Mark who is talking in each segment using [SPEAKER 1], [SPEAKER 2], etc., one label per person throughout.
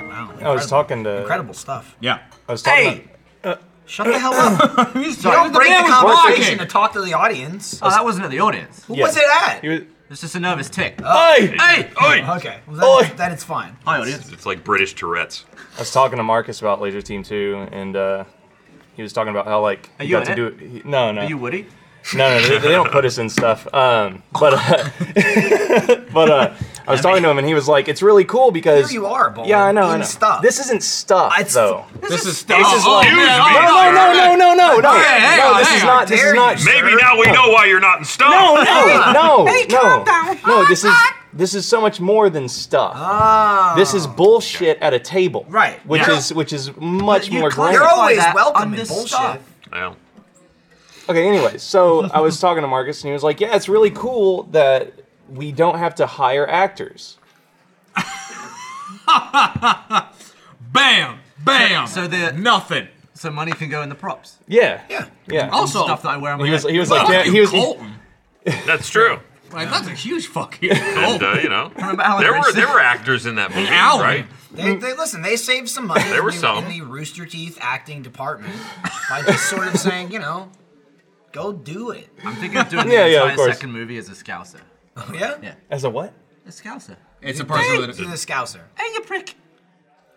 [SPEAKER 1] I was talking to-
[SPEAKER 2] incredible stuff.
[SPEAKER 3] Yeah.
[SPEAKER 1] I was talking.
[SPEAKER 2] Hey, shut the hell up! you
[SPEAKER 3] He's
[SPEAKER 2] don't break
[SPEAKER 3] man
[SPEAKER 2] the
[SPEAKER 3] was talking.
[SPEAKER 2] conversation to talk to the audience.
[SPEAKER 3] Oh, that wasn't in the audience.
[SPEAKER 2] Who
[SPEAKER 1] Yeah.
[SPEAKER 2] was it at?
[SPEAKER 1] He was,
[SPEAKER 3] It's just a nervous tick.
[SPEAKER 1] hey!
[SPEAKER 3] Hey! Oi!
[SPEAKER 2] Okay, well,
[SPEAKER 1] Oi.
[SPEAKER 2] that, that it's fine.
[SPEAKER 3] Hi, audience.
[SPEAKER 4] It's like British Tourette's.
[SPEAKER 1] I was talking to Marcus about Laser Team Two, and uh, he was talking about how like
[SPEAKER 3] Are
[SPEAKER 1] he
[SPEAKER 3] you
[SPEAKER 1] got to
[SPEAKER 3] in
[SPEAKER 1] do
[SPEAKER 3] it?
[SPEAKER 1] it. he- no, no,
[SPEAKER 3] Are you Woody?
[SPEAKER 1] no, no. They, they don't put us in stuff. Um, but uh, but uh, I was talking to him, and he was like, "It's really cool because
[SPEAKER 2] Here you are, Bowman,
[SPEAKER 1] Yeah, I know. I
[SPEAKER 2] in
[SPEAKER 1] know.
[SPEAKER 2] stuff.
[SPEAKER 1] This isn't stuff,
[SPEAKER 2] It's-
[SPEAKER 1] though.
[SPEAKER 3] This is stuff. This
[SPEAKER 1] is like-
[SPEAKER 4] oh,
[SPEAKER 1] No, no, no, no, no, no, no.
[SPEAKER 3] Hey, hang
[SPEAKER 1] no,
[SPEAKER 3] on,
[SPEAKER 1] this
[SPEAKER 3] hang
[SPEAKER 1] is
[SPEAKER 3] on.
[SPEAKER 1] not. This
[SPEAKER 2] Dare
[SPEAKER 1] is not.
[SPEAKER 2] you,
[SPEAKER 4] Maybe now we know why you're not in stone.
[SPEAKER 1] No, no, no, no,
[SPEAKER 2] down.
[SPEAKER 1] no. This is this is so much more than stuff.
[SPEAKER 2] Ah,
[SPEAKER 1] This is bullshit at a table,
[SPEAKER 2] Right.
[SPEAKER 1] Which
[SPEAKER 4] Yeah.
[SPEAKER 1] is which is much
[SPEAKER 3] You
[SPEAKER 1] more
[SPEAKER 3] classify
[SPEAKER 1] grand.
[SPEAKER 2] you're always
[SPEAKER 3] that
[SPEAKER 2] welcome
[SPEAKER 3] under
[SPEAKER 2] in bullshit.
[SPEAKER 3] stuff.
[SPEAKER 4] Well,
[SPEAKER 1] Okay, anyways, so I was talking to Marcus and he was like, Yeah, it's really cool that we don't have to hire actors.
[SPEAKER 5] Bam! Bam!
[SPEAKER 3] So the-
[SPEAKER 5] nothing.
[SPEAKER 3] So money can go in the props.
[SPEAKER 1] Yeah.
[SPEAKER 2] Yeah.
[SPEAKER 1] Yeah.
[SPEAKER 5] Also,
[SPEAKER 3] Stuff that I wear on my
[SPEAKER 1] he was
[SPEAKER 3] head.
[SPEAKER 1] he was like,
[SPEAKER 5] fuck
[SPEAKER 1] yeah,
[SPEAKER 5] you,
[SPEAKER 1] he was
[SPEAKER 5] Colton.
[SPEAKER 4] that's true.
[SPEAKER 5] Like, that's a huge fucking
[SPEAKER 4] And uh,
[SPEAKER 5] Colton.
[SPEAKER 4] you know,
[SPEAKER 3] Oh. Remember Alan
[SPEAKER 4] there were
[SPEAKER 3] Richardson?
[SPEAKER 4] there were actors in that movie,
[SPEAKER 5] Alan.
[SPEAKER 4] right?
[SPEAKER 2] They, they, listen, they saved some money
[SPEAKER 4] There were
[SPEAKER 2] in, the,
[SPEAKER 4] some.
[SPEAKER 2] in the Rooster Teeth acting department by just sort of saying, you know, go do it.
[SPEAKER 3] I'm thinking of doing
[SPEAKER 1] Yeah,
[SPEAKER 3] the
[SPEAKER 1] yeah, of
[SPEAKER 3] entire
[SPEAKER 1] course.
[SPEAKER 3] second movie as a scouser.
[SPEAKER 2] Oh, Yeah?
[SPEAKER 3] Yeah.
[SPEAKER 1] as a what?
[SPEAKER 3] A scouser.
[SPEAKER 5] It's a person
[SPEAKER 2] To
[SPEAKER 5] with
[SPEAKER 2] the
[SPEAKER 5] a.
[SPEAKER 2] Scouser.
[SPEAKER 3] Hey, you prick.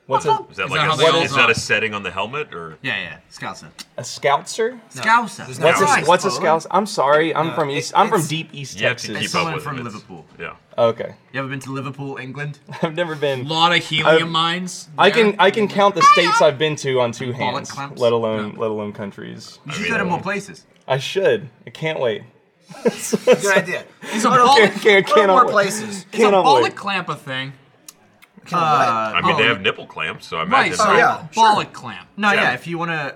[SPEAKER 1] What's
[SPEAKER 2] Uh-huh.
[SPEAKER 1] a,
[SPEAKER 4] Is that
[SPEAKER 5] Is
[SPEAKER 4] like
[SPEAKER 5] that how
[SPEAKER 4] a,
[SPEAKER 5] they all
[SPEAKER 4] is that a
[SPEAKER 5] talk?
[SPEAKER 4] setting on the helmet or?
[SPEAKER 3] Yeah, yeah. Scouser.
[SPEAKER 1] a scoutser?
[SPEAKER 3] Scouser.
[SPEAKER 2] There's no-
[SPEAKER 1] What's
[SPEAKER 2] Christ,
[SPEAKER 1] a what's a
[SPEAKER 3] Paul.
[SPEAKER 1] scouts? I'm sorry, I'm from
[SPEAKER 2] Uh, it-
[SPEAKER 1] East I'm from
[SPEAKER 2] it's-
[SPEAKER 1] deep East
[SPEAKER 4] You have to
[SPEAKER 1] Texas.
[SPEAKER 4] keep up.
[SPEAKER 3] Someone
[SPEAKER 4] with
[SPEAKER 3] from
[SPEAKER 4] him, it's-
[SPEAKER 3] Liverpool.
[SPEAKER 4] Yeah.
[SPEAKER 1] Okay.
[SPEAKER 3] You ever been to Liverpool, England?
[SPEAKER 1] I've never been
[SPEAKER 5] lot of helium
[SPEAKER 1] I-
[SPEAKER 5] mines.
[SPEAKER 1] I
[SPEAKER 5] there.
[SPEAKER 1] can I can count the states I've been to on two hands,
[SPEAKER 3] clamps?
[SPEAKER 1] let alone let alone countries.
[SPEAKER 3] You should go to more places.
[SPEAKER 1] I should. I can't wait.
[SPEAKER 2] Good idea.
[SPEAKER 5] It's a bollock,
[SPEAKER 1] Can't, can't,
[SPEAKER 2] Go to more
[SPEAKER 1] cannot wait.
[SPEAKER 2] places.
[SPEAKER 5] it's a
[SPEAKER 1] Cannot
[SPEAKER 5] bollock
[SPEAKER 1] wait.
[SPEAKER 5] clamp a thing.
[SPEAKER 2] Uh,
[SPEAKER 4] I mean, they
[SPEAKER 5] oh,
[SPEAKER 4] have nipple clamps, so I
[SPEAKER 5] Right, Oh,
[SPEAKER 4] imagine.
[SPEAKER 5] so
[SPEAKER 4] right?
[SPEAKER 2] yeah, sure.
[SPEAKER 5] bollock clamp.
[SPEAKER 3] No, yeah.
[SPEAKER 4] Yeah.
[SPEAKER 3] If you want to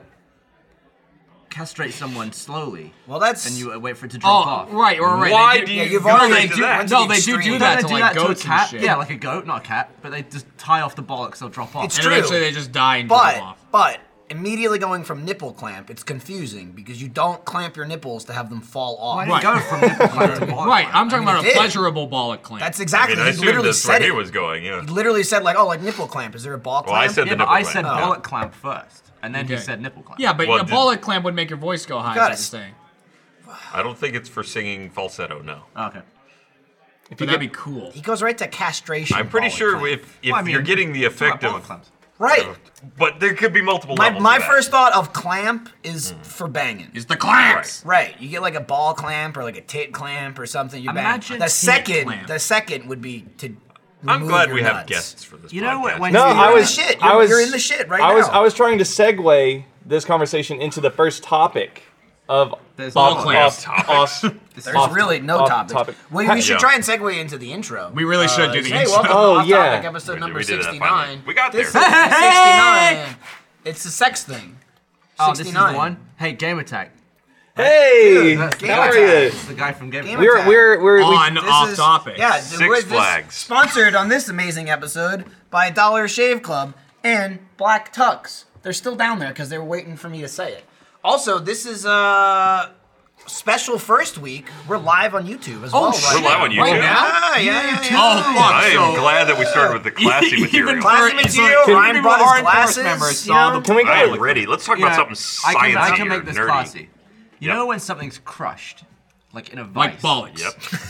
[SPEAKER 3] castrate someone slowly,
[SPEAKER 2] well, that's.
[SPEAKER 3] and you wait for it to
[SPEAKER 5] Oh,
[SPEAKER 3] drop off.
[SPEAKER 5] right, or right.
[SPEAKER 4] Why
[SPEAKER 5] they
[SPEAKER 4] do
[SPEAKER 5] do,
[SPEAKER 4] you
[SPEAKER 2] you've
[SPEAKER 4] go
[SPEAKER 2] already
[SPEAKER 4] into
[SPEAKER 2] do-
[SPEAKER 4] that?
[SPEAKER 2] to
[SPEAKER 5] No,
[SPEAKER 2] the
[SPEAKER 5] they do
[SPEAKER 2] extreme.
[SPEAKER 5] do
[SPEAKER 3] Don't
[SPEAKER 5] that
[SPEAKER 3] they
[SPEAKER 5] to
[SPEAKER 3] do
[SPEAKER 5] like
[SPEAKER 3] that to a
[SPEAKER 5] goats and
[SPEAKER 3] cat?
[SPEAKER 5] shit.
[SPEAKER 3] Yeah, like a goat, not a cat, but they just tie off the bollocks, they'll drop off.
[SPEAKER 2] It's
[SPEAKER 5] and
[SPEAKER 2] true.
[SPEAKER 5] eventually they just die and
[SPEAKER 2] but,
[SPEAKER 5] drop off.
[SPEAKER 2] but, immediately going from nipple clamp, it's confusing because you don't clamp your nipples to have them fall off.
[SPEAKER 3] Why
[SPEAKER 5] Right.
[SPEAKER 3] didn't go from nipple clamp to bollock
[SPEAKER 5] Right,
[SPEAKER 3] clamp?
[SPEAKER 5] I'm talking
[SPEAKER 2] mean,
[SPEAKER 5] about
[SPEAKER 2] it
[SPEAKER 5] a
[SPEAKER 2] did.
[SPEAKER 5] pleasurable bollock clamp.
[SPEAKER 2] That's
[SPEAKER 4] I
[SPEAKER 2] exactly.
[SPEAKER 4] mean, I
[SPEAKER 2] he
[SPEAKER 4] assume
[SPEAKER 2] literally
[SPEAKER 4] that's
[SPEAKER 2] said
[SPEAKER 4] where he
[SPEAKER 2] it.
[SPEAKER 4] was going. Yeah.
[SPEAKER 2] He literally said, like, oh, like nipple clamp. Is there a ball
[SPEAKER 4] Well, I
[SPEAKER 2] clamp?
[SPEAKER 4] said
[SPEAKER 3] Yeah,
[SPEAKER 4] the
[SPEAKER 3] but
[SPEAKER 4] nipple
[SPEAKER 3] I said
[SPEAKER 4] clamp, yeah.
[SPEAKER 3] bollock clamp first, and then he
[SPEAKER 5] Okay.
[SPEAKER 3] said nipple clamp.
[SPEAKER 5] Yeah, but
[SPEAKER 4] Well,
[SPEAKER 5] a
[SPEAKER 4] did-
[SPEAKER 5] bollock clamp would make your voice go high.
[SPEAKER 2] Got
[SPEAKER 5] That's
[SPEAKER 2] it.
[SPEAKER 5] the thing.
[SPEAKER 4] I don't think it's for singing falsetto. No.
[SPEAKER 3] Oh, okay.
[SPEAKER 5] But that'd be cool.
[SPEAKER 2] He goes right to castration.
[SPEAKER 4] I'm pretty
[SPEAKER 2] bollock
[SPEAKER 4] sure
[SPEAKER 2] clamp.
[SPEAKER 4] if if
[SPEAKER 3] Well, I mean,
[SPEAKER 4] you're getting the
[SPEAKER 3] Talking
[SPEAKER 4] effect
[SPEAKER 3] about bollock
[SPEAKER 4] of,
[SPEAKER 3] clamps.
[SPEAKER 2] Right.
[SPEAKER 4] but there could be multiple
[SPEAKER 2] My,
[SPEAKER 4] levels.
[SPEAKER 2] my
[SPEAKER 4] of that.
[SPEAKER 2] first thought of clamp is for banging.
[SPEAKER 5] It's the clamps.
[SPEAKER 2] Right, you get like a ball clamp or like a tit clamp or something. You bang.
[SPEAKER 3] Imagine
[SPEAKER 2] the
[SPEAKER 3] tit
[SPEAKER 2] second,
[SPEAKER 3] clamp.
[SPEAKER 2] the second would be to.
[SPEAKER 4] I'm
[SPEAKER 2] remove
[SPEAKER 4] glad
[SPEAKER 2] your
[SPEAKER 4] we have
[SPEAKER 2] nuts.
[SPEAKER 4] guests for this.
[SPEAKER 3] You know what,
[SPEAKER 4] podcast.
[SPEAKER 3] when-
[SPEAKER 1] No,
[SPEAKER 3] You're
[SPEAKER 1] I
[SPEAKER 3] in the
[SPEAKER 1] was.
[SPEAKER 2] shit.
[SPEAKER 1] I
[SPEAKER 2] You're-
[SPEAKER 1] was.
[SPEAKER 2] you're in the shit right
[SPEAKER 1] I was.
[SPEAKER 2] now.
[SPEAKER 1] I was trying to segue this conversation into the first topic of
[SPEAKER 3] There's
[SPEAKER 1] off-
[SPEAKER 3] no
[SPEAKER 1] off-
[SPEAKER 4] topic.
[SPEAKER 1] off-
[SPEAKER 2] There's
[SPEAKER 1] off-
[SPEAKER 2] really no
[SPEAKER 1] off
[SPEAKER 2] topic.
[SPEAKER 1] topic.
[SPEAKER 2] We, we should
[SPEAKER 4] Yeah.
[SPEAKER 2] try and segue into the intro.
[SPEAKER 5] We really should
[SPEAKER 4] Uh,
[SPEAKER 5] do the
[SPEAKER 2] hey,
[SPEAKER 5] intro.
[SPEAKER 2] welcome to
[SPEAKER 1] Oh,
[SPEAKER 2] Off
[SPEAKER 1] yeah.
[SPEAKER 2] Topic, episode
[SPEAKER 4] We-
[SPEAKER 2] number
[SPEAKER 4] we did that finally.
[SPEAKER 2] sixty-nine.
[SPEAKER 4] We got
[SPEAKER 2] This
[SPEAKER 4] there.
[SPEAKER 2] is episode Sixty-nine. It's the sex thing.
[SPEAKER 3] Oh, this is
[SPEAKER 2] 69.
[SPEAKER 3] the one. Hey, Game Attack.
[SPEAKER 1] Hey,
[SPEAKER 2] Dude,
[SPEAKER 1] how are you?
[SPEAKER 3] It's the guy from Game
[SPEAKER 2] Game
[SPEAKER 3] Attack.
[SPEAKER 1] We're we're we're
[SPEAKER 4] Oh,
[SPEAKER 1] we-
[SPEAKER 5] On
[SPEAKER 2] This
[SPEAKER 5] off
[SPEAKER 2] is-
[SPEAKER 5] topic.
[SPEAKER 2] Yeah,
[SPEAKER 5] Yes.
[SPEAKER 2] we're- this-
[SPEAKER 4] Flags.
[SPEAKER 2] Sponsored on this amazing episode by Dollar Shave Club and Black Tux. They're still down there because they were waiting for me to say it. Also, this is uh, special first week. We're live on YouTube as well.
[SPEAKER 4] We're
[SPEAKER 5] Oh, shit.
[SPEAKER 4] live on
[SPEAKER 5] Right
[SPEAKER 4] YouTube.
[SPEAKER 5] now?
[SPEAKER 2] Yeah, yeah, yeah, yeah.
[SPEAKER 5] Oh fuck!
[SPEAKER 4] I am
[SPEAKER 5] so-
[SPEAKER 4] glad that we started with the classy material.
[SPEAKER 2] Classy
[SPEAKER 5] for- it's
[SPEAKER 2] material,
[SPEAKER 5] like-
[SPEAKER 2] Ryan
[SPEAKER 5] even
[SPEAKER 2] brought his
[SPEAKER 5] our enforcement
[SPEAKER 2] glasses,
[SPEAKER 5] members
[SPEAKER 2] you
[SPEAKER 5] saw
[SPEAKER 2] know?
[SPEAKER 5] the-
[SPEAKER 1] can we
[SPEAKER 4] I
[SPEAKER 1] go?
[SPEAKER 4] am ready. Let's talk about something
[SPEAKER 3] I can,
[SPEAKER 4] science
[SPEAKER 3] I can make this
[SPEAKER 4] nerdy.
[SPEAKER 3] classy. You
[SPEAKER 4] Yep.
[SPEAKER 3] know when something's crushed, like in a vice,
[SPEAKER 5] like bollocks.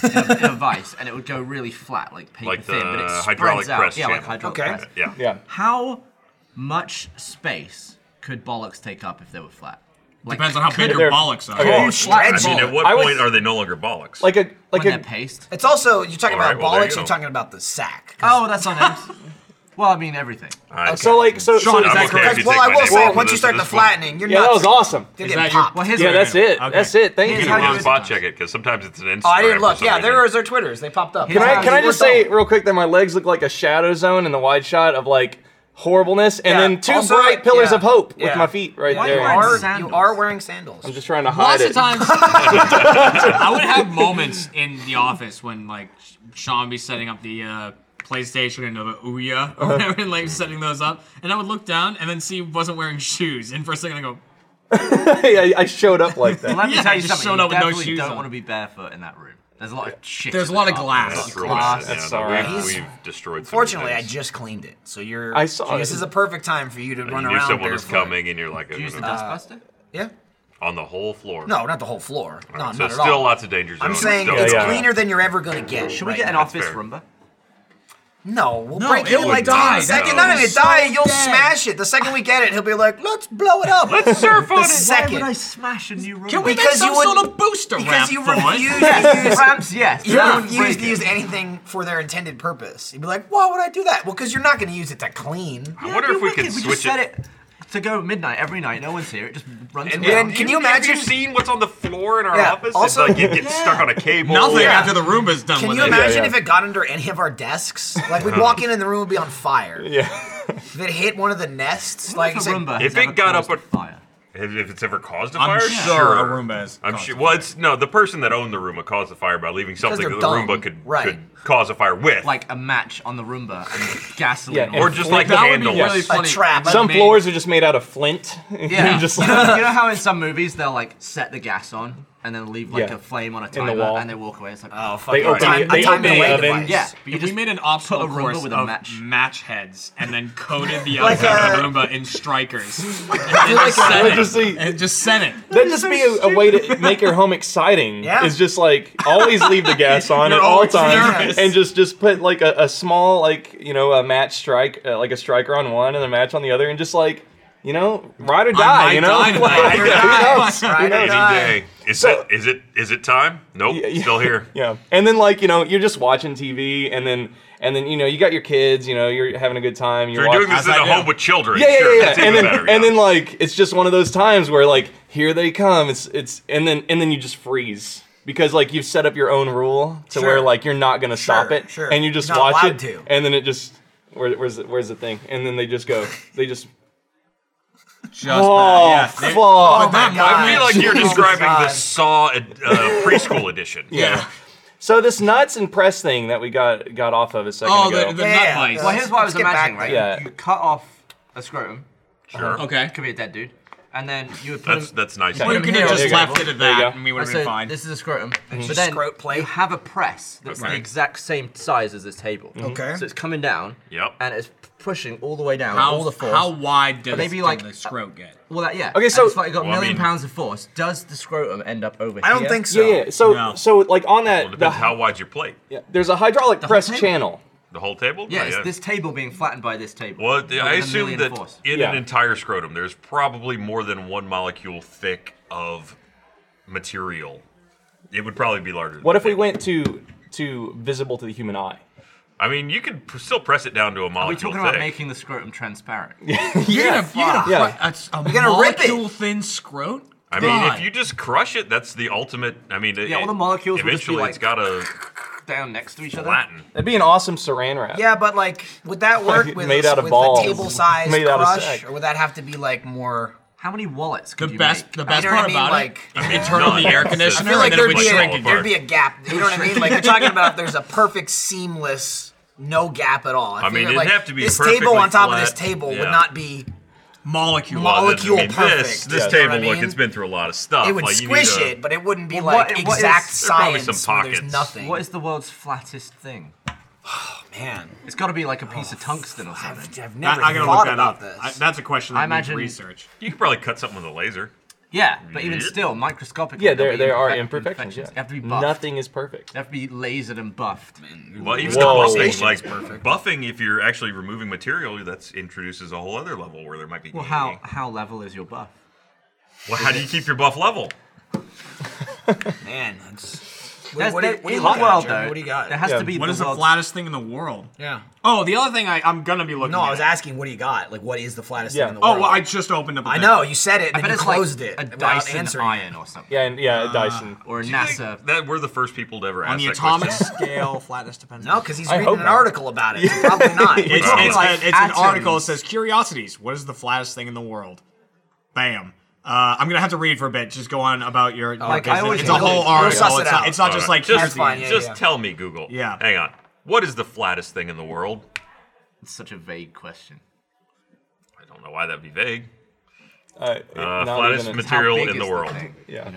[SPEAKER 4] Yep.
[SPEAKER 3] in, a, in a vice, and it would go really flat, like paper
[SPEAKER 4] Like
[SPEAKER 3] thin, but
[SPEAKER 4] the
[SPEAKER 3] it spreads
[SPEAKER 4] hydraulic
[SPEAKER 3] out.
[SPEAKER 4] press
[SPEAKER 3] yeah, like
[SPEAKER 4] channel.
[SPEAKER 3] hydraulic
[SPEAKER 2] Okay.
[SPEAKER 3] press.
[SPEAKER 4] Yeah.
[SPEAKER 1] yeah.
[SPEAKER 3] How much space could bollocks take up if they were flat? Like,
[SPEAKER 5] Depends on how big
[SPEAKER 1] They're-
[SPEAKER 5] your bollocks are.
[SPEAKER 1] okay.
[SPEAKER 2] You
[SPEAKER 4] I
[SPEAKER 2] stretch
[SPEAKER 4] mean,
[SPEAKER 2] it.
[SPEAKER 4] at what
[SPEAKER 1] I was-
[SPEAKER 4] point are they no longer bollocks?
[SPEAKER 1] Like a
[SPEAKER 3] when
[SPEAKER 1] like
[SPEAKER 3] they're
[SPEAKER 1] a
[SPEAKER 3] paste.
[SPEAKER 2] It's also you're talking
[SPEAKER 4] All right,
[SPEAKER 2] about
[SPEAKER 4] well, there
[SPEAKER 2] bollocks.
[SPEAKER 4] you go.
[SPEAKER 2] you're talking about the sack. 'Cause-
[SPEAKER 3] Oh, that's on him. well, I mean everything.
[SPEAKER 4] I-
[SPEAKER 1] so like so so.
[SPEAKER 5] Sean, is
[SPEAKER 4] I'm
[SPEAKER 5] that
[SPEAKER 4] okay if
[SPEAKER 5] correct?
[SPEAKER 4] you
[SPEAKER 2] well,
[SPEAKER 4] take
[SPEAKER 2] I
[SPEAKER 4] my
[SPEAKER 2] will
[SPEAKER 4] name
[SPEAKER 2] say
[SPEAKER 4] off
[SPEAKER 2] once
[SPEAKER 4] of
[SPEAKER 2] you
[SPEAKER 4] this
[SPEAKER 2] start
[SPEAKER 4] at
[SPEAKER 2] the
[SPEAKER 4] this point.
[SPEAKER 2] flattening, you're
[SPEAKER 1] yeah, that
[SPEAKER 2] nuts.
[SPEAKER 1] was awesome.
[SPEAKER 2] They're
[SPEAKER 5] Is
[SPEAKER 2] getting
[SPEAKER 5] that your-
[SPEAKER 2] popped.
[SPEAKER 3] Well, here's
[SPEAKER 1] Yeah,
[SPEAKER 3] what I
[SPEAKER 1] that's
[SPEAKER 3] do.
[SPEAKER 1] it.
[SPEAKER 5] Okay.
[SPEAKER 1] That's it. Thank
[SPEAKER 3] Here's
[SPEAKER 1] you.
[SPEAKER 3] how
[SPEAKER 4] You
[SPEAKER 3] you
[SPEAKER 4] can
[SPEAKER 3] do
[SPEAKER 4] spot
[SPEAKER 3] it.
[SPEAKER 4] check it because sometimes it's an Instagram.
[SPEAKER 2] Oh, I didn't
[SPEAKER 4] for
[SPEAKER 2] look.
[SPEAKER 4] some
[SPEAKER 2] Yeah, there
[SPEAKER 4] reason.
[SPEAKER 2] was our Twitters. They popped up.
[SPEAKER 1] Can
[SPEAKER 3] Here's
[SPEAKER 1] I
[SPEAKER 3] how
[SPEAKER 1] can I
[SPEAKER 3] you
[SPEAKER 1] just
[SPEAKER 2] We're
[SPEAKER 1] say
[SPEAKER 2] done.
[SPEAKER 1] real quick that my legs look like a shadow zone in the wide shot of like horribleness, and
[SPEAKER 2] Yeah.
[SPEAKER 1] then two
[SPEAKER 2] Also,
[SPEAKER 1] bright pillars
[SPEAKER 2] yeah.
[SPEAKER 1] of hope
[SPEAKER 2] Yeah.
[SPEAKER 1] with my feet right
[SPEAKER 3] Why
[SPEAKER 2] You
[SPEAKER 1] there.
[SPEAKER 3] Wearing
[SPEAKER 2] are, you
[SPEAKER 3] sandals.
[SPEAKER 2] are wearing sandals.
[SPEAKER 1] I'm just trying to hide
[SPEAKER 5] Lots
[SPEAKER 1] it.
[SPEAKER 5] of times, I would have moments in the office when like Sh- Sean would be setting up the uh, PlayStation and the Ouya
[SPEAKER 2] Uh-huh.
[SPEAKER 5] or whatever, and like setting those up, and I would look down and then see he wasn't wearing shoes, and for a second I go,
[SPEAKER 1] Hey, I, I showed up like that.
[SPEAKER 3] Let me
[SPEAKER 5] Yeah,
[SPEAKER 3] tell you
[SPEAKER 5] just
[SPEAKER 3] something.
[SPEAKER 5] showed
[SPEAKER 3] You
[SPEAKER 5] up with no
[SPEAKER 3] definitely
[SPEAKER 5] shoes
[SPEAKER 3] don't
[SPEAKER 5] on.
[SPEAKER 3] want to be barefoot in that room. There's a lot of shit.
[SPEAKER 5] There's
[SPEAKER 3] in
[SPEAKER 5] a lot
[SPEAKER 3] the
[SPEAKER 5] of
[SPEAKER 2] Oh,
[SPEAKER 3] top.
[SPEAKER 5] glass.
[SPEAKER 3] There's
[SPEAKER 4] That's
[SPEAKER 3] a lot
[SPEAKER 4] real
[SPEAKER 3] of glass.
[SPEAKER 4] bad.
[SPEAKER 1] That's
[SPEAKER 4] Yeah,
[SPEAKER 1] all
[SPEAKER 4] no,
[SPEAKER 1] right.
[SPEAKER 4] we've,
[SPEAKER 2] He's-
[SPEAKER 4] we've destroyed. some
[SPEAKER 2] Fortunately, I
[SPEAKER 4] things.
[SPEAKER 2] just cleaned it, so you're.
[SPEAKER 1] I saw
[SPEAKER 2] This
[SPEAKER 1] it.
[SPEAKER 2] is a perfect time for you to
[SPEAKER 4] You
[SPEAKER 2] run
[SPEAKER 4] knew
[SPEAKER 2] around
[SPEAKER 4] someone was
[SPEAKER 2] barefoot.
[SPEAKER 4] coming, and you're like,
[SPEAKER 3] Did you use the
[SPEAKER 4] "Uh,
[SPEAKER 3] dustbuster?
[SPEAKER 2] Yeah.
[SPEAKER 4] on the whole floor.
[SPEAKER 2] No, not the whole floor.
[SPEAKER 4] All
[SPEAKER 2] no,
[SPEAKER 4] right, so
[SPEAKER 2] not at
[SPEAKER 4] still
[SPEAKER 2] all.
[SPEAKER 4] lots of danger zones.
[SPEAKER 2] I'm saying
[SPEAKER 4] still
[SPEAKER 2] it's
[SPEAKER 1] yeah.
[SPEAKER 2] cleaner than you're ever gonna get.
[SPEAKER 3] Should we
[SPEAKER 2] right
[SPEAKER 3] get an
[SPEAKER 2] now.
[SPEAKER 3] office
[SPEAKER 4] fair.
[SPEAKER 3] rumba?
[SPEAKER 2] No, we'll
[SPEAKER 5] No,
[SPEAKER 2] break
[SPEAKER 5] it
[SPEAKER 2] it in
[SPEAKER 5] would
[SPEAKER 2] like
[SPEAKER 5] die.
[SPEAKER 2] die. The second
[SPEAKER 5] That
[SPEAKER 2] time
[SPEAKER 5] would
[SPEAKER 2] it
[SPEAKER 5] be
[SPEAKER 2] die,
[SPEAKER 5] so
[SPEAKER 2] you'll
[SPEAKER 5] dead.
[SPEAKER 2] smash it. The second we get it, he'll be like, "Let's blow it up."
[SPEAKER 4] Let's surf
[SPEAKER 2] the
[SPEAKER 4] on it.
[SPEAKER 2] second,
[SPEAKER 3] Why would I smash a new rumba?
[SPEAKER 5] Can we
[SPEAKER 2] Because
[SPEAKER 5] make some
[SPEAKER 2] you would-
[SPEAKER 5] sort of booster ramp
[SPEAKER 2] because you
[SPEAKER 5] for it?
[SPEAKER 2] refuse to use
[SPEAKER 3] Ramps, yes.
[SPEAKER 2] You
[SPEAKER 3] Yeah.
[SPEAKER 2] don't use
[SPEAKER 3] Break
[SPEAKER 2] to use anything for their intended purpose. You'd be like, why would I do that? Well, because you're not going to use it to clean.
[SPEAKER 4] I wonder
[SPEAKER 3] That'd
[SPEAKER 4] if
[SPEAKER 3] be
[SPEAKER 4] we could
[SPEAKER 3] wicked.
[SPEAKER 4] switch
[SPEAKER 3] just set it. to go midnight every night. No one's here. It just runs.
[SPEAKER 4] And
[SPEAKER 3] around.
[SPEAKER 4] then,
[SPEAKER 2] Yeah.
[SPEAKER 4] can you imagine? Have
[SPEAKER 1] E
[SPEAKER 4] you seen what's on the floor in our
[SPEAKER 2] Yeah,
[SPEAKER 4] office?
[SPEAKER 2] also-
[SPEAKER 4] it's like you get stuck on a cable.
[SPEAKER 5] Nothing
[SPEAKER 2] Yeah.
[SPEAKER 5] after the Roomba's done
[SPEAKER 2] Can
[SPEAKER 5] with
[SPEAKER 2] you
[SPEAKER 5] it.
[SPEAKER 2] imagine
[SPEAKER 1] yeah.
[SPEAKER 2] if it got under any of our desks? Like, we'd walk in and the room would be on fire.
[SPEAKER 1] Yeah.
[SPEAKER 2] If it hit one of the nests,
[SPEAKER 3] What
[SPEAKER 2] like,
[SPEAKER 3] if
[SPEAKER 2] it's
[SPEAKER 3] a
[SPEAKER 2] like-
[SPEAKER 3] Roomba
[SPEAKER 4] If
[SPEAKER 3] has
[SPEAKER 4] it
[SPEAKER 3] ever
[SPEAKER 4] got up
[SPEAKER 3] caused
[SPEAKER 4] a-
[SPEAKER 3] fire.
[SPEAKER 4] If, if it's ever caused a
[SPEAKER 5] I'm
[SPEAKER 4] fire,
[SPEAKER 5] sure,
[SPEAKER 4] sure.
[SPEAKER 5] a Roomba has
[SPEAKER 4] I'm
[SPEAKER 5] caused
[SPEAKER 4] sure.
[SPEAKER 5] a
[SPEAKER 4] Well,
[SPEAKER 5] fire.
[SPEAKER 4] it's no. The person that owned the Roomba caused the fire by leaving something that
[SPEAKER 2] they're
[SPEAKER 4] the
[SPEAKER 2] dumb,
[SPEAKER 4] Roomba could
[SPEAKER 2] right.
[SPEAKER 4] could cause a fire with,
[SPEAKER 3] Like a match on the Roomba and gasoline.
[SPEAKER 1] Yeah,
[SPEAKER 3] on
[SPEAKER 1] and-
[SPEAKER 3] it.
[SPEAKER 4] or just like
[SPEAKER 5] that would be
[SPEAKER 4] candles.
[SPEAKER 5] really funny.
[SPEAKER 2] trap.
[SPEAKER 1] Some
[SPEAKER 5] Made-
[SPEAKER 1] floors are just made out of flint.
[SPEAKER 3] Yeah.
[SPEAKER 1] You just
[SPEAKER 3] you,
[SPEAKER 1] like-
[SPEAKER 3] know, you know how in some movies they'll like set the gas on and then leave like
[SPEAKER 1] Yeah.
[SPEAKER 3] a flame on a
[SPEAKER 1] the
[SPEAKER 3] timer
[SPEAKER 1] wall.
[SPEAKER 3] and they walk away. It's like
[SPEAKER 2] oh, fuck
[SPEAKER 1] they
[SPEAKER 2] it.
[SPEAKER 1] open,
[SPEAKER 2] Time-
[SPEAKER 1] they
[SPEAKER 2] a time
[SPEAKER 1] open
[SPEAKER 2] delay
[SPEAKER 1] the oven.
[SPEAKER 2] device.
[SPEAKER 3] yeah.
[SPEAKER 5] If
[SPEAKER 3] You
[SPEAKER 5] we
[SPEAKER 3] just
[SPEAKER 5] made an
[SPEAKER 3] put
[SPEAKER 5] obstacle
[SPEAKER 3] a Roomba
[SPEAKER 5] course
[SPEAKER 3] with a
[SPEAKER 5] of
[SPEAKER 3] match.
[SPEAKER 5] match heads and then coated the
[SPEAKER 2] Like
[SPEAKER 5] outside of
[SPEAKER 2] a-
[SPEAKER 5] the Roomba in strikers and
[SPEAKER 2] Do
[SPEAKER 1] That'd
[SPEAKER 2] like a-
[SPEAKER 5] sent
[SPEAKER 1] just
[SPEAKER 5] it,
[SPEAKER 1] be-
[SPEAKER 5] and just sent it.
[SPEAKER 1] that'd just be a, a way to make your home exciting.
[SPEAKER 2] Yeah.
[SPEAKER 1] Is just like always leave the gas on at
[SPEAKER 5] You're
[SPEAKER 1] all
[SPEAKER 5] always
[SPEAKER 1] times,
[SPEAKER 5] nervous.
[SPEAKER 1] and just just put like a, a small like you know a match strike uh, like a striker on one and a match on the other, and just like you know ride or die.
[SPEAKER 5] might
[SPEAKER 1] you know.
[SPEAKER 5] die tonight.
[SPEAKER 1] Like,
[SPEAKER 5] Ride or die.
[SPEAKER 1] who knows? Who
[SPEAKER 2] Ride or
[SPEAKER 1] knows?
[SPEAKER 4] Any
[SPEAKER 2] die.
[SPEAKER 4] day. Is
[SPEAKER 1] So-
[SPEAKER 4] it? Is it? Is it time? Nope.
[SPEAKER 1] Yeah, yeah.
[SPEAKER 4] Still here.
[SPEAKER 1] Yeah, and then like you know you're just watching TV, and then and then you know you got your kids, you know you're having a good time.
[SPEAKER 4] If you're doing
[SPEAKER 1] watching-
[SPEAKER 4] this in
[SPEAKER 5] I
[SPEAKER 4] a
[SPEAKER 5] do.
[SPEAKER 4] home with children.
[SPEAKER 1] Yeah, yeah,
[SPEAKER 4] sure,
[SPEAKER 1] yeah, yeah.
[SPEAKER 4] That's
[SPEAKER 1] And
[SPEAKER 4] even
[SPEAKER 1] then
[SPEAKER 4] better,
[SPEAKER 1] and
[SPEAKER 4] yeah.
[SPEAKER 1] then like it's just one of those times where like here they come. It's it's and then and then you just freeze because like you've set up your own rule to
[SPEAKER 2] Sure.
[SPEAKER 1] where like you're not gonna stop
[SPEAKER 2] Sure,
[SPEAKER 1] it,
[SPEAKER 2] sure.
[SPEAKER 1] and you just
[SPEAKER 2] Not
[SPEAKER 1] watch
[SPEAKER 2] allowed
[SPEAKER 1] it,
[SPEAKER 2] to.
[SPEAKER 1] and then it just where, where's the, where's the thing, and then they just go, they just
[SPEAKER 5] Just
[SPEAKER 1] oh
[SPEAKER 5] that. Yeah.
[SPEAKER 1] fuck.
[SPEAKER 5] They-
[SPEAKER 2] Oh my
[SPEAKER 5] That
[SPEAKER 2] God.
[SPEAKER 5] might
[SPEAKER 4] I feel like you're
[SPEAKER 2] Oh,
[SPEAKER 4] describing the
[SPEAKER 2] God.
[SPEAKER 4] Saw uh, preschool edition.
[SPEAKER 1] Yeah. So this nuts and press thing that we got got off of a second
[SPEAKER 5] Oh,
[SPEAKER 1] ago.
[SPEAKER 5] the, the
[SPEAKER 2] Yeah, yeah,
[SPEAKER 5] nut bites.
[SPEAKER 2] yeah.
[SPEAKER 3] Well, here's what I
[SPEAKER 2] Let's
[SPEAKER 3] was
[SPEAKER 2] get back
[SPEAKER 3] imagining, right?
[SPEAKER 1] there. Yeah.
[SPEAKER 3] You cut off a scrotum.
[SPEAKER 4] Sure.
[SPEAKER 5] Okay.
[SPEAKER 3] Could be a dead dude. And then you would put
[SPEAKER 4] That's
[SPEAKER 3] him-
[SPEAKER 4] that's nice.
[SPEAKER 5] We
[SPEAKER 1] Yeah,
[SPEAKER 5] could
[SPEAKER 1] there
[SPEAKER 5] have
[SPEAKER 1] you
[SPEAKER 5] just
[SPEAKER 1] go.
[SPEAKER 5] left it at
[SPEAKER 1] There you
[SPEAKER 5] that
[SPEAKER 1] go.
[SPEAKER 5] and we would
[SPEAKER 3] I
[SPEAKER 5] have been
[SPEAKER 3] said,
[SPEAKER 5] fine.
[SPEAKER 3] this is a scrotum. But
[SPEAKER 4] Mm-hmm.
[SPEAKER 2] just
[SPEAKER 3] then
[SPEAKER 2] scrot plate.
[SPEAKER 3] you have a press that's
[SPEAKER 4] Okay.
[SPEAKER 3] the exact same size as this table.
[SPEAKER 2] Okay.
[SPEAKER 3] So it's coming down.
[SPEAKER 4] Mm-hmm. Yep.
[SPEAKER 3] And it's p- pushing all the way down.
[SPEAKER 5] How,
[SPEAKER 3] all the force.
[SPEAKER 5] how wide does
[SPEAKER 3] maybe
[SPEAKER 5] did
[SPEAKER 3] like-
[SPEAKER 5] the scrote get?
[SPEAKER 3] Well, that, yeah.
[SPEAKER 1] Okay,
[SPEAKER 3] And
[SPEAKER 1] so-
[SPEAKER 3] it's like you got a
[SPEAKER 4] Well, I
[SPEAKER 3] million
[SPEAKER 4] mean-
[SPEAKER 3] pounds of force. Does the scrotum end up over
[SPEAKER 2] I don't
[SPEAKER 3] here?
[SPEAKER 2] think so.
[SPEAKER 1] yeah, yeah. So
[SPEAKER 5] No.
[SPEAKER 1] so like on that
[SPEAKER 4] Well, it
[SPEAKER 1] the,
[SPEAKER 4] depends how wide's your plate.
[SPEAKER 1] yeah, there's a hydraulic
[SPEAKER 3] whole
[SPEAKER 1] press
[SPEAKER 3] table?
[SPEAKER 1] channel.
[SPEAKER 4] The whole table.
[SPEAKER 3] Yeah,
[SPEAKER 4] Oh,
[SPEAKER 3] it's this table being flattened by this table.
[SPEAKER 4] Well,
[SPEAKER 3] With
[SPEAKER 4] I
[SPEAKER 3] a
[SPEAKER 4] assume
[SPEAKER 3] million
[SPEAKER 4] that
[SPEAKER 3] force.
[SPEAKER 4] in an
[SPEAKER 1] Yeah.
[SPEAKER 4] entire scrotum, there's probably more than one molecule thick of material. It would probably be larger. Than
[SPEAKER 1] What if
[SPEAKER 4] that.
[SPEAKER 1] we went to to visible to the human eye?
[SPEAKER 4] I mean, you could p- still press it down to a
[SPEAKER 3] Are we
[SPEAKER 4] molecule
[SPEAKER 3] talking
[SPEAKER 4] thick.
[SPEAKER 3] about making the scrotum transparent?
[SPEAKER 5] You're gonna, you're gonna
[SPEAKER 1] Yeah.
[SPEAKER 5] cru- that's a
[SPEAKER 2] You're gonna rip it.
[SPEAKER 5] molecule thin scrote?
[SPEAKER 4] I mean,
[SPEAKER 5] God.
[SPEAKER 4] if you just crush it, that's the ultimate. I mean, it-
[SPEAKER 3] Yeah, all the molecules would just be
[SPEAKER 4] Eventually,
[SPEAKER 3] like-
[SPEAKER 4] it's got to
[SPEAKER 3] Down next to each other?
[SPEAKER 4] flatten.
[SPEAKER 1] That'd be an awesome saran wrap.
[SPEAKER 2] Yeah, but like, would that work
[SPEAKER 1] Like,
[SPEAKER 2] with,
[SPEAKER 1] made
[SPEAKER 2] a,
[SPEAKER 1] out of
[SPEAKER 2] with
[SPEAKER 1] balls.
[SPEAKER 2] a table size
[SPEAKER 1] Made out of
[SPEAKER 2] crush,
[SPEAKER 1] sack.
[SPEAKER 2] or would that have to be like more?
[SPEAKER 3] How many wallets
[SPEAKER 5] The
[SPEAKER 3] could you
[SPEAKER 5] best,
[SPEAKER 3] make?
[SPEAKER 5] the best
[SPEAKER 2] You know what
[SPEAKER 5] part
[SPEAKER 2] I mean?
[SPEAKER 5] about
[SPEAKER 2] Like-
[SPEAKER 5] it, you turn on the
[SPEAKER 4] None.
[SPEAKER 5] air
[SPEAKER 4] I feel
[SPEAKER 5] conditioner
[SPEAKER 4] like
[SPEAKER 5] and then it
[SPEAKER 4] there'd
[SPEAKER 5] would
[SPEAKER 4] be a-
[SPEAKER 5] shrink
[SPEAKER 4] Fall
[SPEAKER 5] again.
[SPEAKER 4] apart.
[SPEAKER 2] there'd be a gap. You know what I mean? Like you're talking about there's a perfect seamless, no gap at all.
[SPEAKER 4] I mean,
[SPEAKER 2] figured,
[SPEAKER 4] it'd
[SPEAKER 2] like,
[SPEAKER 4] have to be
[SPEAKER 2] this
[SPEAKER 4] perfectly
[SPEAKER 2] table on top of this
[SPEAKER 4] flat.
[SPEAKER 2] table
[SPEAKER 4] Yeah.
[SPEAKER 2] would not be.
[SPEAKER 5] molecule.
[SPEAKER 2] Mol-
[SPEAKER 4] Well, then,
[SPEAKER 2] Molecule
[SPEAKER 4] I mean, This,
[SPEAKER 2] perfect.
[SPEAKER 4] this
[SPEAKER 1] Yeah.
[SPEAKER 4] table,
[SPEAKER 2] You know what I
[SPEAKER 4] look,
[SPEAKER 2] mean?
[SPEAKER 4] it's been through a lot of stuff.
[SPEAKER 2] It would
[SPEAKER 4] Uh, Like, you need
[SPEAKER 2] squish
[SPEAKER 4] a-
[SPEAKER 2] it, but it wouldn't be
[SPEAKER 3] Well, what-
[SPEAKER 2] like
[SPEAKER 3] what is-
[SPEAKER 2] exact
[SPEAKER 4] there are probably
[SPEAKER 2] science.
[SPEAKER 4] some
[SPEAKER 2] where there's
[SPEAKER 4] pockets.
[SPEAKER 2] nothing.
[SPEAKER 3] What is the world's flattest thing?
[SPEAKER 2] man?
[SPEAKER 3] It's got to be like a piece of
[SPEAKER 1] Oh,
[SPEAKER 3] tungsten or something.
[SPEAKER 2] I've, I've
[SPEAKER 5] I,
[SPEAKER 2] never
[SPEAKER 5] I gotta
[SPEAKER 2] thought
[SPEAKER 5] look that
[SPEAKER 2] about
[SPEAKER 5] up.
[SPEAKER 2] this.
[SPEAKER 5] I, that's a question that
[SPEAKER 3] I
[SPEAKER 5] I needs
[SPEAKER 3] imagine-
[SPEAKER 5] research.
[SPEAKER 4] You could probably cut something with a laser.
[SPEAKER 3] Yeah, but even still, microscopically.
[SPEAKER 1] Yeah,
[SPEAKER 3] there'll
[SPEAKER 1] there,
[SPEAKER 3] be
[SPEAKER 1] there are
[SPEAKER 3] imperfect-
[SPEAKER 1] imperfections. Yeah.
[SPEAKER 3] They have to be buffed.
[SPEAKER 1] Nothing is perfect.
[SPEAKER 3] They have to be lasered and buffed.
[SPEAKER 4] Well, even
[SPEAKER 1] Whoa.
[SPEAKER 4] the buffing,
[SPEAKER 2] Station's
[SPEAKER 4] like
[SPEAKER 2] perfect.
[SPEAKER 4] buffing, if you're actually removing material, that introduces a whole other level where there might be.
[SPEAKER 3] Well, how how level is your buff?
[SPEAKER 4] Well, how do you keep your buff level?
[SPEAKER 2] man, that's.
[SPEAKER 3] There's-
[SPEAKER 2] What, what, do you-
[SPEAKER 3] there-
[SPEAKER 2] what do you
[SPEAKER 3] in
[SPEAKER 2] got,
[SPEAKER 3] the world,
[SPEAKER 2] Jeremy?
[SPEAKER 3] though,
[SPEAKER 2] What do you got?
[SPEAKER 3] There has
[SPEAKER 1] Yeah.
[SPEAKER 3] to be
[SPEAKER 5] What
[SPEAKER 3] the
[SPEAKER 5] is the
[SPEAKER 3] world's-
[SPEAKER 5] flattest thing in the world?
[SPEAKER 2] yeah.
[SPEAKER 5] Oh, the other thing I, I'm gonna be looking.
[SPEAKER 2] No, I was
[SPEAKER 5] at.
[SPEAKER 2] asking, what do you got? Like, what is the flattest
[SPEAKER 1] Yeah.
[SPEAKER 2] thing in the
[SPEAKER 5] Oh,
[SPEAKER 2] world?
[SPEAKER 5] well, I just opened up. a
[SPEAKER 2] I
[SPEAKER 5] thing.
[SPEAKER 2] know you said it,
[SPEAKER 3] I
[SPEAKER 2] then
[SPEAKER 3] bet
[SPEAKER 2] you
[SPEAKER 3] it's like
[SPEAKER 2] closed it
[SPEAKER 3] a
[SPEAKER 2] without
[SPEAKER 3] Dyson
[SPEAKER 2] answering.
[SPEAKER 3] iron or something,
[SPEAKER 1] Yeah, and yeah, Dyson.
[SPEAKER 3] or a
[SPEAKER 4] Do you think
[SPEAKER 3] NASA.
[SPEAKER 4] That we're the first people to ever
[SPEAKER 5] on
[SPEAKER 4] ask
[SPEAKER 5] the
[SPEAKER 4] that
[SPEAKER 5] atomic
[SPEAKER 4] question.
[SPEAKER 5] scale, flatness depends.
[SPEAKER 2] No, because he's
[SPEAKER 1] I
[SPEAKER 2] reading
[SPEAKER 1] hope
[SPEAKER 2] an
[SPEAKER 1] not.
[SPEAKER 2] article about it. so Probably not.
[SPEAKER 5] It's,
[SPEAKER 4] Wow.
[SPEAKER 5] it's,
[SPEAKER 3] Like
[SPEAKER 5] a- it's an
[SPEAKER 3] atoms.
[SPEAKER 5] article that says curiosities. What is the flattest thing in the world? Bam. Uh, I'm gonna have to read for a bit. Just go on about your. your
[SPEAKER 3] Like, I
[SPEAKER 5] business.
[SPEAKER 3] always
[SPEAKER 5] it's a
[SPEAKER 3] think
[SPEAKER 5] whole
[SPEAKER 2] it's-
[SPEAKER 5] article.
[SPEAKER 2] we'll suss it
[SPEAKER 5] it's, not,
[SPEAKER 2] out.
[SPEAKER 5] it's not
[SPEAKER 4] All
[SPEAKER 5] just
[SPEAKER 4] right,
[SPEAKER 5] like
[SPEAKER 4] Uh, just,
[SPEAKER 5] here's the-
[SPEAKER 2] fine, yeah,
[SPEAKER 4] just
[SPEAKER 2] yeah.
[SPEAKER 4] tell me, Google.
[SPEAKER 5] Yeah.
[SPEAKER 4] Hang on. What is the flattest thing in the world?
[SPEAKER 3] It's such a vague question.
[SPEAKER 4] I don't know why that'd be vague.
[SPEAKER 1] Uh,
[SPEAKER 4] Uh,
[SPEAKER 1] not
[SPEAKER 4] flattest
[SPEAKER 1] even
[SPEAKER 3] How
[SPEAKER 1] a-
[SPEAKER 4] material
[SPEAKER 3] big
[SPEAKER 4] in the
[SPEAKER 3] is
[SPEAKER 4] world.
[SPEAKER 3] thing?
[SPEAKER 1] yeah.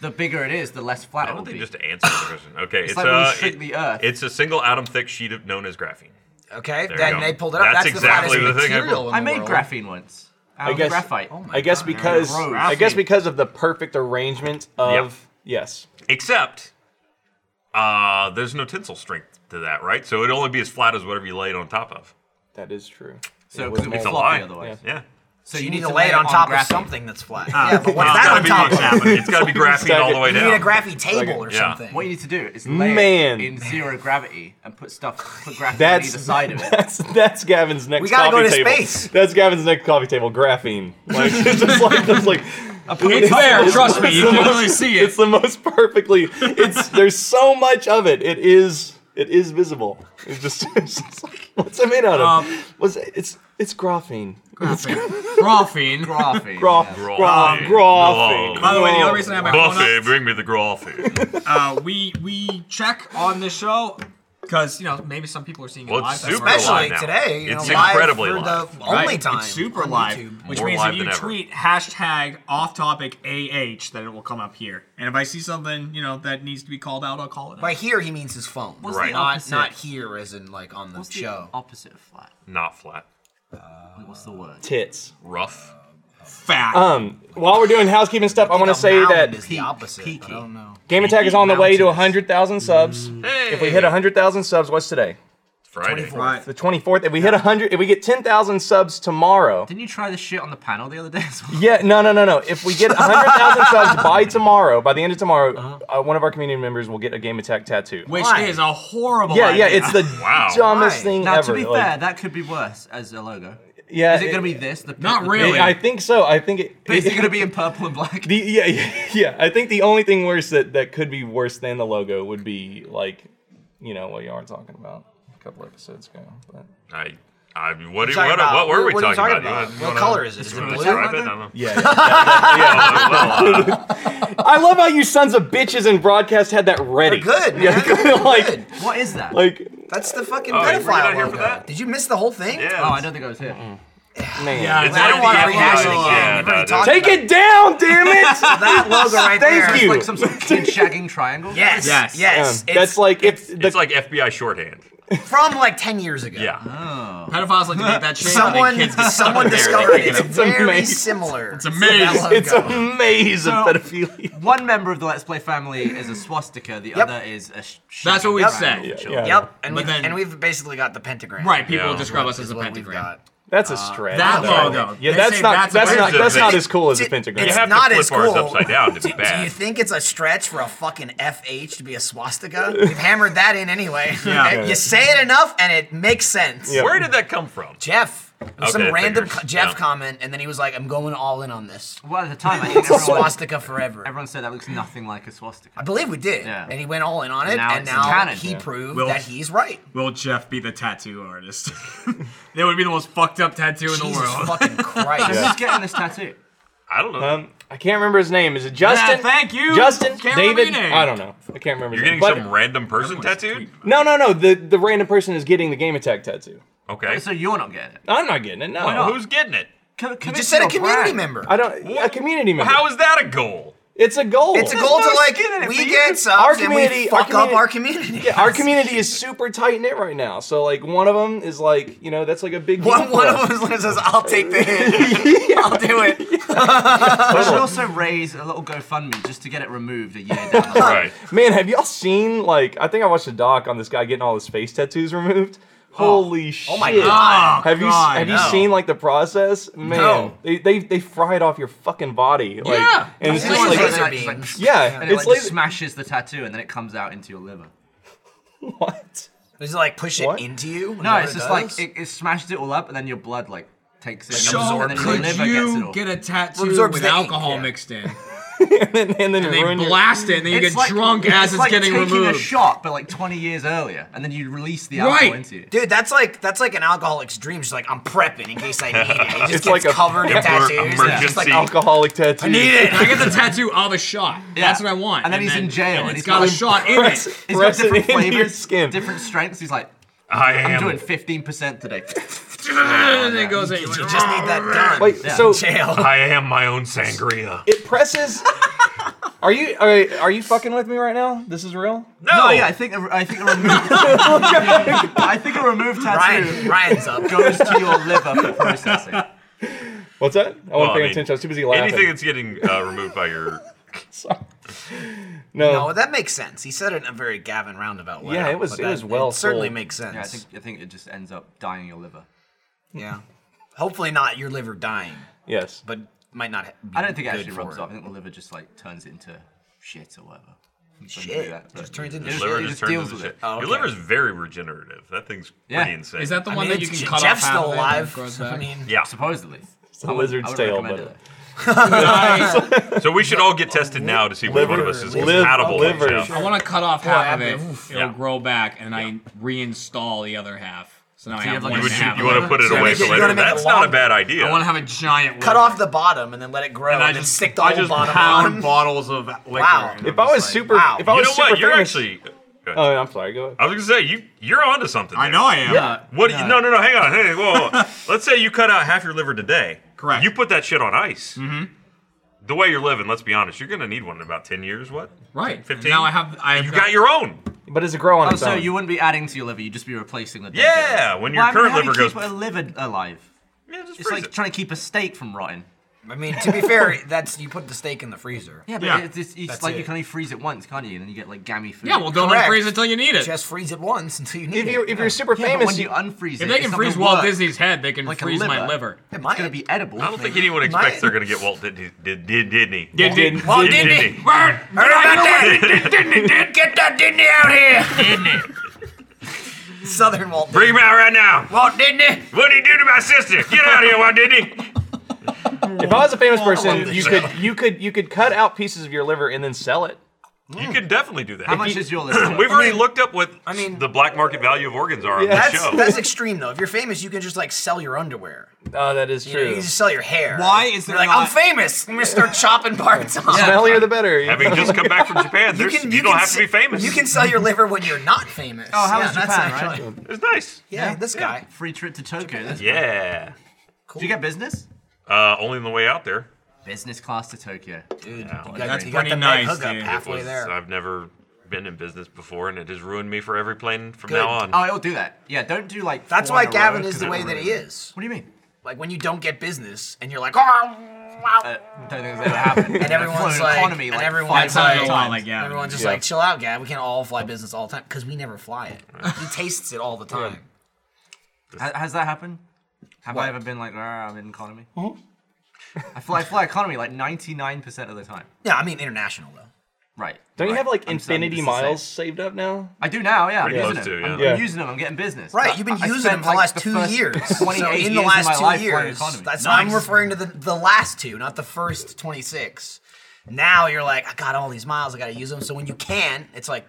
[SPEAKER 3] the bigger it is, the less flat
[SPEAKER 4] I
[SPEAKER 3] it will
[SPEAKER 4] don't think
[SPEAKER 3] be.
[SPEAKER 4] just to answer the question. Okay, it's,
[SPEAKER 3] like when you
[SPEAKER 4] uh,
[SPEAKER 3] shrink the Earth.
[SPEAKER 4] it's a single atom thick sheet of, known as graphene.
[SPEAKER 2] Okay,
[SPEAKER 4] you
[SPEAKER 2] then
[SPEAKER 4] go.
[SPEAKER 2] they pulled it up. That's,
[SPEAKER 4] That's
[SPEAKER 2] the
[SPEAKER 4] exactly
[SPEAKER 2] flattest
[SPEAKER 4] the thing I
[SPEAKER 2] material. in
[SPEAKER 4] pulled.
[SPEAKER 3] I
[SPEAKER 2] the
[SPEAKER 3] made
[SPEAKER 2] world.
[SPEAKER 3] graphene once. Out
[SPEAKER 1] I
[SPEAKER 3] of
[SPEAKER 1] guess.
[SPEAKER 3] graphite.
[SPEAKER 1] I guess because
[SPEAKER 3] gross.
[SPEAKER 1] I guess
[SPEAKER 3] Graphene.
[SPEAKER 1] because of the perfect arrangement of yes.
[SPEAKER 4] Except, uh, there's no tensile strength to that, right? So it'd only be as flat as whatever you lay it on top of.
[SPEAKER 1] That is true.
[SPEAKER 3] So because
[SPEAKER 1] It
[SPEAKER 3] it would
[SPEAKER 1] was
[SPEAKER 3] be
[SPEAKER 4] It's a
[SPEAKER 1] mold.
[SPEAKER 3] floppy
[SPEAKER 4] lie.
[SPEAKER 3] otherwise.
[SPEAKER 4] Yeah.
[SPEAKER 3] So
[SPEAKER 2] You need to lay it on top of something that's flat. Yeah, but what's
[SPEAKER 4] Well,
[SPEAKER 2] that on
[SPEAKER 4] it's gotta
[SPEAKER 2] top
[SPEAKER 4] be
[SPEAKER 2] of?
[SPEAKER 4] graphene. It's got to be graphene all the way
[SPEAKER 2] You need a
[SPEAKER 4] down.
[SPEAKER 2] graphy table or
[SPEAKER 4] Yeah.
[SPEAKER 2] something.
[SPEAKER 3] What you need to do is lay
[SPEAKER 1] Man.
[SPEAKER 3] it in zero gravity and put stuff, put graphene on
[SPEAKER 1] That's
[SPEAKER 3] either side of it.
[SPEAKER 1] That's that's Gavin's next.
[SPEAKER 2] We gotta go
[SPEAKER 1] coffee
[SPEAKER 2] to
[SPEAKER 1] table.
[SPEAKER 2] space.
[SPEAKER 1] That's Gavin's next coffee table. Graphene. Like it's just like just like.
[SPEAKER 5] It's there, trust me.
[SPEAKER 1] it's
[SPEAKER 5] You
[SPEAKER 1] the
[SPEAKER 5] can
[SPEAKER 1] most-
[SPEAKER 5] literally see
[SPEAKER 1] It's
[SPEAKER 5] it.
[SPEAKER 1] the most perfectly. It's there's so much of it. It is it is visible. It's just, it's just like, what's it made out of?
[SPEAKER 5] Um,
[SPEAKER 1] What's it- it's it's graphene.
[SPEAKER 5] Graphene. Graphene.
[SPEAKER 3] Graphene.
[SPEAKER 1] Graph,
[SPEAKER 3] yeah.
[SPEAKER 1] graph,
[SPEAKER 4] Graphene.
[SPEAKER 1] graphene.
[SPEAKER 4] By
[SPEAKER 5] the way, the other reason I have my-
[SPEAKER 4] Buffy, bring me the graphene.
[SPEAKER 5] Uh, we we check on the show because you know maybe some people are seeing it
[SPEAKER 4] Well,
[SPEAKER 5] live.
[SPEAKER 4] it's super
[SPEAKER 5] That's
[SPEAKER 4] live
[SPEAKER 2] Especially
[SPEAKER 4] now.
[SPEAKER 2] today. You
[SPEAKER 4] It's
[SPEAKER 2] know, live
[SPEAKER 4] incredibly
[SPEAKER 2] for the
[SPEAKER 4] live.
[SPEAKER 5] Right.
[SPEAKER 2] only time.
[SPEAKER 5] It's super
[SPEAKER 2] on
[SPEAKER 5] live,
[SPEAKER 2] YouTube.
[SPEAKER 5] which
[SPEAKER 4] More
[SPEAKER 5] means
[SPEAKER 4] live
[SPEAKER 5] if
[SPEAKER 4] than
[SPEAKER 5] you
[SPEAKER 4] ever.
[SPEAKER 5] tweet hashtag off topic AH, that it will come up here. And if I see something, you know, that needs to be called out, I'll call it out.
[SPEAKER 2] By here, he means his phone.
[SPEAKER 3] What's
[SPEAKER 4] Right.
[SPEAKER 3] the
[SPEAKER 2] Not,
[SPEAKER 3] opposite?
[SPEAKER 2] not here, as in like on the
[SPEAKER 3] What's the
[SPEAKER 2] show.
[SPEAKER 3] opposite of flat?
[SPEAKER 4] Not flat.
[SPEAKER 3] What's the word?
[SPEAKER 1] Tits.
[SPEAKER 4] Rough.
[SPEAKER 5] Fact.
[SPEAKER 2] Uh,
[SPEAKER 1] Um, while we're doing housekeeping stuff, I want to
[SPEAKER 2] think a
[SPEAKER 1] say
[SPEAKER 2] mound
[SPEAKER 1] that
[SPEAKER 2] is the
[SPEAKER 3] peak-
[SPEAKER 2] opposite. but
[SPEAKER 3] peaky.
[SPEAKER 2] I don't know.
[SPEAKER 1] Game Attack is on the way to
[SPEAKER 2] Mountains.
[SPEAKER 1] 100,000 subs.
[SPEAKER 3] Mm.
[SPEAKER 1] If we hit 100,000 subs, what's today?
[SPEAKER 4] Friday.
[SPEAKER 5] right.
[SPEAKER 1] The 24th. If we hit 100, if we get 10,000 subs tomorrow.
[SPEAKER 3] Didn't you try this shit on the panel the other day as well?
[SPEAKER 1] Yeah, no, no, no, no. If we get 100,000 subs by tomorrow, by the end of tomorrow,
[SPEAKER 3] Uh-huh.
[SPEAKER 1] uh one of our community members will get a Game Attack tattoo.
[SPEAKER 5] Which
[SPEAKER 2] Why?
[SPEAKER 5] is a horrible
[SPEAKER 1] yeah,
[SPEAKER 5] idea.
[SPEAKER 1] yeah, it's the
[SPEAKER 4] Wow.
[SPEAKER 1] dumbest
[SPEAKER 2] Why?
[SPEAKER 1] thing
[SPEAKER 3] Now,
[SPEAKER 1] ever.
[SPEAKER 3] to be
[SPEAKER 1] like, Uh,
[SPEAKER 3] fair, that could be worse as a logo.
[SPEAKER 1] yeah,
[SPEAKER 3] Is it going to be this? The
[SPEAKER 5] Not
[SPEAKER 3] the-
[SPEAKER 5] really.
[SPEAKER 1] I think so. I think it.
[SPEAKER 3] But is it
[SPEAKER 1] it-
[SPEAKER 3] going to be in purple and black?
[SPEAKER 1] The, yeah, yeah, yeah. I think the only thing worse that, that could be worse than the logo would be like, you know, what you are talking about a couple episodes ago. But
[SPEAKER 4] I, I, what, do,
[SPEAKER 2] Talking
[SPEAKER 4] what,
[SPEAKER 2] about-
[SPEAKER 4] what were we
[SPEAKER 2] what are you
[SPEAKER 4] talking about? You
[SPEAKER 2] What
[SPEAKER 4] wanna-
[SPEAKER 2] color is it? Is
[SPEAKER 4] you
[SPEAKER 2] it
[SPEAKER 4] wanna
[SPEAKER 2] blue?
[SPEAKER 4] describe it? I don't know.
[SPEAKER 1] yeah, yeah, yeah, yeah. I love how you sons of bitches in broadcast had that ready.
[SPEAKER 2] Good.
[SPEAKER 1] Yeah,
[SPEAKER 2] man.
[SPEAKER 1] like,
[SPEAKER 3] What is that?
[SPEAKER 1] like,
[SPEAKER 2] That's the fucking
[SPEAKER 4] Oh, you were not
[SPEAKER 2] pedophile
[SPEAKER 4] here for
[SPEAKER 2] logo.
[SPEAKER 4] that?
[SPEAKER 2] Did you miss the whole thing?
[SPEAKER 4] Yeah.
[SPEAKER 3] oh, I don't think I was here.
[SPEAKER 1] Mm. man,
[SPEAKER 5] Yeah,
[SPEAKER 4] It's
[SPEAKER 5] I
[SPEAKER 4] like
[SPEAKER 5] don't
[SPEAKER 4] the
[SPEAKER 5] want to
[SPEAKER 4] FBI
[SPEAKER 5] rehash it
[SPEAKER 4] logo.
[SPEAKER 5] again.
[SPEAKER 4] Yeah,
[SPEAKER 2] We've already
[SPEAKER 4] no,
[SPEAKER 2] talked
[SPEAKER 1] take it down, damn it!
[SPEAKER 2] That logo right there.
[SPEAKER 1] Thank
[SPEAKER 2] is
[SPEAKER 1] you.
[SPEAKER 2] like-
[SPEAKER 3] Like some sort of kid shagging triangle?
[SPEAKER 2] Yes. Yes.
[SPEAKER 5] Yes.
[SPEAKER 1] Um,
[SPEAKER 2] Yes.
[SPEAKER 1] that's like if the,
[SPEAKER 4] It's like FBI shorthand.
[SPEAKER 2] from like ten years ago.
[SPEAKER 4] Yeah.
[SPEAKER 5] Pedophiles like to make that shit.
[SPEAKER 2] Someone, someone discovered it. It's,
[SPEAKER 1] It's
[SPEAKER 2] very
[SPEAKER 1] amazing.
[SPEAKER 2] similar. It's
[SPEAKER 5] amazing.
[SPEAKER 1] it's a maze of
[SPEAKER 3] So-
[SPEAKER 1] pedophilia.
[SPEAKER 3] One member of the Let's Play family is a swastika, the other is a sh-
[SPEAKER 5] That's what we
[SPEAKER 3] shagging
[SPEAKER 5] said.
[SPEAKER 3] triangle.
[SPEAKER 1] Yeah,
[SPEAKER 3] Sure.
[SPEAKER 1] yeah.
[SPEAKER 2] Yep, and
[SPEAKER 5] But
[SPEAKER 2] we've,
[SPEAKER 5] then-
[SPEAKER 2] and we've basically got the pentagram.
[SPEAKER 5] Right, people
[SPEAKER 4] Yeah.
[SPEAKER 5] describe us
[SPEAKER 2] is
[SPEAKER 5] as a
[SPEAKER 2] what we've
[SPEAKER 5] pentagram.
[SPEAKER 2] got.
[SPEAKER 1] That's a stretch.
[SPEAKER 5] that
[SPEAKER 1] Sorry.
[SPEAKER 5] logo.
[SPEAKER 1] Yeah,
[SPEAKER 5] They
[SPEAKER 1] that's
[SPEAKER 5] say
[SPEAKER 1] not
[SPEAKER 5] that's a
[SPEAKER 1] that's not
[SPEAKER 4] pentagram.
[SPEAKER 1] that's not as cool as
[SPEAKER 2] It's-
[SPEAKER 1] a pentagram.
[SPEAKER 4] You
[SPEAKER 2] it's
[SPEAKER 4] have
[SPEAKER 2] not
[SPEAKER 4] to
[SPEAKER 2] as
[SPEAKER 4] flip ours
[SPEAKER 2] cool.
[SPEAKER 4] upside down to be
[SPEAKER 2] Do you
[SPEAKER 4] bad.
[SPEAKER 2] think it's a stretch for a fucking FH to be a swastika? We've hammered that in anyway.
[SPEAKER 5] Yeah.
[SPEAKER 2] you say it enough and it makes sense.
[SPEAKER 1] Yeah.
[SPEAKER 4] Where did that come from?
[SPEAKER 2] Jeff, it was
[SPEAKER 4] Okay,
[SPEAKER 2] some random
[SPEAKER 4] figures.
[SPEAKER 2] co- Jeff
[SPEAKER 4] Yeah.
[SPEAKER 2] comment, and then he was like, I'm going all in on this.
[SPEAKER 3] Well, at the time, I think everyone,
[SPEAKER 2] swastika forever.
[SPEAKER 3] everyone said that looks nothing like a swastika.
[SPEAKER 2] I believe we did.
[SPEAKER 3] Yeah.
[SPEAKER 2] And he went all in on it,
[SPEAKER 3] Now
[SPEAKER 2] and
[SPEAKER 3] it's
[SPEAKER 2] now
[SPEAKER 3] canon.
[SPEAKER 2] he
[SPEAKER 3] Yeah.
[SPEAKER 2] proved
[SPEAKER 5] Well-
[SPEAKER 2] that he's right.
[SPEAKER 5] Will Jeff be the tattoo artist? that would be the most fucked up tattoo in the
[SPEAKER 2] Jesus
[SPEAKER 5] world.
[SPEAKER 2] fucking Christ.
[SPEAKER 3] Who's getting this tattoo?
[SPEAKER 4] I don't know.
[SPEAKER 1] Um, I can't remember his name. Is it Justin?
[SPEAKER 5] Yeah, Ah, thank you.
[SPEAKER 1] Justin,
[SPEAKER 5] Can't remember
[SPEAKER 1] David.
[SPEAKER 5] your name.
[SPEAKER 1] I don't know. I can't remember.
[SPEAKER 4] You're
[SPEAKER 1] his
[SPEAKER 4] getting
[SPEAKER 1] name.
[SPEAKER 4] some random person tattooed?
[SPEAKER 1] no, no, no. The the random person is getting the game attack tattoo.
[SPEAKER 4] Okay.
[SPEAKER 3] So you're not getting it.
[SPEAKER 1] I'm not getting it. No,
[SPEAKER 4] Well, who's getting it?
[SPEAKER 3] Co-
[SPEAKER 2] You
[SPEAKER 3] commit
[SPEAKER 2] just
[SPEAKER 3] to
[SPEAKER 2] said a
[SPEAKER 3] your
[SPEAKER 2] community
[SPEAKER 3] brand.
[SPEAKER 2] member.
[SPEAKER 1] I don't. a community member.
[SPEAKER 4] How is that a goal?
[SPEAKER 1] it's a goal.
[SPEAKER 2] It's a goal
[SPEAKER 3] no
[SPEAKER 2] to like
[SPEAKER 3] skin in it, but
[SPEAKER 2] we
[SPEAKER 3] you
[SPEAKER 2] get
[SPEAKER 3] just-
[SPEAKER 2] subs
[SPEAKER 1] our
[SPEAKER 2] and we
[SPEAKER 1] community- our
[SPEAKER 2] fuck up
[SPEAKER 1] community-
[SPEAKER 2] our community.
[SPEAKER 1] Yeah, our community is super tight knit right now. So like one of them is like you know that's like a big
[SPEAKER 2] One,
[SPEAKER 1] deal for
[SPEAKER 2] one
[SPEAKER 1] us.
[SPEAKER 2] of them says, "I'll take the hit. I'll do it."
[SPEAKER 3] We should also raise a little GoFundMe just to get it removed a year down the line.
[SPEAKER 4] Right.
[SPEAKER 1] Man, have y'all seen like I think I watched a doc on this guy getting all his face tattoos removed. Holy shit!
[SPEAKER 2] Oh my god!
[SPEAKER 5] Oh,
[SPEAKER 1] Have you
[SPEAKER 5] God,
[SPEAKER 1] have you
[SPEAKER 5] no.
[SPEAKER 1] seen like the process? Man,
[SPEAKER 2] No.
[SPEAKER 1] they, they they fry it off your fucking body. Like,
[SPEAKER 5] Yeah.
[SPEAKER 1] and it's
[SPEAKER 2] It's
[SPEAKER 1] just like
[SPEAKER 2] like
[SPEAKER 3] It's
[SPEAKER 2] laser
[SPEAKER 3] like- it's like-
[SPEAKER 2] beams.
[SPEAKER 1] yeah,
[SPEAKER 3] And it
[SPEAKER 1] it's
[SPEAKER 3] like,
[SPEAKER 1] like
[SPEAKER 3] just smashes the tattoo and then it comes out into your liver.
[SPEAKER 1] what?
[SPEAKER 2] Does it like push it
[SPEAKER 1] What?
[SPEAKER 2] into you?
[SPEAKER 3] No,
[SPEAKER 2] Whenever
[SPEAKER 3] it's
[SPEAKER 2] it
[SPEAKER 3] just
[SPEAKER 2] does?
[SPEAKER 3] like it, it smashes it all up and then your blood like takes it and
[SPEAKER 5] So
[SPEAKER 3] absorbs it and then your
[SPEAKER 5] could
[SPEAKER 3] liver gets it
[SPEAKER 5] you
[SPEAKER 3] all.
[SPEAKER 5] get a tattoo
[SPEAKER 2] Absorbs
[SPEAKER 5] with
[SPEAKER 2] the ink,
[SPEAKER 5] alcohol
[SPEAKER 2] yeah.
[SPEAKER 5] mixed in?
[SPEAKER 1] and then, and then
[SPEAKER 5] And
[SPEAKER 1] ruin
[SPEAKER 5] they
[SPEAKER 1] your-
[SPEAKER 5] blast it, and then you get
[SPEAKER 3] like-
[SPEAKER 5] drunk as it's
[SPEAKER 3] like
[SPEAKER 5] getting
[SPEAKER 3] taking
[SPEAKER 5] removed.
[SPEAKER 3] a shot, but like 20 years earlier, and then you release the
[SPEAKER 5] Right.
[SPEAKER 3] alcohol into you.
[SPEAKER 2] Dude, that's like that's like an alcoholic's dream. She's like, I'm prepping in case I need it. It just
[SPEAKER 1] It's
[SPEAKER 2] gets
[SPEAKER 1] like a-
[SPEAKER 2] covered in
[SPEAKER 4] Emer-
[SPEAKER 2] tattoos.
[SPEAKER 4] emergency.
[SPEAKER 2] It's like, oh,
[SPEAKER 1] alcoholic tattoo.
[SPEAKER 2] I need it.
[SPEAKER 5] I get the tattoo of a shot.
[SPEAKER 3] Yeah.
[SPEAKER 5] That's what I want.
[SPEAKER 3] And then he's in jail, and
[SPEAKER 5] and it's
[SPEAKER 3] he's
[SPEAKER 5] got a
[SPEAKER 3] like-
[SPEAKER 5] shot in
[SPEAKER 1] Press,
[SPEAKER 5] it.
[SPEAKER 3] He's
[SPEAKER 1] press
[SPEAKER 3] got different
[SPEAKER 1] it into
[SPEAKER 3] flavors,
[SPEAKER 1] your skin.
[SPEAKER 3] different strengths. He's like,
[SPEAKER 4] I
[SPEAKER 3] I'm
[SPEAKER 4] am.
[SPEAKER 3] doing 15% today.
[SPEAKER 5] and it goes in.
[SPEAKER 2] You just need that done.
[SPEAKER 1] Wait,
[SPEAKER 3] Yeah.
[SPEAKER 1] so
[SPEAKER 2] Jail.
[SPEAKER 4] I am my own sangria.
[SPEAKER 1] it presses. Are you are, are you fucking with me right now? This is real.
[SPEAKER 4] No,
[SPEAKER 3] Oh yeah, I think a, I think a removed I think a removed tattoo
[SPEAKER 2] Ryan, Ryan's up.
[SPEAKER 3] goes to your liver for processing.
[SPEAKER 1] What's that? I wasn't
[SPEAKER 4] Well, I
[SPEAKER 1] paying
[SPEAKER 4] mean,
[SPEAKER 1] attention. I was too busy laughing.
[SPEAKER 4] Anything that's getting uh, removed by your
[SPEAKER 1] Sorry. No.
[SPEAKER 2] No, Oh, that makes sense. He said it in a very Gavin roundabout way.
[SPEAKER 1] Yeah, it was-
[SPEAKER 2] but
[SPEAKER 1] it
[SPEAKER 2] that-
[SPEAKER 1] was well
[SPEAKER 2] certainly
[SPEAKER 1] told.
[SPEAKER 2] makes sense.
[SPEAKER 3] Yeah, I think I think it just ends up dying in your liver.
[SPEAKER 2] Yeah. Hopefully not your liver dying,
[SPEAKER 1] yes.
[SPEAKER 2] but might not. Be
[SPEAKER 3] I don't think it
[SPEAKER 2] good
[SPEAKER 3] actually
[SPEAKER 2] for
[SPEAKER 3] rubs
[SPEAKER 2] it.
[SPEAKER 3] off. I think the liver just like turns it into shit or whatever. When you do
[SPEAKER 2] Shit.
[SPEAKER 3] that, but-
[SPEAKER 2] Just turns into
[SPEAKER 3] It
[SPEAKER 2] shit.
[SPEAKER 4] liver
[SPEAKER 3] it
[SPEAKER 4] just turns into
[SPEAKER 3] with
[SPEAKER 4] shit.
[SPEAKER 3] it.
[SPEAKER 2] Oh,
[SPEAKER 4] Your
[SPEAKER 2] okay.
[SPEAKER 4] liver is very regenerative. That thing's
[SPEAKER 3] Yeah.
[SPEAKER 4] pretty insane.
[SPEAKER 5] Is that the
[SPEAKER 2] I
[SPEAKER 5] one
[SPEAKER 2] mean,
[SPEAKER 5] that you
[SPEAKER 2] it's-
[SPEAKER 5] can cut
[SPEAKER 2] Jeff's
[SPEAKER 5] off half
[SPEAKER 2] still
[SPEAKER 5] of it and
[SPEAKER 2] alive.
[SPEAKER 5] grows
[SPEAKER 2] I
[SPEAKER 5] back?
[SPEAKER 2] mean,
[SPEAKER 4] yeah.
[SPEAKER 3] Supposedly.
[SPEAKER 1] It's the lizard's
[SPEAKER 3] would
[SPEAKER 1] tail,
[SPEAKER 3] recommend
[SPEAKER 1] but
[SPEAKER 3] it.
[SPEAKER 5] I,
[SPEAKER 4] So we should all get tested now to see which one of us is
[SPEAKER 1] liver,
[SPEAKER 4] compatible.
[SPEAKER 1] liver.
[SPEAKER 4] Jeff.
[SPEAKER 5] I want to cut off half of
[SPEAKER 2] I
[SPEAKER 5] it.
[SPEAKER 2] mean,
[SPEAKER 5] It'll
[SPEAKER 4] Yeah.
[SPEAKER 5] grow back, and I reinstall the other half. So now I
[SPEAKER 3] you
[SPEAKER 5] have
[SPEAKER 3] have, like,
[SPEAKER 5] one
[SPEAKER 4] You, would,
[SPEAKER 5] and a
[SPEAKER 4] you,
[SPEAKER 5] half.
[SPEAKER 4] want to put it
[SPEAKER 2] So
[SPEAKER 4] away
[SPEAKER 2] you
[SPEAKER 4] for
[SPEAKER 2] gotta
[SPEAKER 4] later.
[SPEAKER 2] make it
[SPEAKER 4] That's not a
[SPEAKER 2] long.
[SPEAKER 4] bad idea.
[SPEAKER 5] I want to have a giant.
[SPEAKER 2] cut
[SPEAKER 5] liver.
[SPEAKER 2] off the bottom and then let it grow, and,
[SPEAKER 5] And I
[SPEAKER 2] then
[SPEAKER 5] just
[SPEAKER 2] stick the
[SPEAKER 5] I
[SPEAKER 2] whole
[SPEAKER 5] just
[SPEAKER 2] bottom
[SPEAKER 5] pound
[SPEAKER 2] on.
[SPEAKER 5] bottles of liquor.
[SPEAKER 2] Wow.
[SPEAKER 5] and
[SPEAKER 1] If
[SPEAKER 5] I'm
[SPEAKER 1] I was
[SPEAKER 5] just like-
[SPEAKER 1] super,
[SPEAKER 2] wow.
[SPEAKER 1] if I
[SPEAKER 4] you
[SPEAKER 1] was
[SPEAKER 4] know
[SPEAKER 1] super
[SPEAKER 4] what? You're
[SPEAKER 1] famous,
[SPEAKER 4] actually. go ahead.
[SPEAKER 1] Oh, I'm sorry. Go ahead.
[SPEAKER 4] I was gonna say you you're onto something.
[SPEAKER 5] I
[SPEAKER 4] there.
[SPEAKER 5] know I am.
[SPEAKER 4] What? do you- No, no, no. Hang on. Hey, whoa. whoa. let's say you cut out half your liver today.
[SPEAKER 5] Correct.
[SPEAKER 4] You put that shit on ice. Mm-hmm. The way you're living, let's be honest, you're gonna need one in about ten years. What?
[SPEAKER 5] Right. And
[SPEAKER 4] 15?
[SPEAKER 5] Now I have. I have
[SPEAKER 4] You got your own.
[SPEAKER 1] But does it grow on
[SPEAKER 3] Oh,
[SPEAKER 1] its
[SPEAKER 3] so
[SPEAKER 1] own?
[SPEAKER 3] you wouldn't be adding to your liver, you'd just be replacing the dead
[SPEAKER 4] Yeah.
[SPEAKER 3] bit. Well,
[SPEAKER 4] When your
[SPEAKER 3] I mean,
[SPEAKER 4] current
[SPEAKER 3] how do
[SPEAKER 4] liver
[SPEAKER 3] you
[SPEAKER 4] goes.
[SPEAKER 3] keep a liver alive.
[SPEAKER 4] Yeah, just
[SPEAKER 3] It's
[SPEAKER 4] freeze
[SPEAKER 3] like
[SPEAKER 4] it.
[SPEAKER 3] trying to keep a steak from rotting.
[SPEAKER 2] I mean, to be fair, that's you put the steak in the freezer.
[SPEAKER 3] Yeah, but
[SPEAKER 5] Yeah.
[SPEAKER 3] it's, it's, it's
[SPEAKER 2] That's
[SPEAKER 3] like
[SPEAKER 2] it.
[SPEAKER 3] you can only freeze it once, can't you? And then you get like gammy food.
[SPEAKER 5] Yeah. Well, don't
[SPEAKER 2] Correct.
[SPEAKER 5] unfreeze it until you need it.
[SPEAKER 2] Just freeze it once until you
[SPEAKER 1] if
[SPEAKER 2] need
[SPEAKER 1] you're
[SPEAKER 2] it.
[SPEAKER 1] if you're super
[SPEAKER 3] yeah, but
[SPEAKER 1] famous,
[SPEAKER 3] when you
[SPEAKER 1] you-
[SPEAKER 3] unfreeze it,
[SPEAKER 5] If they
[SPEAKER 3] it's
[SPEAKER 5] can
[SPEAKER 3] not
[SPEAKER 5] freeze
[SPEAKER 3] gonna
[SPEAKER 5] Walt
[SPEAKER 3] work.
[SPEAKER 5] Disney's head, they can
[SPEAKER 3] Like a
[SPEAKER 5] freeze my
[SPEAKER 3] liver.
[SPEAKER 5] liver.
[SPEAKER 2] It
[SPEAKER 3] It's
[SPEAKER 2] might.
[SPEAKER 3] gonna be edible.
[SPEAKER 4] I don't think anyone
[SPEAKER 2] Might-
[SPEAKER 4] expects they're gonna get Walt Disney. Did, did, Disney.
[SPEAKER 1] Did- did- did-
[SPEAKER 2] Walt Disney.
[SPEAKER 4] Disney.
[SPEAKER 2] Heard about that? Get that Disney out here! Southern Walt Disney.
[SPEAKER 4] Bring him out right now.
[SPEAKER 2] Walt Disney!
[SPEAKER 4] What did he do to my sister? Get out of here, Walt Disney.
[SPEAKER 1] if I was a famous
[SPEAKER 2] love
[SPEAKER 1] person,
[SPEAKER 2] this
[SPEAKER 1] you could you could you could cut out pieces of your liver and then sell it.
[SPEAKER 4] You can definitely do that.
[SPEAKER 3] How much
[SPEAKER 1] you-
[SPEAKER 3] is your liver?
[SPEAKER 4] We've already looked up what I
[SPEAKER 2] mean-
[SPEAKER 4] mean the black market value of organs are on
[SPEAKER 1] Yeah.
[SPEAKER 4] the
[SPEAKER 2] That's,
[SPEAKER 4] show.
[SPEAKER 2] that's extreme, though. If you're famous, you can just, like, sell your underwear.
[SPEAKER 1] Oh, that is
[SPEAKER 2] You, know, you
[SPEAKER 1] true.
[SPEAKER 2] just sell your hair.
[SPEAKER 6] Why is
[SPEAKER 2] You're
[SPEAKER 6] there
[SPEAKER 2] like,
[SPEAKER 6] not-
[SPEAKER 2] I'm famous! I'm gonna start chopping parts off.
[SPEAKER 1] Smellier the better. you know?
[SPEAKER 4] Having just come back from Japan,
[SPEAKER 2] You,
[SPEAKER 4] there's, you,
[SPEAKER 2] can,
[SPEAKER 4] don't
[SPEAKER 2] can
[SPEAKER 4] have to be
[SPEAKER 2] se-
[SPEAKER 4] famous.
[SPEAKER 2] You can sell your liver when you're not famous.
[SPEAKER 3] Oh, how
[SPEAKER 2] yeah,
[SPEAKER 3] was
[SPEAKER 2] that's
[SPEAKER 3] Japan,
[SPEAKER 2] actually-
[SPEAKER 3] right?
[SPEAKER 4] It's nice.
[SPEAKER 2] Yeah, this guy.
[SPEAKER 3] Free trip to Tokyo. That's
[SPEAKER 4] Yeah.
[SPEAKER 2] Cool.
[SPEAKER 3] Do you get business?
[SPEAKER 4] Uh, only on the way out there.
[SPEAKER 3] Business class to Tokyo.
[SPEAKER 2] Dude,
[SPEAKER 4] Yeah,
[SPEAKER 2] you
[SPEAKER 4] well,
[SPEAKER 2] got,
[SPEAKER 5] that's
[SPEAKER 2] you got
[SPEAKER 5] pretty
[SPEAKER 2] the big
[SPEAKER 5] nice,
[SPEAKER 2] hookup
[SPEAKER 4] It
[SPEAKER 5] dude.
[SPEAKER 2] halfway
[SPEAKER 4] was- uh,
[SPEAKER 2] there.
[SPEAKER 4] I've never been in business before, and it has ruined me for every plane from
[SPEAKER 2] Good.
[SPEAKER 4] now on.
[SPEAKER 3] Oh, it'll do that. Yeah, don't do like.
[SPEAKER 2] That's
[SPEAKER 3] four
[SPEAKER 2] why
[SPEAKER 3] in a row,
[SPEAKER 2] Gavin
[SPEAKER 3] 'cause
[SPEAKER 2] is the
[SPEAKER 3] it-
[SPEAKER 2] way that he is.
[SPEAKER 3] What do you mean?
[SPEAKER 2] Like when you don't get business and you're like, oh, wow.
[SPEAKER 3] Uh, don't think that's ever happened.
[SPEAKER 2] and everyone's like,
[SPEAKER 3] economy,
[SPEAKER 2] and
[SPEAKER 3] like
[SPEAKER 2] everyone's
[SPEAKER 3] five
[SPEAKER 5] sounds
[SPEAKER 2] like,
[SPEAKER 5] a lot like Gavin.
[SPEAKER 2] everyone's just
[SPEAKER 1] Yeah.
[SPEAKER 2] like, chill out, Gavin. We can't all fly business all the time because we never fly it. he tastes it all the time.
[SPEAKER 3] Ha- Has that happened? Have
[SPEAKER 2] What?
[SPEAKER 3] I ever been like, "Ah, I'm in economy? I fly, fly economy like 99% of the time.
[SPEAKER 2] Yeah, I mean international though.
[SPEAKER 3] Right.
[SPEAKER 1] Don't you
[SPEAKER 3] right.
[SPEAKER 1] have like
[SPEAKER 3] I'm starting
[SPEAKER 1] infinity
[SPEAKER 3] to say-
[SPEAKER 1] miles saved up now?
[SPEAKER 3] I do now, yeah. I'm
[SPEAKER 4] Pretty
[SPEAKER 3] using
[SPEAKER 4] close
[SPEAKER 3] them. I'm,
[SPEAKER 4] to, yeah.
[SPEAKER 3] I'm
[SPEAKER 1] Yeah.
[SPEAKER 3] using them. I'm getting business.
[SPEAKER 2] Right,
[SPEAKER 3] But
[SPEAKER 2] you've been
[SPEAKER 3] I
[SPEAKER 2] using
[SPEAKER 3] spent,
[SPEAKER 2] them for the
[SPEAKER 3] like,
[SPEAKER 2] last
[SPEAKER 3] the
[SPEAKER 2] two
[SPEAKER 3] first
[SPEAKER 2] years. So
[SPEAKER 3] 28
[SPEAKER 2] in the
[SPEAKER 3] years of my
[SPEAKER 2] last
[SPEAKER 3] life
[SPEAKER 2] two
[SPEAKER 3] flying
[SPEAKER 2] years,
[SPEAKER 3] economy.
[SPEAKER 2] that's why I'm
[SPEAKER 3] Nice.
[SPEAKER 2] referring to the, the last two, not the first 26. Now you're like, I got all these miles, I gotta use them. So when you can, it's like,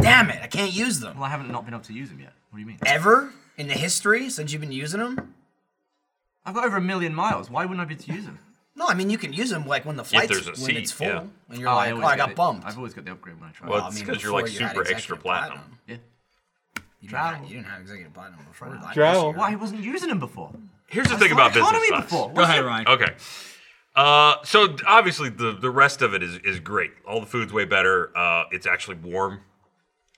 [SPEAKER 2] damn it, I can't use them
[SPEAKER 3] Well, I haven't not been able to use them yet. What do you mean?
[SPEAKER 2] ever in the history since you've been using them.
[SPEAKER 3] I've got over a million miles. Why wouldn't I be able to use them?
[SPEAKER 2] No, I mean you can use them like when the flights
[SPEAKER 4] there's a
[SPEAKER 2] when
[SPEAKER 4] seat,
[SPEAKER 2] it's full,
[SPEAKER 4] yeah.
[SPEAKER 2] and you're like, oh,
[SPEAKER 3] always
[SPEAKER 2] I
[SPEAKER 3] get
[SPEAKER 2] got
[SPEAKER 3] it.
[SPEAKER 2] bumped.
[SPEAKER 3] I've always got the upgrade when I try.
[SPEAKER 4] Well, it's because you're like
[SPEAKER 2] before you had
[SPEAKER 4] super extra
[SPEAKER 2] executive
[SPEAKER 4] platinum.
[SPEAKER 3] yeah.
[SPEAKER 2] You didn't, have, you didn't have executive platinum before. Like,
[SPEAKER 1] Drow.
[SPEAKER 3] Why I wasn't using them before?
[SPEAKER 4] Here's the
[SPEAKER 3] I
[SPEAKER 4] thing
[SPEAKER 3] fly
[SPEAKER 4] about business
[SPEAKER 3] economy
[SPEAKER 4] class.
[SPEAKER 3] before.
[SPEAKER 5] Go ahead, Ryan.
[SPEAKER 4] Okay. Uh, so d- obviously the the rest of it is is great. All the food's way better. Uh, it's actually warm.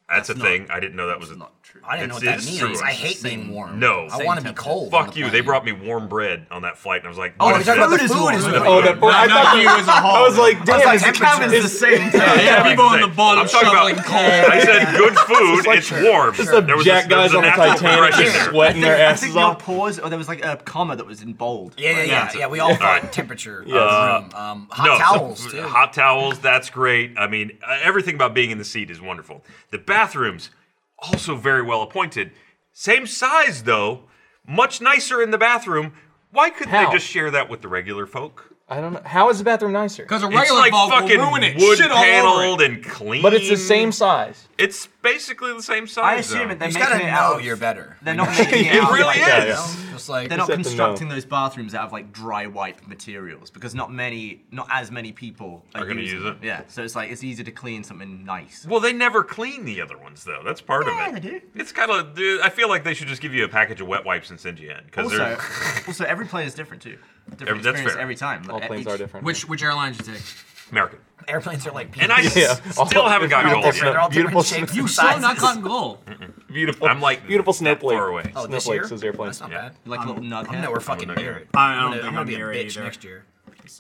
[SPEAKER 4] That's, a
[SPEAKER 3] not-
[SPEAKER 4] thing. I didn't know that was a,
[SPEAKER 3] It's not true.
[SPEAKER 2] I didn't know what that
[SPEAKER 4] It's-
[SPEAKER 2] means.
[SPEAKER 4] it's true.
[SPEAKER 2] I hate being warm.
[SPEAKER 4] No.
[SPEAKER 2] I
[SPEAKER 4] Same
[SPEAKER 2] want to be
[SPEAKER 3] temperature.
[SPEAKER 2] cold. on
[SPEAKER 4] Fuck
[SPEAKER 2] the
[SPEAKER 4] you. They
[SPEAKER 2] plane.
[SPEAKER 4] brought me warm bread on that flight, and I was like,
[SPEAKER 2] Oh,
[SPEAKER 4] what
[SPEAKER 2] you're
[SPEAKER 4] is
[SPEAKER 2] talking about
[SPEAKER 4] this?
[SPEAKER 2] the
[SPEAKER 3] Food
[SPEAKER 2] food
[SPEAKER 3] is
[SPEAKER 2] is
[SPEAKER 3] warm.
[SPEAKER 2] warm.
[SPEAKER 1] Oh, that I,
[SPEAKER 5] Not, not you
[SPEAKER 1] thought
[SPEAKER 5] as a whole.
[SPEAKER 1] I was like,
[SPEAKER 2] I was
[SPEAKER 1] damn,
[SPEAKER 2] like,
[SPEAKER 1] is
[SPEAKER 2] temperature.
[SPEAKER 1] Kevin's-
[SPEAKER 2] It's the same
[SPEAKER 5] yeah, people on
[SPEAKER 4] Same.
[SPEAKER 5] the bottom
[SPEAKER 4] I'm talking about.
[SPEAKER 5] shoveling coal.
[SPEAKER 4] I said good food. it's warm.
[SPEAKER 1] Some
[SPEAKER 4] there was
[SPEAKER 1] jack
[SPEAKER 4] a, there was
[SPEAKER 1] guys
[SPEAKER 4] a
[SPEAKER 1] on the
[SPEAKER 4] natural
[SPEAKER 1] Titanic
[SPEAKER 4] progression
[SPEAKER 1] just
[SPEAKER 4] there.
[SPEAKER 1] sweating their
[SPEAKER 3] I think
[SPEAKER 1] asses
[SPEAKER 3] your
[SPEAKER 1] off.
[SPEAKER 3] pause, or there was like a comma that was in bold.
[SPEAKER 2] Yeah, yeah,
[SPEAKER 3] Like,
[SPEAKER 2] yeah,
[SPEAKER 4] Yeah.
[SPEAKER 2] yeah. We all
[SPEAKER 4] Alright.
[SPEAKER 2] thought temperature. was warm. um, hot
[SPEAKER 4] No, so
[SPEAKER 2] towels
[SPEAKER 4] f-
[SPEAKER 2] too.
[SPEAKER 4] Hot towels. That's great. I mean, uh, everything about being in the seat is wonderful. The bathrooms also very well appointed. Same size though. Much nicer in the bathroom. Why couldn't
[SPEAKER 1] How?
[SPEAKER 4] they just share that with the regular folk?
[SPEAKER 1] I don't know. How is the bathroom nicer?
[SPEAKER 5] Because a
[SPEAKER 4] It's
[SPEAKER 5] regular
[SPEAKER 4] like
[SPEAKER 5] bulb
[SPEAKER 4] fucking
[SPEAKER 5] will ruin it.
[SPEAKER 4] wood
[SPEAKER 5] Shit all over
[SPEAKER 4] paneled
[SPEAKER 5] it.
[SPEAKER 4] and clean.
[SPEAKER 1] But it's the same size.
[SPEAKER 4] It's basically the same size.
[SPEAKER 3] I assume
[SPEAKER 4] though.
[SPEAKER 3] it, they're
[SPEAKER 2] You just
[SPEAKER 3] making
[SPEAKER 2] gotta
[SPEAKER 3] it
[SPEAKER 2] know
[SPEAKER 3] out. of-
[SPEAKER 2] you're better.
[SPEAKER 3] They're not making it
[SPEAKER 4] It
[SPEAKER 3] out. of,
[SPEAKER 4] really
[SPEAKER 3] like,
[SPEAKER 4] is.
[SPEAKER 2] Just like
[SPEAKER 3] They're not
[SPEAKER 1] Except the
[SPEAKER 3] constructing
[SPEAKER 1] no.
[SPEAKER 3] those bathrooms out of like dry wipe materials because not many, not as many people are,
[SPEAKER 4] Are gonna
[SPEAKER 3] using
[SPEAKER 4] use
[SPEAKER 3] them.
[SPEAKER 4] it.
[SPEAKER 3] Yeah, so it's like it's easier to clean something nice.
[SPEAKER 4] Well, they never clean the other ones though. That's part
[SPEAKER 3] Yeah,
[SPEAKER 4] of it.
[SPEAKER 3] they do.
[SPEAKER 4] It's kind of. I feel like they should just give you a package of wet wipes and send you in because
[SPEAKER 3] Also,
[SPEAKER 4] they're.
[SPEAKER 3] also every plane is different too. Different
[SPEAKER 4] Every- that's
[SPEAKER 3] experience
[SPEAKER 4] fair.
[SPEAKER 3] every time.
[SPEAKER 1] All planes are different.
[SPEAKER 5] Which which airline did you take?
[SPEAKER 4] American.
[SPEAKER 2] Airplanes are like
[SPEAKER 4] And I
[SPEAKER 1] Yeah.
[SPEAKER 4] still haven't gotten
[SPEAKER 2] they're all
[SPEAKER 4] gold
[SPEAKER 2] different. They're
[SPEAKER 4] yet.
[SPEAKER 2] all
[SPEAKER 1] Beautiful
[SPEAKER 2] different shapes.
[SPEAKER 1] snow-
[SPEAKER 5] You
[SPEAKER 2] and
[SPEAKER 5] saw
[SPEAKER 2] sizes.
[SPEAKER 5] not gotten goal.
[SPEAKER 1] Beautiful.
[SPEAKER 4] I'm like
[SPEAKER 1] beautiful
[SPEAKER 4] that
[SPEAKER 1] snowflake.
[SPEAKER 4] far away.
[SPEAKER 2] Oh, this year?
[SPEAKER 1] Snowflakes is airplanes.
[SPEAKER 2] That's not
[SPEAKER 4] Yeah.
[SPEAKER 2] bad.
[SPEAKER 3] Like a little nugget.
[SPEAKER 2] I'm nowhere fucking
[SPEAKER 4] I'm not
[SPEAKER 2] near
[SPEAKER 4] here.
[SPEAKER 2] it.
[SPEAKER 5] I don't
[SPEAKER 2] I'm
[SPEAKER 5] think
[SPEAKER 2] gonna
[SPEAKER 5] I'm
[SPEAKER 2] be a
[SPEAKER 5] near it
[SPEAKER 2] bitch
[SPEAKER 5] either.
[SPEAKER 2] next year.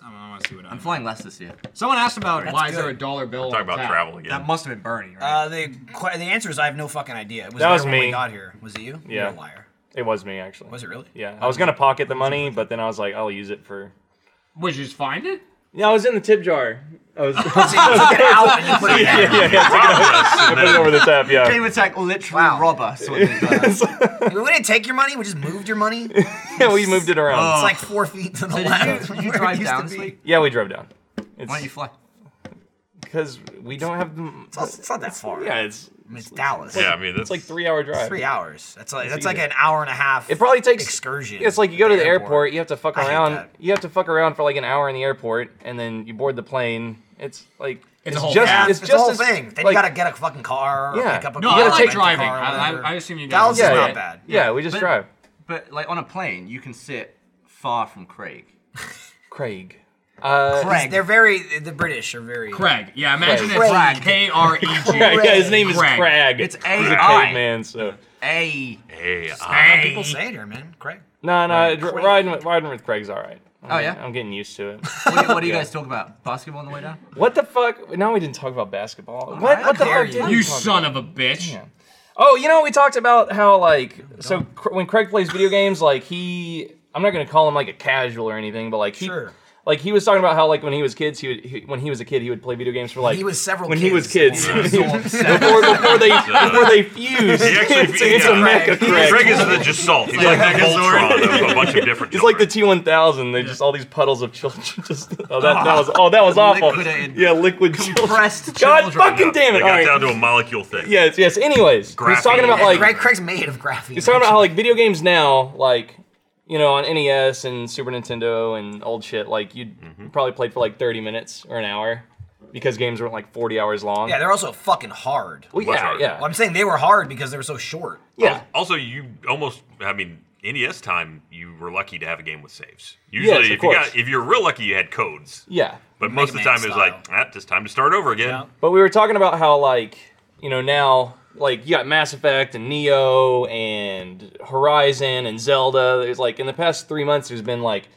[SPEAKER 5] I don't want to see what I'm.
[SPEAKER 3] I'm flying less this year.
[SPEAKER 5] Someone asked about why is
[SPEAKER 2] good.
[SPEAKER 5] there a dollar bill.
[SPEAKER 4] Talk
[SPEAKER 5] on
[SPEAKER 4] about
[SPEAKER 5] tap.
[SPEAKER 4] travel again.
[SPEAKER 5] That must have been Bernie, right?
[SPEAKER 2] Uh, the qu- the answer is I have no fucking idea. It was
[SPEAKER 1] That
[SPEAKER 2] there
[SPEAKER 1] was
[SPEAKER 2] when
[SPEAKER 1] me.
[SPEAKER 2] we got here. Was it you?
[SPEAKER 1] Yeah.
[SPEAKER 2] You're a liar.
[SPEAKER 1] It Oh, was me actually.
[SPEAKER 2] Was it really?
[SPEAKER 1] Yeah, I was gonna pocket the money, but then I was like, I'll use it for.
[SPEAKER 5] Would you just find it?
[SPEAKER 1] Yeah, I was in the tip jar. I was.
[SPEAKER 2] So you took it out and you put it
[SPEAKER 1] yeah, yeah, yeah.
[SPEAKER 4] Rob
[SPEAKER 1] Put it
[SPEAKER 4] us and
[SPEAKER 1] over the top. Yeah.
[SPEAKER 3] Game attack literally
[SPEAKER 2] Wow.
[SPEAKER 3] rob us. when they do that.
[SPEAKER 2] in. We didn't take your money. We just moved your money. It's
[SPEAKER 1] yeah, we moved it around.
[SPEAKER 4] oh.
[SPEAKER 2] like four feet to the left.
[SPEAKER 3] Did you
[SPEAKER 2] where it
[SPEAKER 3] drive
[SPEAKER 2] used
[SPEAKER 3] down,
[SPEAKER 2] to be.
[SPEAKER 3] Sleep?
[SPEAKER 1] Yeah, we drove down.
[SPEAKER 3] Why don't you
[SPEAKER 1] It's
[SPEAKER 3] fly?
[SPEAKER 1] because we don't have. The,
[SPEAKER 2] It's, also- it's not that far.
[SPEAKER 1] yeah, it's
[SPEAKER 2] I mean, it's Dallas.
[SPEAKER 4] then- yeah, I mean, that's
[SPEAKER 1] it's like three hour drive.
[SPEAKER 2] Three hours. That's like that's
[SPEAKER 1] easy.
[SPEAKER 2] like an hour and a half.
[SPEAKER 1] It probably takes
[SPEAKER 2] excursion.
[SPEAKER 1] It's like you go
[SPEAKER 2] at
[SPEAKER 1] to the airport, you have to fuck
[SPEAKER 2] I hate
[SPEAKER 1] around.
[SPEAKER 2] that.
[SPEAKER 1] You have to fuck around for like an hour in the airport, and then you board the plane. It's like
[SPEAKER 5] It's a whole
[SPEAKER 1] just
[SPEAKER 5] thing.
[SPEAKER 2] Yeah,
[SPEAKER 1] it's
[SPEAKER 2] it's,
[SPEAKER 1] just
[SPEAKER 2] the whole
[SPEAKER 1] as-
[SPEAKER 2] thing. Then
[SPEAKER 1] like-
[SPEAKER 2] you gotta get a fucking car. Or
[SPEAKER 1] Yeah.
[SPEAKER 2] Pick up a
[SPEAKER 5] No,
[SPEAKER 2] car,
[SPEAKER 1] I like
[SPEAKER 2] rent a
[SPEAKER 5] driving.
[SPEAKER 2] car or
[SPEAKER 5] I- I-
[SPEAKER 2] whatever.
[SPEAKER 5] I assume you guys
[SPEAKER 2] Dallas
[SPEAKER 1] yeah,
[SPEAKER 2] is
[SPEAKER 1] yeah.
[SPEAKER 2] not bad.
[SPEAKER 1] Yeah, we just
[SPEAKER 3] But-
[SPEAKER 1] drive.
[SPEAKER 3] But like on a plane, you can sit far from Craig.
[SPEAKER 1] Craig. Uh,
[SPEAKER 2] Craig. They're very. The British are very.
[SPEAKER 5] Craig. Yeah, imagine it's
[SPEAKER 2] Craig.
[SPEAKER 5] K R E G.
[SPEAKER 1] Yeah, his name is
[SPEAKER 5] Craig.
[SPEAKER 1] Craig.
[SPEAKER 3] It's
[SPEAKER 1] He's a
[SPEAKER 3] AI.
[SPEAKER 1] caveman, so.
[SPEAKER 3] A.
[SPEAKER 4] hey, uh,
[SPEAKER 5] Hey.
[SPEAKER 4] I,
[SPEAKER 2] People say it here, man. Craig.
[SPEAKER 1] No, no, dr- riding with, riding with Craig's all right. I'm
[SPEAKER 3] Oh,
[SPEAKER 1] getting-
[SPEAKER 3] yeah?
[SPEAKER 1] I'm getting used to it.
[SPEAKER 3] What, do- what do you guys talk about? Basketball on the way down?
[SPEAKER 1] what the fuck? No, we didn't talk about basketball. What?
[SPEAKER 3] how
[SPEAKER 1] What the fuck?
[SPEAKER 2] dare you.
[SPEAKER 1] Did we
[SPEAKER 5] You
[SPEAKER 1] talk
[SPEAKER 5] son of a bitch.
[SPEAKER 1] Oh, you know, we talked about how like so cr- when Craig plays video games, like he I'm not gonna call him like a casual or anything, but like he
[SPEAKER 2] Sure.
[SPEAKER 1] like he was talking about how like when he was kids, he would he, when he was a kid, he would play video games for like
[SPEAKER 2] He was several
[SPEAKER 1] when he was
[SPEAKER 2] kids.
[SPEAKER 1] kids before, before they before they fused.
[SPEAKER 4] He actually-
[SPEAKER 1] it's, it's a
[SPEAKER 4] yeah.
[SPEAKER 1] mecha Craig.
[SPEAKER 4] Greg is the Gesalt. He's like the Voltron of a bunch of different.
[SPEAKER 1] He's like the
[SPEAKER 4] children.
[SPEAKER 1] T one thousand. They just all these puddles of children. Just oh that, that was oh that was awful.
[SPEAKER 3] Liquidated.
[SPEAKER 1] Yeah, liquid children.
[SPEAKER 3] Pressed
[SPEAKER 1] God
[SPEAKER 3] children.
[SPEAKER 1] fucking damn
[SPEAKER 4] They
[SPEAKER 1] it!
[SPEAKER 4] got
[SPEAKER 1] All right.
[SPEAKER 4] down to a molecule thing.
[SPEAKER 1] Yes, yes. Anyways, he's talking
[SPEAKER 4] Graphene.
[SPEAKER 1] about like
[SPEAKER 2] Craig. Craig's made of graphene.
[SPEAKER 1] He's talking about how like video games now, like you know, on NES and Super Nintendo and old shit, like you would probably played for like thirty minutes or an hour because games weren't like forty hours long.
[SPEAKER 2] Yeah, they're also fucking hard.
[SPEAKER 1] well,
[SPEAKER 4] Much
[SPEAKER 1] yeah,
[SPEAKER 4] harder.
[SPEAKER 1] yeah,
[SPEAKER 2] Well, I'm saying they were hard because they were so short.
[SPEAKER 1] yeah.
[SPEAKER 4] Also, you almost, I mean, NES time, you were lucky to have a game with saves. Usually,
[SPEAKER 1] of
[SPEAKER 4] if, you
[SPEAKER 1] course.
[SPEAKER 4] got, if you're real lucky, you had codes.
[SPEAKER 1] yeah.
[SPEAKER 4] But most of the
[SPEAKER 2] Man
[SPEAKER 4] time, it was
[SPEAKER 2] style.
[SPEAKER 4] like, ah, it's time to start over again.
[SPEAKER 1] But we were talking about how like you know now like you got Mass Effect and Neo and Horizon and Zelda. There's like in the past three months, there's been like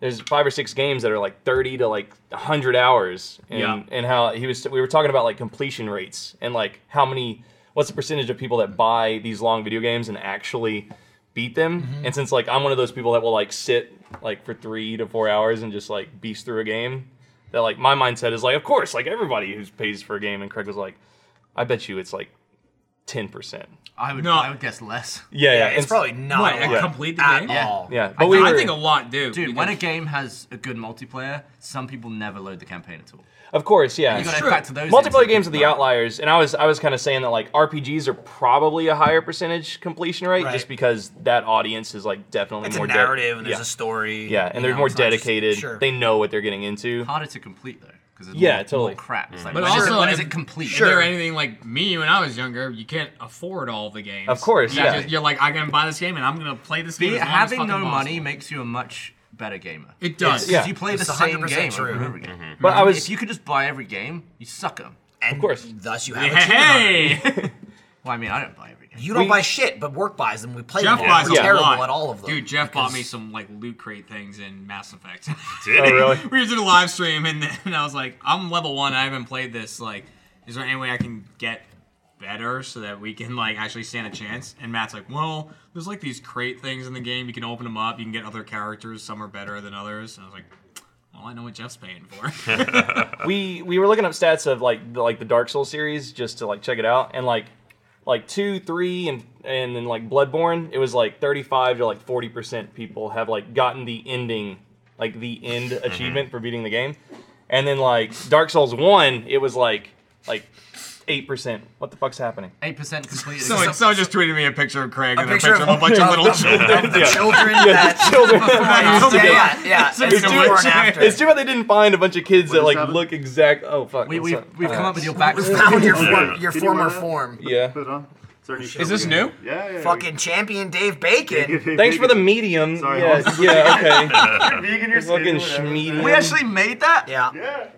[SPEAKER 1] there's five or six games that are like 30 to like 100 hours and,
[SPEAKER 5] Yeah.
[SPEAKER 1] and how he was we were talking about like completion rates and like how many what's the percentage of people that buy these long video games and actually beat them and since like i'm one of those people that will like sit like for three to four hours and just like beast through a game that like my mindset is like of course like everybody who pays for a game and craig was like i bet you it's like 10%
[SPEAKER 3] I would,
[SPEAKER 5] No.
[SPEAKER 3] I would guess less.
[SPEAKER 1] yeah yeah,
[SPEAKER 2] It's
[SPEAKER 1] and-
[SPEAKER 2] probably not
[SPEAKER 5] What,
[SPEAKER 2] a
[SPEAKER 5] and
[SPEAKER 2] lot
[SPEAKER 5] complete the
[SPEAKER 2] at
[SPEAKER 5] game?
[SPEAKER 2] all.
[SPEAKER 1] yeah but we
[SPEAKER 5] I
[SPEAKER 1] were-
[SPEAKER 5] think a lot do.
[SPEAKER 3] Dude,
[SPEAKER 5] because-
[SPEAKER 3] when a game has a good multiplayer, some people never load the campaign at all.
[SPEAKER 1] of course yeah
[SPEAKER 3] You gotta
[SPEAKER 5] true.
[SPEAKER 3] factor those
[SPEAKER 1] multiplayer
[SPEAKER 3] into
[SPEAKER 1] games are the outliers and i was i was kind of saying that like rpgs are probably a higher percentage completion rate
[SPEAKER 2] Right.
[SPEAKER 1] just because that audience is like definitely
[SPEAKER 2] It's
[SPEAKER 1] more
[SPEAKER 2] a
[SPEAKER 1] de-
[SPEAKER 2] narrative and
[SPEAKER 1] yeah.
[SPEAKER 2] there's a story.
[SPEAKER 1] yeah and
[SPEAKER 2] you
[SPEAKER 1] they're
[SPEAKER 2] know,
[SPEAKER 1] more
[SPEAKER 2] it's not just-
[SPEAKER 1] dedicated
[SPEAKER 2] Sure.
[SPEAKER 1] they know what they're getting into
[SPEAKER 3] harder to complete though because
[SPEAKER 1] Yeah,
[SPEAKER 3] more,
[SPEAKER 1] totally. Mm.
[SPEAKER 3] more crap. It's like,
[SPEAKER 5] But
[SPEAKER 3] when is it-
[SPEAKER 5] also,
[SPEAKER 3] when
[SPEAKER 5] if-
[SPEAKER 3] is it complete?
[SPEAKER 5] If you're anything like me when I was younger, you can't afford all the games.
[SPEAKER 1] Of course,
[SPEAKER 5] You
[SPEAKER 1] yeah.
[SPEAKER 5] just- you're like, I'm gonna buy this game and I'm gonna play this
[SPEAKER 3] Be-
[SPEAKER 5] game. as long as
[SPEAKER 3] having
[SPEAKER 5] fucking
[SPEAKER 3] no
[SPEAKER 5] possible."
[SPEAKER 3] money makes you a much better gamer.
[SPEAKER 5] It does.
[SPEAKER 3] Because
[SPEAKER 1] Yeah. Mm-hmm.
[SPEAKER 3] you play
[SPEAKER 2] It's
[SPEAKER 3] the same
[SPEAKER 2] 100%
[SPEAKER 3] game
[SPEAKER 2] true.
[SPEAKER 3] over and over again.
[SPEAKER 1] but
[SPEAKER 2] Mm-hmm.
[SPEAKER 1] i was
[SPEAKER 3] If you could just buy every game, you suck at 'em.
[SPEAKER 2] And of
[SPEAKER 1] course.
[SPEAKER 2] Thus, you have a cheating on it.
[SPEAKER 5] Hey, hey.
[SPEAKER 3] Well, I mean, I don't buy every game.
[SPEAKER 2] You don't buy shit, but work buys them. We play
[SPEAKER 5] Jeff
[SPEAKER 2] them. all.
[SPEAKER 5] buys
[SPEAKER 2] We're
[SPEAKER 5] a
[SPEAKER 2] terrible
[SPEAKER 5] lot.
[SPEAKER 2] at all of them.
[SPEAKER 5] Dude, Jeff bought me some like loot crate things in Mass Effect.
[SPEAKER 4] Did
[SPEAKER 1] oh,
[SPEAKER 4] he?
[SPEAKER 1] really
[SPEAKER 5] we were doing a live stream and, then I was like, I'm level one. I haven't played this. Like, is there any way I can get better so that we can like actually stand a chance? And Matt's like, well, there's like these crate things in the game. You can open them up. You can get other characters. Some are better than others. And I was like, well, I know what Jeff's paying for.
[SPEAKER 1] we we were looking up stats of like the, like the Dark Souls series just to like check it out, and like like two, three, and and then like Bloodborne, it was like thirty five to like forty percent people have like gotten the ending, like the end achievement for beating the game, and then like Dark Souls one, it was like like eight percent. What the fuck's happening?
[SPEAKER 3] Eight percent complete. is
[SPEAKER 5] someone,
[SPEAKER 3] some-
[SPEAKER 5] someone just tweeted me a picture of Craig and a
[SPEAKER 2] picture
[SPEAKER 5] picture of a
[SPEAKER 2] of-
[SPEAKER 5] bunch of little children.
[SPEAKER 2] The children that.
[SPEAKER 1] Children.
[SPEAKER 2] Yeah,
[SPEAKER 1] It's
[SPEAKER 2] yeah, yeah. It's
[SPEAKER 1] too
[SPEAKER 2] before
[SPEAKER 1] much-
[SPEAKER 2] and after.
[SPEAKER 1] It's too bad they didn't find a bunch of kids that
[SPEAKER 6] is
[SPEAKER 1] like
[SPEAKER 6] happening?
[SPEAKER 1] look exact. Oh fuck.
[SPEAKER 3] We,
[SPEAKER 1] I'm
[SPEAKER 3] we've
[SPEAKER 1] sorry.
[SPEAKER 3] we've come up with your back.
[SPEAKER 2] found your,
[SPEAKER 4] Yeah.
[SPEAKER 2] form, your
[SPEAKER 6] Did you
[SPEAKER 2] former
[SPEAKER 6] wear that?
[SPEAKER 2] form.
[SPEAKER 1] Yeah.
[SPEAKER 6] Put it on. Is, there any show
[SPEAKER 5] Is this
[SPEAKER 6] we
[SPEAKER 5] new?
[SPEAKER 6] got? Yeah, yeah.
[SPEAKER 2] Fucking champion Dave Bacon.
[SPEAKER 1] Thanks for the medium.
[SPEAKER 6] Sorry,
[SPEAKER 1] yeah,
[SPEAKER 6] Austin.
[SPEAKER 1] yeah, okay.
[SPEAKER 6] vegan. You're
[SPEAKER 1] Fucking
[SPEAKER 6] skinny, whatever.
[SPEAKER 1] schmeedy.
[SPEAKER 3] we actually made that.
[SPEAKER 2] Yeah.
[SPEAKER 6] Yeah.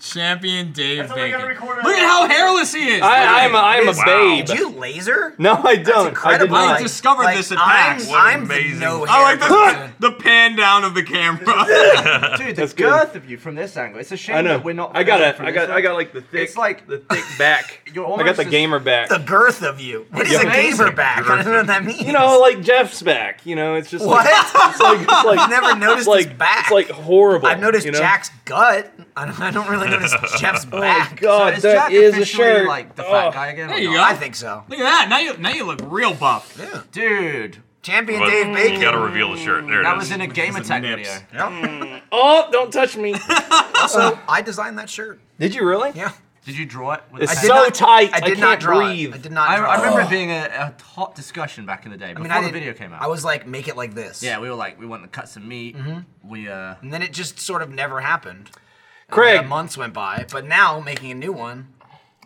[SPEAKER 5] Champion Dave
[SPEAKER 6] That's how we gotta
[SPEAKER 5] Bacon.
[SPEAKER 6] record our-
[SPEAKER 5] Look at how hairless he is.
[SPEAKER 1] I, I'm a, I'm a
[SPEAKER 4] Wow.
[SPEAKER 1] babe.
[SPEAKER 2] Did you laser?
[SPEAKER 1] No, I don't. I did
[SPEAKER 2] incredible.
[SPEAKER 5] I
[SPEAKER 1] not.
[SPEAKER 2] Like-
[SPEAKER 5] discovered
[SPEAKER 2] like,
[SPEAKER 5] this at
[SPEAKER 2] I'm-
[SPEAKER 5] PAX.
[SPEAKER 4] What an
[SPEAKER 2] I'm the
[SPEAKER 4] amazing-
[SPEAKER 2] no
[SPEAKER 5] I like
[SPEAKER 2] hair
[SPEAKER 5] the, the pan down of the camera.
[SPEAKER 3] Dude, the
[SPEAKER 1] That's good.
[SPEAKER 3] girth of you from this angle. It's a shame
[SPEAKER 1] I know.
[SPEAKER 3] that we're not.
[SPEAKER 1] I got
[SPEAKER 3] filmed
[SPEAKER 1] a.
[SPEAKER 3] from
[SPEAKER 1] I got.
[SPEAKER 3] this
[SPEAKER 1] I got
[SPEAKER 3] angle.
[SPEAKER 1] like the thick.
[SPEAKER 3] It's like-
[SPEAKER 1] the thick back.
[SPEAKER 3] You're
[SPEAKER 1] I got
[SPEAKER 3] almost
[SPEAKER 1] the
[SPEAKER 3] as-
[SPEAKER 1] gamer back.
[SPEAKER 2] the girth of you. What is a
[SPEAKER 3] amazing.
[SPEAKER 2] gamer back? I don't know what that means.
[SPEAKER 1] you know, like Jeff's back. You know, it's just
[SPEAKER 2] what?
[SPEAKER 1] like it's like it's like
[SPEAKER 2] I've never
[SPEAKER 1] it's
[SPEAKER 2] noticed
[SPEAKER 1] like
[SPEAKER 2] his back.
[SPEAKER 1] It's like horrible.
[SPEAKER 2] I've noticed
[SPEAKER 1] you know?
[SPEAKER 2] Jack's gut. I don't, I don't really notice Jeff's
[SPEAKER 1] Oh
[SPEAKER 2] back.
[SPEAKER 1] God,
[SPEAKER 3] Is
[SPEAKER 1] that
[SPEAKER 3] Jack
[SPEAKER 1] is a
[SPEAKER 3] officially,
[SPEAKER 1] shirt.
[SPEAKER 3] Like the
[SPEAKER 1] Oh.
[SPEAKER 3] fat guy again.
[SPEAKER 5] there
[SPEAKER 3] or
[SPEAKER 5] you
[SPEAKER 3] not?
[SPEAKER 5] go.
[SPEAKER 2] I think so.
[SPEAKER 5] Look at that. Now you now you look real buff.
[SPEAKER 3] Dude,
[SPEAKER 2] Champion
[SPEAKER 4] But
[SPEAKER 2] Dave
[SPEAKER 4] you
[SPEAKER 2] Bacon.
[SPEAKER 4] gotta reveal the shirt. There it is.
[SPEAKER 3] that was in a Game Attack video.
[SPEAKER 5] nips.
[SPEAKER 1] Oh, don't touch me.
[SPEAKER 2] also, I designed that shirt.
[SPEAKER 1] Did you really?
[SPEAKER 2] Yeah.
[SPEAKER 3] Did you draw it? With a
[SPEAKER 1] It's
[SPEAKER 2] I
[SPEAKER 3] pen?
[SPEAKER 2] did
[SPEAKER 1] so
[SPEAKER 2] not,
[SPEAKER 1] tight,
[SPEAKER 2] I
[SPEAKER 1] I
[SPEAKER 2] did not
[SPEAKER 1] can't
[SPEAKER 2] draw
[SPEAKER 1] breathe.
[SPEAKER 2] It. I did not.
[SPEAKER 3] I,
[SPEAKER 2] draw
[SPEAKER 3] I
[SPEAKER 2] it.
[SPEAKER 1] Oh.
[SPEAKER 3] remember it being a, a hot discussion back in the day
[SPEAKER 2] I
[SPEAKER 3] Oh, before
[SPEAKER 2] mean, I
[SPEAKER 3] the
[SPEAKER 2] didn't-
[SPEAKER 3] video came out.
[SPEAKER 2] I was like, make it like this.
[SPEAKER 3] yeah, we were like, we want to cut some meat. We uh,
[SPEAKER 2] And then it just sort of never happened.
[SPEAKER 1] Craig,
[SPEAKER 2] Uh, months went by, but now making a new one.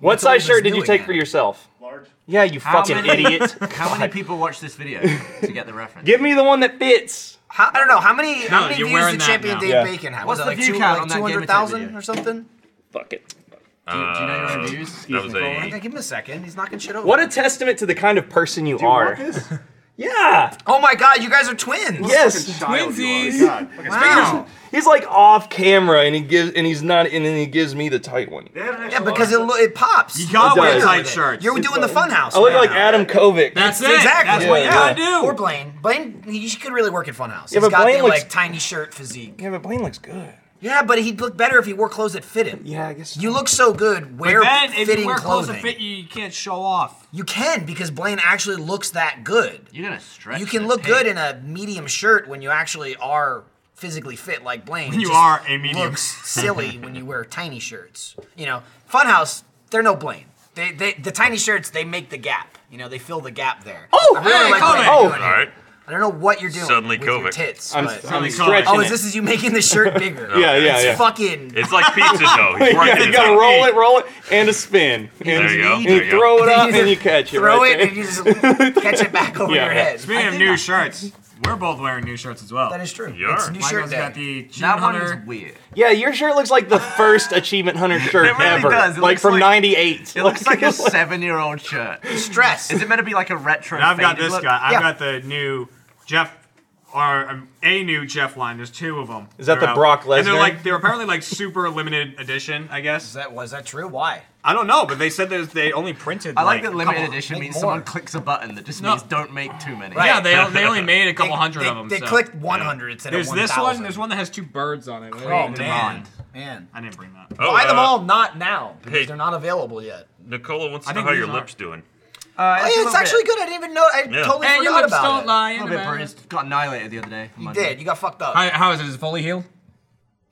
[SPEAKER 1] what size
[SPEAKER 2] this
[SPEAKER 1] shirt did
[SPEAKER 2] new
[SPEAKER 1] you take
[SPEAKER 2] again?
[SPEAKER 1] for yourself?
[SPEAKER 6] Large.
[SPEAKER 1] Yeah, you
[SPEAKER 3] How
[SPEAKER 1] fucking
[SPEAKER 3] many-
[SPEAKER 1] idiot.
[SPEAKER 3] how many people watched this video to get the reference?
[SPEAKER 1] Give me the one that fits.
[SPEAKER 2] How, I don't know how many how
[SPEAKER 5] No,
[SPEAKER 2] many
[SPEAKER 5] you're
[SPEAKER 2] views
[SPEAKER 5] wearing
[SPEAKER 2] did
[SPEAKER 5] that
[SPEAKER 2] Champion
[SPEAKER 5] now.
[SPEAKER 2] Dave
[SPEAKER 1] Yeah.
[SPEAKER 2] Bacon have?
[SPEAKER 3] What's
[SPEAKER 2] Was
[SPEAKER 3] the
[SPEAKER 2] it like
[SPEAKER 3] view
[SPEAKER 2] two,
[SPEAKER 3] count
[SPEAKER 2] like
[SPEAKER 3] on that Game
[SPEAKER 2] two
[SPEAKER 3] Attack
[SPEAKER 2] hundred thousand
[SPEAKER 3] video?
[SPEAKER 2] or something?
[SPEAKER 1] Fuck it.
[SPEAKER 3] do, do you know your own views?
[SPEAKER 4] Uh, that was a.
[SPEAKER 2] Yeah, give him a second. He's knocking shit over.
[SPEAKER 1] What a testament to the kind of person you are. Yeah.
[SPEAKER 2] oh my god, you guys are twins.
[SPEAKER 1] Yes.
[SPEAKER 5] Twinsies.
[SPEAKER 2] Wow.
[SPEAKER 1] He's like off camera, and he gives, and he's not, and then he gives me the tight one.
[SPEAKER 2] Yeah, because it lo- it pops.
[SPEAKER 5] You
[SPEAKER 1] It
[SPEAKER 5] gotta wear
[SPEAKER 1] does.
[SPEAKER 5] tight shirts.
[SPEAKER 2] You're doing the funhouse.
[SPEAKER 1] I look
[SPEAKER 2] right
[SPEAKER 1] like
[SPEAKER 2] now.
[SPEAKER 1] Adam Kovic.
[SPEAKER 5] That's it.
[SPEAKER 2] Exactly.
[SPEAKER 5] That's what you
[SPEAKER 1] Yeah,
[SPEAKER 5] gotta do.
[SPEAKER 2] Or Blaine. Blaine, he he could really work at Funhouse.
[SPEAKER 1] Yeah,
[SPEAKER 2] He's
[SPEAKER 1] but
[SPEAKER 2] got
[SPEAKER 1] Blaine
[SPEAKER 2] the
[SPEAKER 1] looks-
[SPEAKER 2] like tiny shirt physique.
[SPEAKER 1] yeah, but Blaine looks good.
[SPEAKER 2] Yeah, but he'd look better if he wore clothes that fit him.
[SPEAKER 1] Yeah, I guess.
[SPEAKER 2] You look so good. Wear
[SPEAKER 5] then if
[SPEAKER 2] fitting
[SPEAKER 5] you wear clothes
[SPEAKER 2] clothing.
[SPEAKER 5] that fit you, you can't show off.
[SPEAKER 2] You can because Blaine actually looks that good.
[SPEAKER 3] You're gonna stretch.
[SPEAKER 2] You can
[SPEAKER 3] this
[SPEAKER 2] look
[SPEAKER 3] pig.
[SPEAKER 2] good in a medium shirt when you actually are physically fit like Blaine. It
[SPEAKER 5] You
[SPEAKER 2] just
[SPEAKER 5] are a medium.
[SPEAKER 2] Looks silly when you wear tiny shirts. You know, Funhouse, they're no Blaine. They, they the tiny shirts they make the gap. You know, they fill the gap there.
[SPEAKER 1] Oh,
[SPEAKER 2] I really
[SPEAKER 5] hey,
[SPEAKER 2] like what
[SPEAKER 5] Kovic.
[SPEAKER 2] you're
[SPEAKER 1] Oh.
[SPEAKER 2] doing
[SPEAKER 4] All
[SPEAKER 2] here.
[SPEAKER 4] right.
[SPEAKER 2] I don't know what you're doing.
[SPEAKER 4] Suddenly
[SPEAKER 2] with your
[SPEAKER 4] Covid.
[SPEAKER 2] tits.
[SPEAKER 1] I'm,
[SPEAKER 2] but-
[SPEAKER 1] I'm
[SPEAKER 5] Something
[SPEAKER 1] stretching.
[SPEAKER 5] colored.
[SPEAKER 2] oh,
[SPEAKER 1] it.
[SPEAKER 2] is this is you making the shirt bigger?
[SPEAKER 1] Yeah, yeah,
[SPEAKER 2] It's
[SPEAKER 1] yeah.
[SPEAKER 2] fucking.
[SPEAKER 4] It's like pizza dough. He's working
[SPEAKER 1] yeah, you
[SPEAKER 4] his
[SPEAKER 1] gotta
[SPEAKER 4] way.
[SPEAKER 1] roll it, roll it, and a spin. And,
[SPEAKER 4] There you go,
[SPEAKER 1] and
[SPEAKER 4] there you go.
[SPEAKER 1] throw it up,
[SPEAKER 2] You
[SPEAKER 1] and
[SPEAKER 2] just
[SPEAKER 1] you catch it.
[SPEAKER 2] throw
[SPEAKER 1] right
[SPEAKER 2] it and
[SPEAKER 1] there.
[SPEAKER 2] you just catch it back over
[SPEAKER 1] Yeah.
[SPEAKER 2] your head.
[SPEAKER 5] Speaking of new shirts, we're both wearing new shirts as well.
[SPEAKER 2] That is true.
[SPEAKER 4] You
[SPEAKER 2] It's
[SPEAKER 4] are.
[SPEAKER 2] new shirt
[SPEAKER 5] Michael's
[SPEAKER 2] day.
[SPEAKER 5] got the Gene
[SPEAKER 3] That one
[SPEAKER 5] Hunter-
[SPEAKER 3] is weird.
[SPEAKER 1] Yeah, your shirt looks like the first Achievement Hunter shirt
[SPEAKER 3] It really
[SPEAKER 1] ever.
[SPEAKER 3] does. It
[SPEAKER 1] like
[SPEAKER 3] looks
[SPEAKER 1] from
[SPEAKER 3] like-
[SPEAKER 1] '98.
[SPEAKER 3] It looks like a seven-year-old shirt.
[SPEAKER 2] Stress.
[SPEAKER 3] Is it meant to be like a retro?
[SPEAKER 5] Now I've got
[SPEAKER 3] faded
[SPEAKER 5] this
[SPEAKER 3] look?
[SPEAKER 5] guy. I've
[SPEAKER 2] Yeah.
[SPEAKER 5] got the new Jeff, or um, a new Jeff line. There's two of them.
[SPEAKER 1] Is that the Brock
[SPEAKER 5] And they're
[SPEAKER 1] Lesnar?
[SPEAKER 5] like they're apparently like super limited edition. I guess
[SPEAKER 2] that was that true? Why?
[SPEAKER 5] I don't know, but they said that they only printed.
[SPEAKER 3] I like
[SPEAKER 5] like
[SPEAKER 3] that limited
[SPEAKER 2] on,
[SPEAKER 3] edition
[SPEAKER 2] make
[SPEAKER 3] means
[SPEAKER 2] more.
[SPEAKER 3] someone clicks a button that just
[SPEAKER 5] No.
[SPEAKER 3] means don't make too many. Uh,
[SPEAKER 2] Right.
[SPEAKER 5] Yeah, they they only made a couple
[SPEAKER 2] They-
[SPEAKER 5] hundred
[SPEAKER 2] they,
[SPEAKER 5] of them.
[SPEAKER 2] They
[SPEAKER 5] so.
[SPEAKER 2] clicked 100 instead
[SPEAKER 5] There's
[SPEAKER 2] of
[SPEAKER 5] this
[SPEAKER 2] 1,000.
[SPEAKER 5] one. There's one that has two birds on it.
[SPEAKER 2] Oh man,
[SPEAKER 3] demand.
[SPEAKER 2] man.
[SPEAKER 5] I didn't bring that.
[SPEAKER 4] Oh,
[SPEAKER 2] Buy them
[SPEAKER 4] uh,
[SPEAKER 2] all, not now, because
[SPEAKER 4] hey.
[SPEAKER 2] they're not available yet.
[SPEAKER 4] Nicola wants
[SPEAKER 5] I
[SPEAKER 4] to know
[SPEAKER 5] think
[SPEAKER 4] how
[SPEAKER 5] these
[SPEAKER 4] your
[SPEAKER 5] are-
[SPEAKER 4] lips doing.
[SPEAKER 3] Uh,
[SPEAKER 2] Oh, yeah, it's
[SPEAKER 3] a little
[SPEAKER 2] actually
[SPEAKER 3] bit-
[SPEAKER 2] good. I didn't even know. I
[SPEAKER 4] Yeah.
[SPEAKER 2] totally
[SPEAKER 5] Hey, your
[SPEAKER 2] forgot
[SPEAKER 5] lips
[SPEAKER 2] about
[SPEAKER 5] don't
[SPEAKER 2] it.
[SPEAKER 5] lie.
[SPEAKER 3] A little bit bruised. Got annihilated the other day.
[SPEAKER 2] You did. You got fucked up.
[SPEAKER 5] How is it? Is it fully healed?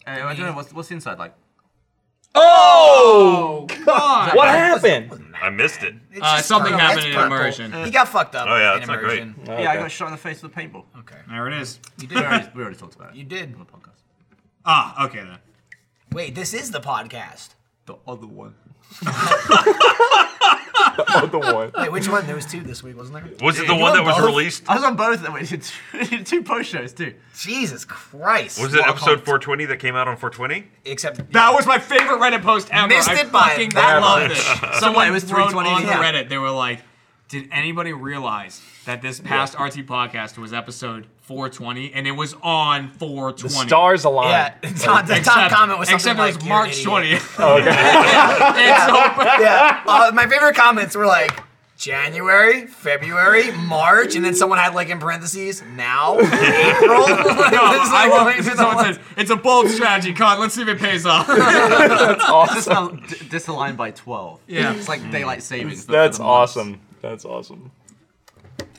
[SPEAKER 3] I don't know what's, what's the inside like.
[SPEAKER 1] oh,
[SPEAKER 5] God.
[SPEAKER 1] what happened?
[SPEAKER 4] I missed it.
[SPEAKER 2] It's
[SPEAKER 5] Uh,
[SPEAKER 2] just
[SPEAKER 5] something
[SPEAKER 2] purple.
[SPEAKER 5] happened
[SPEAKER 2] It's
[SPEAKER 5] in
[SPEAKER 2] purple.
[SPEAKER 5] immersion.
[SPEAKER 2] He got fucked up.
[SPEAKER 4] Oh, yeah,
[SPEAKER 2] in
[SPEAKER 4] it's not
[SPEAKER 2] immersion.
[SPEAKER 3] Yeah, I got shot in the face with a paintball.
[SPEAKER 2] Okay,
[SPEAKER 5] There it is.
[SPEAKER 2] you
[SPEAKER 3] We
[SPEAKER 2] did.
[SPEAKER 3] already, we already talked about it
[SPEAKER 2] you did.
[SPEAKER 3] on the podcast.
[SPEAKER 5] Ah, okay then.
[SPEAKER 2] Wait, this is the podcast.
[SPEAKER 3] The other one.
[SPEAKER 1] Oh, the one.
[SPEAKER 2] Wait, which one? There was two this week, wasn't there?
[SPEAKER 4] Was it the
[SPEAKER 2] you
[SPEAKER 4] one that
[SPEAKER 2] want
[SPEAKER 4] was
[SPEAKER 2] both?
[SPEAKER 4] released?
[SPEAKER 3] I was on both of them. We did two, we did two post shows too.
[SPEAKER 2] Jesus Christ!
[SPEAKER 4] Was it
[SPEAKER 2] What a
[SPEAKER 4] episode
[SPEAKER 2] cult.
[SPEAKER 4] 420 that came out on 420?
[SPEAKER 2] Except
[SPEAKER 5] That was my favorite Reddit post ever.
[SPEAKER 2] Missed
[SPEAKER 5] I
[SPEAKER 2] it by
[SPEAKER 5] fucking
[SPEAKER 2] that
[SPEAKER 5] love
[SPEAKER 2] much.
[SPEAKER 5] it. Someone
[SPEAKER 3] it was
[SPEAKER 5] wrote on
[SPEAKER 3] 320,
[SPEAKER 2] yeah.
[SPEAKER 5] Reddit. They were like, "Did anybody realize that this past RT podcast was episode 420 and it was on 420?"
[SPEAKER 1] The stars align.
[SPEAKER 2] Yeah, Tom, the top
[SPEAKER 5] Except-
[SPEAKER 2] comment was something
[SPEAKER 5] except
[SPEAKER 2] like
[SPEAKER 5] it was
[SPEAKER 2] "You're an
[SPEAKER 5] March
[SPEAKER 2] idiot."
[SPEAKER 5] 20th.
[SPEAKER 1] Oh, okay.
[SPEAKER 5] It's
[SPEAKER 2] Yeah, uh, my favorite comments were like January, February, March, and then someone had like in parentheses now April. Like,
[SPEAKER 5] No,
[SPEAKER 2] this is
[SPEAKER 5] I
[SPEAKER 2] like
[SPEAKER 5] love
[SPEAKER 2] going
[SPEAKER 5] it.
[SPEAKER 2] through the
[SPEAKER 5] Someone
[SPEAKER 2] list.
[SPEAKER 5] says it's a bold strategy, Con. Let's see if it pays off.
[SPEAKER 3] Disal- d- disaligned by 12.
[SPEAKER 5] Yeah.
[SPEAKER 3] It's like daylight savings. but for
[SPEAKER 1] That's
[SPEAKER 3] the months.
[SPEAKER 1] awesome. That's awesome.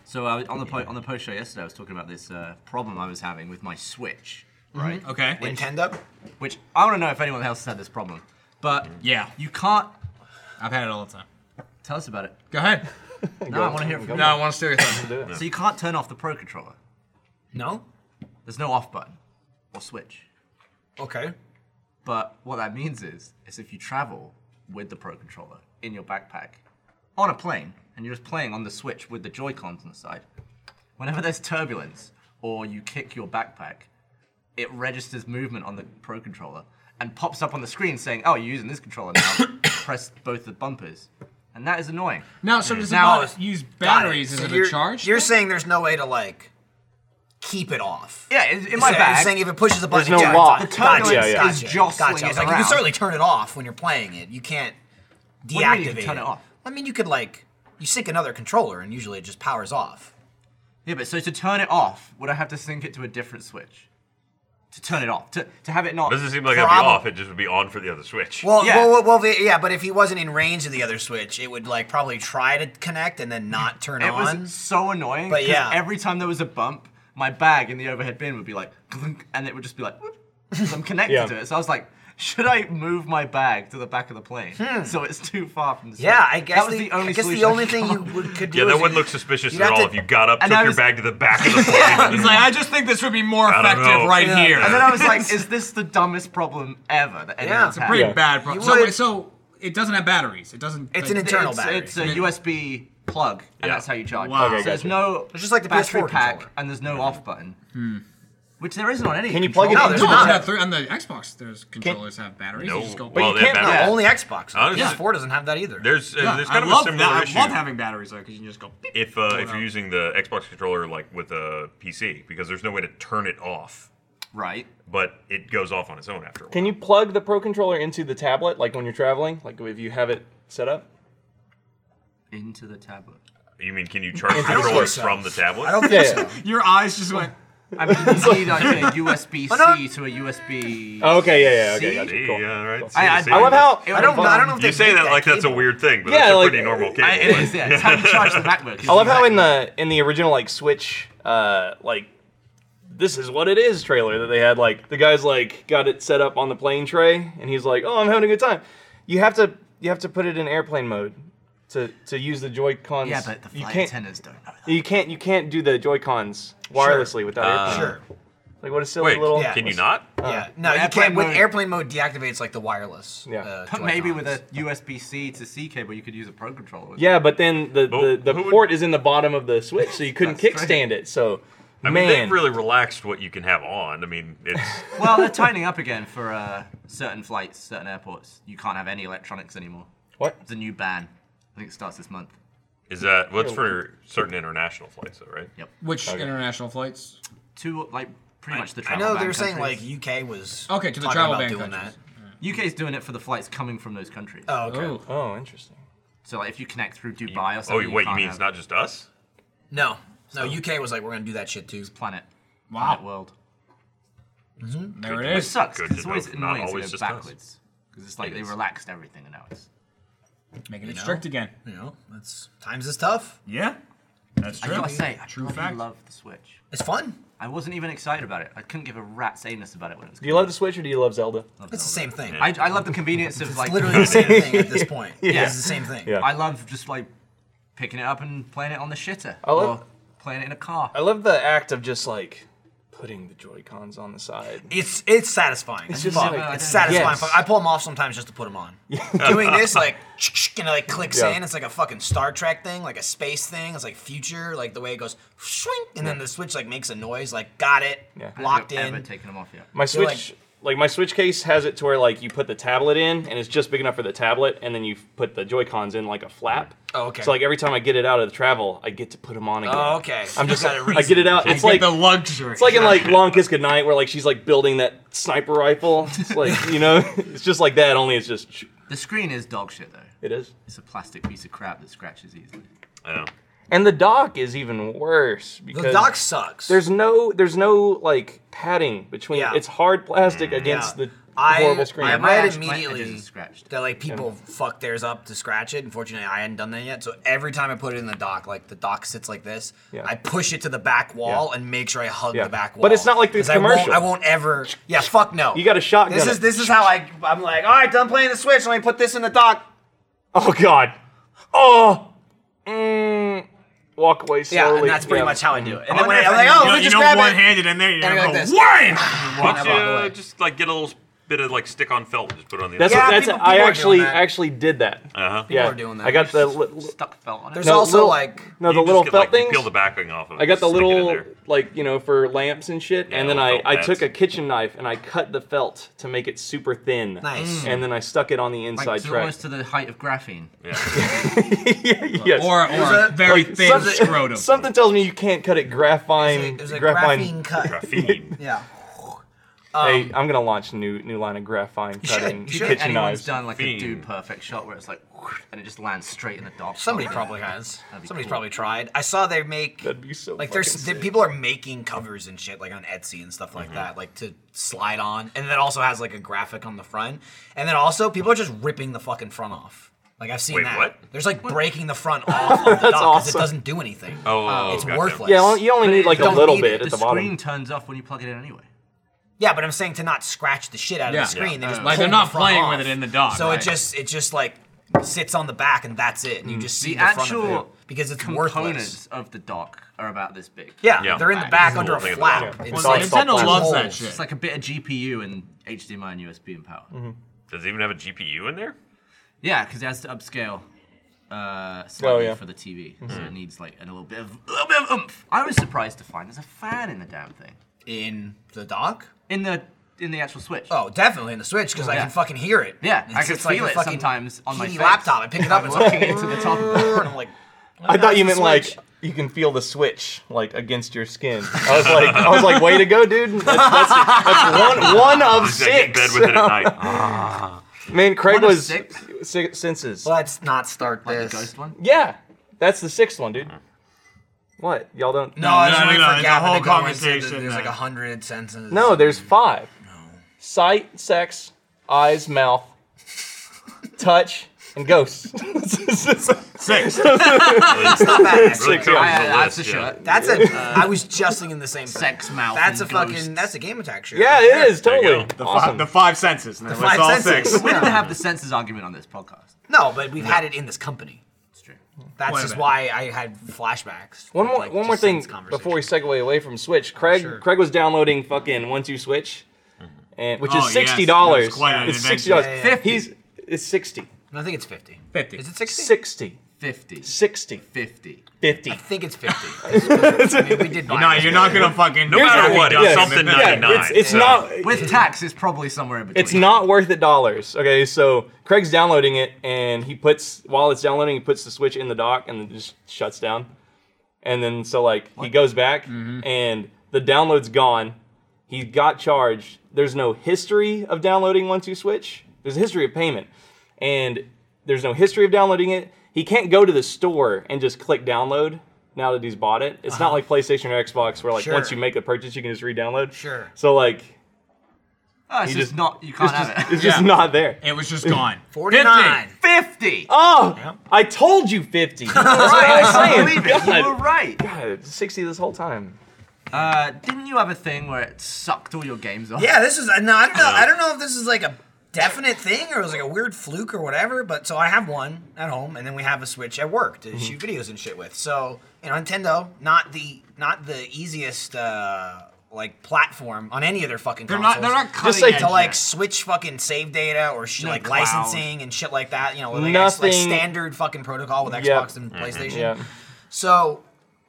[SPEAKER 3] So uh, on the po- on the post show yesterday, I was talking about this uh, problem I was having with my Switch, right?
[SPEAKER 5] Mm-hmm. okay.
[SPEAKER 2] Nintendo.
[SPEAKER 3] Which I want to know if anyone else had this problem, but
[SPEAKER 5] Yeah,
[SPEAKER 3] you can't
[SPEAKER 5] I've had it all the time.
[SPEAKER 3] tell us about it.
[SPEAKER 5] Go ahead.
[SPEAKER 3] No, I want to hear it from
[SPEAKER 5] No, I want to steer your thoughts.
[SPEAKER 3] you. So you can't turn off the Pro Controller.
[SPEAKER 2] No.
[SPEAKER 3] There's no off button or switch.
[SPEAKER 2] Okay.
[SPEAKER 3] But what that means is, is if you travel with the Pro Controller in your backpack on a plane and you're just playing on the Switch with the Joy Cons on the side, whenever there's turbulence or you kick your backpack, it registers movement on the Pro Controller and pops up on the screen saying, "Oh, you're using this controller now. Press both the bumpers," and that is annoying.
[SPEAKER 5] Now, so does it
[SPEAKER 3] Now-
[SPEAKER 5] not use batteries? Is
[SPEAKER 2] So
[SPEAKER 5] it
[SPEAKER 2] you're-
[SPEAKER 5] a charge?
[SPEAKER 2] You're
[SPEAKER 5] thing?
[SPEAKER 2] saying there's no way to like keep it off.
[SPEAKER 3] Yeah, in, in my
[SPEAKER 2] So
[SPEAKER 3] bag.
[SPEAKER 2] You're saying if it pushes a button,
[SPEAKER 1] no
[SPEAKER 2] it jumps.
[SPEAKER 1] lock. The
[SPEAKER 2] Gotcha,
[SPEAKER 3] turbulence
[SPEAKER 1] is
[SPEAKER 2] gotcha,
[SPEAKER 3] jostling
[SPEAKER 2] gotcha.
[SPEAKER 3] it
[SPEAKER 2] It's like you can
[SPEAKER 3] around.
[SPEAKER 2] certainly turn it off when you're playing it. You can't deactivate
[SPEAKER 3] do you mean you can turn it off?
[SPEAKER 2] I mean, you could like you sync another controller, and usually it just powers off.
[SPEAKER 3] Yeah, but so to turn it off, would I have to sync it to a different switch? To turn it off, to, to have it not.
[SPEAKER 4] Doesn't seem like it'd be
[SPEAKER 2] Probably-
[SPEAKER 4] off. It just would be on for the other switch.
[SPEAKER 2] Well,
[SPEAKER 3] Yeah.
[SPEAKER 2] well, well, well, the- yeah, but if he wasn't in range of the other switch, it would like probably try to connect and then not turn
[SPEAKER 3] It
[SPEAKER 2] on.
[SPEAKER 3] was so annoying.
[SPEAKER 2] But
[SPEAKER 3] 'cause
[SPEAKER 2] yeah.
[SPEAKER 3] Every time there was a bump, my bag in the overhead bin would be like, clunk, and it would just be like, whoop. So I'm connected
[SPEAKER 1] Yeah.
[SPEAKER 3] to it. So I was like, should I move my bag to the back of the plane so it's too far from the?
[SPEAKER 2] Hmm. yeah,
[SPEAKER 3] switch?
[SPEAKER 2] I guess
[SPEAKER 3] that was
[SPEAKER 2] the,
[SPEAKER 3] the only
[SPEAKER 2] I guess the
[SPEAKER 3] solution I
[SPEAKER 2] only
[SPEAKER 3] could
[SPEAKER 2] thing
[SPEAKER 3] come
[SPEAKER 2] you
[SPEAKER 3] up with.
[SPEAKER 2] would, could do.
[SPEAKER 4] yeah,
[SPEAKER 2] is
[SPEAKER 4] that
[SPEAKER 2] you-
[SPEAKER 4] wouldn't look suspicious
[SPEAKER 2] you'd
[SPEAKER 4] at
[SPEAKER 2] have
[SPEAKER 4] all
[SPEAKER 2] to-
[SPEAKER 4] if you got up,
[SPEAKER 3] and
[SPEAKER 4] took
[SPEAKER 3] I
[SPEAKER 4] your
[SPEAKER 3] was-
[SPEAKER 4] bag to the back of the plane.
[SPEAKER 5] He's like, I just think this would be more
[SPEAKER 4] I don't
[SPEAKER 5] effective
[SPEAKER 4] know.
[SPEAKER 5] right
[SPEAKER 2] Yeah.
[SPEAKER 5] here.
[SPEAKER 3] And then I was like, is this the dumbest problem ever that anyone's
[SPEAKER 2] Yeah. It's a
[SPEAKER 3] had?
[SPEAKER 5] pretty
[SPEAKER 1] Yeah.
[SPEAKER 5] bad. Pro-
[SPEAKER 2] You
[SPEAKER 5] so,
[SPEAKER 2] would-
[SPEAKER 5] so it doesn't have batteries. It doesn't.
[SPEAKER 2] It's
[SPEAKER 5] like,
[SPEAKER 2] an internal
[SPEAKER 3] it's,
[SPEAKER 2] battery.
[SPEAKER 3] It's a USB plug, and
[SPEAKER 4] Yeah.
[SPEAKER 3] that's how you charge.
[SPEAKER 5] Wow.
[SPEAKER 3] Wow. so
[SPEAKER 5] Okay,
[SPEAKER 3] there's
[SPEAKER 1] gotcha. Hmm.
[SPEAKER 3] no.
[SPEAKER 2] It's just like the
[SPEAKER 3] battery
[SPEAKER 2] PS4
[SPEAKER 3] pack,
[SPEAKER 2] controller.
[SPEAKER 3] and there's no off button. Which there isn't on any.
[SPEAKER 1] Can you plug it
[SPEAKER 3] controller.
[SPEAKER 1] in?
[SPEAKER 2] there's
[SPEAKER 5] No,
[SPEAKER 2] not.
[SPEAKER 5] on the three- on the Xbox, there's controllers have batteries.
[SPEAKER 4] No.
[SPEAKER 5] You just go,
[SPEAKER 4] Well,
[SPEAKER 2] You can't
[SPEAKER 4] that
[SPEAKER 2] no,
[SPEAKER 4] battery-
[SPEAKER 2] only Xbox.
[SPEAKER 4] I was-
[SPEAKER 2] PS4 doesn't have that either.
[SPEAKER 4] There's uh,
[SPEAKER 5] Yeah,
[SPEAKER 4] there's kind
[SPEAKER 5] I
[SPEAKER 4] of a
[SPEAKER 5] love
[SPEAKER 4] similar
[SPEAKER 5] that.
[SPEAKER 4] issue.
[SPEAKER 5] I love having batteries though, because you can just go. beep.
[SPEAKER 4] if uh, if
[SPEAKER 5] out.
[SPEAKER 4] you're using the Xbox controller like with a PC, because there's no way to turn it off,
[SPEAKER 3] Right.
[SPEAKER 4] but it goes off on its own after a while.
[SPEAKER 1] Can you plug the Pro controller into the tablet, like when you're traveling, like if you have it set up?
[SPEAKER 3] Into the tablet.
[SPEAKER 4] You mean can you charge the
[SPEAKER 1] I don't
[SPEAKER 4] controller
[SPEAKER 1] think
[SPEAKER 2] so.
[SPEAKER 4] from the tablet?
[SPEAKER 2] I don't think
[SPEAKER 1] Yeah.
[SPEAKER 2] so.
[SPEAKER 1] yeah.
[SPEAKER 5] Your eyes just went.
[SPEAKER 3] I mean, you need like a USB
[SPEAKER 2] Oh,
[SPEAKER 3] C to a USB.
[SPEAKER 1] Oh, okay, yeah, yeah,
[SPEAKER 3] C?
[SPEAKER 1] okay, gotcha.
[SPEAKER 4] See,
[SPEAKER 1] Cool.
[SPEAKER 4] yeah, right. See,
[SPEAKER 3] I- I-
[SPEAKER 4] see?
[SPEAKER 1] I love how
[SPEAKER 3] It
[SPEAKER 2] I don't. I don't know if
[SPEAKER 4] you
[SPEAKER 2] they
[SPEAKER 4] say
[SPEAKER 2] make
[SPEAKER 4] that like that's a
[SPEAKER 2] cable.
[SPEAKER 4] weird thing, but
[SPEAKER 1] Yeah,
[SPEAKER 4] that's a
[SPEAKER 1] like-
[SPEAKER 4] pretty normal cable.
[SPEAKER 3] I, it is. Yeah. It's how you charge the MacBook.
[SPEAKER 1] I love how in the in the original like Switch uh like this is what it is trailer that they had like the guy's like got it set up on the plane tray and he's like oh I'm having a good time. You have to you have to put it in airplane mode to to use the Joy Cons.
[SPEAKER 3] Yeah, but the
[SPEAKER 1] you
[SPEAKER 3] flight
[SPEAKER 1] can't
[SPEAKER 3] attendants don't know that.
[SPEAKER 1] you can't you can't do the Joy Cons wirelessly without airplane.
[SPEAKER 2] Sure.
[SPEAKER 1] Like what a silly
[SPEAKER 4] Uh, Wait,
[SPEAKER 1] little
[SPEAKER 2] Yeah.
[SPEAKER 4] can you not?
[SPEAKER 2] yeah. Uh, No, you
[SPEAKER 3] airplane
[SPEAKER 2] can't. With
[SPEAKER 3] mode-
[SPEAKER 2] airplane mode deactivates like the wireless.
[SPEAKER 1] Yeah.
[SPEAKER 2] uh,
[SPEAKER 3] But maybe with a
[SPEAKER 2] Joy-Cons.
[SPEAKER 3] USB C to C cable, you could use a Pro controller.
[SPEAKER 1] Yeah, but then the
[SPEAKER 4] But
[SPEAKER 1] the, the
[SPEAKER 4] who would-
[SPEAKER 1] port is in the bottom of the Switch, so you couldn't
[SPEAKER 3] That's true.
[SPEAKER 1] kickstand it. So
[SPEAKER 4] I
[SPEAKER 1] man,
[SPEAKER 4] mean, they've really relaxed what you can have on. I mean, it's
[SPEAKER 3] Well, they're tightening up again for uh, certain flights, certain airports. You can't have any electronics anymore.
[SPEAKER 1] what?
[SPEAKER 3] It's a new ban. I think it starts this month.
[SPEAKER 4] is that what's for certain international flights, though, right?
[SPEAKER 5] Which international flights?
[SPEAKER 3] Two, like, pretty much the
[SPEAKER 2] I
[SPEAKER 3] travel
[SPEAKER 2] know
[SPEAKER 3] ban
[SPEAKER 2] they were saying like
[SPEAKER 3] countries.
[SPEAKER 2] UK was
[SPEAKER 5] Okay, to the
[SPEAKER 2] talking
[SPEAKER 5] travel
[SPEAKER 2] about
[SPEAKER 5] ban
[SPEAKER 2] doing
[SPEAKER 5] countries.
[SPEAKER 3] UK's doing it for the flights coming from those countries.
[SPEAKER 2] That. Oh, okay.
[SPEAKER 5] Oh,
[SPEAKER 1] Oh, interesting.
[SPEAKER 3] So like, if you connect through Dubai or
[SPEAKER 4] Oh,
[SPEAKER 3] something.
[SPEAKER 4] you, wait, you
[SPEAKER 3] can't
[SPEAKER 4] mean it's
[SPEAKER 3] have
[SPEAKER 4] not just us?
[SPEAKER 2] No, no. UK was like, we're gonna do that shit too.
[SPEAKER 3] planet?
[SPEAKER 5] wow!
[SPEAKER 3] Planet world.
[SPEAKER 5] There it
[SPEAKER 3] Which
[SPEAKER 5] is.
[SPEAKER 3] sucks.
[SPEAKER 4] Good
[SPEAKER 3] 'cause It's
[SPEAKER 4] to know
[SPEAKER 3] always
[SPEAKER 4] it's not
[SPEAKER 3] annoying to
[SPEAKER 4] always
[SPEAKER 3] go
[SPEAKER 4] just us.
[SPEAKER 3] backwards because it's like
[SPEAKER 4] It
[SPEAKER 3] they
[SPEAKER 4] is.
[SPEAKER 3] relaxed everything and now it's.
[SPEAKER 5] Making it
[SPEAKER 2] know?
[SPEAKER 5] strict again.
[SPEAKER 2] You know, that's times is tough.
[SPEAKER 5] Yeah, that's
[SPEAKER 3] I
[SPEAKER 5] true.
[SPEAKER 3] gotta say, I
[SPEAKER 5] True
[SPEAKER 3] bloody
[SPEAKER 5] fact.
[SPEAKER 3] love the Switch.
[SPEAKER 2] It's fun.
[SPEAKER 3] I wasn't even excited about it. I couldn't give a rat's anus about it when it was.
[SPEAKER 1] Do you love the Switch or do you love Zelda?
[SPEAKER 2] It's the same thing.
[SPEAKER 3] I, I love the convenience of
[SPEAKER 2] It's
[SPEAKER 3] like.
[SPEAKER 2] literally the same thing at this point.
[SPEAKER 1] Yeah.
[SPEAKER 2] It's the same thing.
[SPEAKER 1] Yeah.
[SPEAKER 3] I love just like picking it up and playing it on the shitter
[SPEAKER 1] I love-
[SPEAKER 3] or playing it in a car.
[SPEAKER 1] I love the act of just like putting the Joy Cons on the side.
[SPEAKER 2] It's it's satisfying. It's,
[SPEAKER 1] just
[SPEAKER 2] fuck.
[SPEAKER 1] like-
[SPEAKER 2] it's satisfying.
[SPEAKER 1] Yes.
[SPEAKER 2] fuck. I pull them off sometimes just to put them on. Doing this like and it like clicks
[SPEAKER 1] Yeah.
[SPEAKER 2] in. It's like a fucking Star Trek thing, like a space thing. It's like future, like the way it goes, swing, and then the switch like makes a noise, like got it,
[SPEAKER 1] Yeah.
[SPEAKER 2] locked
[SPEAKER 3] I've never
[SPEAKER 2] in.
[SPEAKER 3] taken them off yet.
[SPEAKER 1] My
[SPEAKER 2] You're
[SPEAKER 1] Switch, like, my Switch case, has it to where like you put the tablet in and it's just big enough for the tablet, and then you put the Joy Cons in like a flap.
[SPEAKER 2] Oh, okay.
[SPEAKER 1] So like every time I get it out of the travel, I get to put them on again.
[SPEAKER 2] Oh, okay.
[SPEAKER 1] I'm just
[SPEAKER 2] You got a
[SPEAKER 1] I get it out. It's
[SPEAKER 5] Get
[SPEAKER 1] like
[SPEAKER 5] the
[SPEAKER 1] it's
[SPEAKER 5] luxury.
[SPEAKER 1] like in like Long Kiss Goodnight where like she's like building that sniper rifle. It's like you know, it's just like that. Only it's just
[SPEAKER 3] The screen is dog shit though.
[SPEAKER 1] it is.
[SPEAKER 3] It's a plastic piece of crap that scratches easily.
[SPEAKER 4] I know.
[SPEAKER 1] And the dock is even worse because
[SPEAKER 2] The dock sucks.
[SPEAKER 1] There's no there's no like padding between
[SPEAKER 2] Yeah.
[SPEAKER 1] it's hard plastic against
[SPEAKER 2] Yeah.
[SPEAKER 1] the
[SPEAKER 2] I-
[SPEAKER 1] horrible screen.
[SPEAKER 2] I
[SPEAKER 3] Yeah,
[SPEAKER 2] read
[SPEAKER 3] ash-
[SPEAKER 2] immediately-
[SPEAKER 3] edges are scratched.
[SPEAKER 2] that like people fuck theirs up to scratch it. Unfortunately, I hadn't done that yet. So every time I put it in the dock, like the dock sits like this.
[SPEAKER 1] Yeah.
[SPEAKER 2] I push it to the back wall
[SPEAKER 1] Yeah.
[SPEAKER 2] and make sure I hug
[SPEAKER 1] Yeah.
[SPEAKER 2] the back
[SPEAKER 1] But
[SPEAKER 2] wall.
[SPEAKER 1] it's not like the
[SPEAKER 2] 'Cause I won't-
[SPEAKER 1] commercial.
[SPEAKER 2] I won't ever. Yeah, fuck no.
[SPEAKER 1] You gotta shotgun
[SPEAKER 2] This is
[SPEAKER 1] it.
[SPEAKER 2] this is how I I'm like, all right, done playing the Switch. Let me put this in the dock.
[SPEAKER 1] oh god. Oh. Mm. Walk away
[SPEAKER 2] Yeah,
[SPEAKER 1] slowly.
[SPEAKER 2] and that's pretty much how I do it. And then
[SPEAKER 3] wonder
[SPEAKER 2] when I,
[SPEAKER 3] if
[SPEAKER 2] I'm
[SPEAKER 3] I
[SPEAKER 2] like,
[SPEAKER 3] can
[SPEAKER 2] oh,
[SPEAKER 3] do
[SPEAKER 2] let
[SPEAKER 5] you
[SPEAKER 2] me
[SPEAKER 5] know,
[SPEAKER 2] just
[SPEAKER 5] you know
[SPEAKER 2] grab
[SPEAKER 5] one
[SPEAKER 2] it.
[SPEAKER 5] handed in there, you're
[SPEAKER 2] And
[SPEAKER 5] gonna
[SPEAKER 2] I
[SPEAKER 5] go
[SPEAKER 2] go like
[SPEAKER 5] wham.
[SPEAKER 4] Why
[SPEAKER 2] walk
[SPEAKER 4] don't
[SPEAKER 2] away.
[SPEAKER 4] you just like get a little bit of like stick on felt and just put it on the
[SPEAKER 1] That's
[SPEAKER 4] other
[SPEAKER 2] Yeah,
[SPEAKER 1] what, that's.
[SPEAKER 2] people-
[SPEAKER 1] I
[SPEAKER 2] people are
[SPEAKER 1] actually
[SPEAKER 2] doing that.
[SPEAKER 1] actually did that.
[SPEAKER 4] Uh-huh.
[SPEAKER 1] yeah,
[SPEAKER 2] are doing that.
[SPEAKER 1] I got the li- li-
[SPEAKER 3] Stuck felt on it.
[SPEAKER 2] There's
[SPEAKER 1] no,
[SPEAKER 2] also
[SPEAKER 1] little-
[SPEAKER 2] like
[SPEAKER 1] no the
[SPEAKER 4] You just
[SPEAKER 1] little
[SPEAKER 4] get,
[SPEAKER 1] felt
[SPEAKER 4] like, you
[SPEAKER 1] things.
[SPEAKER 4] Peel the backing off of it.
[SPEAKER 1] I got the
[SPEAKER 4] stick it in
[SPEAKER 1] little
[SPEAKER 4] there.
[SPEAKER 1] like you know for lamps and shit,
[SPEAKER 4] Yeah,
[SPEAKER 1] and then I,
[SPEAKER 4] little
[SPEAKER 1] I
[SPEAKER 4] felt
[SPEAKER 1] took a
[SPEAKER 4] pads.
[SPEAKER 1] kitchen knife and I cut the felt to make it super thin.
[SPEAKER 2] Nice.
[SPEAKER 1] And then I stuck it on the
[SPEAKER 3] like,
[SPEAKER 1] inside
[SPEAKER 3] it's
[SPEAKER 1] track.
[SPEAKER 3] almost to the height of graphene.
[SPEAKER 4] Yeah.
[SPEAKER 1] yes.
[SPEAKER 5] Or, or a very thin
[SPEAKER 1] something,
[SPEAKER 5] scrotum.
[SPEAKER 1] something tells me you can't cut it graphine.
[SPEAKER 2] it was a
[SPEAKER 1] graphine.
[SPEAKER 2] graphene cut.
[SPEAKER 4] Graphene.
[SPEAKER 2] Yeah.
[SPEAKER 1] hey, I'm gonna launch a new new line of graphene
[SPEAKER 2] should.
[SPEAKER 1] cutting
[SPEAKER 2] You should.
[SPEAKER 1] kitchen
[SPEAKER 3] Anyone's
[SPEAKER 1] knives.
[SPEAKER 3] done like
[SPEAKER 4] Fiend.
[SPEAKER 3] a dude perfect shot where it's like, and it just lands straight in the dark.
[SPEAKER 2] Somebody
[SPEAKER 5] Oh,
[SPEAKER 3] spot.
[SPEAKER 2] probably has.
[SPEAKER 3] be
[SPEAKER 2] Somebody's
[SPEAKER 3] cool.
[SPEAKER 2] probably tried. I saw they make
[SPEAKER 1] That'd be so.
[SPEAKER 2] like there's
[SPEAKER 1] fucking
[SPEAKER 2] th-
[SPEAKER 1] sick.
[SPEAKER 2] people are making covers and shit like on Etsy and stuff
[SPEAKER 5] Mm-hmm.
[SPEAKER 2] like that, like to slide on, and that also has like a graphic on the front, and then also people are just ripping the fucking front off. Like I've seen
[SPEAKER 4] Wait,
[SPEAKER 2] that.
[SPEAKER 4] what?
[SPEAKER 2] There's like breaking the front off of the dock because it
[SPEAKER 1] awesome.
[SPEAKER 2] doesn't do anything.
[SPEAKER 4] Oh, oh,
[SPEAKER 2] it's
[SPEAKER 4] gotcha.
[SPEAKER 2] worthless.
[SPEAKER 1] Yeah, you only need like a
[SPEAKER 2] don't
[SPEAKER 1] little
[SPEAKER 2] need
[SPEAKER 1] bit
[SPEAKER 2] it.
[SPEAKER 1] at
[SPEAKER 3] The
[SPEAKER 1] the
[SPEAKER 3] screen
[SPEAKER 1] bottom.
[SPEAKER 3] turns off when you plug it in anyway.
[SPEAKER 2] Yeah, but I'm saying to not scratch the shit out of
[SPEAKER 5] Yeah.
[SPEAKER 2] the screen.
[SPEAKER 5] Yeah.
[SPEAKER 2] They just
[SPEAKER 5] Like,
[SPEAKER 2] pull
[SPEAKER 5] they're not
[SPEAKER 2] the front
[SPEAKER 5] playing
[SPEAKER 2] off.
[SPEAKER 5] with it in the dock,
[SPEAKER 2] So
[SPEAKER 5] right. Mm.
[SPEAKER 2] it just it just like sits on the back and that's it, and you just
[SPEAKER 3] The
[SPEAKER 2] see the, front of it
[SPEAKER 3] actual
[SPEAKER 2] because it's worthless.
[SPEAKER 3] Components of the dock are about this big.
[SPEAKER 2] Yeah,
[SPEAKER 4] Yeah.
[SPEAKER 2] they're in the
[SPEAKER 4] Right.
[SPEAKER 2] back
[SPEAKER 4] It's a
[SPEAKER 2] under a
[SPEAKER 4] little thing at the
[SPEAKER 2] flap.
[SPEAKER 4] bottom.
[SPEAKER 1] Well,
[SPEAKER 2] It's
[SPEAKER 5] Well,
[SPEAKER 1] like
[SPEAKER 5] Nintendo
[SPEAKER 1] soft
[SPEAKER 5] loves
[SPEAKER 2] holes.
[SPEAKER 5] that shit.
[SPEAKER 3] It's like a bit of GPU and HDMI and USB and power.
[SPEAKER 1] Mm-hmm.
[SPEAKER 4] Does it even have a GPU in there?
[SPEAKER 3] Yeah, because it has to upscale uh, slightly
[SPEAKER 1] Oh, yeah. Mm-hmm.
[SPEAKER 3] for the TV, so it needs like a little bit of a little bit of oomph. I was surprised to find there's a fan in the damn thing
[SPEAKER 2] in the dock.
[SPEAKER 3] in the in the actual Switch.
[SPEAKER 2] Oh, definitely in the Switch because I
[SPEAKER 3] Yeah.
[SPEAKER 2] can fucking hear it.
[SPEAKER 3] Yeah,
[SPEAKER 2] It's
[SPEAKER 3] I can
[SPEAKER 2] just like
[SPEAKER 3] feel
[SPEAKER 2] a
[SPEAKER 3] it
[SPEAKER 2] fucking
[SPEAKER 3] sometimes on my
[SPEAKER 2] heaty
[SPEAKER 3] face.
[SPEAKER 2] laptop. I pick it up and it's
[SPEAKER 3] looking
[SPEAKER 2] like,
[SPEAKER 3] into the top of it.
[SPEAKER 2] and I'm like,
[SPEAKER 1] I thought you meant
[SPEAKER 2] That's the
[SPEAKER 1] like
[SPEAKER 2] switch.
[SPEAKER 1] you can feel the switch like against your skin. I was like, I was like, way to go, dude. That's, that's, that's one one of
[SPEAKER 4] Does it get in bed
[SPEAKER 1] six.
[SPEAKER 4] with it at night. Ah,
[SPEAKER 1] Man, Craig
[SPEAKER 3] One of
[SPEAKER 1] was
[SPEAKER 3] six?
[SPEAKER 1] si- senses.
[SPEAKER 2] let's not start
[SPEAKER 3] Like
[SPEAKER 2] this.
[SPEAKER 3] the ghost one.
[SPEAKER 1] Yeah, that's the sixth one, dude. What y'all don't?
[SPEAKER 2] No, I just
[SPEAKER 5] No, no,
[SPEAKER 2] wait
[SPEAKER 5] no,
[SPEAKER 2] for
[SPEAKER 5] it's a
[SPEAKER 2] Gavin
[SPEAKER 5] whole
[SPEAKER 2] to go and say that
[SPEAKER 5] conversation
[SPEAKER 2] There's like
[SPEAKER 5] now.
[SPEAKER 2] a hundred senses.
[SPEAKER 1] No, there's five. Sight, sex, eyes, mouth, touch, and ghosts.
[SPEAKER 5] Six.
[SPEAKER 2] Not bad.
[SPEAKER 4] really
[SPEAKER 3] I,
[SPEAKER 4] covers the
[SPEAKER 3] that's
[SPEAKER 4] list.
[SPEAKER 3] a
[SPEAKER 4] yeah.
[SPEAKER 3] shirt.
[SPEAKER 2] That's a. I was just thinking the same thing.
[SPEAKER 3] Sex mouth.
[SPEAKER 2] That's a
[SPEAKER 3] and
[SPEAKER 2] fucking.
[SPEAKER 3] ghosts.
[SPEAKER 2] That's a game attack shirt.
[SPEAKER 1] yeah,
[SPEAKER 2] right there.
[SPEAKER 1] it is
[SPEAKER 4] There you
[SPEAKER 1] totally
[SPEAKER 4] go. The
[SPEAKER 1] awesome.
[SPEAKER 5] five senses. And then
[SPEAKER 2] Five senses.
[SPEAKER 3] We didn't have the senses argument on this podcast.
[SPEAKER 2] No, but we've had it in this company.
[SPEAKER 3] It's true.
[SPEAKER 2] That's
[SPEAKER 5] Wait a
[SPEAKER 2] just
[SPEAKER 5] minute.
[SPEAKER 2] why I had flashbacks.
[SPEAKER 1] One more,
[SPEAKER 2] Like,
[SPEAKER 1] one
[SPEAKER 2] just
[SPEAKER 1] more thing
[SPEAKER 2] since conversation.
[SPEAKER 1] before we segue away from Switch. Craig,
[SPEAKER 2] sure.
[SPEAKER 1] Craig was downloading fucking One Two Switch, and which
[SPEAKER 5] Oh,
[SPEAKER 1] is
[SPEAKER 5] yes,
[SPEAKER 1] sixty
[SPEAKER 5] that
[SPEAKER 1] dollars.
[SPEAKER 5] was quite an
[SPEAKER 1] It's
[SPEAKER 5] invention.
[SPEAKER 1] sixty dollars.
[SPEAKER 2] Yeah, yeah,
[SPEAKER 1] Fifty.
[SPEAKER 2] yeah.
[SPEAKER 1] He's it's 60.
[SPEAKER 2] I think it's fifty.
[SPEAKER 5] 50.
[SPEAKER 2] Is it sixty?
[SPEAKER 1] 60.
[SPEAKER 3] 50.
[SPEAKER 1] 60.
[SPEAKER 3] 50.
[SPEAKER 1] 50.
[SPEAKER 2] I think it's fifty. I mean, we did buy.
[SPEAKER 5] No,
[SPEAKER 2] this
[SPEAKER 5] you're
[SPEAKER 2] one.
[SPEAKER 5] not gonna fucking.
[SPEAKER 4] No matter what, it's
[SPEAKER 1] Yeah,
[SPEAKER 4] something
[SPEAKER 1] yeah,
[SPEAKER 4] 99.
[SPEAKER 1] it's it's
[SPEAKER 4] so-
[SPEAKER 1] not.
[SPEAKER 3] With tax, it's probably somewhere in between.
[SPEAKER 1] It's not worth it dollars. Okay, so Craig's downloading it, and he puts while it's downloading, he puts the switch in the dock, and it just shuts down. And then so like he goes back,
[SPEAKER 2] Mm-hmm.
[SPEAKER 1] and the download's gone. He got charged. There's no history of downloading one two switch. There's a history of payment, and there's no history of downloading it. He can't go to the store and just click download. Now that he's bought it, it's not like PlayStation or Xbox, where like
[SPEAKER 2] Uh-huh. Sure.
[SPEAKER 1] once you make a purchase, you can just re-download.
[SPEAKER 2] Sure.
[SPEAKER 1] So like,
[SPEAKER 3] Oh, it's
[SPEAKER 1] you
[SPEAKER 3] just
[SPEAKER 1] just-
[SPEAKER 3] not. You can't
[SPEAKER 1] it's just,
[SPEAKER 3] have
[SPEAKER 1] it's
[SPEAKER 3] it.
[SPEAKER 1] just
[SPEAKER 5] Yeah.
[SPEAKER 1] not there.
[SPEAKER 5] It was just gone.
[SPEAKER 2] 49.
[SPEAKER 3] 50.
[SPEAKER 1] Oh,
[SPEAKER 2] Yeah.
[SPEAKER 1] I told you 50. That's what I was
[SPEAKER 3] I
[SPEAKER 1] saying.
[SPEAKER 3] believe it. You were
[SPEAKER 1] God.
[SPEAKER 3] right.
[SPEAKER 1] God, 60 this whole time.
[SPEAKER 3] Uh, didn't you have a thing where it sucked all your games off?
[SPEAKER 2] Yeah, this is. uh, No, I don't know. I don't know if this is like a definite thing or it was like a weird fluke or whatever. But so I have one at home, and then we have a Switch at work to shoot videos and shit with. So you know, Nintendo not the not the easiest uh, like platform on any of their fucking.
[SPEAKER 5] They're
[SPEAKER 2] consoles.
[SPEAKER 5] not. They're not cutting
[SPEAKER 1] Just say
[SPEAKER 5] edge
[SPEAKER 2] to like
[SPEAKER 5] yet.
[SPEAKER 2] switch fucking save data or sh-
[SPEAKER 3] No
[SPEAKER 2] like
[SPEAKER 3] cloud.
[SPEAKER 2] licensing and shit like that. You know, like, ex-
[SPEAKER 1] Nothing-
[SPEAKER 2] like standard fucking protocol with Xbox
[SPEAKER 1] Yep.
[SPEAKER 2] and PlayStation.
[SPEAKER 1] Yeah.
[SPEAKER 2] So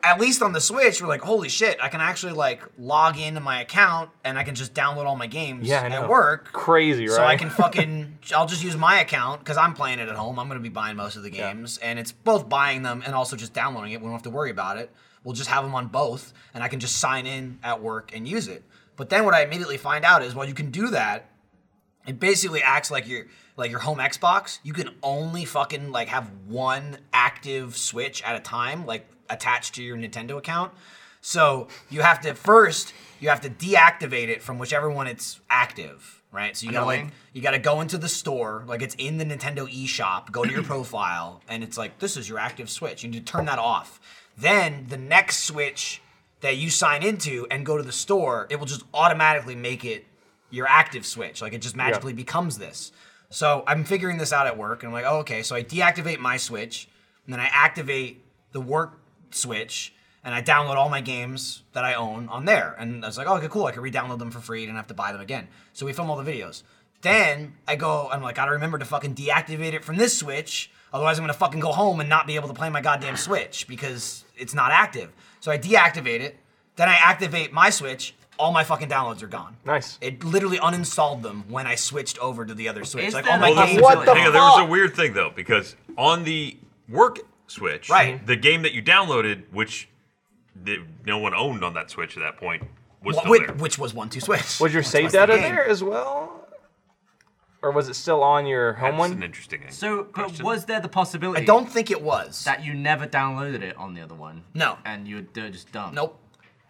[SPEAKER 2] at least on the Switch, we're like, holy shit, I can actually like log into my account and I can just download all my games
[SPEAKER 1] Yeah, I know.
[SPEAKER 2] at work.
[SPEAKER 1] Crazy, right?
[SPEAKER 2] So I can fucking, I'll just use my account because I'm playing it at home. I'm going to be buying most of the games, and it's both buying them and also just downloading it. We don't have to worry about it. We'll just have them on both, and I can just sign in at work and use it. But then what I immediately find out is, well, you can do that. It basically acts like your like your home Xbox. You can only fucking like have one active Switch at a time, like attached to your Nintendo account. So you have to first you have to deactivate it from whichever one it's active, right? So you gotta like
[SPEAKER 3] Annoying.
[SPEAKER 2] you gotta go into the store, like it's in the Nintendo eShop, go to your profile, and it's like, this is your active Switch. You need to turn that off. Then the next Switch that you sign into and go to the store, it will just automatically make it your active Switch. Like it just magically becomes this. So I'm figuring this out at work, and I'm like, oh, okay. So I deactivate my Switch, and then I activate the work Switch, and I download all my games that I own on there. And I was like, oh, okay, cool. I can re-download them for free. I didn't have to buy them again. So we film all the videos. Then I go, I'm like, gotta remember to fucking deactivate it from this Switch. Otherwise, I'm gonna fucking go home and not be able to play my goddamn Switch because it's not active. So I deactivate it. Then I activate my Switch. All my fucking downloads are gone.
[SPEAKER 1] Nice.
[SPEAKER 2] It literally uninstalled them when I switched over to the other Switch.
[SPEAKER 3] Is
[SPEAKER 2] like
[SPEAKER 3] there
[SPEAKER 2] all my
[SPEAKER 3] a
[SPEAKER 2] games.
[SPEAKER 1] What the
[SPEAKER 4] Hang on, there was a
[SPEAKER 1] fuck?
[SPEAKER 4] weird thing though because on the work Switch,
[SPEAKER 2] Right.
[SPEAKER 4] the game that you downloaded, which the, no one owned on that Switch at that point, was
[SPEAKER 2] Wh-
[SPEAKER 4] still
[SPEAKER 2] which,
[SPEAKER 4] there.
[SPEAKER 2] which was one two Switch.
[SPEAKER 1] Was your
[SPEAKER 2] Which
[SPEAKER 1] save
[SPEAKER 2] the
[SPEAKER 1] data
[SPEAKER 2] game.
[SPEAKER 1] there as well, or was it still on your home
[SPEAKER 4] That's an
[SPEAKER 1] one?
[SPEAKER 4] interesting.
[SPEAKER 3] So, but
[SPEAKER 4] question.
[SPEAKER 3] was there the possibility
[SPEAKER 2] I don't think it was.
[SPEAKER 3] that you never downloaded it on the other one?
[SPEAKER 2] No.
[SPEAKER 3] And you were d- just dumb.
[SPEAKER 2] nope.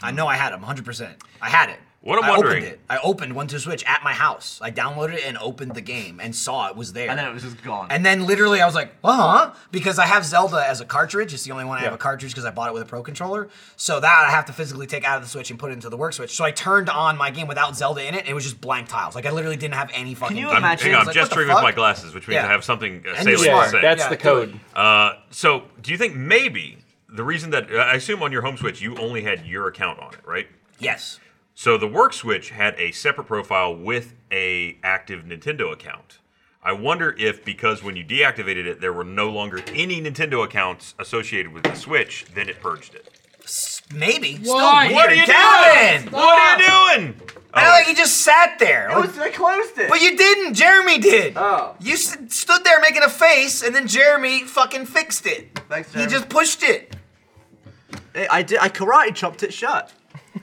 [SPEAKER 2] I know I had them 100%. I had it.
[SPEAKER 4] What
[SPEAKER 2] I
[SPEAKER 4] I'm wondering-
[SPEAKER 2] Opened it. I opened one two Switch at my house. I downloaded it and opened the game and saw it was there.
[SPEAKER 3] And then it was just gone.
[SPEAKER 2] And then literally I was like, uh huh, because I have Zelda as a cartridge. It's the only one I have
[SPEAKER 1] Yeah.
[SPEAKER 2] a cartridge because I bought it with a Pro controller. So that I have to physically take out of the Switch and put it into the work Switch. So I turned on my game without Zelda in it. And it was just blank tiles. Like I literally didn't have any fucking.
[SPEAKER 3] you
[SPEAKER 2] game.
[SPEAKER 4] I'm,
[SPEAKER 3] imagine-
[SPEAKER 4] hang
[SPEAKER 2] It's
[SPEAKER 4] on,
[SPEAKER 2] like, what the
[SPEAKER 4] gesturing with
[SPEAKER 2] fuck?
[SPEAKER 4] my glasses, which means
[SPEAKER 2] Yeah.
[SPEAKER 4] I have something uh,
[SPEAKER 2] And
[SPEAKER 4] salient
[SPEAKER 2] you're
[SPEAKER 4] to
[SPEAKER 2] smart.
[SPEAKER 4] say.
[SPEAKER 1] That's
[SPEAKER 2] Yeah,
[SPEAKER 1] the
[SPEAKER 2] do
[SPEAKER 1] code.
[SPEAKER 4] Uh, so, do you think maybe the reason that I assume on your home switch you only had your account on it, right?
[SPEAKER 2] Yes.
[SPEAKER 4] So the work switch had a separate profile with a active Nintendo account. I wonder if because when you deactivated it, there were no longer any Nintendo accounts associated with the Switch, then it purged it.
[SPEAKER 2] Maybe.
[SPEAKER 5] Why?
[SPEAKER 2] Still
[SPEAKER 4] What
[SPEAKER 2] weird.
[SPEAKER 4] are you
[SPEAKER 2] Calvin!
[SPEAKER 4] doing? What are you doing?
[SPEAKER 2] I don't think he just sat there. Like,
[SPEAKER 3] I closed it.
[SPEAKER 2] But you didn't. Jeremy did.
[SPEAKER 3] Oh.
[SPEAKER 2] You s- stood there making a face, and then Jeremy fucking fixed it.
[SPEAKER 3] Thanks,
[SPEAKER 2] He
[SPEAKER 3] Jeremy.
[SPEAKER 2] just pushed it.
[SPEAKER 3] I did. I karate chopped it shut.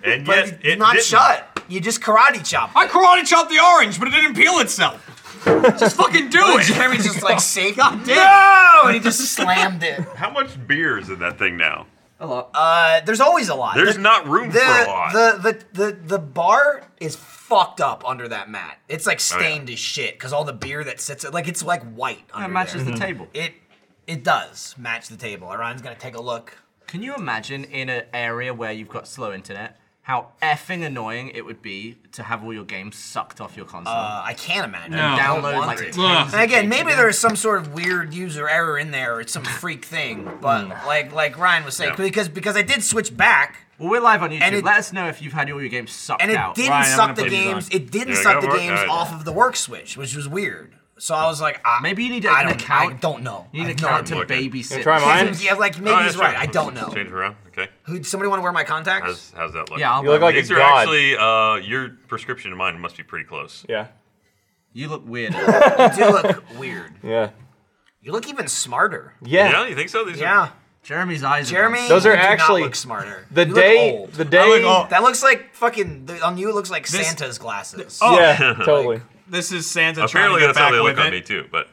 [SPEAKER 4] and
[SPEAKER 2] But
[SPEAKER 4] yet
[SPEAKER 2] it's
[SPEAKER 4] it
[SPEAKER 2] not
[SPEAKER 4] didn't.
[SPEAKER 2] shut. You just karate chopped.
[SPEAKER 5] I karate chopped the orange, but it didn't peel itself. Just fucking do
[SPEAKER 4] Oh,
[SPEAKER 2] And
[SPEAKER 5] it.
[SPEAKER 2] Jeremy just like safe. God
[SPEAKER 5] damn.
[SPEAKER 2] No! And he just slammed it.
[SPEAKER 4] How much beer is in that thing now?
[SPEAKER 3] A lot.
[SPEAKER 2] Uh, there's always a lot.
[SPEAKER 4] There's
[SPEAKER 2] The-
[SPEAKER 4] not room
[SPEAKER 2] the,
[SPEAKER 4] for a lot. Oh,
[SPEAKER 2] The, the the the bar is fucked up under that mat. It's like
[SPEAKER 4] Oh, yeah.
[SPEAKER 2] stained as shit because all the beer that sits it like it's like white under
[SPEAKER 3] That matches
[SPEAKER 2] there.
[SPEAKER 3] the table.
[SPEAKER 2] It it does match the table. Orion's gonna take a look.
[SPEAKER 3] Can you imagine in an area where you've got slow internet, how effing annoying it would be to have all your games sucked off your console?
[SPEAKER 2] Uh, I can't imagine.
[SPEAKER 5] No.
[SPEAKER 3] Download like
[SPEAKER 2] Ugh.
[SPEAKER 3] tens
[SPEAKER 5] Ugh.
[SPEAKER 3] of
[SPEAKER 2] And again,
[SPEAKER 3] gigs
[SPEAKER 2] maybe
[SPEAKER 3] of-
[SPEAKER 2] there is some sort of weird user error in there, or it's some freak thing. But like like Ryan was saying,
[SPEAKER 4] Yeah.
[SPEAKER 2] because because I did switch back,
[SPEAKER 3] Well, we're live on YouTube.
[SPEAKER 2] and it-
[SPEAKER 3] Let us know if you've had all your games sucked
[SPEAKER 2] and it
[SPEAKER 3] out.
[SPEAKER 2] didn't
[SPEAKER 5] Ryan, I'm
[SPEAKER 2] suck
[SPEAKER 5] gonna
[SPEAKER 2] the
[SPEAKER 5] put these
[SPEAKER 2] games.
[SPEAKER 5] on.
[SPEAKER 2] It didn't
[SPEAKER 4] Yeah,
[SPEAKER 2] suck
[SPEAKER 4] go
[SPEAKER 2] the
[SPEAKER 4] work-
[SPEAKER 2] games
[SPEAKER 4] alright.
[SPEAKER 2] off of the work switch, which was weird. So I was like, I,
[SPEAKER 3] Maybe you need
[SPEAKER 2] I
[SPEAKER 3] an
[SPEAKER 2] don't,
[SPEAKER 3] account.
[SPEAKER 2] I don't know.
[SPEAKER 3] You need
[SPEAKER 2] I
[SPEAKER 3] an
[SPEAKER 2] have no
[SPEAKER 3] account
[SPEAKER 2] idea.
[SPEAKER 3] to babysit.
[SPEAKER 1] try mine?
[SPEAKER 2] Yeah, like maybe
[SPEAKER 4] Oh, that's
[SPEAKER 2] he's right.
[SPEAKER 4] true.
[SPEAKER 2] I don't know.
[SPEAKER 4] Change it around. Okay.
[SPEAKER 2] Who? Somebody want to wear my contacts?
[SPEAKER 4] How's, how's that look?
[SPEAKER 3] Yeah, I'll
[SPEAKER 1] You look like a
[SPEAKER 4] These are
[SPEAKER 1] god.
[SPEAKER 4] actually uh, your prescription and mine must be pretty close.
[SPEAKER 1] Yeah,
[SPEAKER 3] You look weird.
[SPEAKER 2] You do look weird.
[SPEAKER 1] yeah,
[SPEAKER 2] You look even smarter.
[SPEAKER 1] yeah.
[SPEAKER 4] Yeah, you think so? These
[SPEAKER 2] Yeah,
[SPEAKER 3] Jeremy's eyes.
[SPEAKER 2] Jeremy.
[SPEAKER 3] Are
[SPEAKER 1] Those are
[SPEAKER 2] you do not
[SPEAKER 1] actually-
[SPEAKER 2] look smarter.
[SPEAKER 1] The
[SPEAKER 2] You look
[SPEAKER 1] day,
[SPEAKER 2] old.
[SPEAKER 1] the day.
[SPEAKER 5] old.
[SPEAKER 2] That looks like fucking the, on you. It looks like
[SPEAKER 5] Oh. This-
[SPEAKER 2] Santa's glasses.
[SPEAKER 5] Oh.
[SPEAKER 1] Yeah, totally.
[SPEAKER 5] This is Santa
[SPEAKER 4] Apparently
[SPEAKER 5] trying to
[SPEAKER 4] that's
[SPEAKER 5] get
[SPEAKER 4] how
[SPEAKER 5] back
[SPEAKER 4] they
[SPEAKER 5] with
[SPEAKER 4] look on me
[SPEAKER 5] it.
[SPEAKER 4] too. But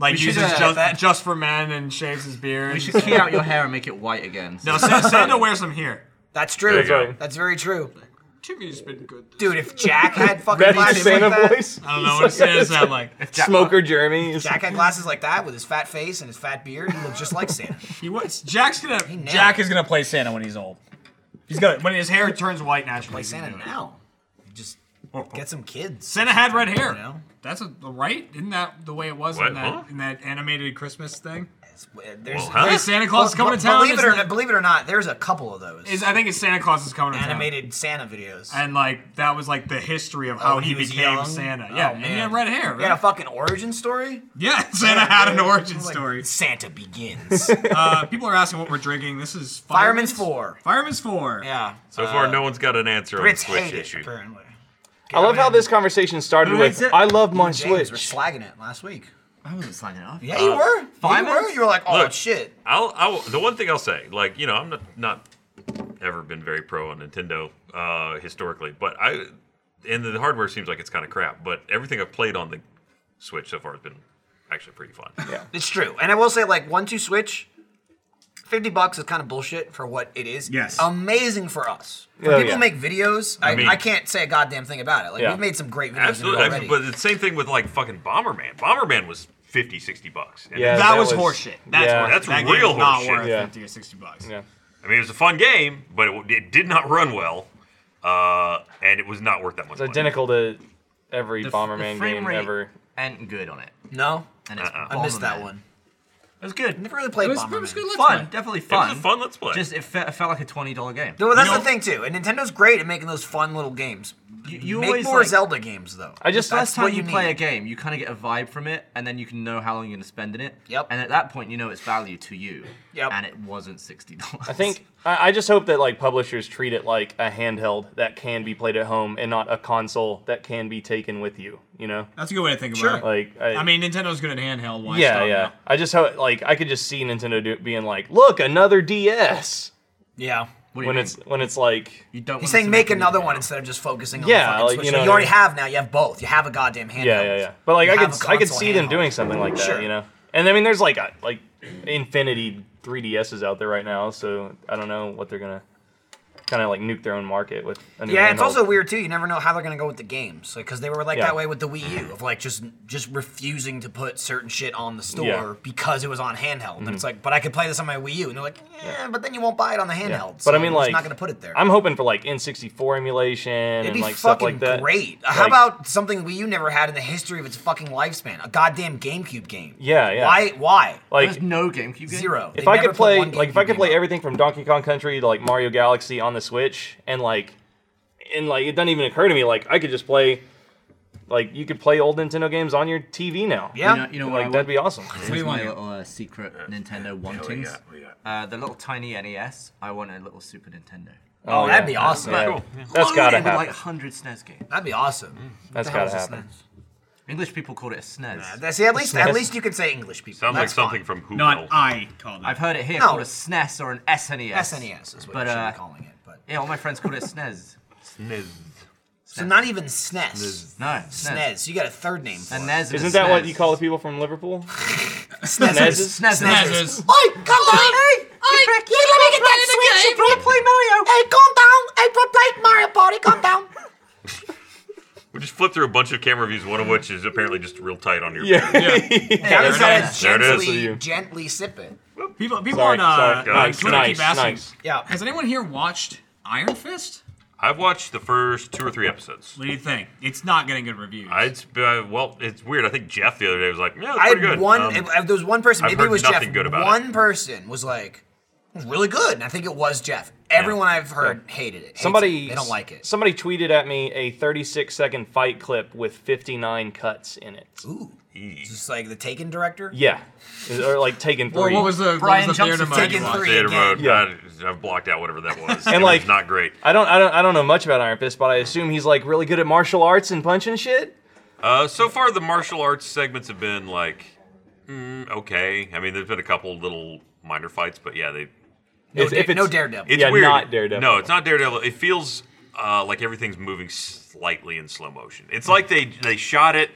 [SPEAKER 5] Like
[SPEAKER 3] We should,
[SPEAKER 5] uses
[SPEAKER 3] uh,
[SPEAKER 5] just, just for men and shaves his beard.
[SPEAKER 3] We should key out your hair and make it white again.
[SPEAKER 5] No, Sa- Santa wears them here.
[SPEAKER 2] That's
[SPEAKER 4] There
[SPEAKER 2] true.
[SPEAKER 4] you go.
[SPEAKER 2] That's very true.
[SPEAKER 5] Timmy's been good. This
[SPEAKER 2] Dude, if Jack had fucking
[SPEAKER 1] That's the
[SPEAKER 2] glasses like
[SPEAKER 1] Santa
[SPEAKER 2] that,
[SPEAKER 1] voice.
[SPEAKER 5] I don't know what Santa sound like.
[SPEAKER 1] Smoker Jeremy. is-
[SPEAKER 2] Jack had glasses like that with his fat face and his fat beard, he looked just like Santa.
[SPEAKER 5] He was, Jack's gonna.
[SPEAKER 2] nailed
[SPEAKER 5] Jack
[SPEAKER 2] it.
[SPEAKER 5] is gonna play Santa when he's old. He's gonna when his hair turns white naturally.
[SPEAKER 2] Like
[SPEAKER 5] he's
[SPEAKER 2] Santa
[SPEAKER 5] gonna do it.
[SPEAKER 2] now. Just get some kids.
[SPEAKER 5] Santa had red
[SPEAKER 2] You
[SPEAKER 5] hair.
[SPEAKER 2] know?
[SPEAKER 5] That's a, right. Isn't that the way it was
[SPEAKER 4] What?
[SPEAKER 5] in that
[SPEAKER 4] Huh?
[SPEAKER 5] in that animated Christmas thing?
[SPEAKER 2] It's- There's,
[SPEAKER 4] Well, huh?
[SPEAKER 5] Hey,
[SPEAKER 2] there's-
[SPEAKER 5] Santa Claus is coming
[SPEAKER 2] b-
[SPEAKER 5] to town.
[SPEAKER 2] Believe it or
[SPEAKER 5] isn't
[SPEAKER 2] not, believe it or not, there's a couple of those
[SPEAKER 5] is I think it's Santa Claus is coming to town.
[SPEAKER 2] animated Santa videos.
[SPEAKER 5] And like that was like the history of how
[SPEAKER 2] when
[SPEAKER 5] he,
[SPEAKER 2] Oh, was
[SPEAKER 5] became
[SPEAKER 2] young?
[SPEAKER 5] Santa.
[SPEAKER 2] Oh,
[SPEAKER 5] Yeah, and
[SPEAKER 2] man.
[SPEAKER 5] he had red hair.
[SPEAKER 2] You got a
[SPEAKER 5] Right?
[SPEAKER 2] fucking origin story?
[SPEAKER 5] Yeah, Santa had an
[SPEAKER 2] dude.
[SPEAKER 5] origin
[SPEAKER 2] It's like
[SPEAKER 5] story.
[SPEAKER 2] Santa begins.
[SPEAKER 5] Uh, people are asking what we're drinking. This is
[SPEAKER 2] Fireman's Four.
[SPEAKER 5] Fireman's Four.
[SPEAKER 2] Yeah.
[SPEAKER 4] so
[SPEAKER 5] Uh,
[SPEAKER 4] far, no one's got an answer on the
[SPEAKER 2] Brits hate
[SPEAKER 4] Switch
[SPEAKER 2] it,
[SPEAKER 4] issue.
[SPEAKER 2] apparently.
[SPEAKER 1] I love how this conversation started
[SPEAKER 3] Who
[SPEAKER 1] with,
[SPEAKER 3] is it?
[SPEAKER 1] "I love my
[SPEAKER 2] James, we're
[SPEAKER 1] Switch."
[SPEAKER 2] slagging it last week.
[SPEAKER 3] I wasn't slanging it off.
[SPEAKER 2] Yeah, you were. You
[SPEAKER 3] Fireman's?
[SPEAKER 2] were. You were like, oh
[SPEAKER 4] Look.
[SPEAKER 2] shit.
[SPEAKER 4] I'll, I'll the one thing I'll say, like you know, I'm not not ever been very pro on Nintendo uh, historically, but I and the hardware seems like it's kind of crap, but everything I've played on the Switch so far has been actually pretty fun. Yeah,
[SPEAKER 2] It's true. And I will say, like, one two switch, fifty bucks is kind of bullshit for what it is.
[SPEAKER 5] Yes.
[SPEAKER 2] Amazing for us. For
[SPEAKER 1] Oh,
[SPEAKER 2] people
[SPEAKER 1] yeah.
[SPEAKER 2] who make videos, I, I,
[SPEAKER 4] mean-
[SPEAKER 2] can't say a goddamn thing about it. Like
[SPEAKER 1] Yeah.
[SPEAKER 2] we've made some great videos in it
[SPEAKER 4] absolutely.
[SPEAKER 2] already.
[SPEAKER 4] But it's the same thing with like fucking Bomberman. Bomberman was 50, 60 bucks. And
[SPEAKER 1] Yeah,
[SPEAKER 5] That,
[SPEAKER 1] That
[SPEAKER 5] was,
[SPEAKER 1] was-
[SPEAKER 5] horseshit. That's
[SPEAKER 1] yeah.
[SPEAKER 5] horseshit.
[SPEAKER 4] That's
[SPEAKER 5] that game
[SPEAKER 4] real
[SPEAKER 5] is not
[SPEAKER 4] horseshit.
[SPEAKER 5] worth
[SPEAKER 1] Yeah.
[SPEAKER 5] fifty or sixty bucks.
[SPEAKER 1] Yeah.
[SPEAKER 4] I mean, it was a fun game, but it, w- it did not run well, uh, and it was not worth that much.
[SPEAKER 1] It's
[SPEAKER 4] money.
[SPEAKER 1] identical to every
[SPEAKER 3] The f-
[SPEAKER 1] Bomberman
[SPEAKER 3] the frame
[SPEAKER 1] game
[SPEAKER 3] rate
[SPEAKER 1] ever.
[SPEAKER 3] ain't good on it.
[SPEAKER 2] no,
[SPEAKER 3] And
[SPEAKER 1] Uh-uh.
[SPEAKER 3] it's
[SPEAKER 2] I missed that
[SPEAKER 3] Bomberman.
[SPEAKER 2] one.
[SPEAKER 3] It was good.
[SPEAKER 2] Never really played
[SPEAKER 5] It was,
[SPEAKER 2] Bomberman.
[SPEAKER 5] it was good. Let's
[SPEAKER 3] fun,
[SPEAKER 5] play.
[SPEAKER 3] definitely
[SPEAKER 4] It
[SPEAKER 3] fun.
[SPEAKER 4] was a fun let's play.
[SPEAKER 3] Just it, fe- it felt like a twenty dollar game.
[SPEAKER 2] No, that's
[SPEAKER 5] You
[SPEAKER 2] the
[SPEAKER 5] know-
[SPEAKER 2] thing too. And Nintendo's great at making those fun little games.
[SPEAKER 3] You, you
[SPEAKER 2] Make
[SPEAKER 3] always
[SPEAKER 2] more
[SPEAKER 3] like,
[SPEAKER 2] Zelda games though.
[SPEAKER 1] I just
[SPEAKER 3] That's
[SPEAKER 2] That's
[SPEAKER 3] time
[SPEAKER 2] what
[SPEAKER 3] you
[SPEAKER 2] you
[SPEAKER 3] play
[SPEAKER 2] need.
[SPEAKER 3] a game, you kind of get a vibe from it, and then you can know how long you're going to spend in it.
[SPEAKER 2] Yep.
[SPEAKER 3] And at that point, you know its value to you.
[SPEAKER 2] Yep.
[SPEAKER 3] And it wasn't sixty dollars.
[SPEAKER 1] I think I, I just hope that like publishers treat it like a handheld that can be played at home and not a console that can be taken with you. You know,
[SPEAKER 5] That's a good way to think about
[SPEAKER 2] Sure.
[SPEAKER 5] it.
[SPEAKER 1] like I,
[SPEAKER 5] I mean, Nintendo's good at handheld. Why
[SPEAKER 1] yeah,
[SPEAKER 5] stop
[SPEAKER 1] yeah.
[SPEAKER 5] now?
[SPEAKER 1] I just hope like I could just see Nintendo do, being like, look, another DS
[SPEAKER 2] Yeah.
[SPEAKER 3] What do you
[SPEAKER 1] when
[SPEAKER 3] mean?
[SPEAKER 1] it's when it's like
[SPEAKER 3] you don't.
[SPEAKER 2] He's
[SPEAKER 3] want
[SPEAKER 2] saying
[SPEAKER 3] to
[SPEAKER 2] make
[SPEAKER 3] a new
[SPEAKER 2] another
[SPEAKER 3] game.
[SPEAKER 2] one instead of just focusing on
[SPEAKER 1] Yeah,
[SPEAKER 2] the fucking
[SPEAKER 1] like,
[SPEAKER 2] Switch.
[SPEAKER 1] you know
[SPEAKER 2] You,
[SPEAKER 1] what I
[SPEAKER 2] already
[SPEAKER 1] mean?
[SPEAKER 2] have now. You have both. You have a goddamn handheld.
[SPEAKER 1] yeah, yeah, yeah. But like
[SPEAKER 2] You
[SPEAKER 1] I
[SPEAKER 2] have
[SPEAKER 1] could
[SPEAKER 2] a
[SPEAKER 1] I could
[SPEAKER 2] console
[SPEAKER 1] see them
[SPEAKER 2] handheld.
[SPEAKER 1] doing something like that.
[SPEAKER 2] Sure.
[SPEAKER 1] You know, and I mean, there's like a, like infinity 3DSs out there right now, so I don't know what they're gonna kind of like nuke their own market with. A new
[SPEAKER 2] Yeah, it's
[SPEAKER 1] handheld.
[SPEAKER 2] also weird too. You never know how they're gonna go with the games, because they were like
[SPEAKER 1] Yeah.
[SPEAKER 2] that way with the Wii U, of like just just refusing to put certain shit on the store
[SPEAKER 1] Yeah. Mm-hmm.
[SPEAKER 2] because it was on handheld. And it's like, but I could play this on my Wii U, and they're like, yeah, but then you won't buy it on the handheld.
[SPEAKER 1] Yeah.
[SPEAKER 2] so
[SPEAKER 1] But I mean,
[SPEAKER 2] we're just
[SPEAKER 1] like,
[SPEAKER 2] not gonna put it there.
[SPEAKER 1] I'm hoping for like N64 emulation
[SPEAKER 2] It'd
[SPEAKER 1] and
[SPEAKER 2] be
[SPEAKER 1] like stuff
[SPEAKER 2] fucking
[SPEAKER 1] like that.
[SPEAKER 2] great. How
[SPEAKER 1] Like,
[SPEAKER 2] about something Wii U never had in the history of its fucking lifespan? A goddamn GameCube game.
[SPEAKER 1] Yeah, yeah.
[SPEAKER 2] Why? Why?
[SPEAKER 1] like
[SPEAKER 3] There's no GameCube game.
[SPEAKER 2] Zero.
[SPEAKER 1] if
[SPEAKER 2] They
[SPEAKER 1] I
[SPEAKER 2] never
[SPEAKER 1] could
[SPEAKER 2] put
[SPEAKER 1] play
[SPEAKER 2] one
[SPEAKER 1] like if I
[SPEAKER 2] GameCube
[SPEAKER 1] could play
[SPEAKER 2] game out.
[SPEAKER 1] everything from Donkey Kong Country to like Mario Galaxy on the Switch and like and like it doesn't even occur to me like I could just play like you could play old Nintendo games on your TV now.
[SPEAKER 2] Yeah.
[SPEAKER 3] You know, you know what?
[SPEAKER 1] Like
[SPEAKER 3] I
[SPEAKER 1] that'd
[SPEAKER 3] want?
[SPEAKER 1] be awesome.
[SPEAKER 3] Here's
[SPEAKER 5] do you
[SPEAKER 3] my
[SPEAKER 5] want?
[SPEAKER 3] little uh, secret Nintendo wantings.
[SPEAKER 4] what do you got?
[SPEAKER 3] Uh, the little tiny NES. I want a little Super Nintendo.
[SPEAKER 2] Oh, that'd be awesome.
[SPEAKER 1] Yeah.
[SPEAKER 4] Cool. Yeah.
[SPEAKER 1] That's gotta
[SPEAKER 3] Loaded with,
[SPEAKER 2] Uh,
[SPEAKER 1] happen.
[SPEAKER 3] Like hundred SNES games.
[SPEAKER 2] That'd be awesome.
[SPEAKER 1] That's
[SPEAKER 2] What
[SPEAKER 1] gotta
[SPEAKER 2] the hell is a
[SPEAKER 1] happen.
[SPEAKER 3] English people called it a E SNES.
[SPEAKER 2] SNES? Uh, See, at least at
[SPEAKER 1] SNES.
[SPEAKER 2] least you can say English people.
[SPEAKER 4] Sounds like
[SPEAKER 2] That's
[SPEAKER 4] something
[SPEAKER 2] fine.
[SPEAKER 4] from Who
[SPEAKER 5] Not
[SPEAKER 4] Will.
[SPEAKER 5] I called it.
[SPEAKER 3] I've heard it here
[SPEAKER 2] No. E
[SPEAKER 3] called a SNES or an SNES.
[SPEAKER 2] uh, SNES is what
[SPEAKER 3] But,
[SPEAKER 2] you should
[SPEAKER 3] uh,
[SPEAKER 2] be calling it. But
[SPEAKER 3] Yeah, all my friends called it SNES.
[SPEAKER 2] so not even E SNES.
[SPEAKER 3] No, SNES.
[SPEAKER 2] SNES. E You got a third name. For
[SPEAKER 3] A
[SPEAKER 2] it.
[SPEAKER 3] NES is a E
[SPEAKER 1] Isn't that what
[SPEAKER 3] SNES.
[SPEAKER 1] you call the people from Liverpool?
[SPEAKER 2] SNES.
[SPEAKER 1] Nezes?
[SPEAKER 3] SNES.
[SPEAKER 5] Snezzers.
[SPEAKER 2] E Oi, come on! Hey, hey, you let me get that switch. You play, play Mario. Hey, calm down. Hey, play, play Mario Party. Calm down.
[SPEAKER 4] We just flipped through a bunch of camera views, one of which is apparently just real tight on your.
[SPEAKER 2] Yeah,
[SPEAKER 5] there
[SPEAKER 2] you
[SPEAKER 5] it
[SPEAKER 2] gotta
[SPEAKER 5] is.
[SPEAKER 4] There it is.
[SPEAKER 2] gently,
[SPEAKER 1] You.
[SPEAKER 2] gently sip it.
[SPEAKER 5] People, people
[SPEAKER 1] Sorry,
[SPEAKER 5] on uh,
[SPEAKER 1] sorry,
[SPEAKER 5] like,
[SPEAKER 4] guys.
[SPEAKER 5] Twitter
[SPEAKER 1] Nice,
[SPEAKER 5] keep asking.
[SPEAKER 1] nice.
[SPEAKER 2] Yeah.
[SPEAKER 5] Has anyone here watched Iron Fist?
[SPEAKER 4] I've watched the first two or three episodes.
[SPEAKER 5] What do you think? It's not getting good reviews.
[SPEAKER 4] I- It's uh, well, it's weird. I think Jeff the other day was like, "Yeah, it's
[SPEAKER 2] I
[SPEAKER 4] pretty
[SPEAKER 2] had
[SPEAKER 4] good."
[SPEAKER 2] one.
[SPEAKER 4] Um,
[SPEAKER 2] if- if there was one person.
[SPEAKER 4] I've
[SPEAKER 2] Maybe
[SPEAKER 4] heard
[SPEAKER 2] it was Jeff.
[SPEAKER 4] nothing good about it.
[SPEAKER 2] one person was like, "It was really good," and I think it was Jeff. Everyone I've heard hated it. hates
[SPEAKER 1] Somebody
[SPEAKER 2] it. they don't like it.
[SPEAKER 1] Somebody tweeted at me a 36 second fight clip with 59 cuts in it.
[SPEAKER 2] Ooh, is this like the Taken director?
[SPEAKER 1] Yeah, or like Taken
[SPEAKER 5] or
[SPEAKER 1] three.
[SPEAKER 5] what was the
[SPEAKER 3] Brian
[SPEAKER 5] what was the
[SPEAKER 3] Jumps
[SPEAKER 5] theater
[SPEAKER 3] is
[SPEAKER 5] mode you
[SPEAKER 2] taking
[SPEAKER 5] watched?
[SPEAKER 2] three.
[SPEAKER 4] Theater
[SPEAKER 2] again.
[SPEAKER 4] Mode.
[SPEAKER 1] Yeah.
[SPEAKER 4] I, I blocked out whatever that was.
[SPEAKER 1] And
[SPEAKER 4] and
[SPEAKER 1] like-
[SPEAKER 4] like, not great.
[SPEAKER 1] I don't, I don't, I don't know much about Iron Fist, but I assume he's like really good at martial arts and punching shit.
[SPEAKER 4] Uh, so far, the martial arts segments have been like mm, okay. I mean, there's been a couple little minor fights, but yeah, they
[SPEAKER 2] No,
[SPEAKER 1] If-
[SPEAKER 2] da-
[SPEAKER 1] if it's-
[SPEAKER 2] no Daredevil.
[SPEAKER 4] It's
[SPEAKER 1] Yeah,
[SPEAKER 4] weird.
[SPEAKER 1] not Daredevil.
[SPEAKER 4] No, it's not Daredevil. It feels uh, like everything's moving slightly in slow motion. It's like they they shot it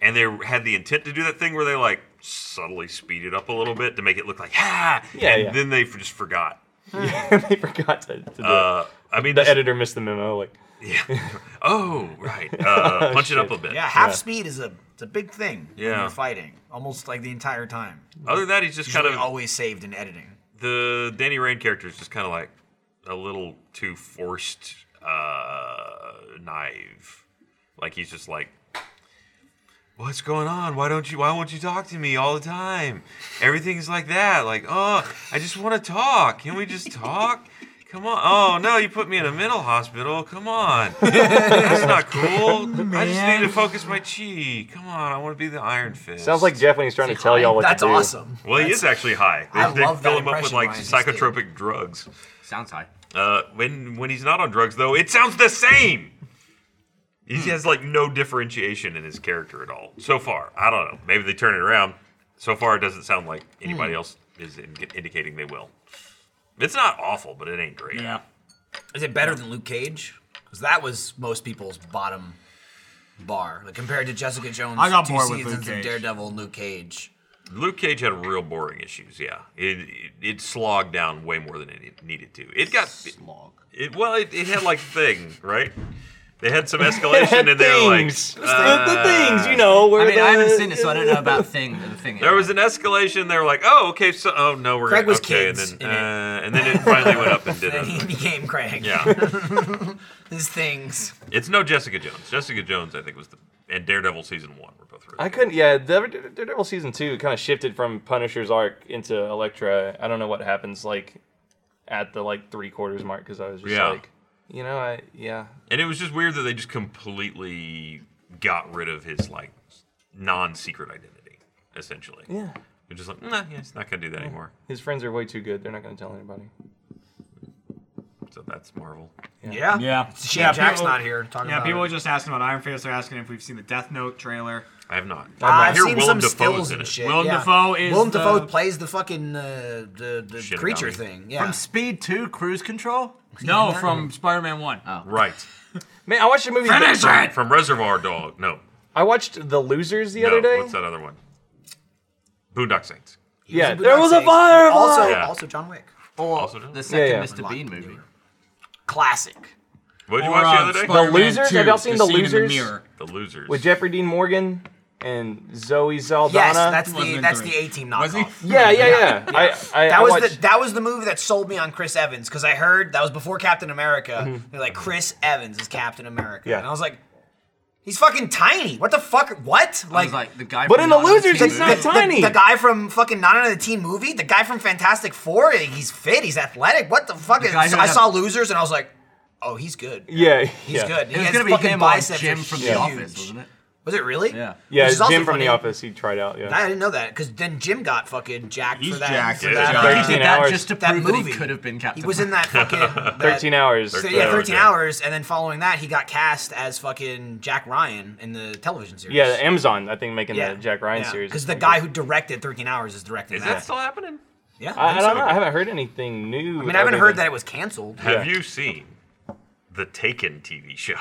[SPEAKER 4] and they had the intent to do that thing where they like subtly speed it up a little bit to make it look like ha,
[SPEAKER 1] Yeah,
[SPEAKER 4] and
[SPEAKER 1] yeah.
[SPEAKER 4] then they f- just forgot.
[SPEAKER 1] they forgot to, to do
[SPEAKER 4] Uh, I mean,
[SPEAKER 1] it. The
[SPEAKER 4] this-
[SPEAKER 1] editor missed the memo. Like,
[SPEAKER 4] Yeah. Oh, right. Uh, punch it up a bit.
[SPEAKER 2] Yeah, half
[SPEAKER 1] Yeah.
[SPEAKER 2] speed is a it's a big thing when
[SPEAKER 4] Yeah.
[SPEAKER 2] you're fighting, almost like the entire time.
[SPEAKER 4] Other than that, he's just kind
[SPEAKER 2] Usually
[SPEAKER 4] of
[SPEAKER 2] always saved in editing.
[SPEAKER 4] the Danny Rand character is just kind of like a little too forced uh, knife. Like he's just like, what's going on? Why don't you? Why won't you talk to me all the time? Everything's like that. Like, oh, I just want to talk. Can we just talk? Come on. Oh no, you put me in a mental hospital. Come on. That's not cool. I just need to focus my chi. Come on. I want to be the Iron Fist.
[SPEAKER 1] sounds like Jeff when he's trying to tell y'all what
[SPEAKER 2] That's
[SPEAKER 1] to do.
[SPEAKER 2] awesome.
[SPEAKER 4] Well, he is actually high. They,
[SPEAKER 2] I
[SPEAKER 4] they
[SPEAKER 2] love that
[SPEAKER 4] fill him up with
[SPEAKER 2] impression,
[SPEAKER 4] like
[SPEAKER 2] Ryan, just did.
[SPEAKER 4] psychotropic drugs.
[SPEAKER 3] Sounds high.
[SPEAKER 4] Uh, when when he's not on drugs, though, it sounds the same. He
[SPEAKER 2] Hmm.
[SPEAKER 4] has like no differentiation in his character at all so far. I don't know. Maybe they turn it around. So far, it doesn't sound like
[SPEAKER 2] Hmm.
[SPEAKER 4] anybody else is in- indicating they will. It's not awful, but it ain't great.
[SPEAKER 5] Yeah.
[SPEAKER 2] Is it better than Luke Cage? Because that was most people's bottom bar. Like compared to Jessica Jones,
[SPEAKER 5] I got
[SPEAKER 2] two
[SPEAKER 5] bored with
[SPEAKER 2] seasons
[SPEAKER 5] Luke
[SPEAKER 2] of
[SPEAKER 5] Cage.
[SPEAKER 2] Daredevil, and Luke Cage.
[SPEAKER 4] Luke Cage had real boring issues. Yeah, it it, it slogged down way more than it needed to. It got
[SPEAKER 3] Slog.
[SPEAKER 4] it, well. It, it had like thing right. They had some escalation, and they were like,
[SPEAKER 1] Things. the, the things, you know. Where
[SPEAKER 3] I mean,
[SPEAKER 1] the,
[SPEAKER 3] I haven't seen it, so I don't know about thing. The thing.
[SPEAKER 4] There was an escalation. They were like, "Oh, okay, so oh no, we're
[SPEAKER 2] Craig
[SPEAKER 4] gonna,
[SPEAKER 2] was
[SPEAKER 4] okay,"
[SPEAKER 2] kids
[SPEAKER 4] and
[SPEAKER 2] in
[SPEAKER 4] then
[SPEAKER 2] it.
[SPEAKER 4] uh, and then it finally went up and did
[SPEAKER 2] Then he
[SPEAKER 4] it.
[SPEAKER 2] became Craig.
[SPEAKER 4] Yeah,
[SPEAKER 2] His things.
[SPEAKER 4] it's no Jessica Jones. Jessica Jones, I think, was the and Daredevil season one. We're both really.
[SPEAKER 1] I couldn't. Yeah, Dare- Daredevil season two kind of shifted from Punisher's arc into Elektra. I don't know what happens like at the like three quarters mark because I was just
[SPEAKER 4] Yeah.
[SPEAKER 1] like, You know, I yeah.
[SPEAKER 4] And it was just weird that they just completely got rid of his like non-secret identity, essentially.
[SPEAKER 1] Yeah.
[SPEAKER 4] They're just like, nah, yeah, he's not gonna do that anymore.
[SPEAKER 1] His friends are way too good. They're not going to tell anybody.
[SPEAKER 4] So that's Marvel.
[SPEAKER 2] Yeah.
[SPEAKER 5] Yeah.
[SPEAKER 2] It's a shame
[SPEAKER 5] Yeah,
[SPEAKER 2] Jack's
[SPEAKER 5] people-
[SPEAKER 2] not here to talk
[SPEAKER 5] Yeah,
[SPEAKER 2] about
[SPEAKER 5] people
[SPEAKER 2] it.
[SPEAKER 5] were just asking about Iron Fist. They're asking if we've seen the Death Note trailer.
[SPEAKER 4] I have not.
[SPEAKER 1] not-
[SPEAKER 4] I
[SPEAKER 2] I've
[SPEAKER 4] hear
[SPEAKER 2] seen
[SPEAKER 4] Willem
[SPEAKER 2] some
[SPEAKER 4] Dafoe's
[SPEAKER 2] stills
[SPEAKER 4] in
[SPEAKER 2] and
[SPEAKER 4] it.
[SPEAKER 2] shit.
[SPEAKER 5] Willem
[SPEAKER 2] yeah.
[SPEAKER 5] Dafoe is
[SPEAKER 2] Willem
[SPEAKER 5] the-
[SPEAKER 2] Dafoe plays the fucking uh, the the
[SPEAKER 4] Shit
[SPEAKER 2] creature
[SPEAKER 4] about me.
[SPEAKER 2] thing. Yeah.
[SPEAKER 3] From Speed 2, Cruise Control?
[SPEAKER 5] No, from Spider-Man One.
[SPEAKER 2] Oh.
[SPEAKER 4] Right.
[SPEAKER 1] Man, I watched a movie.
[SPEAKER 5] Finish it.
[SPEAKER 4] From Reservoir Dog. No.
[SPEAKER 1] I watched The Losers the
[SPEAKER 4] no.
[SPEAKER 1] other day.
[SPEAKER 4] What's that other one? Boondock Saints.
[SPEAKER 1] Yeah,
[SPEAKER 2] But
[SPEAKER 1] there
[SPEAKER 2] not
[SPEAKER 1] was a
[SPEAKER 2] safe.
[SPEAKER 1] fire.
[SPEAKER 2] Also,
[SPEAKER 4] Yeah.
[SPEAKER 2] also John Wick.
[SPEAKER 3] Or
[SPEAKER 4] Also done.
[SPEAKER 3] the second
[SPEAKER 1] yeah.
[SPEAKER 3] Mr. Bean movie.
[SPEAKER 2] Classic.
[SPEAKER 4] What did you
[SPEAKER 5] Or,
[SPEAKER 4] watch the
[SPEAKER 5] um,
[SPEAKER 4] other day?
[SPEAKER 5] Spider-Man
[SPEAKER 1] Losers?
[SPEAKER 5] 2,
[SPEAKER 1] Have y'all seen The
[SPEAKER 5] scene in
[SPEAKER 1] Losers?
[SPEAKER 5] mirror.
[SPEAKER 4] the Losers.
[SPEAKER 1] with Jeffrey Dean Morgan and Zoe Saldana.
[SPEAKER 2] Yes, that's the
[SPEAKER 5] Wasn't
[SPEAKER 2] that's
[SPEAKER 5] three.
[SPEAKER 2] the A team
[SPEAKER 5] Was he?
[SPEAKER 2] knockoff.
[SPEAKER 1] yeah, yeah, yeah. I, I,
[SPEAKER 2] That
[SPEAKER 1] I
[SPEAKER 2] was
[SPEAKER 1] watched,
[SPEAKER 2] the that was the movie that sold me on Chris Evans because I heard that was before Captain America. They're like Chris Evans is Captain America,
[SPEAKER 1] Mm-hmm. Yeah.
[SPEAKER 2] and I was like, he's fucking tiny. What the fuck? What?
[SPEAKER 3] I was like, the guy
[SPEAKER 1] But
[SPEAKER 3] from
[SPEAKER 1] in The
[SPEAKER 3] Not Another
[SPEAKER 1] Losers,
[SPEAKER 3] Teen
[SPEAKER 1] he's
[SPEAKER 3] Movie.
[SPEAKER 1] not tiny.
[SPEAKER 2] The, the guy from fucking Not Another Teen Movie, the guy from Fantastic Four, he's fit, he's athletic. What the fuck? is,
[SPEAKER 3] guy who
[SPEAKER 2] I
[SPEAKER 3] had-
[SPEAKER 2] saw Losers and I was like, oh, he's good.
[SPEAKER 1] yeah,
[SPEAKER 2] He's
[SPEAKER 1] yeah.
[SPEAKER 2] good. He
[SPEAKER 3] It was
[SPEAKER 2] has
[SPEAKER 3] gonna be
[SPEAKER 2] fucking
[SPEAKER 3] him on
[SPEAKER 2] biceps
[SPEAKER 3] Jim
[SPEAKER 2] are
[SPEAKER 3] from
[SPEAKER 2] huge.
[SPEAKER 3] The Office, wasn't it?
[SPEAKER 2] Was it really?
[SPEAKER 3] Yeah.
[SPEAKER 1] Yeah,
[SPEAKER 2] Which is
[SPEAKER 1] Jim
[SPEAKER 2] also
[SPEAKER 1] from
[SPEAKER 2] funny.
[SPEAKER 1] The Office. He tried out. Yeah.
[SPEAKER 2] I didn't know that because then Jim got fucking jacked
[SPEAKER 5] He's
[SPEAKER 2] for that.
[SPEAKER 5] jacked.
[SPEAKER 2] For
[SPEAKER 4] Yeah,
[SPEAKER 2] that,
[SPEAKER 4] he's
[SPEAKER 2] uh,
[SPEAKER 4] jacked.
[SPEAKER 3] He did that just to
[SPEAKER 2] that
[SPEAKER 3] prove
[SPEAKER 2] movie.
[SPEAKER 3] that he could have been Captain
[SPEAKER 2] He was in that fucking that-
[SPEAKER 1] Thirteen hours.
[SPEAKER 2] So,
[SPEAKER 4] Thirteen
[SPEAKER 2] yeah,
[SPEAKER 4] hours,
[SPEAKER 2] 13
[SPEAKER 4] yeah.
[SPEAKER 2] hours, and then following that, he got cast as fucking Jack Ryan in the television series.
[SPEAKER 1] Yeah, Amazon. I think making the Jack Ryan series.
[SPEAKER 2] Because the guy who directed 13 Hours is directing
[SPEAKER 4] Is
[SPEAKER 2] that.
[SPEAKER 4] that still happening?
[SPEAKER 2] yeah, I,
[SPEAKER 1] I, I
[SPEAKER 2] think so.
[SPEAKER 1] don't know. I haven't heard anything new.
[SPEAKER 2] I mean, I haven't heard that it was canceled.
[SPEAKER 4] Have you seen the Taken TV show?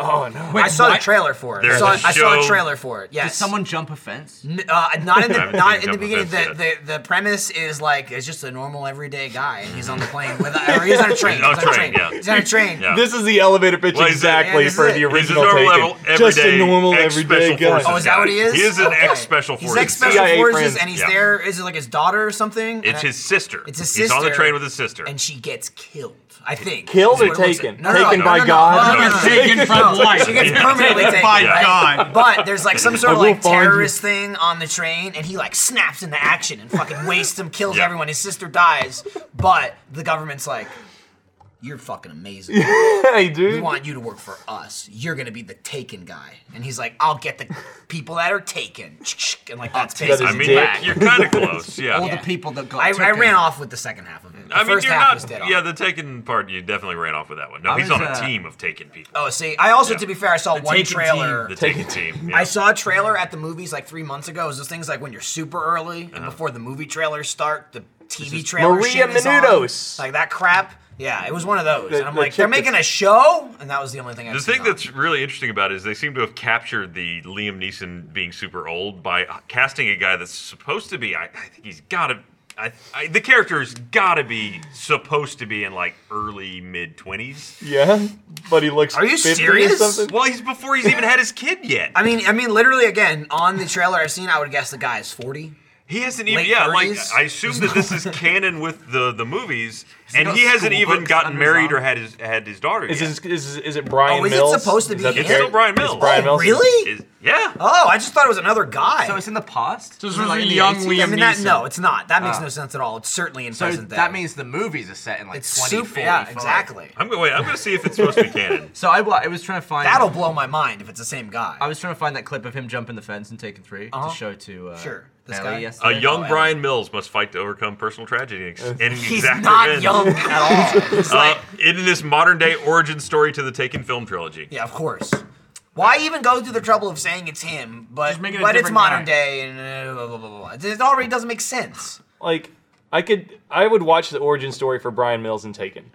[SPEAKER 1] Oh no.
[SPEAKER 2] I saw the
[SPEAKER 5] what?
[SPEAKER 2] trailer for it. I
[SPEAKER 4] There's
[SPEAKER 2] saw,
[SPEAKER 4] a
[SPEAKER 2] I saw a
[SPEAKER 4] show-
[SPEAKER 2] trailer for it. Yes.
[SPEAKER 3] Did someone jump a fence?
[SPEAKER 2] N- Uh, not in the
[SPEAKER 4] haven't
[SPEAKER 2] not in
[SPEAKER 4] seen
[SPEAKER 2] the
[SPEAKER 4] Double
[SPEAKER 2] beginning. The,
[SPEAKER 4] Fist
[SPEAKER 2] the the premise is like it's just a normal everyday guy, and he's on the plane with or he's on a train.
[SPEAKER 4] On
[SPEAKER 2] he's on a
[SPEAKER 4] train,
[SPEAKER 2] train.
[SPEAKER 4] yeah.
[SPEAKER 2] He's on a train.
[SPEAKER 4] Yeah.
[SPEAKER 1] This is the elevator pitch
[SPEAKER 4] Well, he's a-
[SPEAKER 1] exactly
[SPEAKER 2] yeah, this
[SPEAKER 1] for
[SPEAKER 2] is
[SPEAKER 1] the
[SPEAKER 2] it. He's a
[SPEAKER 1] original
[SPEAKER 4] normal
[SPEAKER 1] Taken.
[SPEAKER 4] level,
[SPEAKER 1] Just a
[SPEAKER 4] everyday
[SPEAKER 1] normal
[SPEAKER 4] ex-special
[SPEAKER 1] everyday guy.
[SPEAKER 4] forces.
[SPEAKER 2] Oh, is that what he is?
[SPEAKER 4] He is an
[SPEAKER 2] Okay.
[SPEAKER 4] ex-special
[SPEAKER 2] He's
[SPEAKER 4] forces
[SPEAKER 2] ex special
[SPEAKER 1] CIA
[SPEAKER 2] forces,
[SPEAKER 1] friend.
[SPEAKER 2] and he's
[SPEAKER 4] Yeah.
[SPEAKER 2] there. Is it like his daughter or something?
[SPEAKER 4] It's
[SPEAKER 2] And I-
[SPEAKER 4] his sister.
[SPEAKER 2] It's his
[SPEAKER 4] He's on the
[SPEAKER 2] sister.
[SPEAKER 4] train with his sister.
[SPEAKER 2] and she gets killed. I think
[SPEAKER 1] Killed
[SPEAKER 2] Is
[SPEAKER 1] or
[SPEAKER 2] what it looks
[SPEAKER 1] taken?
[SPEAKER 2] like. No, no,
[SPEAKER 1] Taken
[SPEAKER 2] no,
[SPEAKER 1] by
[SPEAKER 2] no, no,
[SPEAKER 1] God?
[SPEAKER 2] No, no, no, no.
[SPEAKER 5] Taken from life.
[SPEAKER 2] She gets permanently taken.
[SPEAKER 5] by
[SPEAKER 2] right?
[SPEAKER 5] God.
[SPEAKER 2] But there's like some sort of
[SPEAKER 1] I will
[SPEAKER 2] like
[SPEAKER 1] find you.
[SPEAKER 2] terrorist thing on the train, and he like snaps into action and fucking wastes him, kills
[SPEAKER 4] Yeah.
[SPEAKER 2] everyone. His sister dies, but the government's like, "You're fucking amazing.
[SPEAKER 1] Hey,
[SPEAKER 2] We
[SPEAKER 1] dude.
[SPEAKER 2] want you to work for us. You're gonna be the taken guy." And he's like, "I'll get the people that are taken." And like that's
[SPEAKER 1] That is
[SPEAKER 2] taken.
[SPEAKER 4] I mean,
[SPEAKER 1] dick.
[SPEAKER 4] you're kind of close. Yeah.
[SPEAKER 3] All the people that got
[SPEAKER 2] I, I
[SPEAKER 3] taken.
[SPEAKER 2] ran off with the second half of it. The
[SPEAKER 4] I mean,
[SPEAKER 2] first
[SPEAKER 4] you're
[SPEAKER 2] half
[SPEAKER 4] not.
[SPEAKER 2] was dead on.
[SPEAKER 4] yeah, the Taken part, you definitely ran off with that one. No,
[SPEAKER 3] I
[SPEAKER 4] he's
[SPEAKER 3] was,
[SPEAKER 4] on a
[SPEAKER 3] uh,
[SPEAKER 4] team of Taken people.
[SPEAKER 2] Oh, see, I also, to be fair, I saw one
[SPEAKER 5] Taken
[SPEAKER 2] trailer.
[SPEAKER 4] the Taken team. Yeah.
[SPEAKER 2] I saw a trailer at the movies like three months ago. It was those things like when you're super early and before the movie trailers start, the TV trailer
[SPEAKER 1] Maria
[SPEAKER 2] shit is
[SPEAKER 1] Menounos.
[SPEAKER 2] on, like that crap. Yeah, it was one of those,
[SPEAKER 1] The-
[SPEAKER 2] and I'm
[SPEAKER 1] the
[SPEAKER 2] like, they're
[SPEAKER 1] chick
[SPEAKER 2] making
[SPEAKER 1] that's-
[SPEAKER 2] a show, and that was the only thing. I
[SPEAKER 4] The thing that's really interesting about it is they seem to have captured the Liam Neeson being super old by uh, casting a guy that's supposed to be. I, I think he's got to. I, I, the character's got to be supposed to be in like early mid twenties.
[SPEAKER 1] Yeah, but he looks.
[SPEAKER 2] Are you
[SPEAKER 1] 50 or
[SPEAKER 2] serious?
[SPEAKER 1] something?
[SPEAKER 4] Well, he's before he's even had his kid yet.
[SPEAKER 2] I mean, I mean, literally, again, on the trailer I've seen, I would guess the guy is 40.
[SPEAKER 4] He hasn't even.
[SPEAKER 2] Late
[SPEAKER 4] Yeah, like
[SPEAKER 2] 30s?
[SPEAKER 4] I assume that this is canon with the the movies,
[SPEAKER 3] he
[SPEAKER 4] and
[SPEAKER 3] got
[SPEAKER 4] he
[SPEAKER 3] school
[SPEAKER 4] hasn't even
[SPEAKER 3] books
[SPEAKER 4] gotten
[SPEAKER 3] under his
[SPEAKER 4] married or
[SPEAKER 3] arm?
[SPEAKER 4] had his had his daughter
[SPEAKER 1] Is,
[SPEAKER 4] yet.
[SPEAKER 1] this, is, is it Brian
[SPEAKER 2] Oh, is it
[SPEAKER 1] Mills?
[SPEAKER 2] supposed to be
[SPEAKER 1] that the
[SPEAKER 2] him? Oh,
[SPEAKER 4] it's still
[SPEAKER 1] character?
[SPEAKER 4] Brian Mills.
[SPEAKER 1] Brian Mills.
[SPEAKER 2] Really?
[SPEAKER 4] Is- yeah.
[SPEAKER 2] Oh, I just thought it was another guy.
[SPEAKER 3] So it's in the past?
[SPEAKER 5] So it's
[SPEAKER 3] Is it
[SPEAKER 5] really
[SPEAKER 3] in the
[SPEAKER 5] young
[SPEAKER 3] 80s?
[SPEAKER 5] Liam
[SPEAKER 2] I Oh, mean, that
[SPEAKER 5] Neeson.
[SPEAKER 2] no, it's not. That makes
[SPEAKER 3] Ah.
[SPEAKER 2] no sense at all. It's certainly in
[SPEAKER 3] So
[SPEAKER 2] present day.
[SPEAKER 3] that means the movies are set in like
[SPEAKER 2] it's
[SPEAKER 3] 20,
[SPEAKER 2] super. Yeah,
[SPEAKER 3] 45.
[SPEAKER 2] exactly.
[SPEAKER 4] I'm gonna wait. I'm gonna see if it's supposed to be canon.
[SPEAKER 3] So I, wa- I was trying to find.
[SPEAKER 2] That'll blow my mind if it's the same guy.
[SPEAKER 3] I was trying to find that clip of him jumping the fence and taking 3
[SPEAKER 2] Uh-huh.
[SPEAKER 3] to show to uh,
[SPEAKER 2] Sure. This
[SPEAKER 3] Ellie
[SPEAKER 2] guy?
[SPEAKER 4] A
[SPEAKER 3] yesterday.
[SPEAKER 4] young
[SPEAKER 3] Oh, Ellie.
[SPEAKER 4] Brian Mills must fight to overcome personal tragedy and ex- and
[SPEAKER 2] He's
[SPEAKER 4] exact
[SPEAKER 2] not
[SPEAKER 4] revenge.
[SPEAKER 2] young at all. It's
[SPEAKER 4] Uh,
[SPEAKER 2] like,
[SPEAKER 4] in this modern day origin story to the Taken film trilogy.
[SPEAKER 2] yeah, of course. Why even go through the trouble of saying it's him? But
[SPEAKER 5] Just make it a
[SPEAKER 2] but it's
[SPEAKER 5] different
[SPEAKER 2] modern
[SPEAKER 5] guy.
[SPEAKER 2] day and uh, blah, blah, blah, blah. It- It already doesn't make sense.
[SPEAKER 1] Like, I could, I would watch the origin story for Brian Mills and Taken.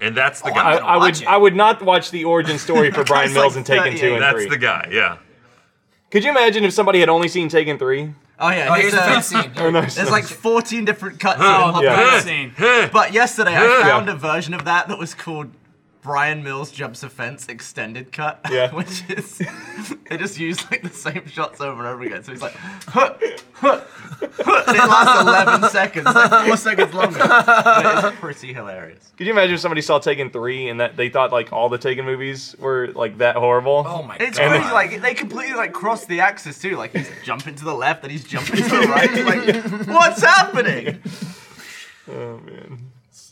[SPEAKER 4] And that's the
[SPEAKER 2] Oh,
[SPEAKER 4] guy.
[SPEAKER 1] I,
[SPEAKER 2] gonna
[SPEAKER 1] I would,
[SPEAKER 2] watch it.
[SPEAKER 1] I would not watch the origin story for Brian
[SPEAKER 3] It's
[SPEAKER 1] Mills
[SPEAKER 3] like
[SPEAKER 1] and Taken
[SPEAKER 3] 38.
[SPEAKER 1] two and
[SPEAKER 4] that's
[SPEAKER 1] three.
[SPEAKER 4] the guy, yeah.
[SPEAKER 1] could you imagine if somebody had only seen Taken three?
[SPEAKER 3] Oh yeah,
[SPEAKER 2] Oh, here's the
[SPEAKER 3] a-
[SPEAKER 2] fence scene.
[SPEAKER 1] Oh, no,
[SPEAKER 3] There's like 14 different cuts. in one
[SPEAKER 5] Oh,
[SPEAKER 1] Yeah.
[SPEAKER 5] yeah.
[SPEAKER 1] Huh.
[SPEAKER 5] scene.
[SPEAKER 3] But yesterday I
[SPEAKER 4] Yeah.
[SPEAKER 3] found a version of that that was called Brian Mills jumps a fence extended cut.
[SPEAKER 1] Yeah.
[SPEAKER 3] which is they just use like the same shots over and over again. So he's like, huh, huh, huh. and it lasts 11 seconds, like four seconds longer. But it's pretty hilarious.
[SPEAKER 1] Could you imagine if somebody saw Taken three and that they thought like all the Taken movies were like that horrible?
[SPEAKER 2] Oh my
[SPEAKER 3] It's
[SPEAKER 2] god.
[SPEAKER 3] crazy, like they completely like cross the axis too. Like he's jumping to the left and he's jumping to the right. It's like, what's happening?
[SPEAKER 1] Oh, man.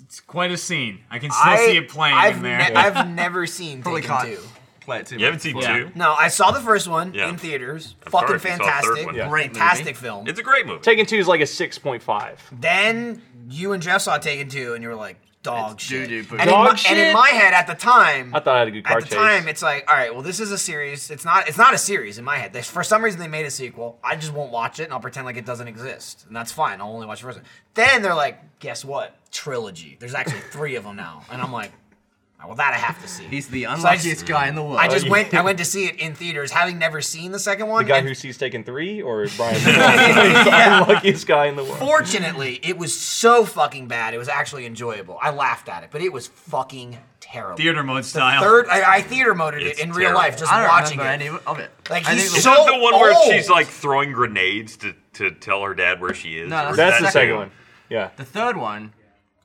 [SPEAKER 5] It's quite a scene. I can still
[SPEAKER 2] I
[SPEAKER 5] see it playing
[SPEAKER 2] I've
[SPEAKER 5] in there.
[SPEAKER 2] ne- I've never seen
[SPEAKER 3] Probably
[SPEAKER 2] Taken
[SPEAKER 3] can't
[SPEAKER 2] Two.
[SPEAKER 3] play it too.
[SPEAKER 4] You haven't seen
[SPEAKER 5] Yeah.
[SPEAKER 4] two?
[SPEAKER 2] No, I saw the first one
[SPEAKER 4] Yeah.
[SPEAKER 2] in theaters.
[SPEAKER 4] I'm
[SPEAKER 2] Fucking
[SPEAKER 4] sorry if you saw the third
[SPEAKER 2] fantastic,
[SPEAKER 4] one.
[SPEAKER 1] Yeah.
[SPEAKER 3] Great
[SPEAKER 2] fantastic
[SPEAKER 3] movie.
[SPEAKER 2] film.
[SPEAKER 4] It's a great movie.
[SPEAKER 1] Taken Two is like a six point five.
[SPEAKER 2] then you and Jeff saw Taken Two, and you were like, "Dog
[SPEAKER 3] It's
[SPEAKER 2] shit."
[SPEAKER 3] doo-doo poo.
[SPEAKER 2] and, in
[SPEAKER 1] Dog
[SPEAKER 2] my, and in
[SPEAKER 1] shit?
[SPEAKER 2] my head at the time,
[SPEAKER 1] I thought I had a good car
[SPEAKER 2] at the
[SPEAKER 1] chase.
[SPEAKER 2] time, it's like, all right, well, this is a series. It's not. It's not a series in my head. They, for some reason, they made a sequel. I just won't watch it, and I'll pretend like it doesn't exist, and that's fine. I'll only watch the first one. Then they're like, guess what? Trilogy. There's actually three of them now, and I'm like, "All right, well, that I have to see.
[SPEAKER 3] He's the
[SPEAKER 2] So I just-
[SPEAKER 3] unluckiest guy in the world.
[SPEAKER 2] I just
[SPEAKER 1] yeah.
[SPEAKER 2] went. I went to see it in theaters, having never seen the second one.
[SPEAKER 1] the guy
[SPEAKER 2] and
[SPEAKER 1] who sees Taken Three or Brian, He's the luckiest guy in the world.
[SPEAKER 2] fortunately, it was so fucking bad. It was actually enjoyable. I laughed at it, but it was fucking terrible.
[SPEAKER 5] Theater mode style.
[SPEAKER 2] Third, I, I theater moded it
[SPEAKER 4] It's
[SPEAKER 2] in real
[SPEAKER 4] terrible.
[SPEAKER 2] life, just
[SPEAKER 3] I don't
[SPEAKER 2] watching
[SPEAKER 3] remember
[SPEAKER 2] it.
[SPEAKER 3] any of it.
[SPEAKER 2] Like,
[SPEAKER 3] I
[SPEAKER 2] he's
[SPEAKER 3] think
[SPEAKER 4] Is
[SPEAKER 3] the-
[SPEAKER 2] so-
[SPEAKER 4] that the one where
[SPEAKER 2] old.
[SPEAKER 4] she's like throwing grenades to, to tell her dad where she is?
[SPEAKER 3] No,
[SPEAKER 4] Or
[SPEAKER 3] that's
[SPEAKER 4] is
[SPEAKER 1] That's
[SPEAKER 4] that
[SPEAKER 1] the second
[SPEAKER 4] two?
[SPEAKER 1] one. Yeah.
[SPEAKER 3] the third one.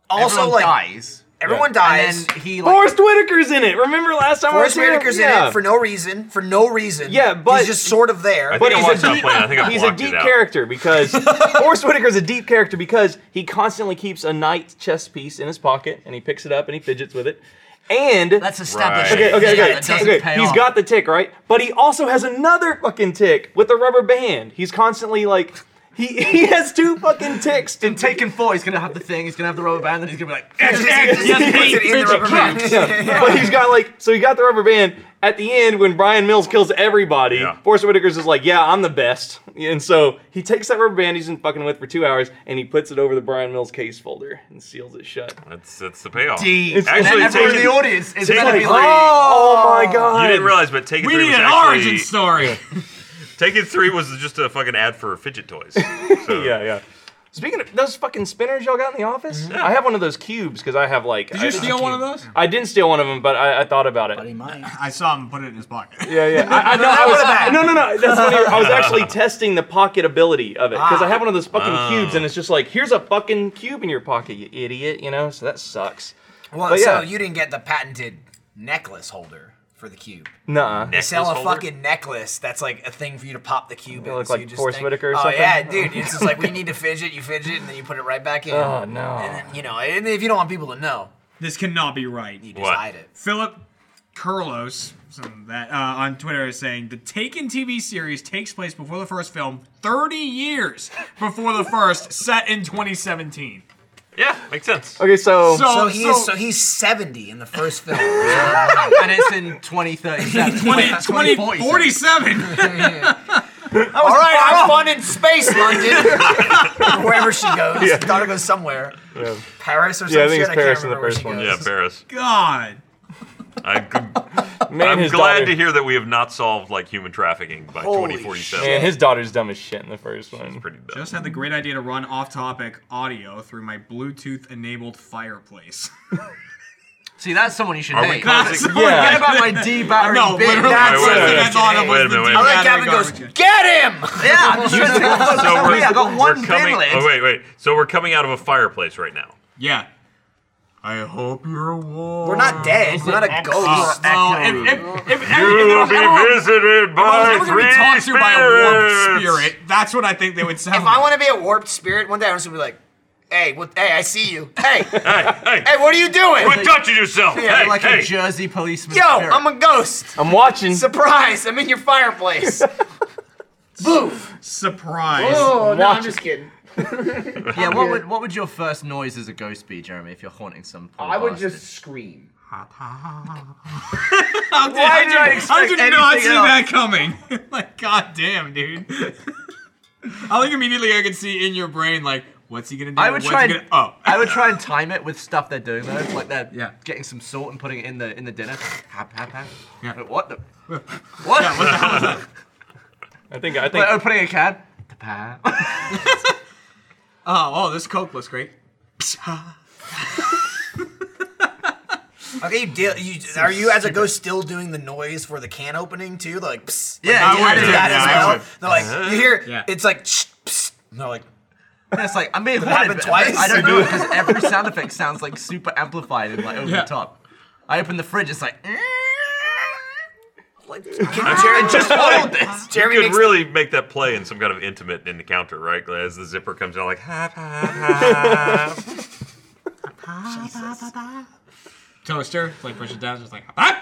[SPEAKER 2] also,
[SPEAKER 3] everyone
[SPEAKER 2] like
[SPEAKER 3] dies.
[SPEAKER 2] everyone dies.
[SPEAKER 3] And then he like
[SPEAKER 1] Forrest Whitaker's in it. Remember last time
[SPEAKER 2] Forrest
[SPEAKER 1] I was here?
[SPEAKER 2] Whitaker's in
[SPEAKER 1] Yeah.
[SPEAKER 2] it for no reason. For no reason.
[SPEAKER 1] Yeah, but-
[SPEAKER 2] he's just sort of there.
[SPEAKER 4] I think
[SPEAKER 1] But
[SPEAKER 4] I
[SPEAKER 1] he's
[SPEAKER 4] watched
[SPEAKER 1] a
[SPEAKER 4] that
[SPEAKER 1] deep,
[SPEAKER 4] play. and I think I
[SPEAKER 1] he's a
[SPEAKER 4] blocked
[SPEAKER 1] deep
[SPEAKER 4] it out.
[SPEAKER 1] character because Forrest Whitaker's a deep character because he constantly keeps a knight chess piece in his pocket and he picks it up and he fidgets with it. And
[SPEAKER 3] let's establish.
[SPEAKER 4] Right.
[SPEAKER 1] okay, okay,
[SPEAKER 2] He's got
[SPEAKER 1] okay,
[SPEAKER 2] the tick.
[SPEAKER 1] okay.
[SPEAKER 3] Pay
[SPEAKER 1] He's
[SPEAKER 3] off.
[SPEAKER 1] got the tick, right? But he also has another fucking tick with a rubber band. He's constantly like, he he has two fucking ticks to
[SPEAKER 3] In Taken Four, he's gonna have the thing. He's gonna have the rubber band, and he's gonna be like, "Eh,
[SPEAKER 2] Just- just- just puts it in the rubber band.
[SPEAKER 1] Yeah, but he's got like so he got the rubber band at the end when Brian Mills kills everybody.
[SPEAKER 4] Yeah.
[SPEAKER 1] Forrest Whitaker's is like, yeah, I'm the best, and so he takes that rubber band he's been fucking with for two hours and he puts it over the Brian Mills case folder and seals it shut.
[SPEAKER 4] That's, that's the payoff.
[SPEAKER 3] D."
[SPEAKER 1] It's-
[SPEAKER 4] Actually,
[SPEAKER 3] and everyone in
[SPEAKER 4] Taken-
[SPEAKER 3] the audience is
[SPEAKER 1] It's
[SPEAKER 3] gonna
[SPEAKER 1] like,
[SPEAKER 3] be like,
[SPEAKER 1] oh, my god!
[SPEAKER 4] You didn't realize, but Taken
[SPEAKER 5] we
[SPEAKER 4] 3
[SPEAKER 5] need
[SPEAKER 4] was
[SPEAKER 5] an
[SPEAKER 4] actually...
[SPEAKER 5] origin story.
[SPEAKER 4] Taken 3 was just a fucking ad for fidget toys. So,
[SPEAKER 1] Yeah, yeah. Speaking of those fucking spinners y'all got in the office, I have one of those cubes because I have like.
[SPEAKER 5] Did
[SPEAKER 1] I,
[SPEAKER 5] you steal one of those?
[SPEAKER 1] I didn't steal one of them, but I, I thought about it.
[SPEAKER 5] I saw him put it in his pocket.
[SPEAKER 1] Yeah, yeah. I, I, no, I
[SPEAKER 2] what about-
[SPEAKER 1] was, no, no, no. That's funny. I was actually testing the pocket ability of it because I have one of those fucking cubes, and it's just like, here's a fucking cube in your pocket, you idiot. You know, so that sucks.
[SPEAKER 2] Well,
[SPEAKER 1] But yeah.
[SPEAKER 2] so you didn't get the patented necklace holder for the cube.
[SPEAKER 1] Nuh-uh.
[SPEAKER 4] necklace
[SPEAKER 2] Sell a
[SPEAKER 4] holder?
[SPEAKER 2] fucking necklace that's like a thing for you to pop the cube in.
[SPEAKER 1] look
[SPEAKER 2] so
[SPEAKER 1] like
[SPEAKER 2] you just
[SPEAKER 1] Forrest
[SPEAKER 2] think-
[SPEAKER 1] Whitaker or
[SPEAKER 2] oh,
[SPEAKER 1] something?
[SPEAKER 2] yeah, dude. It's just like we need to fidget. You fidget and then you put it right back in.
[SPEAKER 1] Oh no.
[SPEAKER 2] And then, you know, and if you don't want people to know,
[SPEAKER 5] This cannot be right.
[SPEAKER 2] you just
[SPEAKER 4] What?
[SPEAKER 2] hide it.
[SPEAKER 5] Philip Kurlos, some that uh, on Twitter is saying the Taken TV series takes place before the first film, 30 years before the first, set in 2017.
[SPEAKER 4] Yeah, makes sense.
[SPEAKER 1] Okay, Oh, so,
[SPEAKER 5] So-
[SPEAKER 2] So he's
[SPEAKER 5] so-
[SPEAKER 2] so he's seventy in the first film.
[SPEAKER 3] and it's in 2037.
[SPEAKER 5] 20, 20,
[SPEAKER 3] 2047.
[SPEAKER 5] 47.
[SPEAKER 2] All right, have fun in space, London. Wherever she goes, yeah. gotta go somewhere.
[SPEAKER 1] yeah.
[SPEAKER 2] Paris or some
[SPEAKER 1] Yeah, I think
[SPEAKER 2] shit.
[SPEAKER 1] it's
[SPEAKER 2] I
[SPEAKER 1] Paris
[SPEAKER 2] can't
[SPEAKER 1] in the
[SPEAKER 2] remember where
[SPEAKER 1] first
[SPEAKER 2] she
[SPEAKER 1] one,
[SPEAKER 2] goes.
[SPEAKER 4] Yeah, Paris.
[SPEAKER 5] God.
[SPEAKER 4] I'm,
[SPEAKER 1] man,
[SPEAKER 4] I'm
[SPEAKER 1] his
[SPEAKER 4] glad
[SPEAKER 1] daughter,
[SPEAKER 4] to hear that we have not solved like human trafficking by
[SPEAKER 2] Holy
[SPEAKER 4] 2047.
[SPEAKER 1] Man, his daughter's dumb as shit in the first one.
[SPEAKER 4] Pretty dumb.
[SPEAKER 5] Just had the great idea to run off topic audio through my Bluetooth enabled fireplace.
[SPEAKER 3] See, that's someone you should
[SPEAKER 4] Are we
[SPEAKER 3] hate.
[SPEAKER 4] classic-
[SPEAKER 5] That's-
[SPEAKER 1] Yeah.
[SPEAKER 3] Forget about my D battery.
[SPEAKER 5] No,
[SPEAKER 3] bit.
[SPEAKER 5] literally.
[SPEAKER 3] That's
[SPEAKER 4] Wait, wait,
[SPEAKER 3] it.
[SPEAKER 4] wait.
[SPEAKER 5] I thought it was
[SPEAKER 4] Wait a minute,
[SPEAKER 5] the
[SPEAKER 4] wait a
[SPEAKER 5] D
[SPEAKER 4] minute.
[SPEAKER 2] I like Gavin
[SPEAKER 5] battery
[SPEAKER 2] goes,
[SPEAKER 5] garbage can.
[SPEAKER 2] get him!
[SPEAKER 3] Yeah, I'm just trying to take
[SPEAKER 4] So we're,
[SPEAKER 3] I got one
[SPEAKER 4] we're coming.
[SPEAKER 3] bin lid.
[SPEAKER 4] Oh wait, wait. So we're coming out of a fireplace right now.
[SPEAKER 5] Yeah. I hope you're warm.
[SPEAKER 2] We're not dead. We're not a ghost.
[SPEAKER 3] Uh,
[SPEAKER 5] Well, if, if, if, if,
[SPEAKER 4] You'll
[SPEAKER 5] if,
[SPEAKER 4] be
[SPEAKER 5] everyone-
[SPEAKER 4] visited
[SPEAKER 5] If I
[SPEAKER 4] by
[SPEAKER 5] was ever
[SPEAKER 4] three
[SPEAKER 5] gonna be talked to by a warped
[SPEAKER 4] spirits.
[SPEAKER 5] spirit, that's what I think they would
[SPEAKER 2] If
[SPEAKER 5] sound.
[SPEAKER 2] I want to be a warped spirit, one day I'm just gonna be like, hey, what, hey, I see you. Hey, hey,
[SPEAKER 4] Hey, hey,
[SPEAKER 2] what are you doing?
[SPEAKER 4] quit touching yourself.
[SPEAKER 2] Yeah,
[SPEAKER 4] hey,
[SPEAKER 3] like
[SPEAKER 4] hey.
[SPEAKER 3] a Jersey policeman.
[SPEAKER 2] Yo,
[SPEAKER 3] spirit.
[SPEAKER 2] I'm a ghost.
[SPEAKER 1] I'm watching.
[SPEAKER 2] Surprise, I'm in your fireplace.
[SPEAKER 5] surprise.
[SPEAKER 2] Oh,
[SPEAKER 1] I'm watching.
[SPEAKER 2] kidding.
[SPEAKER 3] yeah. What would what would your first noise as a ghost be, Jeremy? If you're haunting some. poor bastard?
[SPEAKER 2] scream.
[SPEAKER 5] How did,
[SPEAKER 3] Why
[SPEAKER 5] I
[SPEAKER 3] did
[SPEAKER 5] did,
[SPEAKER 3] I
[SPEAKER 5] I
[SPEAKER 3] expect
[SPEAKER 5] did not
[SPEAKER 3] anything
[SPEAKER 5] see
[SPEAKER 3] else?
[SPEAKER 5] that coming. like, goddamn, dude. I think immediately I could see in your brain, like, what's he gonna do?
[SPEAKER 3] I would
[SPEAKER 5] What's
[SPEAKER 3] try.
[SPEAKER 5] he
[SPEAKER 3] And,
[SPEAKER 5] gonna- oh,
[SPEAKER 3] I would try and time it with stuff they're doing though, like they're
[SPEAKER 5] Yeah.
[SPEAKER 3] getting some salt and putting it in the in the dinner. Hap hap hap.
[SPEAKER 5] Yeah.
[SPEAKER 3] Like, what the? What?
[SPEAKER 5] Yeah, what the hell is that?
[SPEAKER 1] I think I think
[SPEAKER 3] Like, opening a can. The pa-
[SPEAKER 5] Oh, oh, this Coke looks great.
[SPEAKER 2] Okay, you deal, you, are you as a ghost still doing the noise for the can opening too? Like, psst. Like,
[SPEAKER 3] Yeah,
[SPEAKER 2] you
[SPEAKER 3] yeah,
[SPEAKER 2] do
[SPEAKER 5] yeah,
[SPEAKER 2] that
[SPEAKER 5] yeah,
[SPEAKER 2] as
[SPEAKER 5] I
[SPEAKER 2] well.
[SPEAKER 5] would.
[SPEAKER 2] They're like, you hear,
[SPEAKER 5] Yeah.
[SPEAKER 2] it's like, psst, psst. And they're like,
[SPEAKER 3] It's like I'm being
[SPEAKER 2] happened
[SPEAKER 3] haunted. but
[SPEAKER 2] twice?
[SPEAKER 3] I don't know because every sound effect sounds like super amplified and like over
[SPEAKER 5] Yeah.
[SPEAKER 3] the top. I open the fridge. It's like.
[SPEAKER 2] like can Jerry just hold this? Jeremy
[SPEAKER 4] You could
[SPEAKER 2] makes
[SPEAKER 4] really make that play in some kind of intimate encounter, right? As the zipper comes out, like, ha, ha, ha.
[SPEAKER 5] Toaster, like push it down, just like. Ah!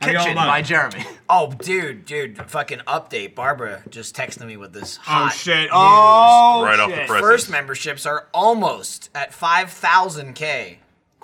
[SPEAKER 3] Kitchen by Jeremy.
[SPEAKER 2] Oh, dude, dude, fucking update. Barbara just texted me with this.
[SPEAKER 5] Oh
[SPEAKER 2] Hot
[SPEAKER 5] shit! Oh,
[SPEAKER 4] right
[SPEAKER 5] shit.
[SPEAKER 4] off the presses.
[SPEAKER 2] First memberships are almost at 5,000K. Or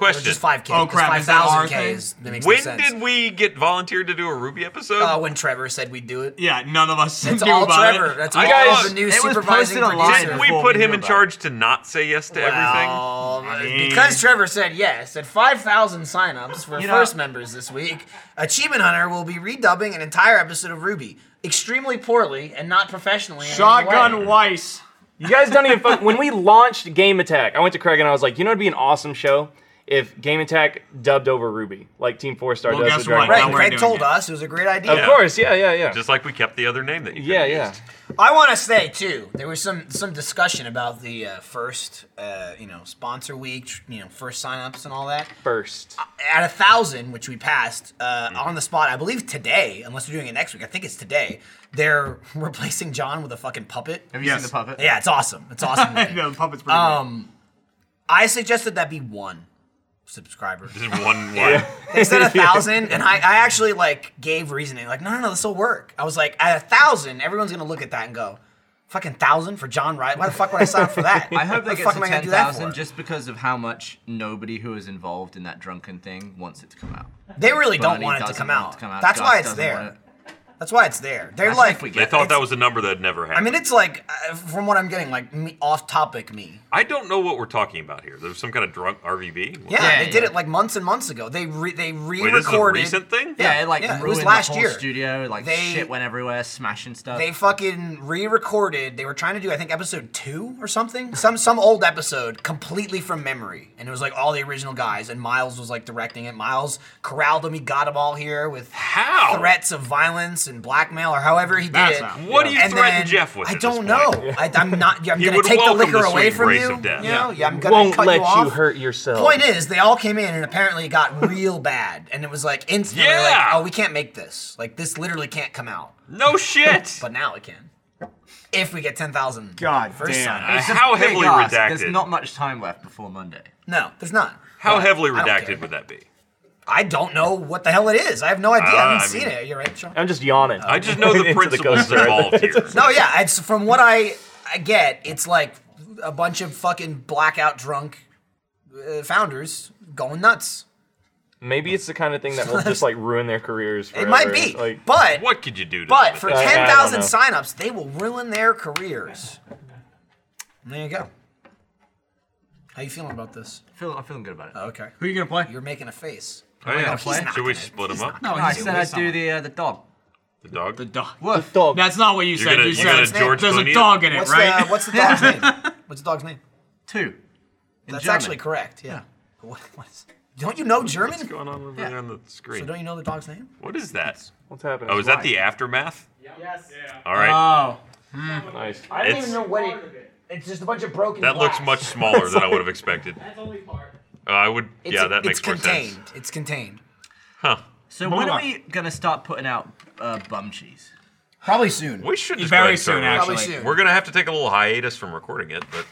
[SPEAKER 4] Question.
[SPEAKER 2] just 5K.
[SPEAKER 5] Oh, crap, is that our
[SPEAKER 2] 5,000K is, that makes no
[SPEAKER 4] when
[SPEAKER 2] sense.
[SPEAKER 4] did we get volunteered to do a Ruby episode?
[SPEAKER 2] uh, when Trevor said we'd do it.
[SPEAKER 5] Yeah, none of us
[SPEAKER 2] It's
[SPEAKER 5] knew
[SPEAKER 2] all
[SPEAKER 5] about
[SPEAKER 2] Trevor.
[SPEAKER 5] it.
[SPEAKER 2] That's
[SPEAKER 4] I
[SPEAKER 2] all
[SPEAKER 4] guys-
[SPEAKER 2] the new
[SPEAKER 3] it was
[SPEAKER 2] supervising
[SPEAKER 3] posted online.
[SPEAKER 2] producer.
[SPEAKER 4] Didn't
[SPEAKER 3] Didn't
[SPEAKER 4] we
[SPEAKER 3] before
[SPEAKER 4] put
[SPEAKER 3] we
[SPEAKER 4] him
[SPEAKER 3] knew
[SPEAKER 4] in
[SPEAKER 3] about
[SPEAKER 4] charge to not say yes to everything?
[SPEAKER 2] Well, uh,
[SPEAKER 5] mean-
[SPEAKER 2] because Trevor said yes, at 5,000 signups for
[SPEAKER 3] You know-
[SPEAKER 2] first members this week, Achievement Hunter will be redubbing an entire episode of Ruby extremely poorly and not professionally. in any way.
[SPEAKER 5] Shotgun Weiss.
[SPEAKER 1] You guys don't even. Fuck, when we launched Game Attack, I went to Craig and I was like, you know, it'd be an awesome show if Game Attack dubbed over Ruby, like Team Four Star
[SPEAKER 5] Well,
[SPEAKER 1] does
[SPEAKER 5] guess
[SPEAKER 1] with Dragon
[SPEAKER 5] what?
[SPEAKER 1] Ball.
[SPEAKER 2] Right,
[SPEAKER 5] Now we're
[SPEAKER 2] Craig
[SPEAKER 5] doing
[SPEAKER 2] told
[SPEAKER 5] it.
[SPEAKER 2] us it was a great idea.
[SPEAKER 1] Of course, yeah, yeah, yeah,
[SPEAKER 4] Just like we kept the other name that you
[SPEAKER 1] yeah,
[SPEAKER 4] could've
[SPEAKER 1] yeah.
[SPEAKER 4] used.
[SPEAKER 2] I want to say too, there was some some discussion about the uh, first, uh, you know, sponsor week, tr- you know, first signups and all that.
[SPEAKER 1] First,
[SPEAKER 2] At a thousand, which we passed
[SPEAKER 5] Mm-hmm.
[SPEAKER 2] uh, on the spot, I believe today, unless they're doing it next week. I think it's today. They're replacing John with a fucking puppet.
[SPEAKER 3] Have you
[SPEAKER 5] Yes.
[SPEAKER 3] seen the puppet?
[SPEAKER 2] Yeah, it's awesome. It's awesome.
[SPEAKER 5] I
[SPEAKER 2] looking.
[SPEAKER 5] know, the puppet's pretty
[SPEAKER 2] um, I suggested that be one subscriber.
[SPEAKER 4] Just one one.
[SPEAKER 2] They said a thousand, and I, I actually like gave reasoning, like, no, no, no, this will work. I was like, at a thousand, everyone's gonna look at that and go, fucking thousand for John Wright? Why the fuck would I sign up for that?
[SPEAKER 3] I hope
[SPEAKER 2] What
[SPEAKER 3] they
[SPEAKER 2] the
[SPEAKER 3] get
[SPEAKER 2] fuck
[SPEAKER 3] to
[SPEAKER 2] am I gonna
[SPEAKER 3] ten
[SPEAKER 2] do that
[SPEAKER 3] thousand
[SPEAKER 2] for?
[SPEAKER 3] just because of how much nobody who is involved in that drunken thing wants it to come out.
[SPEAKER 2] They really don't
[SPEAKER 3] Bernie
[SPEAKER 2] want it to
[SPEAKER 3] doesn't
[SPEAKER 2] come
[SPEAKER 3] want
[SPEAKER 2] out.
[SPEAKER 3] to come out.
[SPEAKER 2] That's
[SPEAKER 3] Gus
[SPEAKER 2] why it's
[SPEAKER 3] doesn't want
[SPEAKER 2] there.
[SPEAKER 3] it.
[SPEAKER 2] That's why it's there. They're
[SPEAKER 3] That's
[SPEAKER 2] like,
[SPEAKER 3] if we
[SPEAKER 4] They
[SPEAKER 3] get-
[SPEAKER 4] thought that
[SPEAKER 2] It's-
[SPEAKER 4] was a number that never
[SPEAKER 2] I
[SPEAKER 4] happened.
[SPEAKER 2] mean, it's like, uh, from what I'm getting, like me, off-topic me.
[SPEAKER 4] I don't know what we're talking about here. There was some kind of drunk RVB. What-
[SPEAKER 2] Yeah,
[SPEAKER 3] Yeah,
[SPEAKER 2] they did
[SPEAKER 3] yeah.
[SPEAKER 2] it like months and months ago. They re- they
[SPEAKER 4] Wait, this is a
[SPEAKER 2] re-recorded.
[SPEAKER 4] recent thing?
[SPEAKER 3] Yeah, it like
[SPEAKER 2] yeah, it was
[SPEAKER 3] ruined
[SPEAKER 2] last
[SPEAKER 3] the whole
[SPEAKER 2] year.
[SPEAKER 3] studio. Like
[SPEAKER 2] They-
[SPEAKER 3] shit went everywhere, smashing stuff.
[SPEAKER 2] They fucking re-recorded. They were trying to do, I think, episode two or something. Some some old episode, completely from memory, and it was like all the original guys. And Miles was like directing it. Miles corralled them. He got them all here with
[SPEAKER 4] How?
[SPEAKER 2] threats of violence and blackmail, or however he did
[SPEAKER 5] That's
[SPEAKER 2] it.
[SPEAKER 5] how.
[SPEAKER 4] What do you
[SPEAKER 2] And
[SPEAKER 4] threaten
[SPEAKER 2] then-
[SPEAKER 4] Jeff with?
[SPEAKER 2] I
[SPEAKER 4] at
[SPEAKER 2] don't
[SPEAKER 4] this
[SPEAKER 2] know.
[SPEAKER 4] point?
[SPEAKER 2] I, I'm not. I'm
[SPEAKER 4] He
[SPEAKER 2] gonna
[SPEAKER 4] would
[SPEAKER 2] take the
[SPEAKER 4] welcome
[SPEAKER 2] liquor
[SPEAKER 4] the
[SPEAKER 2] away
[SPEAKER 4] sweet
[SPEAKER 2] from
[SPEAKER 4] grace
[SPEAKER 2] you.
[SPEAKER 4] of death.
[SPEAKER 2] You know,
[SPEAKER 5] Yeah.
[SPEAKER 2] yeah, I'm gonna
[SPEAKER 1] won't
[SPEAKER 2] cut
[SPEAKER 1] let
[SPEAKER 2] you, off.
[SPEAKER 1] you hurt yourself.
[SPEAKER 2] Point is, they all came in and apparently it got real bad, and it was like instantly,
[SPEAKER 4] Yeah.
[SPEAKER 2] like, oh, we can't make this. Like this literally can't come out.
[SPEAKER 4] No shit.
[SPEAKER 2] But now it can. If we get 10,000.
[SPEAKER 5] God
[SPEAKER 2] first
[SPEAKER 5] damn.
[SPEAKER 2] sign.
[SPEAKER 4] Uh,
[SPEAKER 3] It's a
[SPEAKER 4] how
[SPEAKER 3] big
[SPEAKER 4] heavily
[SPEAKER 3] ask.
[SPEAKER 4] redacted?
[SPEAKER 3] There's not much time left before Monday.
[SPEAKER 2] No, there's not.
[SPEAKER 4] how heavily
[SPEAKER 2] I don't care.
[SPEAKER 4] redacted would that be?
[SPEAKER 2] I don't know what the hell it is. I have no idea. I
[SPEAKER 1] Uh,
[SPEAKER 2] haven't
[SPEAKER 4] I
[SPEAKER 2] seen
[SPEAKER 4] mean-
[SPEAKER 2] it. You're right, Sean.
[SPEAKER 1] I'm just yawning.
[SPEAKER 4] I just know the
[SPEAKER 1] Into
[SPEAKER 4] principles
[SPEAKER 1] coaster.
[SPEAKER 4] involved here.
[SPEAKER 2] No, yeah. It's from what I, I get, it's like a bunch of fucking blackout drunk uh, founders going nuts.
[SPEAKER 1] Maybe it's the kind of thing that will just like ruin their careers. Forever.
[SPEAKER 2] It might be.
[SPEAKER 1] Like,
[SPEAKER 2] but
[SPEAKER 4] What could you do? To
[SPEAKER 2] but
[SPEAKER 4] them?
[SPEAKER 2] for
[SPEAKER 1] I- I don't
[SPEAKER 2] 10,000
[SPEAKER 1] know.
[SPEAKER 2] signups, they will ruin their careers. There you go. How you feeling about this?
[SPEAKER 3] I feel, I'm feeling good about it.
[SPEAKER 2] Okay.
[SPEAKER 5] Who are you gonna play?
[SPEAKER 2] You're making a face.
[SPEAKER 4] oh, yeah.
[SPEAKER 3] play?
[SPEAKER 4] should we split them up?
[SPEAKER 5] no,
[SPEAKER 3] I
[SPEAKER 5] he's
[SPEAKER 3] said
[SPEAKER 5] with
[SPEAKER 3] I'd do
[SPEAKER 5] someone.
[SPEAKER 3] the uh, the dog.
[SPEAKER 4] The dog.
[SPEAKER 5] the dog.
[SPEAKER 3] Woof.
[SPEAKER 1] dog.
[SPEAKER 5] That's not what you said.
[SPEAKER 4] gonna-
[SPEAKER 5] you
[SPEAKER 4] you
[SPEAKER 5] said
[SPEAKER 4] gonna George
[SPEAKER 5] there's
[SPEAKER 4] Clooney
[SPEAKER 5] a
[SPEAKER 4] it?
[SPEAKER 5] dog in it,
[SPEAKER 2] What's,
[SPEAKER 1] uh,
[SPEAKER 5] right?
[SPEAKER 2] the, uh, what's the dog's name? What's the dog's name?
[SPEAKER 3] Two. In
[SPEAKER 2] That's
[SPEAKER 3] German.
[SPEAKER 2] actually correct. Yeah. What, what is, don't you know German?
[SPEAKER 4] What's going on over
[SPEAKER 3] Yeah.
[SPEAKER 4] there on the screen?
[SPEAKER 2] So don't you know the dog's name?
[SPEAKER 4] what is that?
[SPEAKER 1] what's happening?
[SPEAKER 4] Oh, is that the aftermath?
[SPEAKER 6] Yes. Yeah.
[SPEAKER 4] All right.
[SPEAKER 5] oh,
[SPEAKER 1] nice?
[SPEAKER 2] I
[SPEAKER 4] don't It's- even know
[SPEAKER 2] what
[SPEAKER 6] Part of it.
[SPEAKER 2] It's just a bunch of broken.
[SPEAKER 4] That looks much smaller than I would have expected.
[SPEAKER 6] That's only part.
[SPEAKER 4] Uh, I would.
[SPEAKER 2] It's,
[SPEAKER 4] yeah, that
[SPEAKER 2] it's
[SPEAKER 4] makes more
[SPEAKER 2] contained.
[SPEAKER 4] sense.
[SPEAKER 2] It's contained.
[SPEAKER 4] Huh.
[SPEAKER 3] So when are we gonna start putting out uh, bum cheese?
[SPEAKER 2] Probably soon.
[SPEAKER 4] We should just go ahead
[SPEAKER 5] very
[SPEAKER 4] and start
[SPEAKER 5] soon
[SPEAKER 4] recording.
[SPEAKER 5] actually.
[SPEAKER 2] Probably soon.
[SPEAKER 4] We're gonna have to take a little hiatus from recording it, but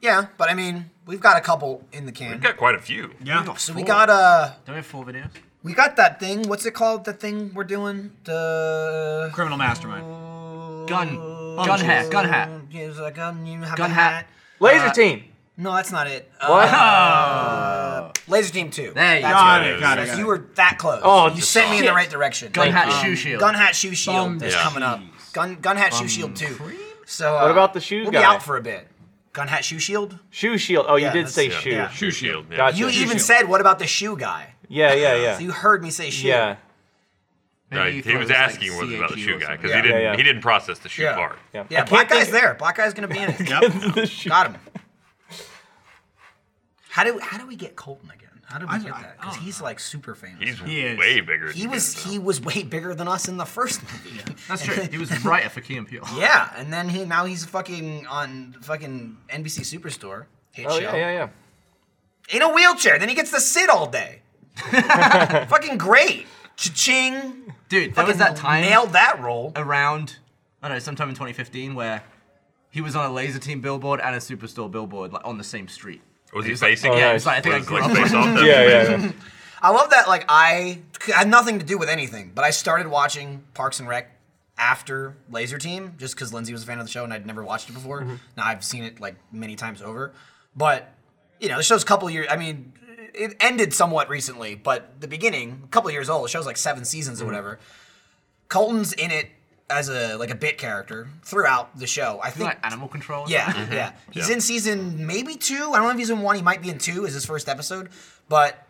[SPEAKER 2] Yeah, but I mean, we've got a couple in the can.
[SPEAKER 4] we've got quite a few.
[SPEAKER 5] Yeah.
[SPEAKER 2] so we got uh,
[SPEAKER 3] Don't we have four videos?
[SPEAKER 2] we got that thing. What's it called? The thing we're doing. The
[SPEAKER 5] Criminal
[SPEAKER 2] Oh,
[SPEAKER 5] mastermind.
[SPEAKER 3] Gun. gun hat. Gun hat.
[SPEAKER 2] Yeah, it's like gun. You have
[SPEAKER 3] Gun
[SPEAKER 2] a
[SPEAKER 3] hat.
[SPEAKER 2] hat.
[SPEAKER 1] Laser
[SPEAKER 2] Uh,
[SPEAKER 1] team.
[SPEAKER 2] No, that's not it.
[SPEAKER 1] What?
[SPEAKER 2] Uh, Laser Team Two.
[SPEAKER 3] There you
[SPEAKER 2] That's
[SPEAKER 3] go.
[SPEAKER 2] what
[SPEAKER 5] Got it. Got it.
[SPEAKER 2] Yes,
[SPEAKER 5] Got
[SPEAKER 2] you
[SPEAKER 5] it.
[SPEAKER 2] were that close.
[SPEAKER 1] Oh,
[SPEAKER 2] you sent me in the
[SPEAKER 1] shit.
[SPEAKER 2] right direction.
[SPEAKER 3] Gun
[SPEAKER 2] Thank
[SPEAKER 3] hat. Shoe
[SPEAKER 2] you.
[SPEAKER 3] shield.
[SPEAKER 2] Gun hat shoe shield is
[SPEAKER 4] Yeah.
[SPEAKER 2] coming up.
[SPEAKER 5] cheese.
[SPEAKER 2] Gun gun hat shoe shield too. So uh,
[SPEAKER 1] What about the shoe
[SPEAKER 2] We'll
[SPEAKER 1] guy?
[SPEAKER 2] be out for a bit. Gun hat shoe shield.
[SPEAKER 1] Shoe shield. Oh,
[SPEAKER 2] Yeah,
[SPEAKER 1] you did
[SPEAKER 2] that's-
[SPEAKER 1] say
[SPEAKER 4] yeah.
[SPEAKER 1] shoe.
[SPEAKER 2] Yeah.
[SPEAKER 4] Shoe shield. Yeah.
[SPEAKER 1] Gotcha.
[SPEAKER 2] You
[SPEAKER 1] Shoe
[SPEAKER 2] even
[SPEAKER 5] shield.
[SPEAKER 2] said what about the shoe guy?
[SPEAKER 1] Yeah, yeah,
[SPEAKER 2] So
[SPEAKER 1] yeah.
[SPEAKER 2] you heard me say shoe.
[SPEAKER 1] Yeah,
[SPEAKER 3] Maybe
[SPEAKER 4] Right,
[SPEAKER 3] you
[SPEAKER 4] He
[SPEAKER 3] thought
[SPEAKER 4] was
[SPEAKER 3] it like
[SPEAKER 4] asking was about the
[SPEAKER 3] CAQ
[SPEAKER 4] shoe
[SPEAKER 3] or
[SPEAKER 4] guy because
[SPEAKER 3] something.
[SPEAKER 4] he didn't
[SPEAKER 1] Yeah, yeah.
[SPEAKER 4] he didn't process the shoe
[SPEAKER 2] Yeah.
[SPEAKER 4] part.
[SPEAKER 1] yeah.
[SPEAKER 2] Yeah,
[SPEAKER 1] I
[SPEAKER 2] black
[SPEAKER 1] can't
[SPEAKER 2] guy's
[SPEAKER 1] think-
[SPEAKER 2] there. Black guy's gonna be in it.
[SPEAKER 1] the shoe-
[SPEAKER 2] Got him. How do how do we get Colton again? How did we
[SPEAKER 5] I-
[SPEAKER 2] get
[SPEAKER 5] I-
[SPEAKER 2] that? Because
[SPEAKER 5] I don't
[SPEAKER 2] he's like super famous.
[SPEAKER 4] He's
[SPEAKER 5] He is.
[SPEAKER 4] way bigger.
[SPEAKER 2] he
[SPEAKER 4] than
[SPEAKER 2] was
[SPEAKER 4] you
[SPEAKER 2] he was way bigger than us in the first movie.
[SPEAKER 3] That's true. He was right for Key and Peele.
[SPEAKER 2] Yeah, and then he now he's fucking on fucking NBC Superstore. Hit
[SPEAKER 1] Oh
[SPEAKER 2] show.
[SPEAKER 1] yeah, yeah, yeah.
[SPEAKER 2] In a wheelchair, then he gets to sit all day. fucking great. Cha-ching.
[SPEAKER 3] Dude, there was that time
[SPEAKER 2] Nailed that role.
[SPEAKER 3] around, I don't know, sometime in 2015 where he was on a laser team billboard and a superstore billboard like on the same street.
[SPEAKER 4] Was he facing?
[SPEAKER 1] Oh,
[SPEAKER 4] him?
[SPEAKER 1] nice.
[SPEAKER 3] So I think I
[SPEAKER 4] Was,
[SPEAKER 3] grew
[SPEAKER 4] like,
[SPEAKER 3] up
[SPEAKER 4] face off
[SPEAKER 1] Yeah, yeah,
[SPEAKER 4] them?
[SPEAKER 1] yeah.
[SPEAKER 2] I love that. Like I had nothing to do with anything, but I started watching Parks and Rec after Laser Team just because Lindsay was a fan of the show and I'd never watched it before. Now I've seen it like many times over, but you know the show's a couple years. I mean, it ended somewhat recently, but the beginning, a couple years old. The show's like seven seasons or whatever. Colton's in it as a like a bit character throughout the show. I
[SPEAKER 3] Isn't it
[SPEAKER 2] think
[SPEAKER 3] like animal control. or
[SPEAKER 2] yeah,
[SPEAKER 3] something?
[SPEAKER 2] yeah. He's
[SPEAKER 4] Yeah.
[SPEAKER 2] in season maybe two. I don't know if he's in one. He might be in two. Is his first episode, but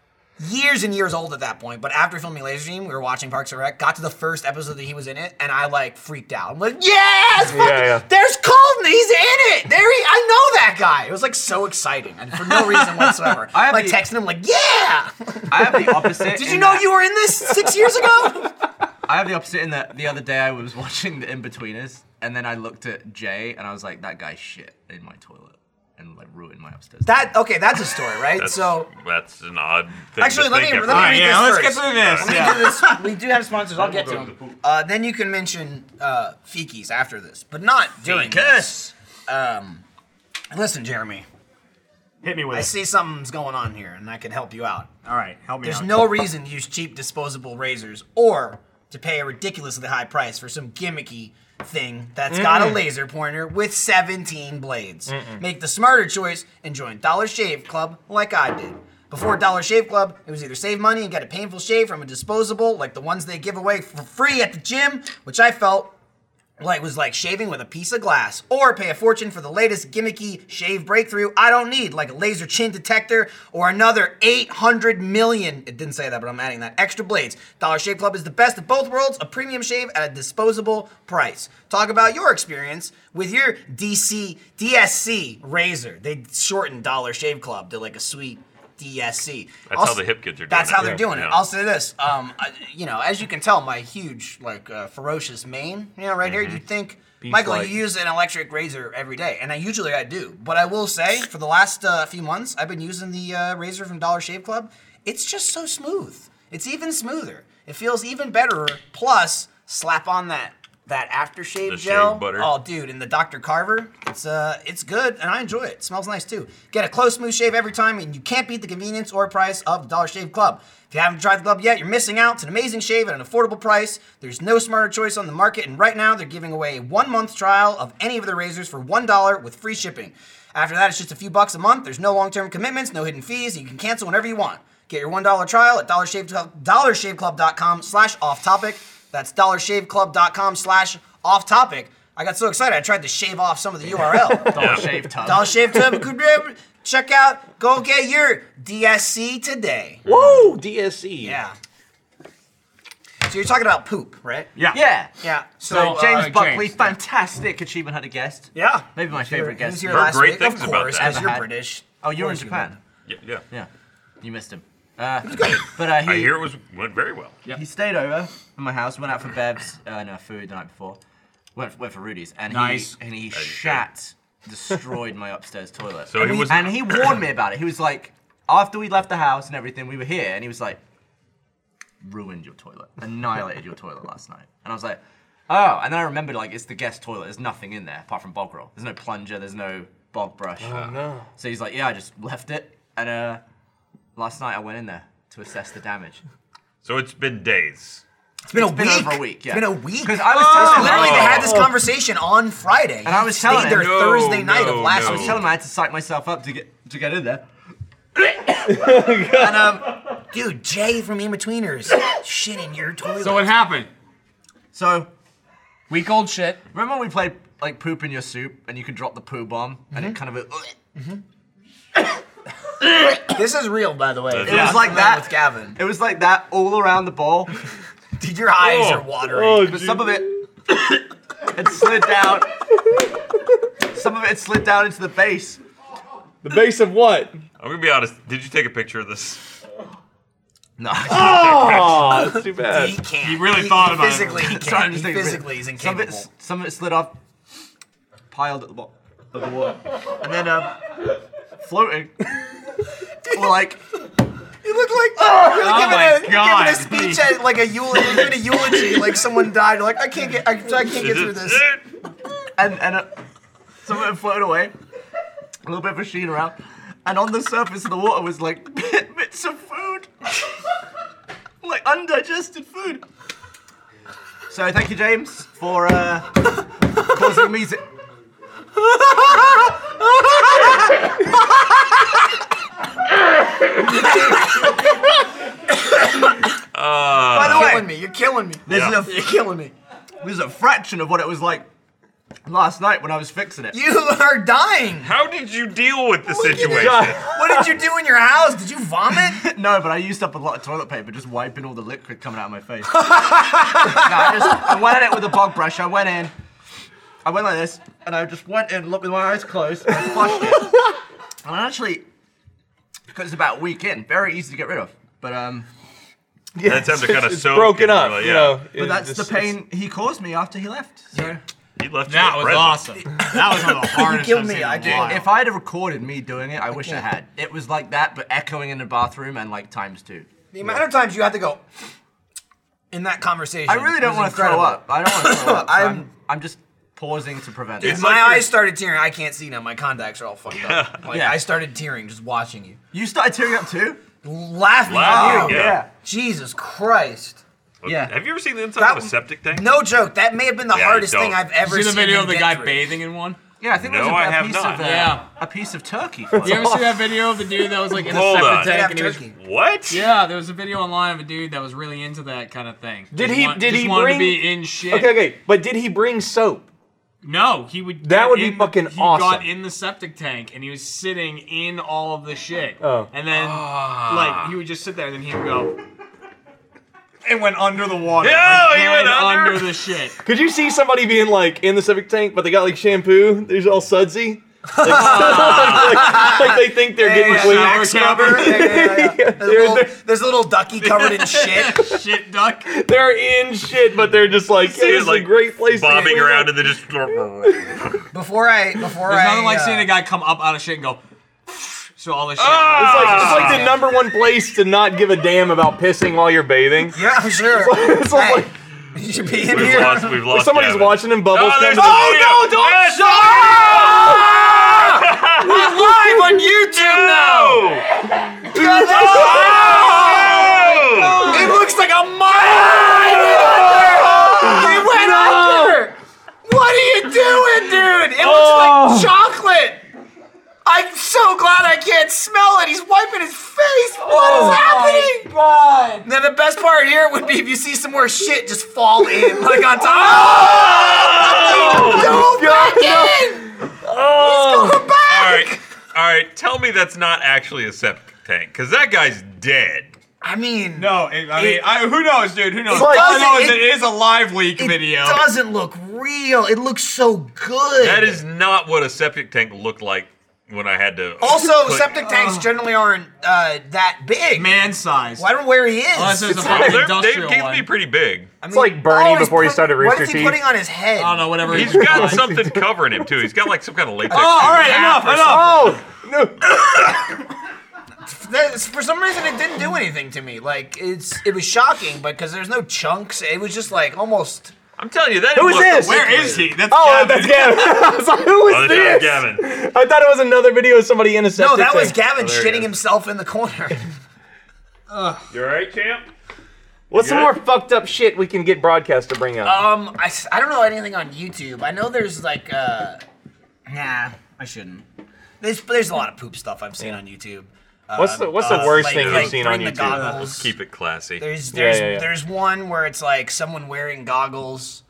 [SPEAKER 2] years and years old at that point. But after filming Laser Dream, we were watching Parks and Rec. Got to the first episode that he was in it, and I like freaked out. I'm like, yes, fuck-
[SPEAKER 1] Yeah, yeah.
[SPEAKER 2] there's Colton. He's in it. There he. I know that guy. It was like so exciting, and for no reason whatsoever.
[SPEAKER 3] I
[SPEAKER 2] I
[SPEAKER 3] have
[SPEAKER 2] like
[SPEAKER 3] the-
[SPEAKER 2] texting him like, yeah.
[SPEAKER 3] I have the opposite.
[SPEAKER 2] Did you know you were in this six years ago?
[SPEAKER 3] I have the opposite in that the other day I was watching The In Betweeners, and then I looked at Jay, and I was like, that guy shit in my toilet, and like ruined my upstairs.
[SPEAKER 2] that okay. That's a story, right?
[SPEAKER 4] That's,
[SPEAKER 2] so.
[SPEAKER 4] that's an odd thing.
[SPEAKER 2] Actually,
[SPEAKER 4] to
[SPEAKER 2] let
[SPEAKER 4] think
[SPEAKER 2] me-
[SPEAKER 4] of.
[SPEAKER 2] let me
[SPEAKER 5] All right,
[SPEAKER 2] read
[SPEAKER 5] yeah,
[SPEAKER 2] this
[SPEAKER 5] let's get
[SPEAKER 2] first.
[SPEAKER 5] through this.
[SPEAKER 2] Let me do
[SPEAKER 5] Yeah.
[SPEAKER 2] this. We do have sponsors. I'll get to them. Uh, then you can mention uh, Fikis after this, but not during this. Um, listen, Jeremy,
[SPEAKER 5] Hit me with
[SPEAKER 2] I see something's going on here, and I can help you out.
[SPEAKER 5] All right, help me
[SPEAKER 2] There's
[SPEAKER 5] out.
[SPEAKER 2] no reason to use cheap disposable razors or to pay a ridiculously high price for some gimmicky thing that's got a laser pointer with 17 blades. Make the smarter choice and join Dollar Shave Club like I did. Before Dollar Shave Club, it was either save money and get a painful shave from a disposable like the ones they give away for free at the gym, which I felt like was like shaving with a piece of glass, or pay a fortune for the latest gimmicky shave breakthrough I don't need, like a laser chin detector or another 800 million. It didn't say that, but I'm adding that extra blades. Dollar Shave Club is the best of both worlds, a premium shave at a disposable price. Talk about your experience with your DC DSC razor. They shortened Dollar Shave Club to like a sweet DSC.
[SPEAKER 4] That's how the hip kids are doing
[SPEAKER 2] That's
[SPEAKER 4] it.
[SPEAKER 2] how they're
[SPEAKER 4] Yeah.
[SPEAKER 2] doing it.
[SPEAKER 4] Yeah.
[SPEAKER 2] I'll say this. Um, I- you know, as you can tell, my huge, like, uh, ferocious mane, you know, right
[SPEAKER 4] Mm-hmm.
[SPEAKER 2] here, you'd think, Michael,
[SPEAKER 1] like-
[SPEAKER 2] you use an electric razor every day. And I usually I do. But I will say, for the last uh, few months, I've been using the uh, razor from Dollar Shave Club. It's just so smooth. It's even smoother. It feels even better. Plus, slap on that that aftershave
[SPEAKER 4] The
[SPEAKER 2] gel.
[SPEAKER 4] shave butter.
[SPEAKER 2] Oh, dude, and the Dr. Carver, it's uh, it's good, and I enjoy it. It smells nice too. Get a close, smooth shave every time, and you can't beat the convenience or price of the Dollar Shave Club. If you haven't tried the club yet, you're missing out. It's an amazing shave at an affordable price. There's no smarter choice on the market, and right now they're giving away a one-month trial of any of their razors for one dollar with free shipping. After that, it's just a few bucks a month. There's no long-term commitments, no hidden fees, and you can cancel whenever you want. Get your one dollar trial at dollarshaveclub.com slash off topic. That's dollarshaveclub.com slash off topic. I got so excited I tried to shave off some of the URL.
[SPEAKER 3] Dollar Shave Tub.
[SPEAKER 2] Dollar Shave Club. good rib. Check out. Go get your DSC today.
[SPEAKER 1] Whoa, DSC.
[SPEAKER 2] Yeah. So you're talking about poop, right?
[SPEAKER 5] Yeah.
[SPEAKER 3] yeah.
[SPEAKER 2] Yeah. So,
[SPEAKER 5] So,
[SPEAKER 2] uh,
[SPEAKER 3] James
[SPEAKER 5] James,
[SPEAKER 3] Buckley,
[SPEAKER 5] yeah.
[SPEAKER 3] fantastic achievement had a guest.
[SPEAKER 2] yeah.
[SPEAKER 3] Maybe my favorite
[SPEAKER 2] He was
[SPEAKER 3] guest.
[SPEAKER 2] here
[SPEAKER 4] Heard
[SPEAKER 2] last
[SPEAKER 4] great
[SPEAKER 2] week,
[SPEAKER 4] things
[SPEAKER 2] of
[SPEAKER 4] about
[SPEAKER 2] course,
[SPEAKER 4] that.
[SPEAKER 2] because you're
[SPEAKER 3] Had-
[SPEAKER 2] British.
[SPEAKER 3] Oh, you're in
[SPEAKER 2] Of course you know
[SPEAKER 3] Japan.
[SPEAKER 4] Yeah, yeah.
[SPEAKER 3] Yeah, you missed him. Uh, but uh, he,
[SPEAKER 4] I hear it was went very well.
[SPEAKER 3] he stayed over in my house. Went out for Bev's uh, and uh, food the night before. Went went for Rudy's and
[SPEAKER 5] Nice.
[SPEAKER 3] he and he
[SPEAKER 4] you
[SPEAKER 3] shat, destroyed my upstairs toilet.
[SPEAKER 4] So
[SPEAKER 3] and
[SPEAKER 4] he was-
[SPEAKER 3] and he warned me about it. He was like, after we left the house and everything, we were here, and he was like, ruined your toilet, annihilated your toilet last night. And I was like, oh. And then I remembered like it's the guest toilet. There's nothing in there apart from bog roll. There's no plunger. There's no bog brush. Oh
[SPEAKER 1] no.
[SPEAKER 3] So he's like, yeah, I just left it, and uh, last night I went in there to assess the damage.
[SPEAKER 4] So it's been days.
[SPEAKER 2] It's been a
[SPEAKER 3] been
[SPEAKER 2] week.
[SPEAKER 3] over a week, yeah.
[SPEAKER 2] It's been a week.
[SPEAKER 3] Because I was telling him,
[SPEAKER 2] literally, they had
[SPEAKER 4] Oh.
[SPEAKER 2] this conversation on Friday. And
[SPEAKER 3] I was telling
[SPEAKER 2] stayed there
[SPEAKER 3] him-
[SPEAKER 4] No,
[SPEAKER 2] Thursday night
[SPEAKER 4] no,
[SPEAKER 2] of last
[SPEAKER 4] no.
[SPEAKER 3] I was
[SPEAKER 2] week.
[SPEAKER 3] telling him I had to psych myself up to get to get in there.
[SPEAKER 2] Dude, Jay from In Betweeners, shit in your toilet.
[SPEAKER 5] So what happened?
[SPEAKER 3] So
[SPEAKER 5] Week old shit.
[SPEAKER 3] remember when we played like poop in your soup and you could drop the poo bomb and
[SPEAKER 2] Mm-hmm.
[SPEAKER 3] it kind of it
[SPEAKER 2] this is real, by the way.
[SPEAKER 4] It
[SPEAKER 3] was like that
[SPEAKER 2] with Gavin.
[SPEAKER 3] It was like that all around the ball,
[SPEAKER 2] Dude, your eyes
[SPEAKER 4] Oh.
[SPEAKER 2] are watering.
[SPEAKER 1] Oh,
[SPEAKER 3] but
[SPEAKER 1] dude.
[SPEAKER 3] some of it had slid down. Some of it had slid down into the base.
[SPEAKER 1] the base of what?
[SPEAKER 4] I'm gonna be honest. Did you take a picture of this?
[SPEAKER 3] No,
[SPEAKER 1] Oh, that's too
[SPEAKER 2] He
[SPEAKER 1] bad.
[SPEAKER 2] can't.
[SPEAKER 5] He really thought about it.
[SPEAKER 2] physically, He
[SPEAKER 3] Sorry, I'm
[SPEAKER 2] can't.
[SPEAKER 3] just
[SPEAKER 2] He
[SPEAKER 3] thinking-
[SPEAKER 2] physically is
[SPEAKER 3] Some of
[SPEAKER 2] incapable.
[SPEAKER 3] it, some of it slid off, piled at the bottom of the water, and then um, floating. or like
[SPEAKER 2] You look like oh, you're
[SPEAKER 5] Oh my
[SPEAKER 2] giving, a,
[SPEAKER 5] God.
[SPEAKER 2] giving a speech at like a eulogy, you're giving a eulogy, like someone died. You're like I can't get, I, I can't get through this.
[SPEAKER 3] and and uh, some of it floated away. A little bit of a sheen around, and on the surface of the water was like bits of food, like undigested food. So thank you, James, for uh, causing me to. By the way,
[SPEAKER 2] Ah. killing me. You're killing me.
[SPEAKER 3] this
[SPEAKER 4] Yeah.
[SPEAKER 3] is a
[SPEAKER 2] You're killing me.
[SPEAKER 3] this is a fraction of what it was like last night when I was fixing it.
[SPEAKER 2] You are dying.
[SPEAKER 4] How did you deal with the situation?
[SPEAKER 1] God.
[SPEAKER 2] What did you do in your house? Did you vomit?
[SPEAKER 3] No, but I used up a lot of toilet paper just wiping all the liquid coming out of my face. no, I just I went at it with a bog brush. I went in, I went like this, and I just went in, looked with my eyes closed, and I flushed it. And I actually, because it's about a week in, very easy to get rid of. But um,
[SPEAKER 1] Yeah,
[SPEAKER 4] That's
[SPEAKER 1] it's,
[SPEAKER 4] him to kinda
[SPEAKER 1] it's
[SPEAKER 4] soak
[SPEAKER 1] broken
[SPEAKER 4] and
[SPEAKER 1] up,
[SPEAKER 4] really-
[SPEAKER 1] you
[SPEAKER 4] yeah.
[SPEAKER 1] know.
[SPEAKER 3] but
[SPEAKER 1] it
[SPEAKER 3] that's
[SPEAKER 1] just-
[SPEAKER 3] the pain he caused me after he left. So
[SPEAKER 4] He left you
[SPEAKER 5] That
[SPEAKER 4] a
[SPEAKER 5] was
[SPEAKER 4] present.
[SPEAKER 5] awesome. That was one of the hardest
[SPEAKER 2] killed
[SPEAKER 5] I've
[SPEAKER 2] me,
[SPEAKER 5] seen in a
[SPEAKER 2] I did.
[SPEAKER 5] while.
[SPEAKER 3] if I had recorded me doing it, I wish I had. It was like that, but echoing in the bathroom and like times two.
[SPEAKER 2] The amount of times you had to go in that conversation.
[SPEAKER 3] I really don't
[SPEAKER 2] was
[SPEAKER 3] want to throw
[SPEAKER 2] incredible.
[SPEAKER 3] up. I don't want to throw up. so
[SPEAKER 2] I'm-
[SPEAKER 3] I'm I'm just pausing to prevent it.
[SPEAKER 4] It's
[SPEAKER 2] My
[SPEAKER 4] like you're-
[SPEAKER 2] eyes started tearing. I can't see now. My contacts are all fucked up. Like
[SPEAKER 3] Yeah.
[SPEAKER 2] I started tearing just watching you,
[SPEAKER 3] You started tearing up too?
[SPEAKER 2] laughing at
[SPEAKER 4] Laughing,
[SPEAKER 2] you.
[SPEAKER 4] yeah.
[SPEAKER 2] Jesus Christ!
[SPEAKER 3] Yeah.
[SPEAKER 4] Have you ever seen the inside
[SPEAKER 2] That
[SPEAKER 4] of a
[SPEAKER 2] was-
[SPEAKER 4] septic tank?
[SPEAKER 2] No joke. That may have been the
[SPEAKER 4] Yeah,
[SPEAKER 2] hardest
[SPEAKER 4] you don't.
[SPEAKER 2] thing I've ever
[SPEAKER 5] You see
[SPEAKER 2] seen.
[SPEAKER 5] the video
[SPEAKER 2] him
[SPEAKER 5] of the
[SPEAKER 2] get
[SPEAKER 5] guy
[SPEAKER 2] through.
[SPEAKER 5] bathing in one?
[SPEAKER 3] Yeah, I think
[SPEAKER 4] No,
[SPEAKER 3] there's a,
[SPEAKER 4] I
[SPEAKER 3] a
[SPEAKER 4] have
[SPEAKER 3] piece
[SPEAKER 4] not.
[SPEAKER 3] of uh,
[SPEAKER 5] Yeah.
[SPEAKER 3] a piece of turkey.
[SPEAKER 5] You ever see that video of the dude that was like in a
[SPEAKER 4] Hold
[SPEAKER 5] septic
[SPEAKER 4] on.
[SPEAKER 2] He'd
[SPEAKER 5] tank
[SPEAKER 2] have
[SPEAKER 5] and he was
[SPEAKER 2] turkey.
[SPEAKER 4] What?
[SPEAKER 5] Yeah, there was a video online of a dude that was really into that kind of thing.
[SPEAKER 1] Did
[SPEAKER 5] Just
[SPEAKER 1] he-
[SPEAKER 5] want-
[SPEAKER 1] did
[SPEAKER 5] just
[SPEAKER 1] he
[SPEAKER 5] wanted
[SPEAKER 1] bring-
[SPEAKER 5] to be in shit?
[SPEAKER 1] Okay, okay, but did he bring soap?
[SPEAKER 5] No, he would.
[SPEAKER 1] That
[SPEAKER 5] get
[SPEAKER 1] would be
[SPEAKER 5] in-
[SPEAKER 1] fucking
[SPEAKER 5] he
[SPEAKER 1] awesome.
[SPEAKER 5] got in the septic tank and he was sitting in all of the shit.
[SPEAKER 1] Oh.
[SPEAKER 5] And then, like, he would just sit there and then he would go. And went under the water.
[SPEAKER 4] No,
[SPEAKER 5] Like,
[SPEAKER 4] he
[SPEAKER 5] head
[SPEAKER 4] went under?
[SPEAKER 5] the shit.
[SPEAKER 1] Could you see somebody being like in the septic tank, but they got like shampoo? They're all sudsy. Like, like, like they think they're getting
[SPEAKER 2] Yeah,
[SPEAKER 1] clean.
[SPEAKER 5] shower
[SPEAKER 2] back scrubber.
[SPEAKER 5] cover.
[SPEAKER 2] Yeah, yeah, yeah. There's, a
[SPEAKER 1] They're-
[SPEAKER 2] little, there's a little ducky covered in shit.
[SPEAKER 5] shit duck.
[SPEAKER 1] They're in shit, but they're just like,
[SPEAKER 4] He
[SPEAKER 1] it's
[SPEAKER 4] was, like
[SPEAKER 1] a great place. to
[SPEAKER 4] bobbing
[SPEAKER 1] clean up."
[SPEAKER 4] around and then just.
[SPEAKER 2] Before I, before
[SPEAKER 5] There's
[SPEAKER 2] I,
[SPEAKER 5] nothing like
[SPEAKER 2] uh,
[SPEAKER 5] seeing a guy come up out of shit and go. So all this shit.
[SPEAKER 1] It's
[SPEAKER 4] Ah!
[SPEAKER 1] like, it's like the number one place to not give a damn about pissing while you're bathing.
[SPEAKER 2] Yeah, I'm sure.
[SPEAKER 1] It's
[SPEAKER 2] Hey,
[SPEAKER 1] like
[SPEAKER 2] you should be in
[SPEAKER 4] We've
[SPEAKER 2] here.
[SPEAKER 4] lost. We've lost.
[SPEAKER 1] somebody's
[SPEAKER 4] Gavin.
[SPEAKER 1] watching and bubbles.
[SPEAKER 4] Oh,
[SPEAKER 1] come
[SPEAKER 4] there's
[SPEAKER 1] to-
[SPEAKER 4] a
[SPEAKER 1] Oh,
[SPEAKER 4] video.
[SPEAKER 1] no, don't
[SPEAKER 4] Yes!
[SPEAKER 1] shut
[SPEAKER 2] live on YouTube
[SPEAKER 4] No! Oh,
[SPEAKER 2] It looks like a mile. It went under. What are you doing, dude? It
[SPEAKER 1] Oh.
[SPEAKER 2] looks like chocolate. I'm so glad I can't smell it. He's wiping his face. What is happening? Oh Now the best part here would be if you see some more shit just fall in, like on
[SPEAKER 4] Oh!
[SPEAKER 2] top. Go back in.
[SPEAKER 1] Oh.
[SPEAKER 2] Go back.
[SPEAKER 4] All right, all right. Tell me that's not actually a septic tank, because that guy's dead.
[SPEAKER 2] I mean,
[SPEAKER 5] No, it- I mean, I, who knows, dude? Who knows?
[SPEAKER 1] like-
[SPEAKER 5] All I know is
[SPEAKER 2] it-
[SPEAKER 5] it is a live leak
[SPEAKER 2] it
[SPEAKER 5] video.
[SPEAKER 2] doesn't look real. It looks so good.
[SPEAKER 4] That is not what a septic tank looked like when I had to.
[SPEAKER 2] Also,
[SPEAKER 4] put-
[SPEAKER 2] septic tanks generally aren't uh, that big.
[SPEAKER 5] Man size.
[SPEAKER 2] Well, I don't know where he is.
[SPEAKER 5] Unless there's a
[SPEAKER 4] Oh,
[SPEAKER 5] fucking
[SPEAKER 4] they're- they
[SPEAKER 5] industrial
[SPEAKER 4] can be
[SPEAKER 5] one.
[SPEAKER 4] pretty big.
[SPEAKER 2] I mean,
[SPEAKER 1] It's like Bernie
[SPEAKER 2] Oh, he's
[SPEAKER 1] before he
[SPEAKER 2] put-
[SPEAKER 1] started
[SPEAKER 2] What
[SPEAKER 1] Rooster
[SPEAKER 2] is he
[SPEAKER 1] Teeth.
[SPEAKER 2] putting on his head?
[SPEAKER 5] I don't know, whatever.
[SPEAKER 4] He's
[SPEAKER 5] it is.
[SPEAKER 4] got something covering him too. He's got like some kind of latex.
[SPEAKER 5] Oh, all right, enough, enough.
[SPEAKER 1] Oh, no.
[SPEAKER 2] That's- for some reason, it didn't do anything to me. Like it's, it was shocking, but because there's no chunks, it was just like almost.
[SPEAKER 4] I'm telling you, that
[SPEAKER 1] Who is
[SPEAKER 4] looked-
[SPEAKER 1] this?
[SPEAKER 5] Where is he? That's
[SPEAKER 1] Oh,
[SPEAKER 5] Gavin.
[SPEAKER 1] that's Gavin. I was like, who is
[SPEAKER 4] Oh,
[SPEAKER 1] this?
[SPEAKER 4] that's Gavin.
[SPEAKER 1] I thought it was another video of somebody in a septic
[SPEAKER 2] No, that was
[SPEAKER 1] tank.
[SPEAKER 2] Gavin
[SPEAKER 4] Oh, there he
[SPEAKER 2] shitting
[SPEAKER 4] is.
[SPEAKER 2] himself in the corner.
[SPEAKER 4] You all right, champ?
[SPEAKER 1] What's some
[SPEAKER 4] good?
[SPEAKER 1] more fucked up shit we can get broadcast to bring up?
[SPEAKER 2] um, I, s- I don't know anything on YouTube. I know there's like uh, nah, I shouldn't. There's there's a lot of poop stuff I've seen on YouTube.
[SPEAKER 1] What's the- what's
[SPEAKER 2] Uh,
[SPEAKER 1] the worst thing you've seen on
[SPEAKER 2] bring the
[SPEAKER 1] YouTube?
[SPEAKER 2] goggles.
[SPEAKER 4] Keep it classy.
[SPEAKER 2] There's
[SPEAKER 1] Yeah,
[SPEAKER 2] there's
[SPEAKER 1] yeah, yeah.
[SPEAKER 2] there's one where it's like someone wearing goggles,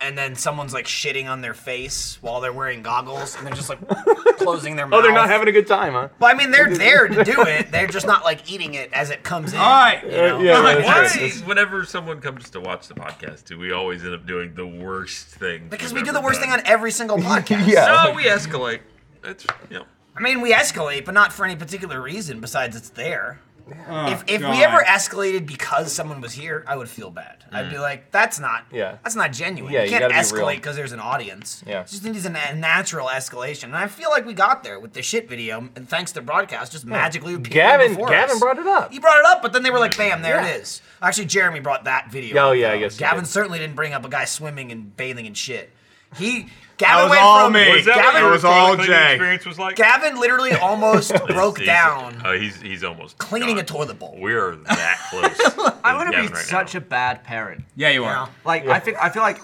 [SPEAKER 2] and then someone's like shitting on their face while they're wearing goggles, and they're just like closing their mouth.
[SPEAKER 1] oh, they're not having a good time, huh?
[SPEAKER 2] Well, I mean, they're there to do it. They're just not like eating it as it comes in.
[SPEAKER 5] All right.
[SPEAKER 2] you know?
[SPEAKER 1] Uh, yeah, yeah,
[SPEAKER 4] Why,
[SPEAKER 1] that's right.
[SPEAKER 4] whenever someone comes to watch the podcast, do we always end up doing the worst thing?
[SPEAKER 2] Because we
[SPEAKER 4] we've
[SPEAKER 2] do the
[SPEAKER 4] ever
[SPEAKER 2] worst thing
[SPEAKER 4] done?
[SPEAKER 2] on every single podcast.
[SPEAKER 1] Yeah.
[SPEAKER 4] No, Oh, we escalate. It's you know.
[SPEAKER 2] I mean, we escalate, but not for any particular reason besides it's there.
[SPEAKER 1] Oh,
[SPEAKER 2] if if
[SPEAKER 5] Oh, God.
[SPEAKER 2] we ever escalated because someone was here, I would feel bad. I'd be like, that's not
[SPEAKER 1] Mm. Yeah.
[SPEAKER 2] that's not genuine.
[SPEAKER 1] Yeah,
[SPEAKER 2] you
[SPEAKER 1] you
[SPEAKER 2] can't
[SPEAKER 1] gotta be
[SPEAKER 2] escalate
[SPEAKER 1] real.
[SPEAKER 2] because there's an audience.
[SPEAKER 1] Yeah.
[SPEAKER 2] It just needs a na- natural escalation. And I feel like we got there with the shit video, and thanks to broadcast, just magically appeared
[SPEAKER 1] Gavin,
[SPEAKER 2] before
[SPEAKER 1] Gavin
[SPEAKER 2] us.
[SPEAKER 1] brought it up. Mm.
[SPEAKER 2] He brought it up, but then they were like, bam, there
[SPEAKER 1] Yeah.
[SPEAKER 2] it is. Actually, Jeremy brought that video.
[SPEAKER 1] Oh
[SPEAKER 2] up,
[SPEAKER 1] yeah, I
[SPEAKER 2] though.
[SPEAKER 1] guess. he
[SPEAKER 2] Gavin
[SPEAKER 1] did.
[SPEAKER 2] certainly didn't bring up a guy swimming and bathing and shit. He
[SPEAKER 6] That
[SPEAKER 2] Gavin
[SPEAKER 6] was
[SPEAKER 2] went
[SPEAKER 6] all
[SPEAKER 2] from
[SPEAKER 6] me.
[SPEAKER 4] Was that
[SPEAKER 2] Gavin-
[SPEAKER 4] what
[SPEAKER 6] It
[SPEAKER 4] your
[SPEAKER 6] was all
[SPEAKER 4] toilet cleaning
[SPEAKER 6] Jay.
[SPEAKER 4] experience was like?
[SPEAKER 2] Gavin literally almost broke
[SPEAKER 4] He's-
[SPEAKER 2] down
[SPEAKER 4] uh, he's he's almost
[SPEAKER 2] cleaning
[SPEAKER 4] gone.
[SPEAKER 2] a toilet bowl.
[SPEAKER 4] We're that close.
[SPEAKER 3] I'm gonna
[SPEAKER 4] Gavin
[SPEAKER 3] be
[SPEAKER 4] right
[SPEAKER 3] such
[SPEAKER 4] now.
[SPEAKER 3] a bad parent.
[SPEAKER 5] Yeah, you
[SPEAKER 2] Yeah.
[SPEAKER 5] are.
[SPEAKER 3] Like I think I feel like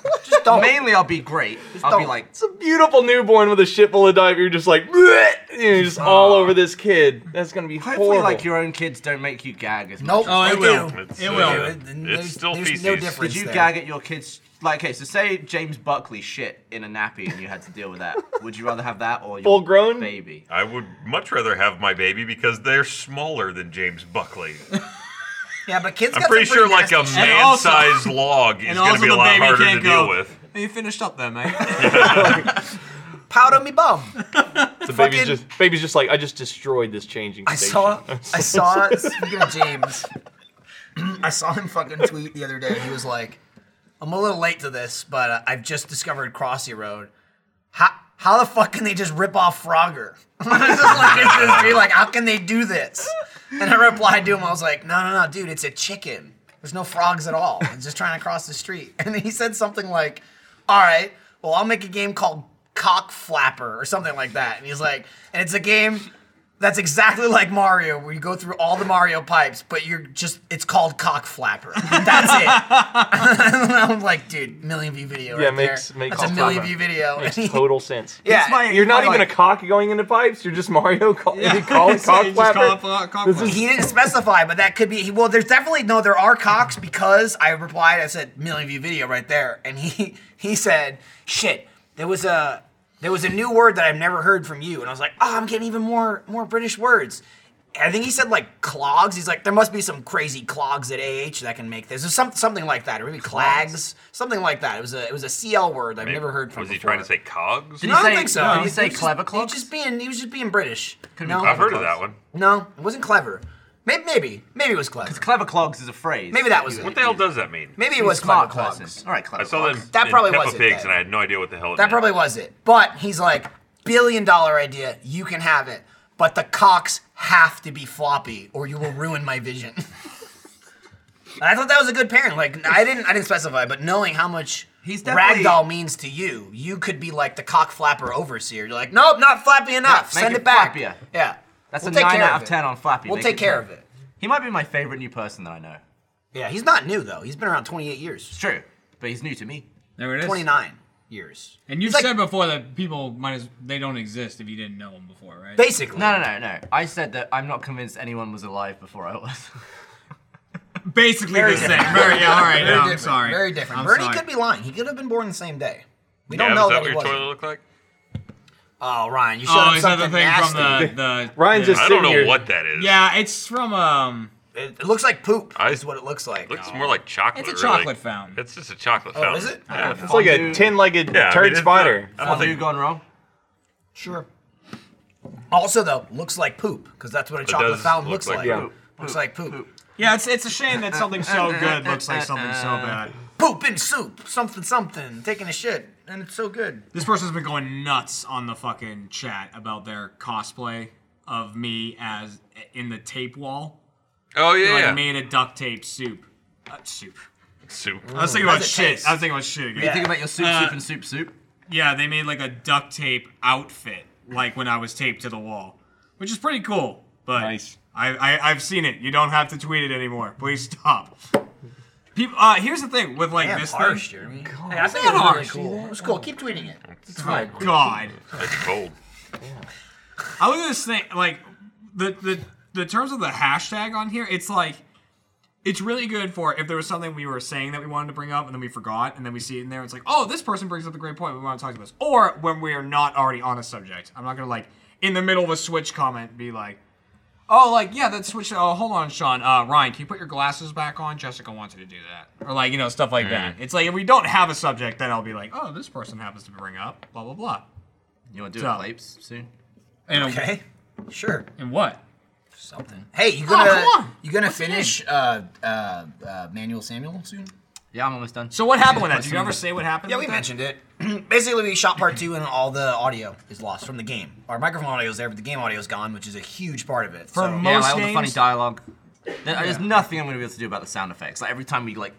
[SPEAKER 2] don't.
[SPEAKER 3] mainly I'll be great. I'll be
[SPEAKER 2] don't.
[SPEAKER 3] like
[SPEAKER 1] It's a beautiful newborn with a shit full of diaper. You're just like, "Bleh," and you're just all over this kid. That's gonna be
[SPEAKER 3] hopefully
[SPEAKER 1] horrible.
[SPEAKER 3] like your own kids don't make you gag as much.
[SPEAKER 2] Nope.
[SPEAKER 5] Oh, it
[SPEAKER 2] they
[SPEAKER 5] will.
[SPEAKER 2] do.
[SPEAKER 4] It's,
[SPEAKER 5] It
[SPEAKER 4] uh,
[SPEAKER 5] will.
[SPEAKER 4] it's
[SPEAKER 2] There's-
[SPEAKER 4] still
[SPEAKER 2] there's
[SPEAKER 4] feces.
[SPEAKER 2] no difference.
[SPEAKER 3] Did you
[SPEAKER 2] there.
[SPEAKER 3] gag at your kids? Like, okay, so say James Buckley shit in a nappy and you had to deal with that. Would you rather have that or your
[SPEAKER 1] Full grown?
[SPEAKER 3] baby?
[SPEAKER 4] I would much rather have my baby because they're smaller than James Buckley.
[SPEAKER 2] Yeah, but kids.
[SPEAKER 4] I'm
[SPEAKER 2] got
[SPEAKER 4] pretty
[SPEAKER 2] some
[SPEAKER 4] sure like
[SPEAKER 2] nasty
[SPEAKER 4] a
[SPEAKER 2] shit.
[SPEAKER 5] And also-
[SPEAKER 4] man-sized log is
[SPEAKER 5] And
[SPEAKER 4] going to
[SPEAKER 5] also
[SPEAKER 4] be a
[SPEAKER 5] the
[SPEAKER 4] lot
[SPEAKER 5] baby
[SPEAKER 4] harder to
[SPEAKER 5] can't
[SPEAKER 4] deal
[SPEAKER 5] go.
[SPEAKER 4] with.
[SPEAKER 5] You finished up there, mate.
[SPEAKER 4] um,
[SPEAKER 2] pout on me bum.
[SPEAKER 1] the baby's
[SPEAKER 2] fucking-
[SPEAKER 1] just baby's just like, I just destroyed this changing
[SPEAKER 2] I
[SPEAKER 1] station.
[SPEAKER 2] saw, I saw. Speaking of James, I saw him fucking tweet the other day. He was like, "I'm a little late to this, but uh, I've just discovered Crossy Road. How how the fuck can they just rip off Frogger? It's just like, it's just be like, how can they do this?" And I replied to him. I was like, "No, no, no, dude, it's a chicken. There's no frogs at all. It's just trying to cross the street." And he said something like, "All right, well, I'll make a game called." Cock flapper or something like that, and he's like, and it's a game that's exactly like Mario, where you go through all the Mario pipes, but you're just, it's called cock flapper. That's it. and I'm like, dude, million view video
[SPEAKER 1] Yeah,
[SPEAKER 2] right
[SPEAKER 1] makes-
[SPEAKER 2] there.
[SPEAKER 1] makes
[SPEAKER 2] That's a
[SPEAKER 1] cock
[SPEAKER 2] million
[SPEAKER 1] flapper.
[SPEAKER 2] view video.
[SPEAKER 1] Makes
[SPEAKER 2] And he-
[SPEAKER 1] total sense.
[SPEAKER 2] yeah.
[SPEAKER 3] my-
[SPEAKER 1] You're not
[SPEAKER 3] I'm
[SPEAKER 1] even
[SPEAKER 3] like-
[SPEAKER 1] a cock going into pipes. You're just Mario. Call, yeah. call it
[SPEAKER 5] It's like
[SPEAKER 1] cock
[SPEAKER 5] you just
[SPEAKER 1] flapper.
[SPEAKER 5] call it cock- cock
[SPEAKER 1] This
[SPEAKER 5] flapper.
[SPEAKER 1] is-
[SPEAKER 2] he didn't specify, but that could be. He, well, there's definitely no. There are cocks because I replied. I said million view video right there, and he he said, "Shit, there was a there was a new word that I've never heard from you," and I was like, "Oh, I'm getting even more more British words." I think he said like clogs. He's like, there must be some crazy clogs at AH that can make this, or some, something like that, or maybe clags, something like that. It was a it was a CL word I've never heard from.
[SPEAKER 4] Was he
[SPEAKER 2] before.
[SPEAKER 4] trying to say cogs?
[SPEAKER 3] Did
[SPEAKER 2] No, I
[SPEAKER 3] he
[SPEAKER 2] don't
[SPEAKER 3] say-
[SPEAKER 2] think so.
[SPEAKER 3] no, did he
[SPEAKER 2] was
[SPEAKER 3] say
[SPEAKER 2] just-
[SPEAKER 3] clever
[SPEAKER 2] He was
[SPEAKER 3] clogs?
[SPEAKER 2] just being he was just being British.
[SPEAKER 3] Could be
[SPEAKER 2] no,
[SPEAKER 4] I've heard of that one.
[SPEAKER 2] no, it wasn't clever. Maybe, maybe, maybe it was clever.
[SPEAKER 3] Clever clogs is a phrase.
[SPEAKER 2] Maybe that was
[SPEAKER 3] You-
[SPEAKER 2] it.
[SPEAKER 4] What the hell does that mean?
[SPEAKER 2] Maybe it was
[SPEAKER 3] smart
[SPEAKER 2] clever
[SPEAKER 3] person.
[SPEAKER 2] clogs.
[SPEAKER 3] All right, clever.
[SPEAKER 4] I saw that
[SPEAKER 3] clogs.
[SPEAKER 4] in,
[SPEAKER 2] That
[SPEAKER 4] in
[SPEAKER 2] probably
[SPEAKER 4] Peppa
[SPEAKER 2] wasn't
[SPEAKER 4] Pigs,
[SPEAKER 2] that.
[SPEAKER 4] and I had no idea what the hell it
[SPEAKER 2] That
[SPEAKER 4] meant.
[SPEAKER 2] probably was it. But he's like billion dollar idea. You can have it, but the cocks have to be floppy, or you will ruin my vision. and I thought that was a good pairing. Like I didn't, I didn't specify, but knowing how much
[SPEAKER 3] He's definitely-
[SPEAKER 2] ragdoll means to you, you could be like the cock flapper overseer. You're like, nope, not flappy enough.
[SPEAKER 3] Yeah, make
[SPEAKER 2] Send
[SPEAKER 3] it
[SPEAKER 2] it back.
[SPEAKER 3] flappier.
[SPEAKER 2] Yeah,
[SPEAKER 3] That's
[SPEAKER 2] We'll
[SPEAKER 3] a
[SPEAKER 2] take
[SPEAKER 3] nine
[SPEAKER 2] care
[SPEAKER 3] out
[SPEAKER 2] of
[SPEAKER 3] of
[SPEAKER 2] it.
[SPEAKER 3] ten on Flappy.
[SPEAKER 2] We'll
[SPEAKER 3] Make
[SPEAKER 2] take care of it.
[SPEAKER 3] He might be my favorite new person that I know.
[SPEAKER 2] Yeah, he's not new though. He's been around 28 years,
[SPEAKER 3] It's true, but he's new to me.
[SPEAKER 5] There it is.
[SPEAKER 2] 29 years.
[SPEAKER 5] And you
[SPEAKER 2] It's like-
[SPEAKER 5] said before that people might as they don't exist if you didn't know them before, right?
[SPEAKER 2] Basically,
[SPEAKER 3] No, no, no, no. I said that I'm not convinced anyone was alive before I was.
[SPEAKER 5] Basically the same. Very, yeah, all right. no, I'm
[SPEAKER 2] different,
[SPEAKER 5] sorry.
[SPEAKER 2] Very different.
[SPEAKER 5] I'm
[SPEAKER 2] Bernie
[SPEAKER 5] sorry.
[SPEAKER 2] could be lying. He could have been born the same day. We
[SPEAKER 4] Yeah,
[SPEAKER 2] don't know
[SPEAKER 4] was
[SPEAKER 2] that,
[SPEAKER 4] that what
[SPEAKER 2] he
[SPEAKER 4] your
[SPEAKER 2] wasn't.
[SPEAKER 4] toilet looked like?
[SPEAKER 2] Oh, Ryan, you showed
[SPEAKER 5] Oh,
[SPEAKER 2] him
[SPEAKER 5] is that the
[SPEAKER 2] something
[SPEAKER 5] thing
[SPEAKER 2] nasty.
[SPEAKER 5] from the the?
[SPEAKER 1] Ryan's
[SPEAKER 5] yeah.
[SPEAKER 1] just
[SPEAKER 4] I
[SPEAKER 1] sitting
[SPEAKER 4] don't know
[SPEAKER 1] here.
[SPEAKER 4] what that is.
[SPEAKER 5] Yeah, it's from um.
[SPEAKER 2] It, it looks like poop.
[SPEAKER 4] I-
[SPEAKER 2] is what it looks like.
[SPEAKER 4] It looks more like chocolate.
[SPEAKER 5] It's a
[SPEAKER 4] really.
[SPEAKER 5] chocolate fountain.
[SPEAKER 4] It's just a chocolate
[SPEAKER 2] Oh,
[SPEAKER 4] fountain.
[SPEAKER 2] is it?
[SPEAKER 4] Yeah.
[SPEAKER 1] It's like a ten-legged
[SPEAKER 4] Yeah, I
[SPEAKER 1] turd
[SPEAKER 4] mean, it's
[SPEAKER 1] spider.
[SPEAKER 4] not- I don't
[SPEAKER 3] Have you
[SPEAKER 4] think
[SPEAKER 3] gone wrong?
[SPEAKER 2] Sure. Also, though, looks like poop because that's what a chocolate
[SPEAKER 4] does
[SPEAKER 2] fountain
[SPEAKER 4] look
[SPEAKER 2] looks
[SPEAKER 4] like
[SPEAKER 2] like.
[SPEAKER 1] Yeah.
[SPEAKER 2] Poop. Looks like poop. poop.
[SPEAKER 5] Yeah, it's it's a shame that something so good looks like something so bad.
[SPEAKER 2] in soup. Something, something. Taking a shit, and it's so good.
[SPEAKER 5] This person's been going nuts on the fucking chat about their cosplay of me as in the tape wall.
[SPEAKER 4] Oh
[SPEAKER 5] They,
[SPEAKER 4] yeah.
[SPEAKER 5] Like made a duct tape soup. Uh, soup.
[SPEAKER 4] Soup.
[SPEAKER 5] I was thinking about
[SPEAKER 2] How's it
[SPEAKER 5] shit.
[SPEAKER 2] taste?
[SPEAKER 5] I was thinking about shit again.
[SPEAKER 3] You
[SPEAKER 5] Yeah.
[SPEAKER 3] think about your soup,
[SPEAKER 5] Uh,
[SPEAKER 3] soup, and soup, soup.
[SPEAKER 5] they made like a duct tape outfit, like when I was taped to the wall, which is pretty cool. But
[SPEAKER 1] Nice.
[SPEAKER 5] I, I I've seen it. You don't have to tweet it anymore. Please stop. People, uh, here's the thing with like
[SPEAKER 2] Damn,
[SPEAKER 5] this
[SPEAKER 2] harsh,
[SPEAKER 5] thing.
[SPEAKER 2] Jeremy. Hey, I think it's
[SPEAKER 5] Not
[SPEAKER 2] really
[SPEAKER 5] harsh.
[SPEAKER 2] cool. It was cool. Keep tweeting it.
[SPEAKER 5] My God.
[SPEAKER 4] It's cold.
[SPEAKER 5] I look at this thing like the the the terms of the hashtag on here. It's like it's really good for if there was something we were saying that we wanted to bring up and then we forgot and then we see it in there. It's like oh, this person brings up a great point. We want to talk to this, or when we are not already on a subject. I'm not gonna like in the middle of a switch comment be like. Oh, like yeah, that switch. Oh, hold on, Sean. Uh, Ryan, can you put your glasses back on? Jessica wanted to do that, or like you know stuff like that. It's like if we don't have a subject, then I'll be like, oh, this person happens to bring up blah blah blah.
[SPEAKER 3] You want to do
[SPEAKER 5] So-
[SPEAKER 3] a plates soon?
[SPEAKER 5] And
[SPEAKER 2] Okay. Sure.
[SPEAKER 5] and what?
[SPEAKER 2] Something. Hey, you gonna
[SPEAKER 5] come on.
[SPEAKER 2] you gonna finish uh, uh, uh, Manuel Samuel soon?
[SPEAKER 3] Yeah, I'm almost done.
[SPEAKER 5] So what happened with that? Did you ever say what happened?
[SPEAKER 2] Yeah,
[SPEAKER 5] with
[SPEAKER 2] we
[SPEAKER 5] that?
[SPEAKER 2] mentioned it. Basically, we shot part two, and all the audio is lost from the game. Our microphone audio is there, but the game audio is gone, which is a huge part of it.
[SPEAKER 5] For
[SPEAKER 2] so,
[SPEAKER 5] mo-
[SPEAKER 3] yeah,
[SPEAKER 5] most
[SPEAKER 3] like, all the funny
[SPEAKER 5] names-
[SPEAKER 3] dialogue. There- There's nothing I'm gonna be able to do about the sound effects. Like every time we like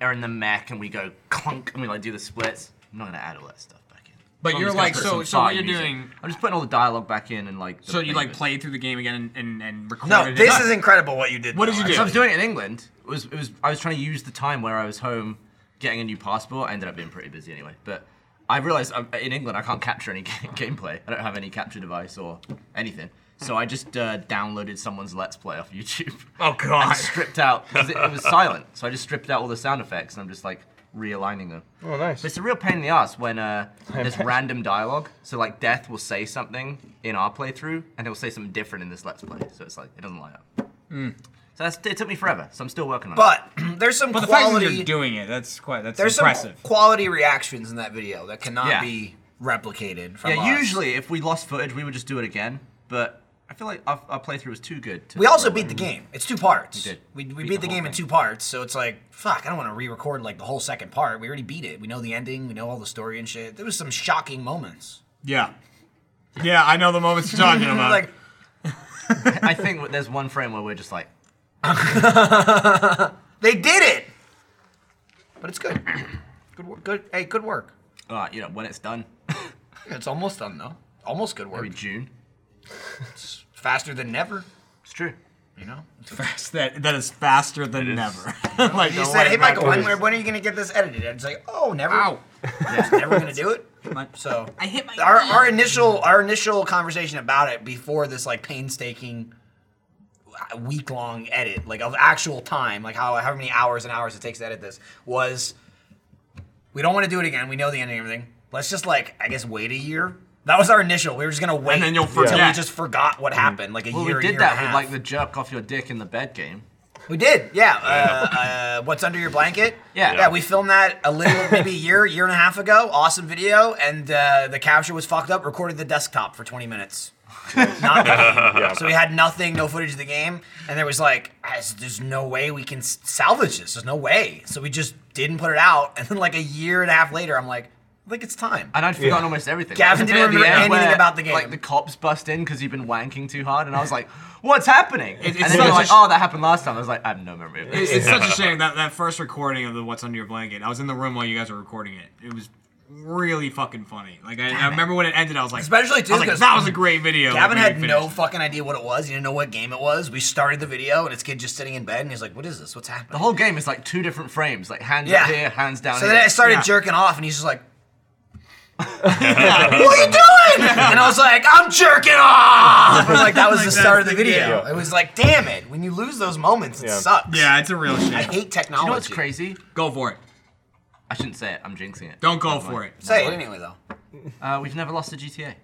[SPEAKER 3] are in the mech and we go clunk and we like do the splits, I'm not gonna add all that stuff back in.
[SPEAKER 5] But
[SPEAKER 3] I'm
[SPEAKER 5] you're
[SPEAKER 3] just gonna
[SPEAKER 5] like-
[SPEAKER 3] put
[SPEAKER 5] so-
[SPEAKER 3] some
[SPEAKER 5] so what
[SPEAKER 3] fire
[SPEAKER 5] you're
[SPEAKER 3] music.
[SPEAKER 5] doing-
[SPEAKER 3] I'm just putting all the dialogue back in and like. the
[SPEAKER 5] So you like
[SPEAKER 3] playlist.
[SPEAKER 5] played through the game again and and, and recorded.
[SPEAKER 2] No,
[SPEAKER 5] it
[SPEAKER 2] this
[SPEAKER 5] up.
[SPEAKER 2] is incredible what you did.
[SPEAKER 5] What did
[SPEAKER 2] though.
[SPEAKER 5] you
[SPEAKER 2] I'm
[SPEAKER 5] do?
[SPEAKER 3] So I was doing it in England. It was it was I was trying to use the time where I was home getting a new passport. I ended up being pretty busy anyway, but. I realized I'm, in England I can't capture any game, gameplay. I don't have any capture device or anything, so I just uh, downloaded someone's Let's Play off YouTube.
[SPEAKER 4] Oh
[SPEAKER 3] I
[SPEAKER 4] god.
[SPEAKER 3] stripped out 'cause it, it was silent, so I just stripped out all the sound effects and I'm just like realigning them.
[SPEAKER 1] Oh, nice.
[SPEAKER 3] But it's a real pain in the ass when uh, there's random dialogue. So like Death will say something in our playthrough, and he'll say something different in this Let's Play. So it's like it doesn't line up. Hmm. So that's, it took me forever. So I'm still working on it.
[SPEAKER 2] But there's some
[SPEAKER 6] But the fact that
[SPEAKER 2] quality.
[SPEAKER 6] you're doing it, that's quite that's
[SPEAKER 2] there's
[SPEAKER 6] impressive.
[SPEAKER 2] some quality reactions in that video that cannot
[SPEAKER 3] Yeah.
[SPEAKER 2] be replicated. From
[SPEAKER 3] yeah,
[SPEAKER 2] us.
[SPEAKER 3] usually if we lost footage, we would just do it again. But I feel like our, our playthrough was too good. To
[SPEAKER 2] We also beat the game. It's two parts.
[SPEAKER 3] We did.
[SPEAKER 2] We, we beat,
[SPEAKER 3] Beat
[SPEAKER 2] the,
[SPEAKER 3] the
[SPEAKER 2] game
[SPEAKER 3] whole
[SPEAKER 2] in
[SPEAKER 3] thing.
[SPEAKER 2] two parts, so it's like, fuck, I don't want to re-record like the whole second part. We already beat it. We know the ending. We know all the story and shit. There was some shocking moments.
[SPEAKER 6] Yeah. Yeah, I know the moments you're talking
[SPEAKER 3] Uh,
[SPEAKER 6] about.
[SPEAKER 2] like,
[SPEAKER 3] I think there's one frame where we're just like,
[SPEAKER 2] they did it. But it's good. good work. Good. Hey, good work.
[SPEAKER 3] uh, you know, when it's done,
[SPEAKER 2] It's almost done though. Almost good work.
[SPEAKER 3] maybe June.
[SPEAKER 2] Faster than never.
[SPEAKER 3] It's true.
[SPEAKER 2] You know. It's
[SPEAKER 6] Fast- that, that is faster than never. like,
[SPEAKER 2] You
[SPEAKER 6] no
[SPEAKER 2] said,
[SPEAKER 6] way
[SPEAKER 2] "Hey,
[SPEAKER 6] back
[SPEAKER 2] Michael,
[SPEAKER 6] to
[SPEAKER 2] when,
[SPEAKER 6] this.
[SPEAKER 2] when are you gonna get this edited?" And it's like, "Oh, never.
[SPEAKER 6] Ow.
[SPEAKER 2] Yeah, never gonna do it." So
[SPEAKER 5] I hit my
[SPEAKER 2] our,
[SPEAKER 5] knee.
[SPEAKER 2] our initial our initial conversation about it before this like painstaking week long edit like of actual time like how how many hours and hours it takes to edit this was we don't want to do it again we know the ending and everything let's just like I guess wait a year that was our initial we were just gonna wait
[SPEAKER 5] then you'll
[SPEAKER 2] till
[SPEAKER 5] forget. Mm-hmm.
[SPEAKER 2] we just forgot what happened like a
[SPEAKER 3] Well,
[SPEAKER 2] year
[SPEAKER 3] we
[SPEAKER 2] a year
[SPEAKER 3] did
[SPEAKER 2] and a
[SPEAKER 3] that with
[SPEAKER 2] half.
[SPEAKER 3] like the jerk off your dick in the bed game.
[SPEAKER 2] We did, yeah. Uh, uh, What's under your blanket?
[SPEAKER 3] Yeah.
[SPEAKER 2] yeah. We filmed that a little, maybe a year, year and a half ago. Awesome video, and uh, the capture was fucked up. Recorded the desktop for 20 minutes. Not the game. So we had nothing, no footage of the game, and there was like, "Ah, there's no way we can s- salvage this. There's no way. So we just didn't put it out. And then like a year and a half later, I'm like, I think it's time.
[SPEAKER 3] And I'd forgotten almost everything.
[SPEAKER 2] Gavin
[SPEAKER 3] There was a
[SPEAKER 2] didn't
[SPEAKER 3] bit at
[SPEAKER 2] remember
[SPEAKER 3] end
[SPEAKER 2] anything
[SPEAKER 3] where,
[SPEAKER 2] about the game.
[SPEAKER 3] Like the cops bust in because you've been wanking too hard, and I was like, "What's happening?"
[SPEAKER 5] it's
[SPEAKER 3] and then
[SPEAKER 5] such
[SPEAKER 3] they're
[SPEAKER 5] a
[SPEAKER 3] like,
[SPEAKER 5] sh-
[SPEAKER 3] "Oh, that happened last time." I was like, "I have no memory of
[SPEAKER 5] It's,
[SPEAKER 3] this."
[SPEAKER 5] it's such a shame that that first recording of the "What's Under Your Blanket." I was in the room while you guys were recording it. It was really fucking funny. Like I, I remember when it ended, I was like,
[SPEAKER 2] Especially, too,
[SPEAKER 5] I was like,
[SPEAKER 2] 'cause
[SPEAKER 5] that was a great video.
[SPEAKER 2] Gavin
[SPEAKER 5] like,
[SPEAKER 2] had
[SPEAKER 5] when we
[SPEAKER 2] no
[SPEAKER 5] finished.
[SPEAKER 2] fucking idea what it was. He didn't know what game it was. We started the video, and it's kid just sitting in bed, and he's like, "What is this? What's happening?"
[SPEAKER 3] the whole game is like two different frames, like hands
[SPEAKER 2] Yeah.
[SPEAKER 3] up here, hands down.
[SPEAKER 2] So
[SPEAKER 3] here.
[SPEAKER 2] then I started
[SPEAKER 5] Yeah.
[SPEAKER 2] jerking off, and he's just like, "What are you doing?" And I was like, "I'm jerking off." And like that was the start of the video. It was like, damn it, when you lose those moments, it
[SPEAKER 1] Yeah.
[SPEAKER 2] sucks.
[SPEAKER 5] Yeah, it's a real
[SPEAKER 2] I
[SPEAKER 5] shame.
[SPEAKER 2] hate
[SPEAKER 3] you
[SPEAKER 2] technology.
[SPEAKER 3] know what's crazy?
[SPEAKER 5] Go for it.
[SPEAKER 3] I shouldn't say it. I'm jinxing it.
[SPEAKER 5] Don't go for it.
[SPEAKER 2] Say it anyway, though.
[SPEAKER 3] Uh, we've never lost a GTA.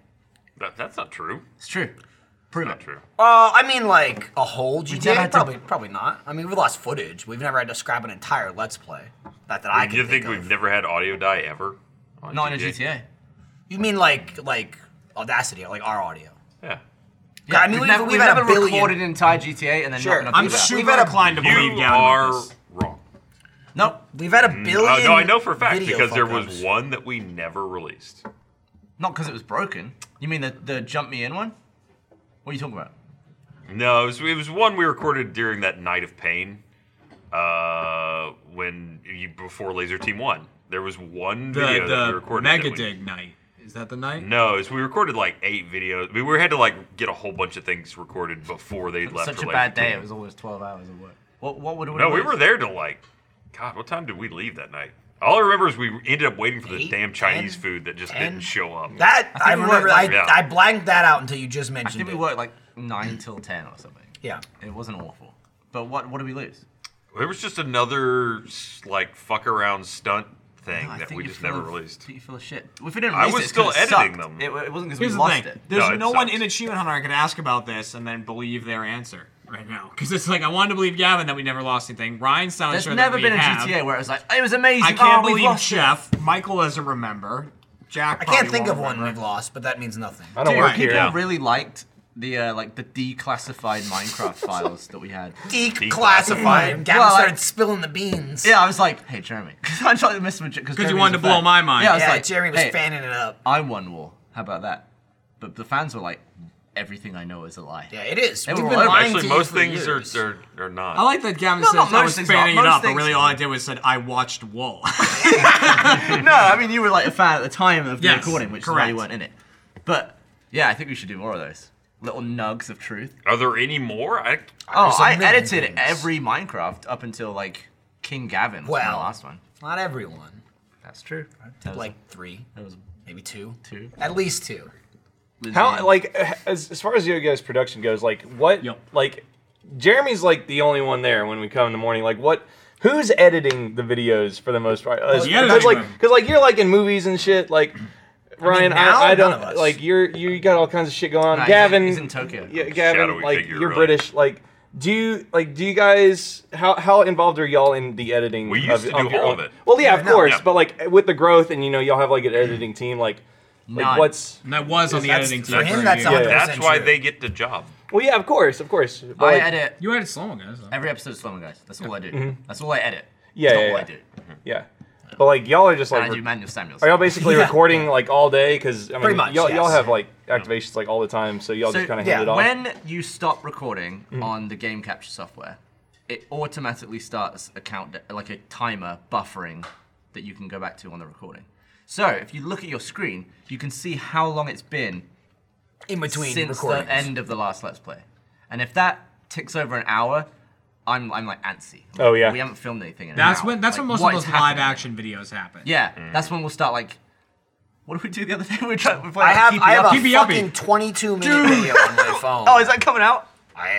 [SPEAKER 4] That, that's not true.
[SPEAKER 3] It's true. Prove
[SPEAKER 4] Not
[SPEAKER 3] it.
[SPEAKER 4] true.
[SPEAKER 2] Uh, I mean, like a whole
[SPEAKER 3] never
[SPEAKER 2] GTA,
[SPEAKER 3] had to-
[SPEAKER 2] probably, probably not. I mean, we lost footage. We've never had to scrap an entire Let's Play. Not that I can
[SPEAKER 4] you think,
[SPEAKER 2] of.
[SPEAKER 4] we've never had audio die ever? on
[SPEAKER 3] Not in a GTA.
[SPEAKER 2] You mean like like Audacity, like our audio?
[SPEAKER 4] Yeah.
[SPEAKER 3] Yeah,
[SPEAKER 2] I mean,
[SPEAKER 3] we've
[SPEAKER 2] we've-
[SPEAKER 3] never,
[SPEAKER 2] we've
[SPEAKER 3] we've
[SPEAKER 2] had a
[SPEAKER 3] never
[SPEAKER 2] billion.
[SPEAKER 3] recorded an entire GTA and then
[SPEAKER 2] Sure.
[SPEAKER 3] not enough
[SPEAKER 5] I'm
[SPEAKER 3] people.
[SPEAKER 5] sure
[SPEAKER 2] We've had a-
[SPEAKER 5] inclined to believe
[SPEAKER 4] You
[SPEAKER 5] Gavin
[SPEAKER 4] are
[SPEAKER 5] about this.
[SPEAKER 4] wrong.
[SPEAKER 3] Nope.
[SPEAKER 2] We've had a
[SPEAKER 4] Uh,
[SPEAKER 2] billion.
[SPEAKER 4] no, I know for a fact
[SPEAKER 2] video
[SPEAKER 4] because there was
[SPEAKER 2] fuck-ups.
[SPEAKER 4] one that we never released.
[SPEAKER 3] Not because it was broken. You mean the the jump me in one? What are you talking about?
[SPEAKER 4] No, it was, it was one we recorded during that night of pain, uh, when you before Laser Team One. There was one
[SPEAKER 5] The
[SPEAKER 4] video that we
[SPEAKER 5] the
[SPEAKER 4] recorded.
[SPEAKER 5] mega
[SPEAKER 4] that we-
[SPEAKER 5] dig night. Is that the night?
[SPEAKER 4] No, it's we recorded like eight videos. We were had to like get a whole bunch of things recorded before they left.
[SPEAKER 3] Such a
[SPEAKER 4] for Laser
[SPEAKER 3] bad day.
[SPEAKER 4] Team.
[SPEAKER 3] It was always 12 hours of work. What what would
[SPEAKER 4] No, we were there till like, God, what time did we leave that night? All I remember is we ended up waiting for the
[SPEAKER 2] Eight,
[SPEAKER 4] damn Chinese
[SPEAKER 2] 10,
[SPEAKER 4] food that just
[SPEAKER 2] 10.
[SPEAKER 4] didn't show up.
[SPEAKER 2] That I,
[SPEAKER 3] we
[SPEAKER 2] remember.
[SPEAKER 3] worked
[SPEAKER 2] I,
[SPEAKER 3] like-
[SPEAKER 4] Yeah.
[SPEAKER 2] I blanked that out until you just
[SPEAKER 3] I
[SPEAKER 2] mentioned
[SPEAKER 3] think we
[SPEAKER 2] it.
[SPEAKER 3] worked like nine till ten or something.
[SPEAKER 2] Yeah.
[SPEAKER 3] It wasn't awful. But what what did we lose?
[SPEAKER 4] There was just another s- like fuck around stunt thing
[SPEAKER 3] No, Oh, I
[SPEAKER 4] that
[SPEAKER 3] think
[SPEAKER 4] we
[SPEAKER 3] you're
[SPEAKER 4] just
[SPEAKER 3] full
[SPEAKER 4] never
[SPEAKER 3] of-
[SPEAKER 4] released.
[SPEAKER 3] You full of shit. If we didn't
[SPEAKER 4] I
[SPEAKER 3] release
[SPEAKER 4] was
[SPEAKER 3] it, it's
[SPEAKER 4] still
[SPEAKER 3] 'cause it
[SPEAKER 4] editing
[SPEAKER 3] sucked.
[SPEAKER 4] them.
[SPEAKER 3] It, it wasn't because we
[SPEAKER 5] Here's the
[SPEAKER 3] lost
[SPEAKER 5] thing.
[SPEAKER 3] it.
[SPEAKER 5] There's
[SPEAKER 4] No, it
[SPEAKER 5] no one
[SPEAKER 4] sucks.
[SPEAKER 5] in Achievement Hunter I could ask about this and then believe their answer right now. Because it's like I wanted to believe Gavin that we never lost anything. Ryan sounded
[SPEAKER 3] There's
[SPEAKER 5] sure
[SPEAKER 3] never
[SPEAKER 5] that we
[SPEAKER 3] been a
[SPEAKER 5] have.
[SPEAKER 3] GTA where it was like it was amazing.
[SPEAKER 5] I can't
[SPEAKER 3] oh, we've
[SPEAKER 5] believe
[SPEAKER 3] lost it."
[SPEAKER 5] Jeff. Michael doesn't remember. Jack.
[SPEAKER 2] I can't
[SPEAKER 5] probably
[SPEAKER 2] think
[SPEAKER 5] won't
[SPEAKER 2] of one
[SPEAKER 5] remember.
[SPEAKER 2] we've lost, but that means nothing.
[SPEAKER 1] I don't
[SPEAKER 3] Dude,
[SPEAKER 1] work
[SPEAKER 3] people
[SPEAKER 1] here.
[SPEAKER 4] Yeah.
[SPEAKER 3] really liked the uh, like the declassified Minecraft files that we had.
[SPEAKER 2] Declassified. and Gavin
[SPEAKER 3] Well, I-
[SPEAKER 2] started spilling the beans.
[SPEAKER 3] Yeah, I was like, hey Jeremy, because I tried to mess with because
[SPEAKER 5] you wanted to blow my mind.
[SPEAKER 3] Yeah, I was
[SPEAKER 2] Yeah,
[SPEAKER 3] like,
[SPEAKER 2] Jeremy was
[SPEAKER 3] hey,
[SPEAKER 2] fanning it up.
[SPEAKER 3] I won war. How about that? But the fans were like, everything I know is a lie.
[SPEAKER 2] Yeah, it is.
[SPEAKER 3] They
[SPEAKER 2] We've
[SPEAKER 3] were
[SPEAKER 2] been
[SPEAKER 3] all over.
[SPEAKER 2] lying to
[SPEAKER 4] Actually,
[SPEAKER 2] you
[SPEAKER 4] most
[SPEAKER 2] for
[SPEAKER 4] things are,
[SPEAKER 2] years.
[SPEAKER 4] are are not.
[SPEAKER 5] I like that Gavin
[SPEAKER 3] No,
[SPEAKER 5] says
[SPEAKER 3] no,
[SPEAKER 5] I
[SPEAKER 3] most
[SPEAKER 5] was
[SPEAKER 3] things
[SPEAKER 5] fanning
[SPEAKER 3] aren't.
[SPEAKER 5] it
[SPEAKER 3] Most
[SPEAKER 5] up, but
[SPEAKER 3] things
[SPEAKER 5] really all I did was said I watched Wall.
[SPEAKER 3] no, I mean you were like a fan at the time of the
[SPEAKER 5] Yes,
[SPEAKER 3] recording, which is why you
[SPEAKER 5] correct.
[SPEAKER 3] weren't in it. But yeah, I think we should do more of those little nugs of truth.
[SPEAKER 4] Are there any more? I,
[SPEAKER 3] Oh,
[SPEAKER 2] There's a
[SPEAKER 3] I
[SPEAKER 2] million
[SPEAKER 3] edited
[SPEAKER 2] things.
[SPEAKER 3] every Minecraft up until like King Gavin was my
[SPEAKER 2] Well.
[SPEAKER 3] last one.
[SPEAKER 2] Not everyone.
[SPEAKER 3] That's true. That was,
[SPEAKER 2] Like three,
[SPEAKER 3] that was
[SPEAKER 2] maybe two.
[SPEAKER 3] two.
[SPEAKER 2] At least two.
[SPEAKER 1] How like uh, as, as far as you guys production goes, like what
[SPEAKER 5] Yep.
[SPEAKER 1] like Jeremy's like the only one there when we come in the morning. Like what who's editing the videos for the most part? As-
[SPEAKER 6] the editing
[SPEAKER 1] Because like
[SPEAKER 6] room.
[SPEAKER 1] because like you're like in movies and shit. Like Ryan, I,
[SPEAKER 2] now,
[SPEAKER 1] I,
[SPEAKER 2] none of
[SPEAKER 1] don't
[SPEAKER 2] us.
[SPEAKER 1] like you're you got all kinds of shit going on.
[SPEAKER 3] Nah, he's in-
[SPEAKER 1] Gavin
[SPEAKER 3] he's in Tokyo.
[SPEAKER 1] Yeah, Gavin,
[SPEAKER 4] Shadowy
[SPEAKER 1] like
[SPEAKER 4] figure,
[SPEAKER 1] you're
[SPEAKER 4] really.
[SPEAKER 1] British. Like do you like do you guys how how involved are y'all in the editing?
[SPEAKER 4] We
[SPEAKER 1] of,
[SPEAKER 4] used to
[SPEAKER 1] of
[SPEAKER 4] do
[SPEAKER 1] your
[SPEAKER 4] all
[SPEAKER 1] own-
[SPEAKER 4] of it.
[SPEAKER 1] Well, yeah, of
[SPEAKER 2] no.
[SPEAKER 1] course,
[SPEAKER 4] Yeah.
[SPEAKER 1] but like with the growth and you know y'all have like an editing team. Like like
[SPEAKER 3] None.
[SPEAKER 1] what's
[SPEAKER 5] and I was on the
[SPEAKER 2] That's-
[SPEAKER 5] editing team.
[SPEAKER 2] for
[SPEAKER 5] for
[SPEAKER 2] him,
[SPEAKER 5] a
[SPEAKER 2] that's
[SPEAKER 5] year.
[SPEAKER 1] Yeah.
[SPEAKER 4] that's
[SPEAKER 2] 100%
[SPEAKER 4] why
[SPEAKER 2] true.
[SPEAKER 4] they get the job.
[SPEAKER 1] Well, yeah, of course, of course.
[SPEAKER 3] I
[SPEAKER 1] But, like, Mm-hmm.
[SPEAKER 3] edit
[SPEAKER 5] You added slow guys.
[SPEAKER 3] every episode of Slow Mo Guys. That's all I do. That's all I edit.
[SPEAKER 1] Yeah,
[SPEAKER 3] That's
[SPEAKER 1] yeah,
[SPEAKER 3] all I
[SPEAKER 1] yeah.
[SPEAKER 3] do.
[SPEAKER 1] Yeah, but like y'all are just
[SPEAKER 3] And
[SPEAKER 1] like
[SPEAKER 3] I do
[SPEAKER 1] re-
[SPEAKER 3] Manuel Samuels.
[SPEAKER 1] are y'all basically
[SPEAKER 2] Yeah.
[SPEAKER 1] recording like all day? Because I mean,
[SPEAKER 2] Pretty much,
[SPEAKER 1] y'all y'all
[SPEAKER 2] yes.
[SPEAKER 1] have like activations like all the time, so y'all
[SPEAKER 3] So,
[SPEAKER 1] just kind of
[SPEAKER 2] yeah,
[SPEAKER 1] hand it off.
[SPEAKER 3] When you stop recording
[SPEAKER 2] Mm-hmm.
[SPEAKER 3] on the game capture software, it automatically starts a count like a timer buffering that you can go back to on the recording. So if you look at your screen, you can see how long it's been
[SPEAKER 2] In between
[SPEAKER 3] since
[SPEAKER 2] recordings.
[SPEAKER 3] the end of the last let's play. And if that ticks over an hour, I'm I'm like antsy.
[SPEAKER 1] Oh, yeah.
[SPEAKER 3] We haven't filmed anything. In
[SPEAKER 5] That's
[SPEAKER 3] an hour.
[SPEAKER 5] when that's
[SPEAKER 3] Like,
[SPEAKER 5] when most
[SPEAKER 3] what
[SPEAKER 5] of
[SPEAKER 3] is
[SPEAKER 5] those live
[SPEAKER 3] happening?
[SPEAKER 5] action videos happen.
[SPEAKER 3] Yeah,
[SPEAKER 2] Mm.
[SPEAKER 3] that's when we'll start like. What did we do the other day? We were trying. We were
[SPEAKER 2] I
[SPEAKER 3] playing,
[SPEAKER 2] have
[SPEAKER 3] like,
[SPEAKER 2] I have
[SPEAKER 3] Keeping Up.
[SPEAKER 2] a
[SPEAKER 5] Keep it uppy.
[SPEAKER 2] fucking 22 minute video on my phone.
[SPEAKER 3] Oh, is that coming out?
[SPEAKER 2] I,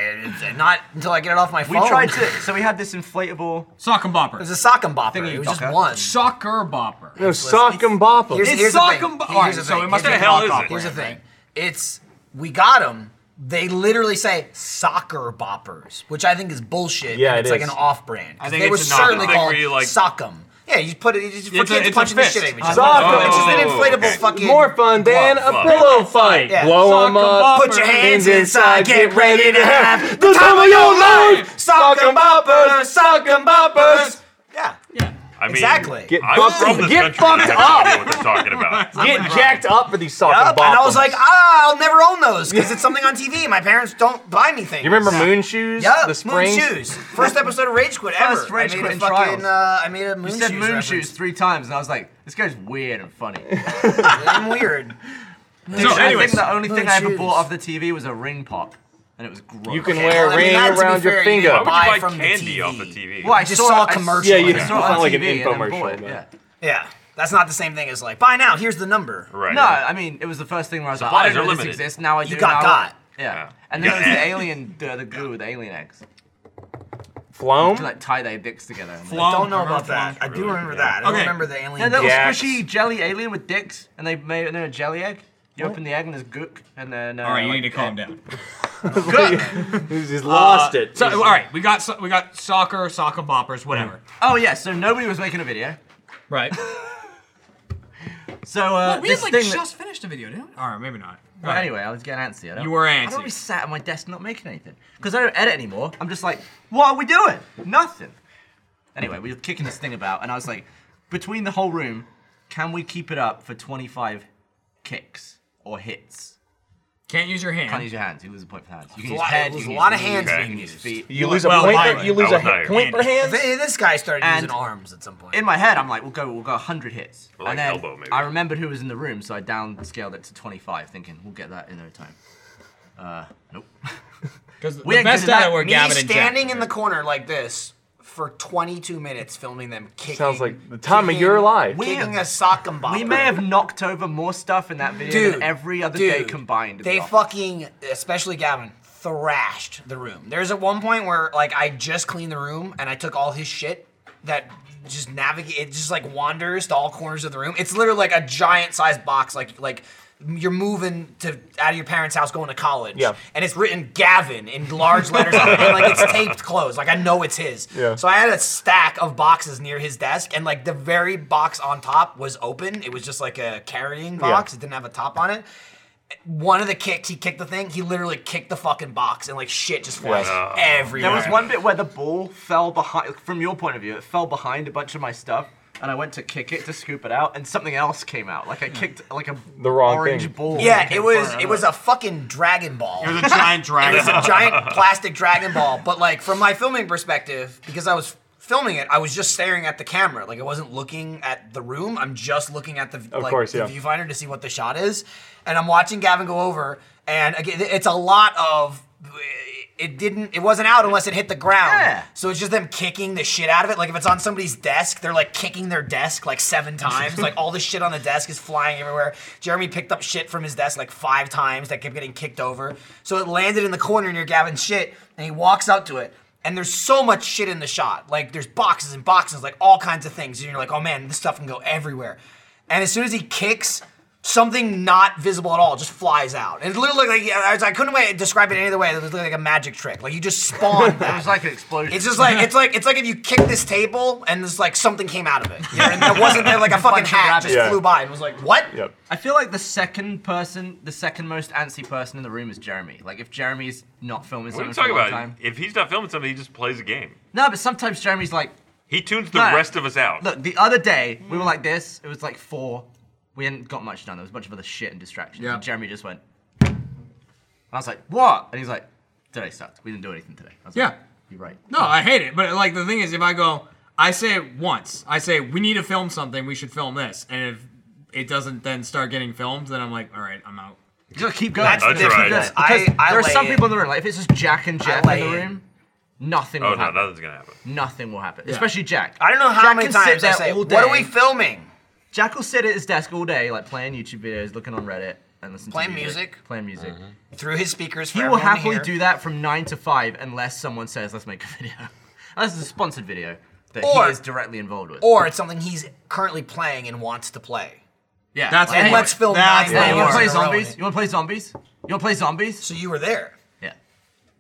[SPEAKER 2] it's not until I get it off my
[SPEAKER 3] We
[SPEAKER 2] phone.
[SPEAKER 3] tried to. So we had this inflatable.
[SPEAKER 5] Sock and
[SPEAKER 2] It
[SPEAKER 5] bopper.
[SPEAKER 2] was a sock and bopper.
[SPEAKER 3] Thingy
[SPEAKER 2] it was just
[SPEAKER 3] docker.
[SPEAKER 2] one.
[SPEAKER 5] Soccer bopper.
[SPEAKER 1] no, sock and bop 'em.
[SPEAKER 2] Here's,
[SPEAKER 5] It's
[SPEAKER 2] here's the
[SPEAKER 5] sock
[SPEAKER 2] thing.
[SPEAKER 5] and bo-
[SPEAKER 2] Here's
[SPEAKER 5] alright,
[SPEAKER 2] the
[SPEAKER 5] so
[SPEAKER 2] thing.
[SPEAKER 5] it must
[SPEAKER 2] Here's
[SPEAKER 4] be
[SPEAKER 2] the
[SPEAKER 4] hell
[SPEAKER 2] thing.
[SPEAKER 4] is it?
[SPEAKER 2] Here's the thing.
[SPEAKER 5] Right.
[SPEAKER 2] It's we got them. They literally say soccer boppers, which I think is bullshit.
[SPEAKER 1] Yeah,
[SPEAKER 2] and
[SPEAKER 1] it
[SPEAKER 2] it's like
[SPEAKER 1] is.
[SPEAKER 2] an off-brand. 'cause
[SPEAKER 5] think
[SPEAKER 2] they
[SPEAKER 5] it's
[SPEAKER 2] were
[SPEAKER 5] a knockoff.
[SPEAKER 2] certainly
[SPEAKER 4] Thing where
[SPEAKER 2] called
[SPEAKER 4] you, like-
[SPEAKER 2] sock'em. Yeah, you just put it. You just for
[SPEAKER 5] It's a-
[SPEAKER 2] kids
[SPEAKER 5] it's a
[SPEAKER 2] punching the shit
[SPEAKER 5] fist.
[SPEAKER 2] out of each
[SPEAKER 3] I
[SPEAKER 2] other.
[SPEAKER 1] love it.
[SPEAKER 2] It's just an
[SPEAKER 4] Oh.
[SPEAKER 2] inflatable fucking.
[SPEAKER 1] More fun than a
[SPEAKER 4] Fuck.
[SPEAKER 1] pillow fight.
[SPEAKER 2] Yeah.
[SPEAKER 1] Blow 'em
[SPEAKER 5] Sock 'em
[SPEAKER 1] up.
[SPEAKER 5] bopper.
[SPEAKER 2] Put your hands inside. Get ready to have
[SPEAKER 1] the time of your life.
[SPEAKER 2] Sock
[SPEAKER 1] Sock
[SPEAKER 2] 'em
[SPEAKER 1] and
[SPEAKER 2] boppers.
[SPEAKER 1] boppers. Sock and boppers.
[SPEAKER 2] Yeah,
[SPEAKER 4] I mean,
[SPEAKER 2] exactly.
[SPEAKER 1] Get
[SPEAKER 4] I'm from
[SPEAKER 1] fucked.
[SPEAKER 4] this
[SPEAKER 1] Get
[SPEAKER 4] country. and I
[SPEAKER 1] fucked
[SPEAKER 4] have no
[SPEAKER 1] up.
[SPEAKER 4] idea what they're talking about.
[SPEAKER 1] Get jacked up for these sock
[SPEAKER 2] Yup,
[SPEAKER 1] and
[SPEAKER 2] and
[SPEAKER 1] bop
[SPEAKER 2] I was
[SPEAKER 1] 'em.
[SPEAKER 2] like, ah, I'll never own those because it's something on TV. My parents don't buy me things.
[SPEAKER 1] you remember moon shoes?
[SPEAKER 2] Yeah,
[SPEAKER 1] the spring
[SPEAKER 2] moon shoes. First episode of Rage Quit ever.
[SPEAKER 3] First Rage
[SPEAKER 2] I made
[SPEAKER 3] Quit
[SPEAKER 2] a fucking,
[SPEAKER 3] trials.
[SPEAKER 2] uh, I made a moon
[SPEAKER 3] You said
[SPEAKER 2] shoes
[SPEAKER 3] moon
[SPEAKER 2] reference.
[SPEAKER 3] shoes three times, and I was like, this guy's weird and funny.
[SPEAKER 2] I'm weird.
[SPEAKER 3] Dude, I think
[SPEAKER 5] anyways,
[SPEAKER 3] the only thing
[SPEAKER 2] moon
[SPEAKER 3] I ever
[SPEAKER 2] shoes.
[SPEAKER 3] bought off the TV was a ring pop, and it was gross.
[SPEAKER 1] You can
[SPEAKER 2] Okay,
[SPEAKER 1] wear
[SPEAKER 2] well, I
[SPEAKER 1] a
[SPEAKER 2] mean,
[SPEAKER 1] ring
[SPEAKER 2] not to be
[SPEAKER 1] around your
[SPEAKER 2] fair, you
[SPEAKER 1] finger.
[SPEAKER 4] Why
[SPEAKER 2] didn't
[SPEAKER 4] would you
[SPEAKER 2] Buy
[SPEAKER 4] buy
[SPEAKER 2] from the
[SPEAKER 4] candy
[SPEAKER 2] TV.
[SPEAKER 4] off the TV?
[SPEAKER 3] Well, I
[SPEAKER 2] just saw a
[SPEAKER 3] I
[SPEAKER 2] commercial.
[SPEAKER 1] Yeah, you-
[SPEAKER 3] I
[SPEAKER 1] it's
[SPEAKER 3] saw it
[SPEAKER 1] not
[SPEAKER 3] on
[SPEAKER 1] like an
[SPEAKER 3] TV and then bought it,
[SPEAKER 1] infomercial,
[SPEAKER 3] Yeah.
[SPEAKER 2] Yeah, that's not the same thing as like buy now. Here's the number.
[SPEAKER 4] Right.
[SPEAKER 3] No, I mean it was the first thing where I was
[SPEAKER 4] Supplies
[SPEAKER 3] like, I
[SPEAKER 4] are
[SPEAKER 3] didn't know this
[SPEAKER 4] limited.
[SPEAKER 3] exists. Now I do.
[SPEAKER 2] You got
[SPEAKER 3] now I-
[SPEAKER 2] got.
[SPEAKER 3] Yeah. And then
[SPEAKER 4] You
[SPEAKER 3] there was
[SPEAKER 4] got
[SPEAKER 3] the alien, the, the goo with the alien eggs.
[SPEAKER 1] Floam?
[SPEAKER 3] You like tie their dicks together. and-
[SPEAKER 5] Flum.
[SPEAKER 2] Don't know
[SPEAKER 5] I remember
[SPEAKER 2] about that. I
[SPEAKER 5] Flum.
[SPEAKER 2] do remember that. I don't
[SPEAKER 5] Okay.
[SPEAKER 2] remember the alien.
[SPEAKER 3] Yeah, that little
[SPEAKER 1] Yes.
[SPEAKER 3] squishy jelly alien with dicks, and they made and they're a jelly egg. You open the egg and there's gook, and then. Uh,
[SPEAKER 6] All right, you
[SPEAKER 3] like-
[SPEAKER 6] need to calm down.
[SPEAKER 1] He's he's lost it.
[SPEAKER 5] So all right, we got so- we got soccer, soccer boppers, whatever.
[SPEAKER 3] Oh yeah, so nobody was making a video.
[SPEAKER 6] Right.
[SPEAKER 3] So uh,
[SPEAKER 5] we
[SPEAKER 3] this
[SPEAKER 5] had like
[SPEAKER 3] thing that-
[SPEAKER 5] just finished a video, didn't we? All right, maybe not.
[SPEAKER 3] Well, anyway, I was getting antsy. I don't,
[SPEAKER 5] You were
[SPEAKER 3] I don't
[SPEAKER 5] antsy.
[SPEAKER 3] really sat at my desk not making anything because I don't edit anymore. I'm just like, what are we doing? Nothing. Anyway, we were kicking this thing about, and I was like, between the whole room, can we keep it up for 25 kicks or hits?
[SPEAKER 5] Can't use your hand.
[SPEAKER 3] Can't use your hands. You lose a point for hands. You can
[SPEAKER 2] There's
[SPEAKER 3] use
[SPEAKER 2] a lot-
[SPEAKER 3] head.
[SPEAKER 2] there's
[SPEAKER 3] you can
[SPEAKER 2] a
[SPEAKER 3] use
[SPEAKER 2] lot of
[SPEAKER 3] knees,
[SPEAKER 2] hands
[SPEAKER 3] you
[SPEAKER 2] being
[SPEAKER 3] can use
[SPEAKER 2] used.
[SPEAKER 3] feet.
[SPEAKER 1] You lose a
[SPEAKER 5] Well,
[SPEAKER 1] point.
[SPEAKER 5] mine-
[SPEAKER 1] For, you lose a
[SPEAKER 4] that was
[SPEAKER 1] hit
[SPEAKER 4] higher.
[SPEAKER 1] point for hands.
[SPEAKER 2] Th- This guy started using
[SPEAKER 3] And
[SPEAKER 2] arms at some point.
[SPEAKER 3] In my head, I'm like, we'll go, we'll go 100 hits.
[SPEAKER 4] Or like
[SPEAKER 3] and then
[SPEAKER 4] elbow, maybe.
[SPEAKER 3] I remembered who was in the room, so I downscaled it to 25, thinking we'll get that in no time. Uh, nope.
[SPEAKER 6] Because the
[SPEAKER 3] We ain't
[SPEAKER 6] best
[SPEAKER 3] good at
[SPEAKER 6] at it were
[SPEAKER 2] Me
[SPEAKER 6] Gavin and Jack.
[SPEAKER 2] standing in the corner like this for 22 minutes, filming them kicking.
[SPEAKER 1] Sounds like the time of your life.
[SPEAKER 3] We-
[SPEAKER 2] Kicking a sock and bopper.
[SPEAKER 3] We may have knocked over more stuff in that video than every other day
[SPEAKER 2] dude,
[SPEAKER 3] combined. in
[SPEAKER 2] They
[SPEAKER 3] the office.
[SPEAKER 2] fucking, especially Gavin, thrashed the room. There's at one point where like I just cleaned the room and I took all his shit that just navigate it just like wanders to all corners of the room. It's literally like a giant sized box, like like you're moving to out of your parents' house going to college.
[SPEAKER 1] Yeah.
[SPEAKER 2] And it's written Gavin in large letters on it, and like it's taped closed. Like I know it's his.
[SPEAKER 1] Yeah.
[SPEAKER 2] So I had a stack of boxes near his desk, and like the very box on top was open. It was just like a carrying box. It didn't have a top on it one of the kicks, he kicked the thing, he literally kicked the fucking box and like shit just flies
[SPEAKER 4] Yeah.
[SPEAKER 2] everywhere.
[SPEAKER 3] There was one bit where the ball fell behind. From your point of view, it fell behind a bunch of my stuff. and I went to kick it to scoop it out, and something else came out. Like I
[SPEAKER 4] Hmm.
[SPEAKER 3] kicked like a
[SPEAKER 1] The wrong
[SPEAKER 3] orange
[SPEAKER 1] thing.
[SPEAKER 3] ball.
[SPEAKER 2] Yeah,
[SPEAKER 3] came
[SPEAKER 2] it was
[SPEAKER 3] flying
[SPEAKER 2] it
[SPEAKER 3] out.
[SPEAKER 2] was a fucking Dragon Ball.
[SPEAKER 5] It was a giant dragon.
[SPEAKER 2] It's a giant plastic Dragon Ball. But like from my filming perspective, because I was filming it, I was just staring at the camera. Like I wasn't looking at the room. I'm just looking at the like,
[SPEAKER 1] course,
[SPEAKER 2] the
[SPEAKER 1] yeah.
[SPEAKER 2] viewfinder to see what the shot is. And I'm watching Gavin go over. And again, it's a lot of. It didn't. It wasn't out unless it hit the ground.
[SPEAKER 3] Yeah.
[SPEAKER 2] So it's just them kicking the shit out of it. Like if it's on somebody's desk, they're like kicking their desk like seven times. like all the shit on the desk is flying everywhere. Jeremy picked up shit from his desk like five times that kept getting kicked over. So it landed in the corner near Gavin's shit, and he walks up to it. And there's so much shit in the shot. Like there's boxes and boxes, like all kinds of things. And you're like, oh man, this stuff can go everywhere. And as soon as he kicks, something not visible at all just flies out. And it literally like I, was- I couldn't wait, describe it any other way. It was like a magic trick. Like you just spawned that.
[SPEAKER 3] It was like an explosion.
[SPEAKER 2] It's just like it's like it's like if you kicked this table and it's like something came out of it. You know, and there wasn't there like a fucking
[SPEAKER 3] Bunch of
[SPEAKER 2] hat just
[SPEAKER 1] rabbits.
[SPEAKER 2] flew by and was like, what?
[SPEAKER 1] Yep.
[SPEAKER 3] I feel like the second person, the second most antsy person in the room is Jeremy. Like if Jeremy's not filming
[SPEAKER 4] What are you
[SPEAKER 3] something for a
[SPEAKER 4] talking
[SPEAKER 3] long time.
[SPEAKER 4] about? If he's not filming something, he just plays a game.
[SPEAKER 3] No, but sometimes Jeremy's like,
[SPEAKER 4] He tunes the
[SPEAKER 3] No.
[SPEAKER 4] rest of us out.
[SPEAKER 3] look, the other day we were like this. It was like four. We hadn't got much done. There was a bunch of other shit and distractions.
[SPEAKER 6] Yeah.
[SPEAKER 3] And Jeremy just went. And I was like, what? And he's like, today sucked. We didn't do anything today. I was like,
[SPEAKER 6] Yeah.
[SPEAKER 3] you're right.
[SPEAKER 6] No, I hate it. But like the thing is, if I go, I say it once. I say we need to film something. We should film this. And if it doesn't then start getting filmed, then I'm like, all right, I'm out.
[SPEAKER 3] Just keep going.
[SPEAKER 2] That's
[SPEAKER 4] the That's difference. right.
[SPEAKER 3] Because because
[SPEAKER 2] I- I
[SPEAKER 3] there are
[SPEAKER 2] lay
[SPEAKER 3] some
[SPEAKER 2] in.
[SPEAKER 3] people in the room. Like if it's just Jack and Jeff
[SPEAKER 2] lay
[SPEAKER 3] in the
[SPEAKER 2] in.
[SPEAKER 3] room, nothing
[SPEAKER 4] oh
[SPEAKER 3] will
[SPEAKER 4] no,
[SPEAKER 3] happen.
[SPEAKER 4] nothing's gonna happen.
[SPEAKER 3] Nothing will happen. Especially Jack.
[SPEAKER 2] I don't know how
[SPEAKER 3] Jack
[SPEAKER 2] many
[SPEAKER 3] can sit
[SPEAKER 2] times I
[SPEAKER 3] there
[SPEAKER 2] say,
[SPEAKER 3] all
[SPEAKER 2] what are
[SPEAKER 3] day.
[SPEAKER 2] we filming?
[SPEAKER 3] Jack will sit at his desk all day, like playing YouTube videos, looking on Reddit, and listening
[SPEAKER 2] Playing
[SPEAKER 3] to
[SPEAKER 2] music.
[SPEAKER 3] Playing music.
[SPEAKER 2] Through his speakers. For
[SPEAKER 3] He will
[SPEAKER 2] everyone to
[SPEAKER 3] happily
[SPEAKER 2] hear.
[SPEAKER 3] do that from nine to five, unless someone says, "Let's make a video." unless it's a sponsored video that
[SPEAKER 2] Or-
[SPEAKER 3] he is directly involved with.
[SPEAKER 2] Or it's something he's currently playing and wants to play.
[SPEAKER 3] yeah,
[SPEAKER 6] That's
[SPEAKER 3] like,
[SPEAKER 2] And
[SPEAKER 6] Anyway,
[SPEAKER 2] let's film
[SPEAKER 6] that's
[SPEAKER 2] nine
[SPEAKER 3] Hey, you want
[SPEAKER 2] hours
[SPEAKER 3] to play
[SPEAKER 2] in a row in
[SPEAKER 3] zombies?
[SPEAKER 2] it.
[SPEAKER 3] You want to play zombies? You want to play zombies?
[SPEAKER 2] So you were there.
[SPEAKER 3] Yeah,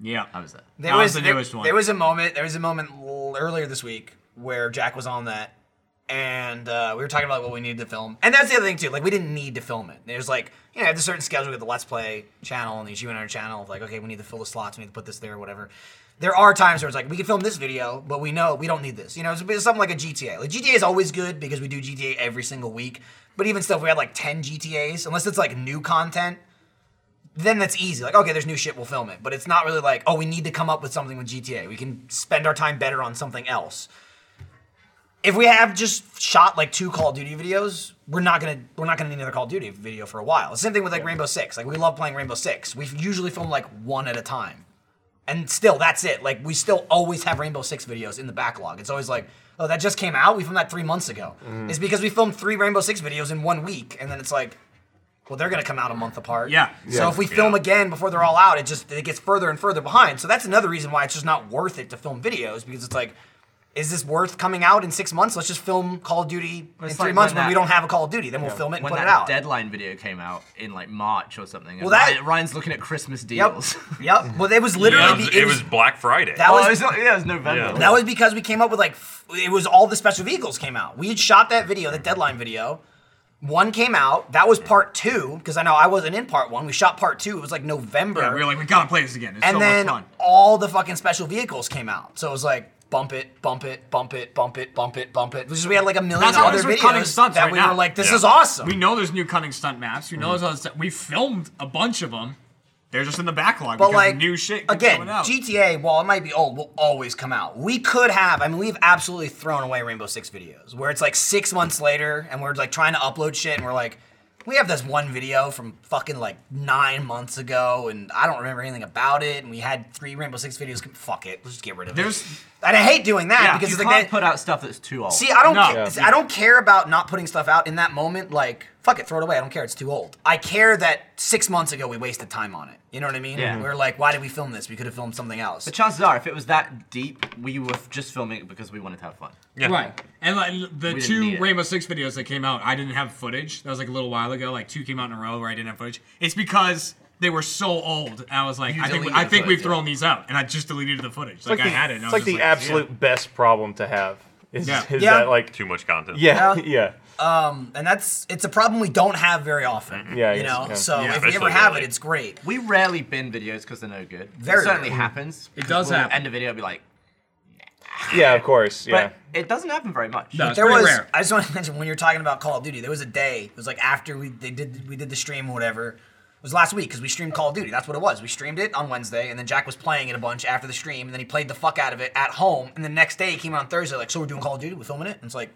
[SPEAKER 6] Yeah.
[SPEAKER 3] I was there.
[SPEAKER 2] There
[SPEAKER 6] That
[SPEAKER 2] was,
[SPEAKER 6] was the
[SPEAKER 2] there,
[SPEAKER 6] newest one.
[SPEAKER 2] there was a moment. There was a moment l- earlier this week where Jack was on that, and uh, we were talking about what we needed to film. And that's the other thing too. Like we didn't need to film it. There's like you know, there's a certain schedule with the Let's Play channel and the you and our channel. Of like okay, we need to fill the slots. We need to put this there, whatever. There are times where it's like we can film this video, but we know we don't need this. You know, it's a bit- something like a GTA. Like GTA is always good because we do GTA every single week. But even still, if we had like ten GTAs, unless it's like new content, then that's easy. Like, okay, there's new shit, we'll film it. But it's not really like, oh, we need to come up with something with GTA. We can spend our time better on something else. If we have just shot like two Call of Duty videos, we're not gonna we're not gonna need another Call of Duty video for a while. Same thing with like Rainbow Six. Like we love playing Rainbow Six. We usually film like one at a time. And still, that's it. Like we still always have Rainbow Six videos in the backlog. It's always like, oh, that just came out. We filmed that three months ago.
[SPEAKER 6] Mm.
[SPEAKER 2] It's because we filmed three Rainbow Six videos in one week, and then it's like, well, they're gonna come out a month apart.
[SPEAKER 6] Yeah.
[SPEAKER 2] So if we film again before they're all out, it just it gets further and further behind. So that's another reason why it's just not worth it to film videos because it's like, is this worth coming out in six months? Let's just film Call of Duty in
[SPEAKER 3] It's
[SPEAKER 2] three
[SPEAKER 3] like
[SPEAKER 2] months
[SPEAKER 3] when
[SPEAKER 2] when we
[SPEAKER 3] that-
[SPEAKER 2] don't have a Call of Duty. Then we'll film it and
[SPEAKER 3] When
[SPEAKER 2] put
[SPEAKER 3] that
[SPEAKER 2] it out.
[SPEAKER 3] deadline video came out in like March or something, well,
[SPEAKER 2] Well, that-
[SPEAKER 3] that, Ryan's looking at Christmas
[SPEAKER 2] Yep.
[SPEAKER 3] deals.
[SPEAKER 2] yep. Well, it was literally
[SPEAKER 4] Yeah,
[SPEAKER 2] be-
[SPEAKER 4] it, was, it was Black Friday.
[SPEAKER 2] that
[SPEAKER 3] oh,
[SPEAKER 2] was
[SPEAKER 3] it was, yeah, it was November.
[SPEAKER 4] Yeah.
[SPEAKER 2] That was because we came up with like f- it was all the special vehicles came out. We had shot that video, the deadline video. One came out. That was part two because I know I wasn't in part one. We shot part two. It was like November,
[SPEAKER 6] Yeah, we were like, we gotta play this again. It's
[SPEAKER 2] and
[SPEAKER 6] so
[SPEAKER 2] then
[SPEAKER 6] much fun.
[SPEAKER 2] all the fucking special vehicles came out. So it was like bump it, bump it, bump it, bump it, bump it, bump it. Which is we had like a million
[SPEAKER 6] That's how it
[SPEAKER 2] other
[SPEAKER 6] is with cutting
[SPEAKER 2] videos
[SPEAKER 6] stunts
[SPEAKER 2] that
[SPEAKER 6] right
[SPEAKER 2] we
[SPEAKER 6] now.
[SPEAKER 2] were like, this
[SPEAKER 4] Yeah.
[SPEAKER 2] is awesome.
[SPEAKER 6] We know there's new cunning stunt maps. We know there's other stuff. We filmed a bunch of them. They're just in the backlog
[SPEAKER 2] But
[SPEAKER 6] because
[SPEAKER 2] like
[SPEAKER 6] new shit keeps
[SPEAKER 2] again,
[SPEAKER 6] coming out.
[SPEAKER 2] GTA, while it might be old, will always come out. We could have, I mean, we've absolutely thrown away Rainbow Six videos where it's like six months later and we're like trying to upload shit and we're like, we have this one video from fucking like nine months ago and I don't remember anything about it and we had three Rainbow Six videos. Fuck it, let's just get rid of
[SPEAKER 6] There's-
[SPEAKER 2] it. And I hate doing that
[SPEAKER 6] Yeah,
[SPEAKER 2] because
[SPEAKER 3] You
[SPEAKER 2] it's
[SPEAKER 3] can't
[SPEAKER 2] like that,
[SPEAKER 3] put out stuff that's too old.
[SPEAKER 2] See, I don't,
[SPEAKER 6] No.
[SPEAKER 2] ca-
[SPEAKER 6] Yeah.
[SPEAKER 2] see, I don't care about not putting stuff out in that moment. Like, fuck it, throw it away. I don't care. It's too old. I care that six months ago we wasted time on it. You know what I mean?
[SPEAKER 3] Yeah.
[SPEAKER 2] We are like, why did we film this? We could have filmed something else.
[SPEAKER 3] But chances are, if it was that deep, we were just filming it because we wanted to have fun.
[SPEAKER 4] yeah.
[SPEAKER 6] Right. And like the
[SPEAKER 3] We didn't need
[SPEAKER 6] two
[SPEAKER 3] it.
[SPEAKER 6] Rainbow Six videos that came out, I didn't have footage. That was like a little while ago. Like two came out in a row where I didn't have footage. It's because they were so old. And I was like,
[SPEAKER 3] You
[SPEAKER 6] I think we,
[SPEAKER 3] deleted
[SPEAKER 6] I
[SPEAKER 3] the
[SPEAKER 6] think we've
[SPEAKER 3] footage,
[SPEAKER 6] thrown these out, and I just deleted the footage.
[SPEAKER 1] It's
[SPEAKER 6] Like, I
[SPEAKER 1] the,
[SPEAKER 6] had it. and I
[SPEAKER 1] It's
[SPEAKER 6] was
[SPEAKER 1] like
[SPEAKER 6] just
[SPEAKER 1] the absolute best problem to have. Is,
[SPEAKER 6] Yeah.
[SPEAKER 1] is
[SPEAKER 2] Yeah.
[SPEAKER 1] that like
[SPEAKER 4] Too much content.
[SPEAKER 1] yeah, yeah.
[SPEAKER 2] and that's it's a problem we don't have very often.
[SPEAKER 1] Yeah,
[SPEAKER 2] You
[SPEAKER 1] yes,
[SPEAKER 2] know,
[SPEAKER 1] yeah.
[SPEAKER 2] so
[SPEAKER 6] Yeah,
[SPEAKER 2] if we ever
[SPEAKER 4] especially
[SPEAKER 2] have it,
[SPEAKER 4] lately.
[SPEAKER 2] it's great.
[SPEAKER 3] We rarely bin videos because they're no good.
[SPEAKER 2] Very
[SPEAKER 3] it certainly
[SPEAKER 2] rarely.
[SPEAKER 3] happens.
[SPEAKER 6] It does
[SPEAKER 3] we'll
[SPEAKER 6] happen.
[SPEAKER 3] End the video, and be like,
[SPEAKER 1] yeah, of course. Yeah.
[SPEAKER 3] But it doesn't happen very much.
[SPEAKER 6] No, it's
[SPEAKER 2] There
[SPEAKER 6] pretty
[SPEAKER 2] was.
[SPEAKER 6] rare.
[SPEAKER 2] I just want to mention when you're talking about Call of Duty, there was a day. It was like after we they did we did the stream or whatever. It was last week because we streamed Call of Duty. That's what it was. We streamed it on Wednesday, and then Jack was playing it a bunch after the stream, and then he played the fuck out of it at home. And the next day he came on Thursday like, so we're doing Call of Duty, we're filming it. And it's like,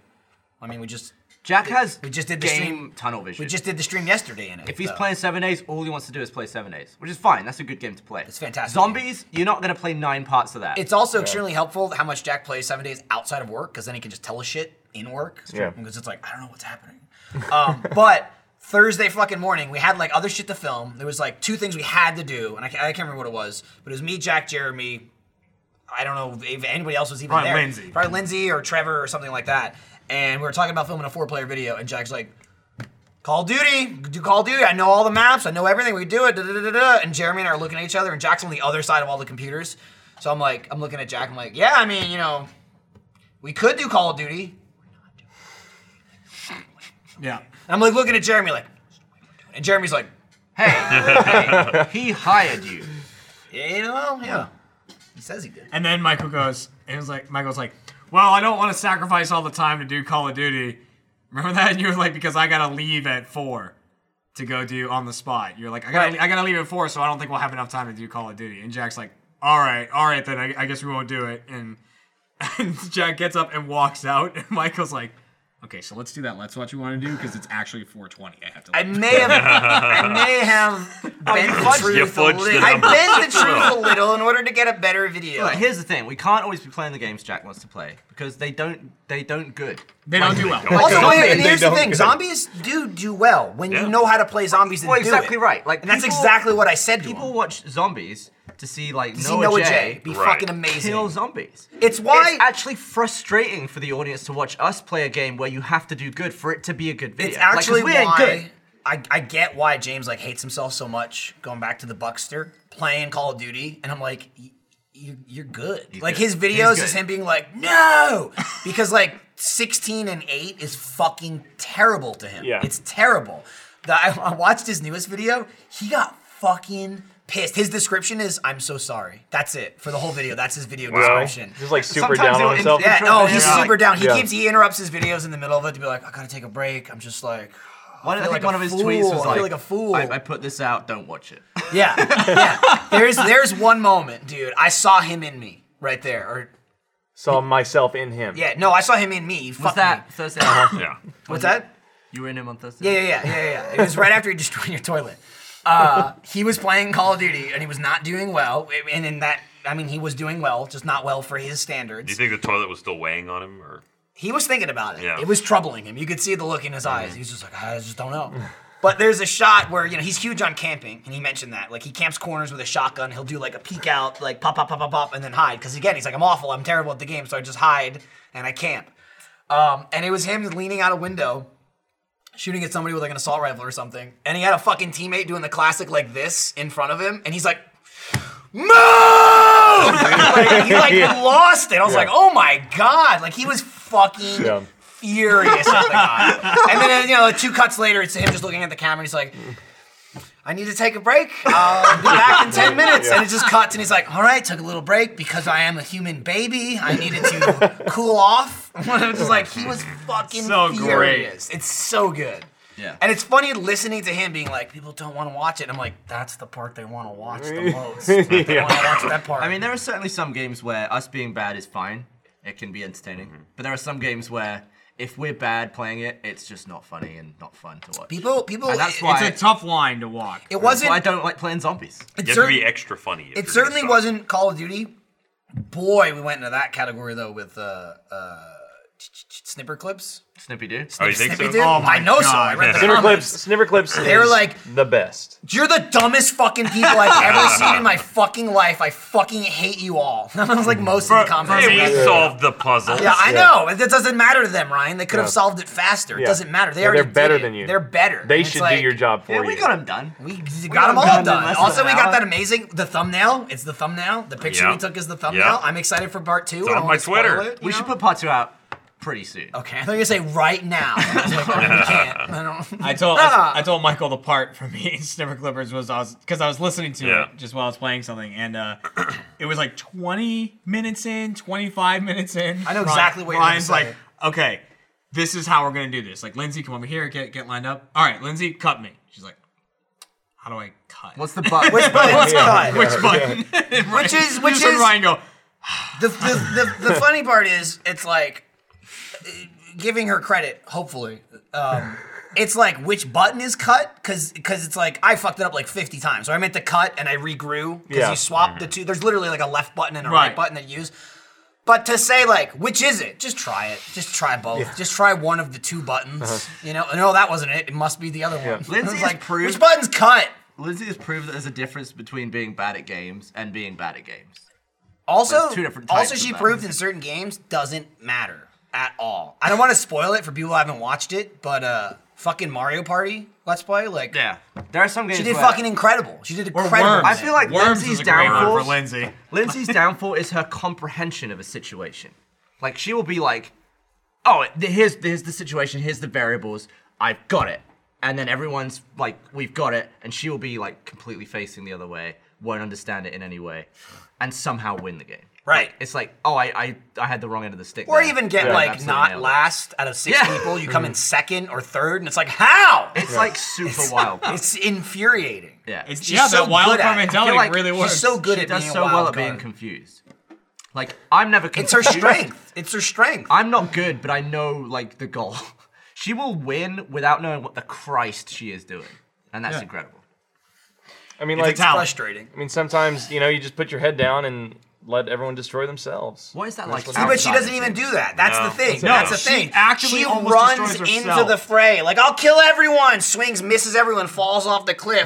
[SPEAKER 2] I mean, we just
[SPEAKER 3] Jack has
[SPEAKER 2] we just did the
[SPEAKER 3] game
[SPEAKER 2] stream-
[SPEAKER 3] tunnel vision.
[SPEAKER 2] we just did the stream yesterday in it.
[SPEAKER 3] If he's
[SPEAKER 2] though.
[SPEAKER 3] playing seven A's, all he wants to do is play seven A's, which is fine. That's a good game to play.
[SPEAKER 2] It's fantastic.
[SPEAKER 3] Zombies, you're not gonna play nine parts of that.
[SPEAKER 2] It's also extremely helpful how much Jack plays seven days outside of work because then he can just tell us shit in work.
[SPEAKER 1] Yeah.
[SPEAKER 2] Because it's like, I don't know what's happening. Um, but Thursday fucking morning, we had like other shit to film. There was like two things we had to do, and I can't, I can't remember what it was, but it was me, Jack, Jeremy. I don't know if anybody else was even
[SPEAKER 6] Probably
[SPEAKER 2] there.
[SPEAKER 6] Lindsay.
[SPEAKER 2] Probably Lindsay or Trevor or something like that. And we were talking about filming a four player video, and Jack's like, Call of Duty, do Call of Duty. I know all the maps. I know everything. We do it. Da, da, da, da, da. And Jeremy and I are looking at each other, and Jack's on the other side of all the computers. So I'm like, I'm looking at Jack. I'm like, yeah, I mean, you know, we could do Call of Duty.
[SPEAKER 6] Yeah.
[SPEAKER 2] And I'm like looking at Jeremy, like, and Jeremy's like,
[SPEAKER 3] hey, hey, he hired you.
[SPEAKER 2] yeah, you know, yeah. He says he did.
[SPEAKER 6] And then Michael goes, and it was like Michael's like, "Well, I don't want to sacrifice all the time to do Call of Duty." Remember that? And you were like, "Because I gotta leave at four to go do on the spot." You're like, "I gotta,
[SPEAKER 2] Right.
[SPEAKER 6] I gotta leave at four, so I don't think we'll have enough time to do Call of Duty." And Jack's like, "All right, all right, then I, I guess we won't do it." And, and Jack gets up and walks out, and Michael's like. Okay, so let's do that. Let's what you want to do because it's actually 420. I have to.
[SPEAKER 2] I may have, I may have bent the
[SPEAKER 4] fudged-
[SPEAKER 2] truth
[SPEAKER 4] Oh, you
[SPEAKER 2] a
[SPEAKER 4] fudged the
[SPEAKER 2] little. I
[SPEAKER 4] numbers.
[SPEAKER 2] bent the truth a little in order to get a better video.
[SPEAKER 3] But here's the thing: we can't always be playing the games Jack wants to play because they don't they don't good.
[SPEAKER 6] they don't do well.
[SPEAKER 2] Also, wait,
[SPEAKER 1] Zombies,
[SPEAKER 2] and
[SPEAKER 1] they
[SPEAKER 2] here's the
[SPEAKER 1] don't
[SPEAKER 2] thing:
[SPEAKER 1] do it.
[SPEAKER 2] zombies do do well when
[SPEAKER 4] Yeah.
[SPEAKER 2] you know how to play zombies. and
[SPEAKER 3] Well,
[SPEAKER 2] do
[SPEAKER 3] exactly
[SPEAKER 2] it.
[SPEAKER 3] right. Like
[SPEAKER 2] and that's
[SPEAKER 3] people-
[SPEAKER 2] exactly what I said to
[SPEAKER 3] People
[SPEAKER 2] him.
[SPEAKER 3] watch zombies to see like
[SPEAKER 2] To see
[SPEAKER 3] Noah,
[SPEAKER 2] Noah
[SPEAKER 3] Jay,
[SPEAKER 2] Jay be
[SPEAKER 4] Right.
[SPEAKER 2] fucking amazing.
[SPEAKER 3] kill zombies.
[SPEAKER 2] It's why-
[SPEAKER 3] it's actually frustrating for the audience to watch us play a game where you have to do good for it to be a good video.
[SPEAKER 2] It's
[SPEAKER 3] Like, 'cause
[SPEAKER 2] actually
[SPEAKER 3] we ain't
[SPEAKER 2] why
[SPEAKER 3] good.
[SPEAKER 2] I, I get why James like hates himself so much. Going back to the Buckster playing Call of Duty, and I'm like, y- you, you're good. like
[SPEAKER 3] good.
[SPEAKER 2] his videos
[SPEAKER 3] He's
[SPEAKER 2] is
[SPEAKER 3] good.
[SPEAKER 2] him being like, no, because like 16 and 8 is fucking terrible to him.
[SPEAKER 1] Yeah.
[SPEAKER 2] it's terrible. The, I, I watched his newest video. He got fucking pissed. His description is, "I'm so sorry." That's it for the whole video. That's his video
[SPEAKER 1] Wow.
[SPEAKER 2] description.
[SPEAKER 1] He's like super
[SPEAKER 3] Sometimes
[SPEAKER 1] down
[SPEAKER 3] it'll
[SPEAKER 1] on himself.
[SPEAKER 2] Yeah, no, he's
[SPEAKER 3] Yeah.
[SPEAKER 2] super down. He
[SPEAKER 1] Yeah.
[SPEAKER 2] keeps he interrupts his videos in the middle of it to be like, I gotta take a break. I'm just like,
[SPEAKER 3] One, I, think
[SPEAKER 2] feel like a
[SPEAKER 3] one of his
[SPEAKER 2] fool.
[SPEAKER 3] tweets
[SPEAKER 2] I
[SPEAKER 3] was
[SPEAKER 2] feel like a fool.
[SPEAKER 3] I, I put this out. Don't watch it.
[SPEAKER 2] yeah, yeah. There's there's one moment, dude. I saw him in me right there. Or
[SPEAKER 1] Saw myself in him.
[SPEAKER 2] yeah, no, I saw him in me. He
[SPEAKER 3] Was
[SPEAKER 2] fucked
[SPEAKER 3] that
[SPEAKER 2] me.
[SPEAKER 3] Thursday? Night Live?
[SPEAKER 4] Yeah.
[SPEAKER 2] What's that?
[SPEAKER 3] you were in him on Thursday.
[SPEAKER 2] Uh-huh. Yeah, yeah, yeah, yeah, yeah. It was right after he destroyed your toilet. Uh, he was playing Call of Duty and he was not doing well. And in that, I mean, he was doing well, just not well for his
[SPEAKER 4] Do you
[SPEAKER 2] standards.
[SPEAKER 4] think the toilet was still weighing on him, or
[SPEAKER 2] he was thinking about it.
[SPEAKER 4] Yeah.
[SPEAKER 2] It was troubling him. You could see the look in his eyes. He was just like, I just don't know. But there's a shot where you know he's huge on camping, and he mentioned that. Like he camps corners with a shotgun. He'll do like a peek out, like pop, pop, pop, pop, pop, and then hide. Because again, he's like, I'm awful. I'm terrible at the game, so I just hide and I camp. Um, and it was him leaning out a window, shooting at somebody with like an assault rifle or something. And he had a fucking teammate doing the classic like this in front of him, and he's like, move! like, he like lost it. I was like, oh my god! Like he was fucking
[SPEAKER 1] Yeah.
[SPEAKER 2] furious at the guy. And then uh, you know, like, two cuts later, it's him just looking at the camera. and He's like. I need to take a break. I'll be back in 10 minutes. And it just cuts, and he's like, All right, took a little break because I am a human baby. I needed to cool off. I was just like, He was fucking
[SPEAKER 6] So great.
[SPEAKER 2] furious. It's so good.
[SPEAKER 3] Yeah.
[SPEAKER 2] And it's funny listening to him being like, People don't want to watch it. And I'm like, That's the part they want to watch the most. They want to watch that part.
[SPEAKER 3] I mean, there are certainly some games where us being bad is fine. It can be entertaining.
[SPEAKER 2] Mm-hmm.
[SPEAKER 3] But there are some games where if we're bad playing it, it's just not funny and not fun to watch.
[SPEAKER 2] people, people,
[SPEAKER 3] And that's
[SPEAKER 2] it-
[SPEAKER 3] why-
[SPEAKER 6] It's a tough line to walk.
[SPEAKER 2] it
[SPEAKER 3] That's why I
[SPEAKER 2] wasn't.
[SPEAKER 3] don't like playing zombies.
[SPEAKER 2] It,
[SPEAKER 4] you have
[SPEAKER 2] cer-
[SPEAKER 4] to be extra funny? if
[SPEAKER 2] it
[SPEAKER 4] you're gonna
[SPEAKER 2] certainly
[SPEAKER 4] suck.
[SPEAKER 2] wasn't Call of Duty. Boy, we went into that category though with uh, uh, snipper clips.
[SPEAKER 3] Snippy do.
[SPEAKER 4] Oh, you think so?
[SPEAKER 2] Snippy did?
[SPEAKER 6] Oh my
[SPEAKER 2] I know so. I
[SPEAKER 6] God.
[SPEAKER 2] read the
[SPEAKER 1] Snipper clips.
[SPEAKER 2] comments.
[SPEAKER 1] Snipper clips.
[SPEAKER 2] They were
[SPEAKER 1] is
[SPEAKER 2] like-
[SPEAKER 1] the best.
[SPEAKER 2] You're the dumbest fucking people I've ever seen in my fucking life. I fucking hate you all. That was like most of the comments.
[SPEAKER 4] Hey,
[SPEAKER 2] I
[SPEAKER 4] we
[SPEAKER 2] read.
[SPEAKER 4] solved the puzzle.
[SPEAKER 2] Yeah, I know. It doesn't matter to them, Ryan. They could have
[SPEAKER 1] Yeah.
[SPEAKER 2] solved it faster. It
[SPEAKER 1] Yeah.
[SPEAKER 2] doesn't matter. They
[SPEAKER 1] They're
[SPEAKER 2] already did
[SPEAKER 1] better
[SPEAKER 2] it.
[SPEAKER 1] than you.
[SPEAKER 2] They're better.
[SPEAKER 1] They
[SPEAKER 2] And it's
[SPEAKER 1] should
[SPEAKER 2] like-
[SPEAKER 1] do your job for
[SPEAKER 3] Yeah,
[SPEAKER 1] you.
[SPEAKER 3] we got him done.
[SPEAKER 2] We got,
[SPEAKER 3] got
[SPEAKER 2] them all
[SPEAKER 3] them
[SPEAKER 2] done.
[SPEAKER 3] done in less than
[SPEAKER 2] Also,
[SPEAKER 3] an
[SPEAKER 2] we got
[SPEAKER 3] hour.
[SPEAKER 2] that amazing the thumbnail. It's the thumbnail. The picture
[SPEAKER 4] Yeah.
[SPEAKER 2] we took is the thumbnail.
[SPEAKER 4] Yeah.
[SPEAKER 2] I'm excited for part two. It's
[SPEAKER 4] on my Twitter.
[SPEAKER 3] We should put part two out. pretty soon.
[SPEAKER 2] Okay, I thought you were gonna say right now. I was like, oh, you can't. I don't.
[SPEAKER 6] I told
[SPEAKER 2] Ah.
[SPEAKER 6] I, I told Michael the part for me in Snipper Clippers was I was because I was listening to
[SPEAKER 4] Yeah.
[SPEAKER 6] it just while I was playing something, and uh, it was like 20 minutes in, 25 minutes in.
[SPEAKER 2] I know exactly what you're gonna
[SPEAKER 6] Ryan's
[SPEAKER 2] say.
[SPEAKER 6] like, okay, this is how we're gonna do this. Like Lindsay, come over here, get get lined up. All right, Lindsay, cut me. She's like, how do I cut?
[SPEAKER 3] What's the button?
[SPEAKER 2] Which button's cut?
[SPEAKER 6] which button?
[SPEAKER 2] Which is which
[SPEAKER 6] Just let
[SPEAKER 2] is
[SPEAKER 6] Ryan go.
[SPEAKER 2] the, the, the, the funny part is it's like uh, giving her credit hopefully um, it's like which button is cut because it's like i fucked it up like 50 times so i meant to cut and i regrew because
[SPEAKER 1] Yeah.
[SPEAKER 2] you swap
[SPEAKER 3] Mm-hmm.
[SPEAKER 2] the two there's literally like a left button and a right,
[SPEAKER 6] Right.
[SPEAKER 2] button that you use but to say like which is it just try it just try both just try one of the two buttons you know no that wasn't it it must be the other one
[SPEAKER 3] Uh-huh. Lindsay
[SPEAKER 2] It's
[SPEAKER 3] has
[SPEAKER 2] like
[SPEAKER 3] proved-
[SPEAKER 2] which button's cut
[SPEAKER 3] Lindsay has proved that there's a difference between being bad at games and being bad at games.
[SPEAKER 2] Also,
[SPEAKER 3] There's two different
[SPEAKER 2] also
[SPEAKER 3] types
[SPEAKER 2] she
[SPEAKER 3] of that.
[SPEAKER 2] proved in certain games doesn't matter at all. I don't want to spoil it for people who haven't watched it, but uh, fucking Mario Party Let's Play, like,
[SPEAKER 3] Yeah, there are some games.
[SPEAKER 2] she did
[SPEAKER 3] where
[SPEAKER 2] fucking incredible. She did incredible.
[SPEAKER 6] Worms.
[SPEAKER 3] I feel like
[SPEAKER 6] Worms
[SPEAKER 3] Lindsay's
[SPEAKER 6] is a great one
[SPEAKER 3] downfalls-
[SPEAKER 6] for Lindsay.
[SPEAKER 3] Lindsay's downfall is her comprehension of a situation. Like she will be like, "Oh, th- here's here's the situation. Here's the variables. I've got it." And then everyone's like, "We've got it," and she will be like completely facing the other way, won't understand it in any way, and somehow win the game.
[SPEAKER 2] Right.
[SPEAKER 3] It's like, "Oh, I I, I had the wrong end of the stick."
[SPEAKER 2] Or
[SPEAKER 3] there."
[SPEAKER 2] even get
[SPEAKER 3] Yeah,
[SPEAKER 2] like
[SPEAKER 3] absolutely
[SPEAKER 2] not
[SPEAKER 3] nailed it.
[SPEAKER 2] last out of six
[SPEAKER 3] Yeah.
[SPEAKER 2] people, you come in second or third, and it's like how?
[SPEAKER 3] It's like super wild.
[SPEAKER 2] It's infuriating.
[SPEAKER 3] yeah.
[SPEAKER 6] It's,
[SPEAKER 2] She's
[SPEAKER 6] yeah,
[SPEAKER 2] so
[SPEAKER 6] that wild
[SPEAKER 2] good at
[SPEAKER 6] card
[SPEAKER 2] it. I feel
[SPEAKER 6] mentality
[SPEAKER 3] like
[SPEAKER 6] really
[SPEAKER 3] she's
[SPEAKER 6] works.
[SPEAKER 2] She's so good
[SPEAKER 3] she
[SPEAKER 2] at
[SPEAKER 3] does
[SPEAKER 2] being
[SPEAKER 3] so
[SPEAKER 2] a wild
[SPEAKER 3] well at
[SPEAKER 2] card.
[SPEAKER 3] being confused. Like I'm never
[SPEAKER 2] It's
[SPEAKER 3] confused.
[SPEAKER 2] her strength. It's her strength.
[SPEAKER 3] I'm not good, but I know like the goal. She will win without knowing what the Christ she is doing, and that's incredible.
[SPEAKER 1] I mean,
[SPEAKER 6] It's
[SPEAKER 1] like,
[SPEAKER 6] a talent.
[SPEAKER 2] Frustrating.
[SPEAKER 1] I mean, sometimes you know, you just put your head down and let everyone destroy themselves.
[SPEAKER 3] What is that like?
[SPEAKER 2] See, but she
[SPEAKER 3] outside
[SPEAKER 2] doesn't
[SPEAKER 3] of
[SPEAKER 2] even
[SPEAKER 3] you?
[SPEAKER 2] do that. That's the thing.
[SPEAKER 1] No,
[SPEAKER 2] That's the
[SPEAKER 6] she
[SPEAKER 2] thing.
[SPEAKER 6] actively
[SPEAKER 2] she
[SPEAKER 6] almost
[SPEAKER 2] runs
[SPEAKER 6] destroys
[SPEAKER 2] into
[SPEAKER 6] herself.
[SPEAKER 2] the fray, like I'll kill everyone. Swings, misses everyone, falls off the cliff.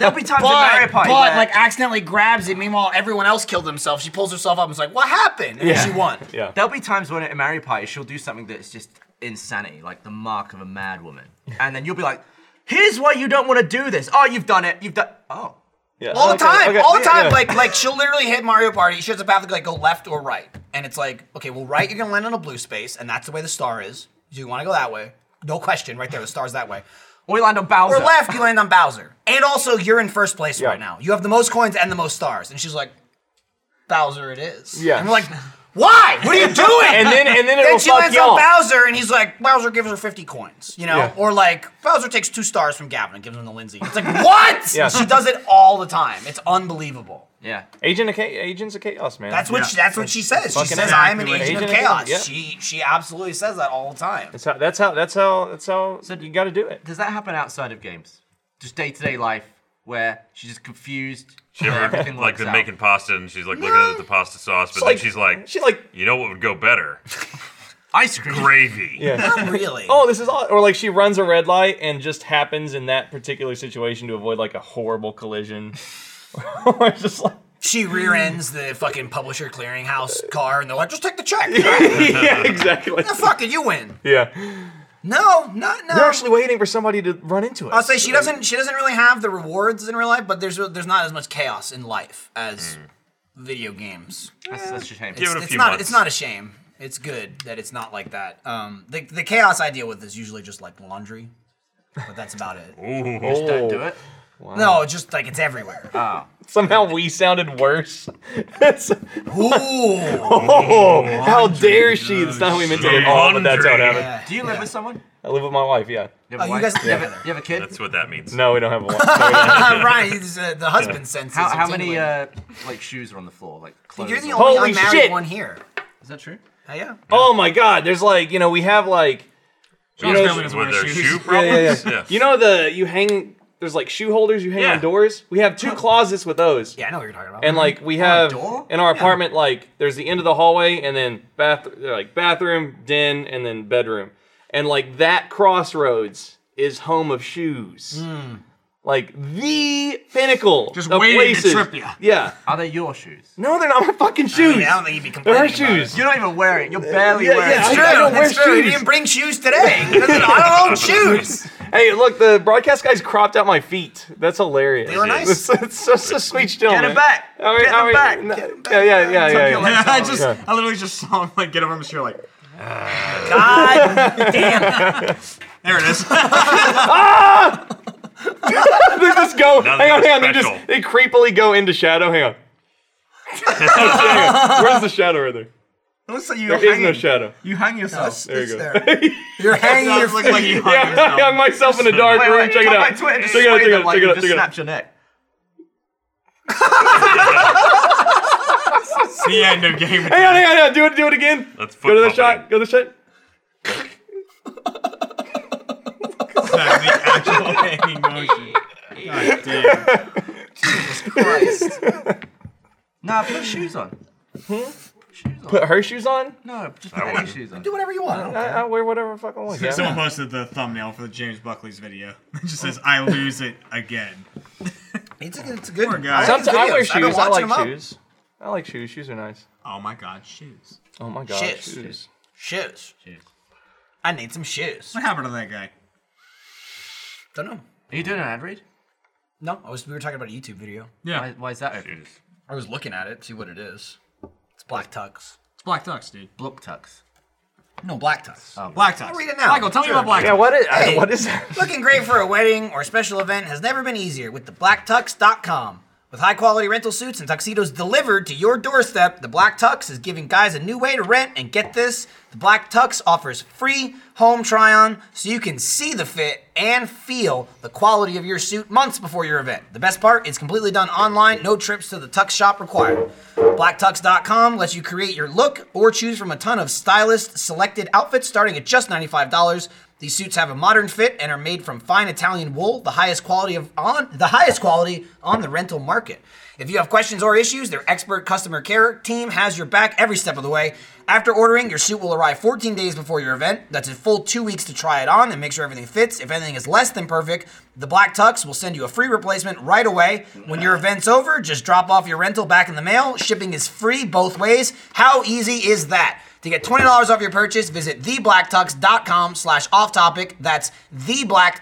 [SPEAKER 3] There'll be times in Mario
[SPEAKER 2] but,
[SPEAKER 3] Party.
[SPEAKER 2] but
[SPEAKER 3] where-
[SPEAKER 2] like accidentally grabs it. Meanwhile, everyone else killed themselves. She pulls herself up and is like, "What happened?" And
[SPEAKER 1] Yeah.
[SPEAKER 2] she won.
[SPEAKER 1] Yeah.
[SPEAKER 3] there'll be times when in Mario Party she'll do something that's just insanity, like the mark of a mad woman, and then you'll be like, "Here's why you don't want to do this. Oh, you've done it. You've done. Oh,
[SPEAKER 1] Yeah.
[SPEAKER 2] All the
[SPEAKER 1] Okay,
[SPEAKER 2] time,
[SPEAKER 1] okay,
[SPEAKER 2] all the
[SPEAKER 1] yeah,
[SPEAKER 2] time.
[SPEAKER 1] yeah.
[SPEAKER 2] Like, like she'll literally hit Mario Party. She has a path to like go left or right, and it's like, okay, well, right, you're gonna land on a blue space, and that's the way the star is. You want to go that way? No question, right there. The star's that way.
[SPEAKER 3] or you land on Bowser.
[SPEAKER 2] Or left, you land on Bowser. And also, you're in first place
[SPEAKER 1] Yeah.
[SPEAKER 2] right now. You have the most coins and the most stars. And she's like, Bowser it is.
[SPEAKER 1] Yeah.
[SPEAKER 2] And we're like, why? What are you doing?
[SPEAKER 1] And then and then it
[SPEAKER 2] then
[SPEAKER 1] will
[SPEAKER 2] she
[SPEAKER 1] fuck
[SPEAKER 2] lands on
[SPEAKER 1] y'all.
[SPEAKER 2] Bowser, and he's like, Bowser gives her 50 coins, you know?
[SPEAKER 1] Yeah.
[SPEAKER 2] Or like, Bowser takes two stars from Gavin and gives them to Lindsay. It's like, what?
[SPEAKER 1] Yeah.
[SPEAKER 2] She does it all the time. It's unbelievable.
[SPEAKER 3] yeah.
[SPEAKER 1] Agent of Cha- Agents of Chaos, man.
[SPEAKER 2] That's what
[SPEAKER 6] Yeah.
[SPEAKER 2] she, that's what she says. She
[SPEAKER 1] Fucking
[SPEAKER 2] says, "I am an
[SPEAKER 1] exactly
[SPEAKER 2] agent,
[SPEAKER 1] what
[SPEAKER 2] of
[SPEAKER 1] she says.
[SPEAKER 2] chaos."
[SPEAKER 1] Yeah.
[SPEAKER 2] She she absolutely says that all the time.
[SPEAKER 1] That's how. That's how. That's how. That's how.
[SPEAKER 3] So-
[SPEAKER 1] you got to do it.
[SPEAKER 3] Does that happen outside of games? Just day to day life where she's just confused.
[SPEAKER 4] She ever,
[SPEAKER 3] where everything
[SPEAKER 4] like
[SPEAKER 3] works
[SPEAKER 4] they're
[SPEAKER 3] out.
[SPEAKER 4] making pasta and she's like looking at the pasta sauce, but then she's like,
[SPEAKER 1] she like,
[SPEAKER 4] you know what would go better?
[SPEAKER 3] ice cream.
[SPEAKER 4] Gravy.
[SPEAKER 1] yeah.
[SPEAKER 2] Not really.
[SPEAKER 1] oh, this is aw-" or like she runs a red light and just happens in that particular situation to avoid like a horrible collision. or it's just like,
[SPEAKER 2] She rear ends the fucking publisher clearinghouse car, and they're like, "Just take the check."
[SPEAKER 1] yeah, exactly.
[SPEAKER 2] the fuck did you win?
[SPEAKER 1] Yeah,
[SPEAKER 2] No, not no.
[SPEAKER 1] they're actually waiting for somebody to run into us.
[SPEAKER 2] I'll say she doesn't. She doesn't really have the rewards in real life, but there's there's not as much chaos in life as video games.
[SPEAKER 3] That's such a shame.
[SPEAKER 4] Give it a
[SPEAKER 2] it's
[SPEAKER 4] few
[SPEAKER 2] not.
[SPEAKER 4] months.
[SPEAKER 2] It's not a shame. It's good that it's not like that. Um, the the chaos I deal with is usually just like laundry, but that's about it.
[SPEAKER 4] Ooh.
[SPEAKER 1] Oh.
[SPEAKER 3] Don't do it.
[SPEAKER 2] No, just like it's everywhere.
[SPEAKER 1] Somehow we sounded worse.
[SPEAKER 2] Ooh,
[SPEAKER 1] oh, how dare she? That's not how we meant to live. Oh, but that's how it happened.
[SPEAKER 2] yeah.
[SPEAKER 3] Do you live with someone?
[SPEAKER 1] I live with my wife. Yeah.
[SPEAKER 3] You
[SPEAKER 2] Oh,
[SPEAKER 3] have a
[SPEAKER 2] you
[SPEAKER 3] wife?
[SPEAKER 2] guys
[SPEAKER 3] you,
[SPEAKER 2] live
[SPEAKER 3] have a,
[SPEAKER 2] together.
[SPEAKER 3] you have a kid?
[SPEAKER 4] That's what that means.
[SPEAKER 1] No, we don't have a wife. No, we don't.
[SPEAKER 2] Ryan, he's, uh, the husband senses.
[SPEAKER 3] How, how
[SPEAKER 2] are
[SPEAKER 3] many
[SPEAKER 2] tingling.
[SPEAKER 3] uh, like shoes are on the floor? Like clothes.
[SPEAKER 2] You're the
[SPEAKER 3] on-
[SPEAKER 2] only
[SPEAKER 1] Holy
[SPEAKER 2] unmarried
[SPEAKER 1] shit.
[SPEAKER 2] one here.
[SPEAKER 3] Is that true?
[SPEAKER 2] Oh, yeah.
[SPEAKER 1] Oh my God! There's like you know we have like
[SPEAKER 6] John's
[SPEAKER 1] know,
[SPEAKER 6] family doesn't
[SPEAKER 4] With
[SPEAKER 6] wear
[SPEAKER 4] their
[SPEAKER 6] shoes.
[SPEAKER 4] shoe problems?
[SPEAKER 1] yeah. you know the you hang there's like shoe holders you hang
[SPEAKER 4] Yeah.
[SPEAKER 1] on doors. We have two closets with those.
[SPEAKER 2] Yeah, I know what you're talking about.
[SPEAKER 1] And like we have
[SPEAKER 3] door?
[SPEAKER 1] in our apartment, like there's the end of the hallway and then bath like bathroom, den, and then bedroom. And like that crossroads is home of shoes. Like the pinnacle
[SPEAKER 6] Just
[SPEAKER 1] of
[SPEAKER 6] waiting to
[SPEAKER 1] places.
[SPEAKER 6] trip ya.
[SPEAKER 1] Yeah.
[SPEAKER 3] Are they your shoes?
[SPEAKER 1] No, they're not my fucking shoes.
[SPEAKER 2] I, mean, I don't think you'd be
[SPEAKER 1] they're her
[SPEAKER 2] complaining. about it.
[SPEAKER 1] shoes.
[SPEAKER 3] You're not even wearing. You're barely
[SPEAKER 1] yeah,
[SPEAKER 3] wearing.
[SPEAKER 1] yeah,
[SPEAKER 2] It's
[SPEAKER 3] shoes.
[SPEAKER 2] true.
[SPEAKER 1] I don't wear
[SPEAKER 2] that's true. You
[SPEAKER 1] shoes.
[SPEAKER 2] didn't bring shoes today. Listen, I don't own shoes.
[SPEAKER 1] Hey, look, the broadcast guys cropped out my feet. That's hilarious.
[SPEAKER 2] They were nice.
[SPEAKER 1] It's, it's such a sweet still.
[SPEAKER 3] Get 'em
[SPEAKER 1] man.
[SPEAKER 3] back.
[SPEAKER 1] All right,
[SPEAKER 3] Get 'em
[SPEAKER 1] all right.
[SPEAKER 3] back.
[SPEAKER 1] No,
[SPEAKER 3] Get 'em
[SPEAKER 1] Yeah, yeah, yeah, yeah. yeah.
[SPEAKER 3] your legs
[SPEAKER 6] I
[SPEAKER 3] off.
[SPEAKER 6] just, I literally just saw him like get over him and she's like,
[SPEAKER 2] God damn.
[SPEAKER 6] There it is.
[SPEAKER 1] they just go.
[SPEAKER 4] Nothing
[SPEAKER 1] hang on, hang on. They
[SPEAKER 4] special.
[SPEAKER 1] just they creepily go into shadow. Hang on. Hang on. Where's the shadow right there?
[SPEAKER 3] It looks like you
[SPEAKER 1] There is no shadow.
[SPEAKER 3] You hang yourself.
[SPEAKER 1] There you go.
[SPEAKER 2] You're hanging your
[SPEAKER 6] Looks like you hung
[SPEAKER 1] yeah, I hung myself in a dark
[SPEAKER 3] Wait,
[SPEAKER 1] room.
[SPEAKER 3] wait,
[SPEAKER 1] check it
[SPEAKER 3] come
[SPEAKER 1] out.
[SPEAKER 3] by Twitter and just
[SPEAKER 1] check it
[SPEAKER 3] sway
[SPEAKER 1] out. Check it
[SPEAKER 3] them
[SPEAKER 1] out.
[SPEAKER 3] like
[SPEAKER 1] Check it
[SPEAKER 3] you
[SPEAKER 1] out.
[SPEAKER 3] just
[SPEAKER 1] Check it out.
[SPEAKER 3] snapped your neck.
[SPEAKER 6] the end of Game of
[SPEAKER 1] Hang on, hang on, hang on. Do it. Do it again.
[SPEAKER 4] That's
[SPEAKER 1] go to the
[SPEAKER 4] foot
[SPEAKER 1] shot. Go to the shot.
[SPEAKER 6] Thrones. The actual hanging motion. God damn.
[SPEAKER 2] Christ.
[SPEAKER 3] Nah, put shoes on.
[SPEAKER 1] Put her shoes on.
[SPEAKER 3] No, just
[SPEAKER 4] I
[SPEAKER 3] put any
[SPEAKER 4] wouldn't.
[SPEAKER 3] shoes on.
[SPEAKER 2] Do whatever you want.
[SPEAKER 1] I, I wear whatever the fuck I want. Yeah.
[SPEAKER 6] Someone posted the thumbnail for the James Buckley's video. It just says, "I lose it again."
[SPEAKER 2] It's a, it's a good
[SPEAKER 6] Poor guy.
[SPEAKER 2] like
[SPEAKER 1] Sometimes
[SPEAKER 2] the
[SPEAKER 1] I wear
[SPEAKER 2] videos. I've been
[SPEAKER 1] shoes. I
[SPEAKER 2] watching
[SPEAKER 1] like
[SPEAKER 2] them up.
[SPEAKER 1] shoes. I like shoes. Shoes are nice.
[SPEAKER 6] Oh my God, shoes.
[SPEAKER 1] Oh my god,
[SPEAKER 2] Shit.
[SPEAKER 1] shoes.
[SPEAKER 2] Shoes. I need some shoes.
[SPEAKER 6] What happened to that guy?
[SPEAKER 2] Don't know.
[SPEAKER 3] Are you doing an ad read?
[SPEAKER 2] No, I was. We were talking about a YouTube video.
[SPEAKER 5] Yeah,
[SPEAKER 3] Why, why is that open?
[SPEAKER 4] Shoes.
[SPEAKER 2] I was looking at it, see what it is. It's black tux.
[SPEAKER 5] it's Black Ducks, dude.
[SPEAKER 3] Block tucks.
[SPEAKER 2] No, black tux.
[SPEAKER 6] Black Tux.
[SPEAKER 2] read it now.
[SPEAKER 5] Michael, tell me about Black
[SPEAKER 1] Yeah.
[SPEAKER 5] Ducks.
[SPEAKER 1] What is?
[SPEAKER 2] Hey.
[SPEAKER 1] What is that?
[SPEAKER 2] Looking great for a wedding or special event has never been easier with the blacktux.com. With high quality rental suits and tuxedos delivered to your doorstep, the Black Tux is giving guys a new way to rent. And get this the Black Tux offers free home try on so you can see the fit and feel the quality of your suit months before your event. The best part, it's completely done online, no trips to the Tux shop required. BlackTux.com lets you create your look or choose from a ton of stylist selected outfits starting at just $95. These suits have a modern fit and are made from fine Italian wool, the highest quality of on the highest quality on the rental market. If you have questions or issues, their expert customer care team has your back every step of the way. After ordering, your suit will arrive 14 days before your event. That's a full two weeks to try it on and make sure everything fits. If anything is less than perfect, the Black Tux will send you a free replacement right away. When your event's over, just drop off your rental back in the mail. Shipping is free both ways. How easy is that? To get $20 off your purchase, visit theblacktux.com slash off topic. That's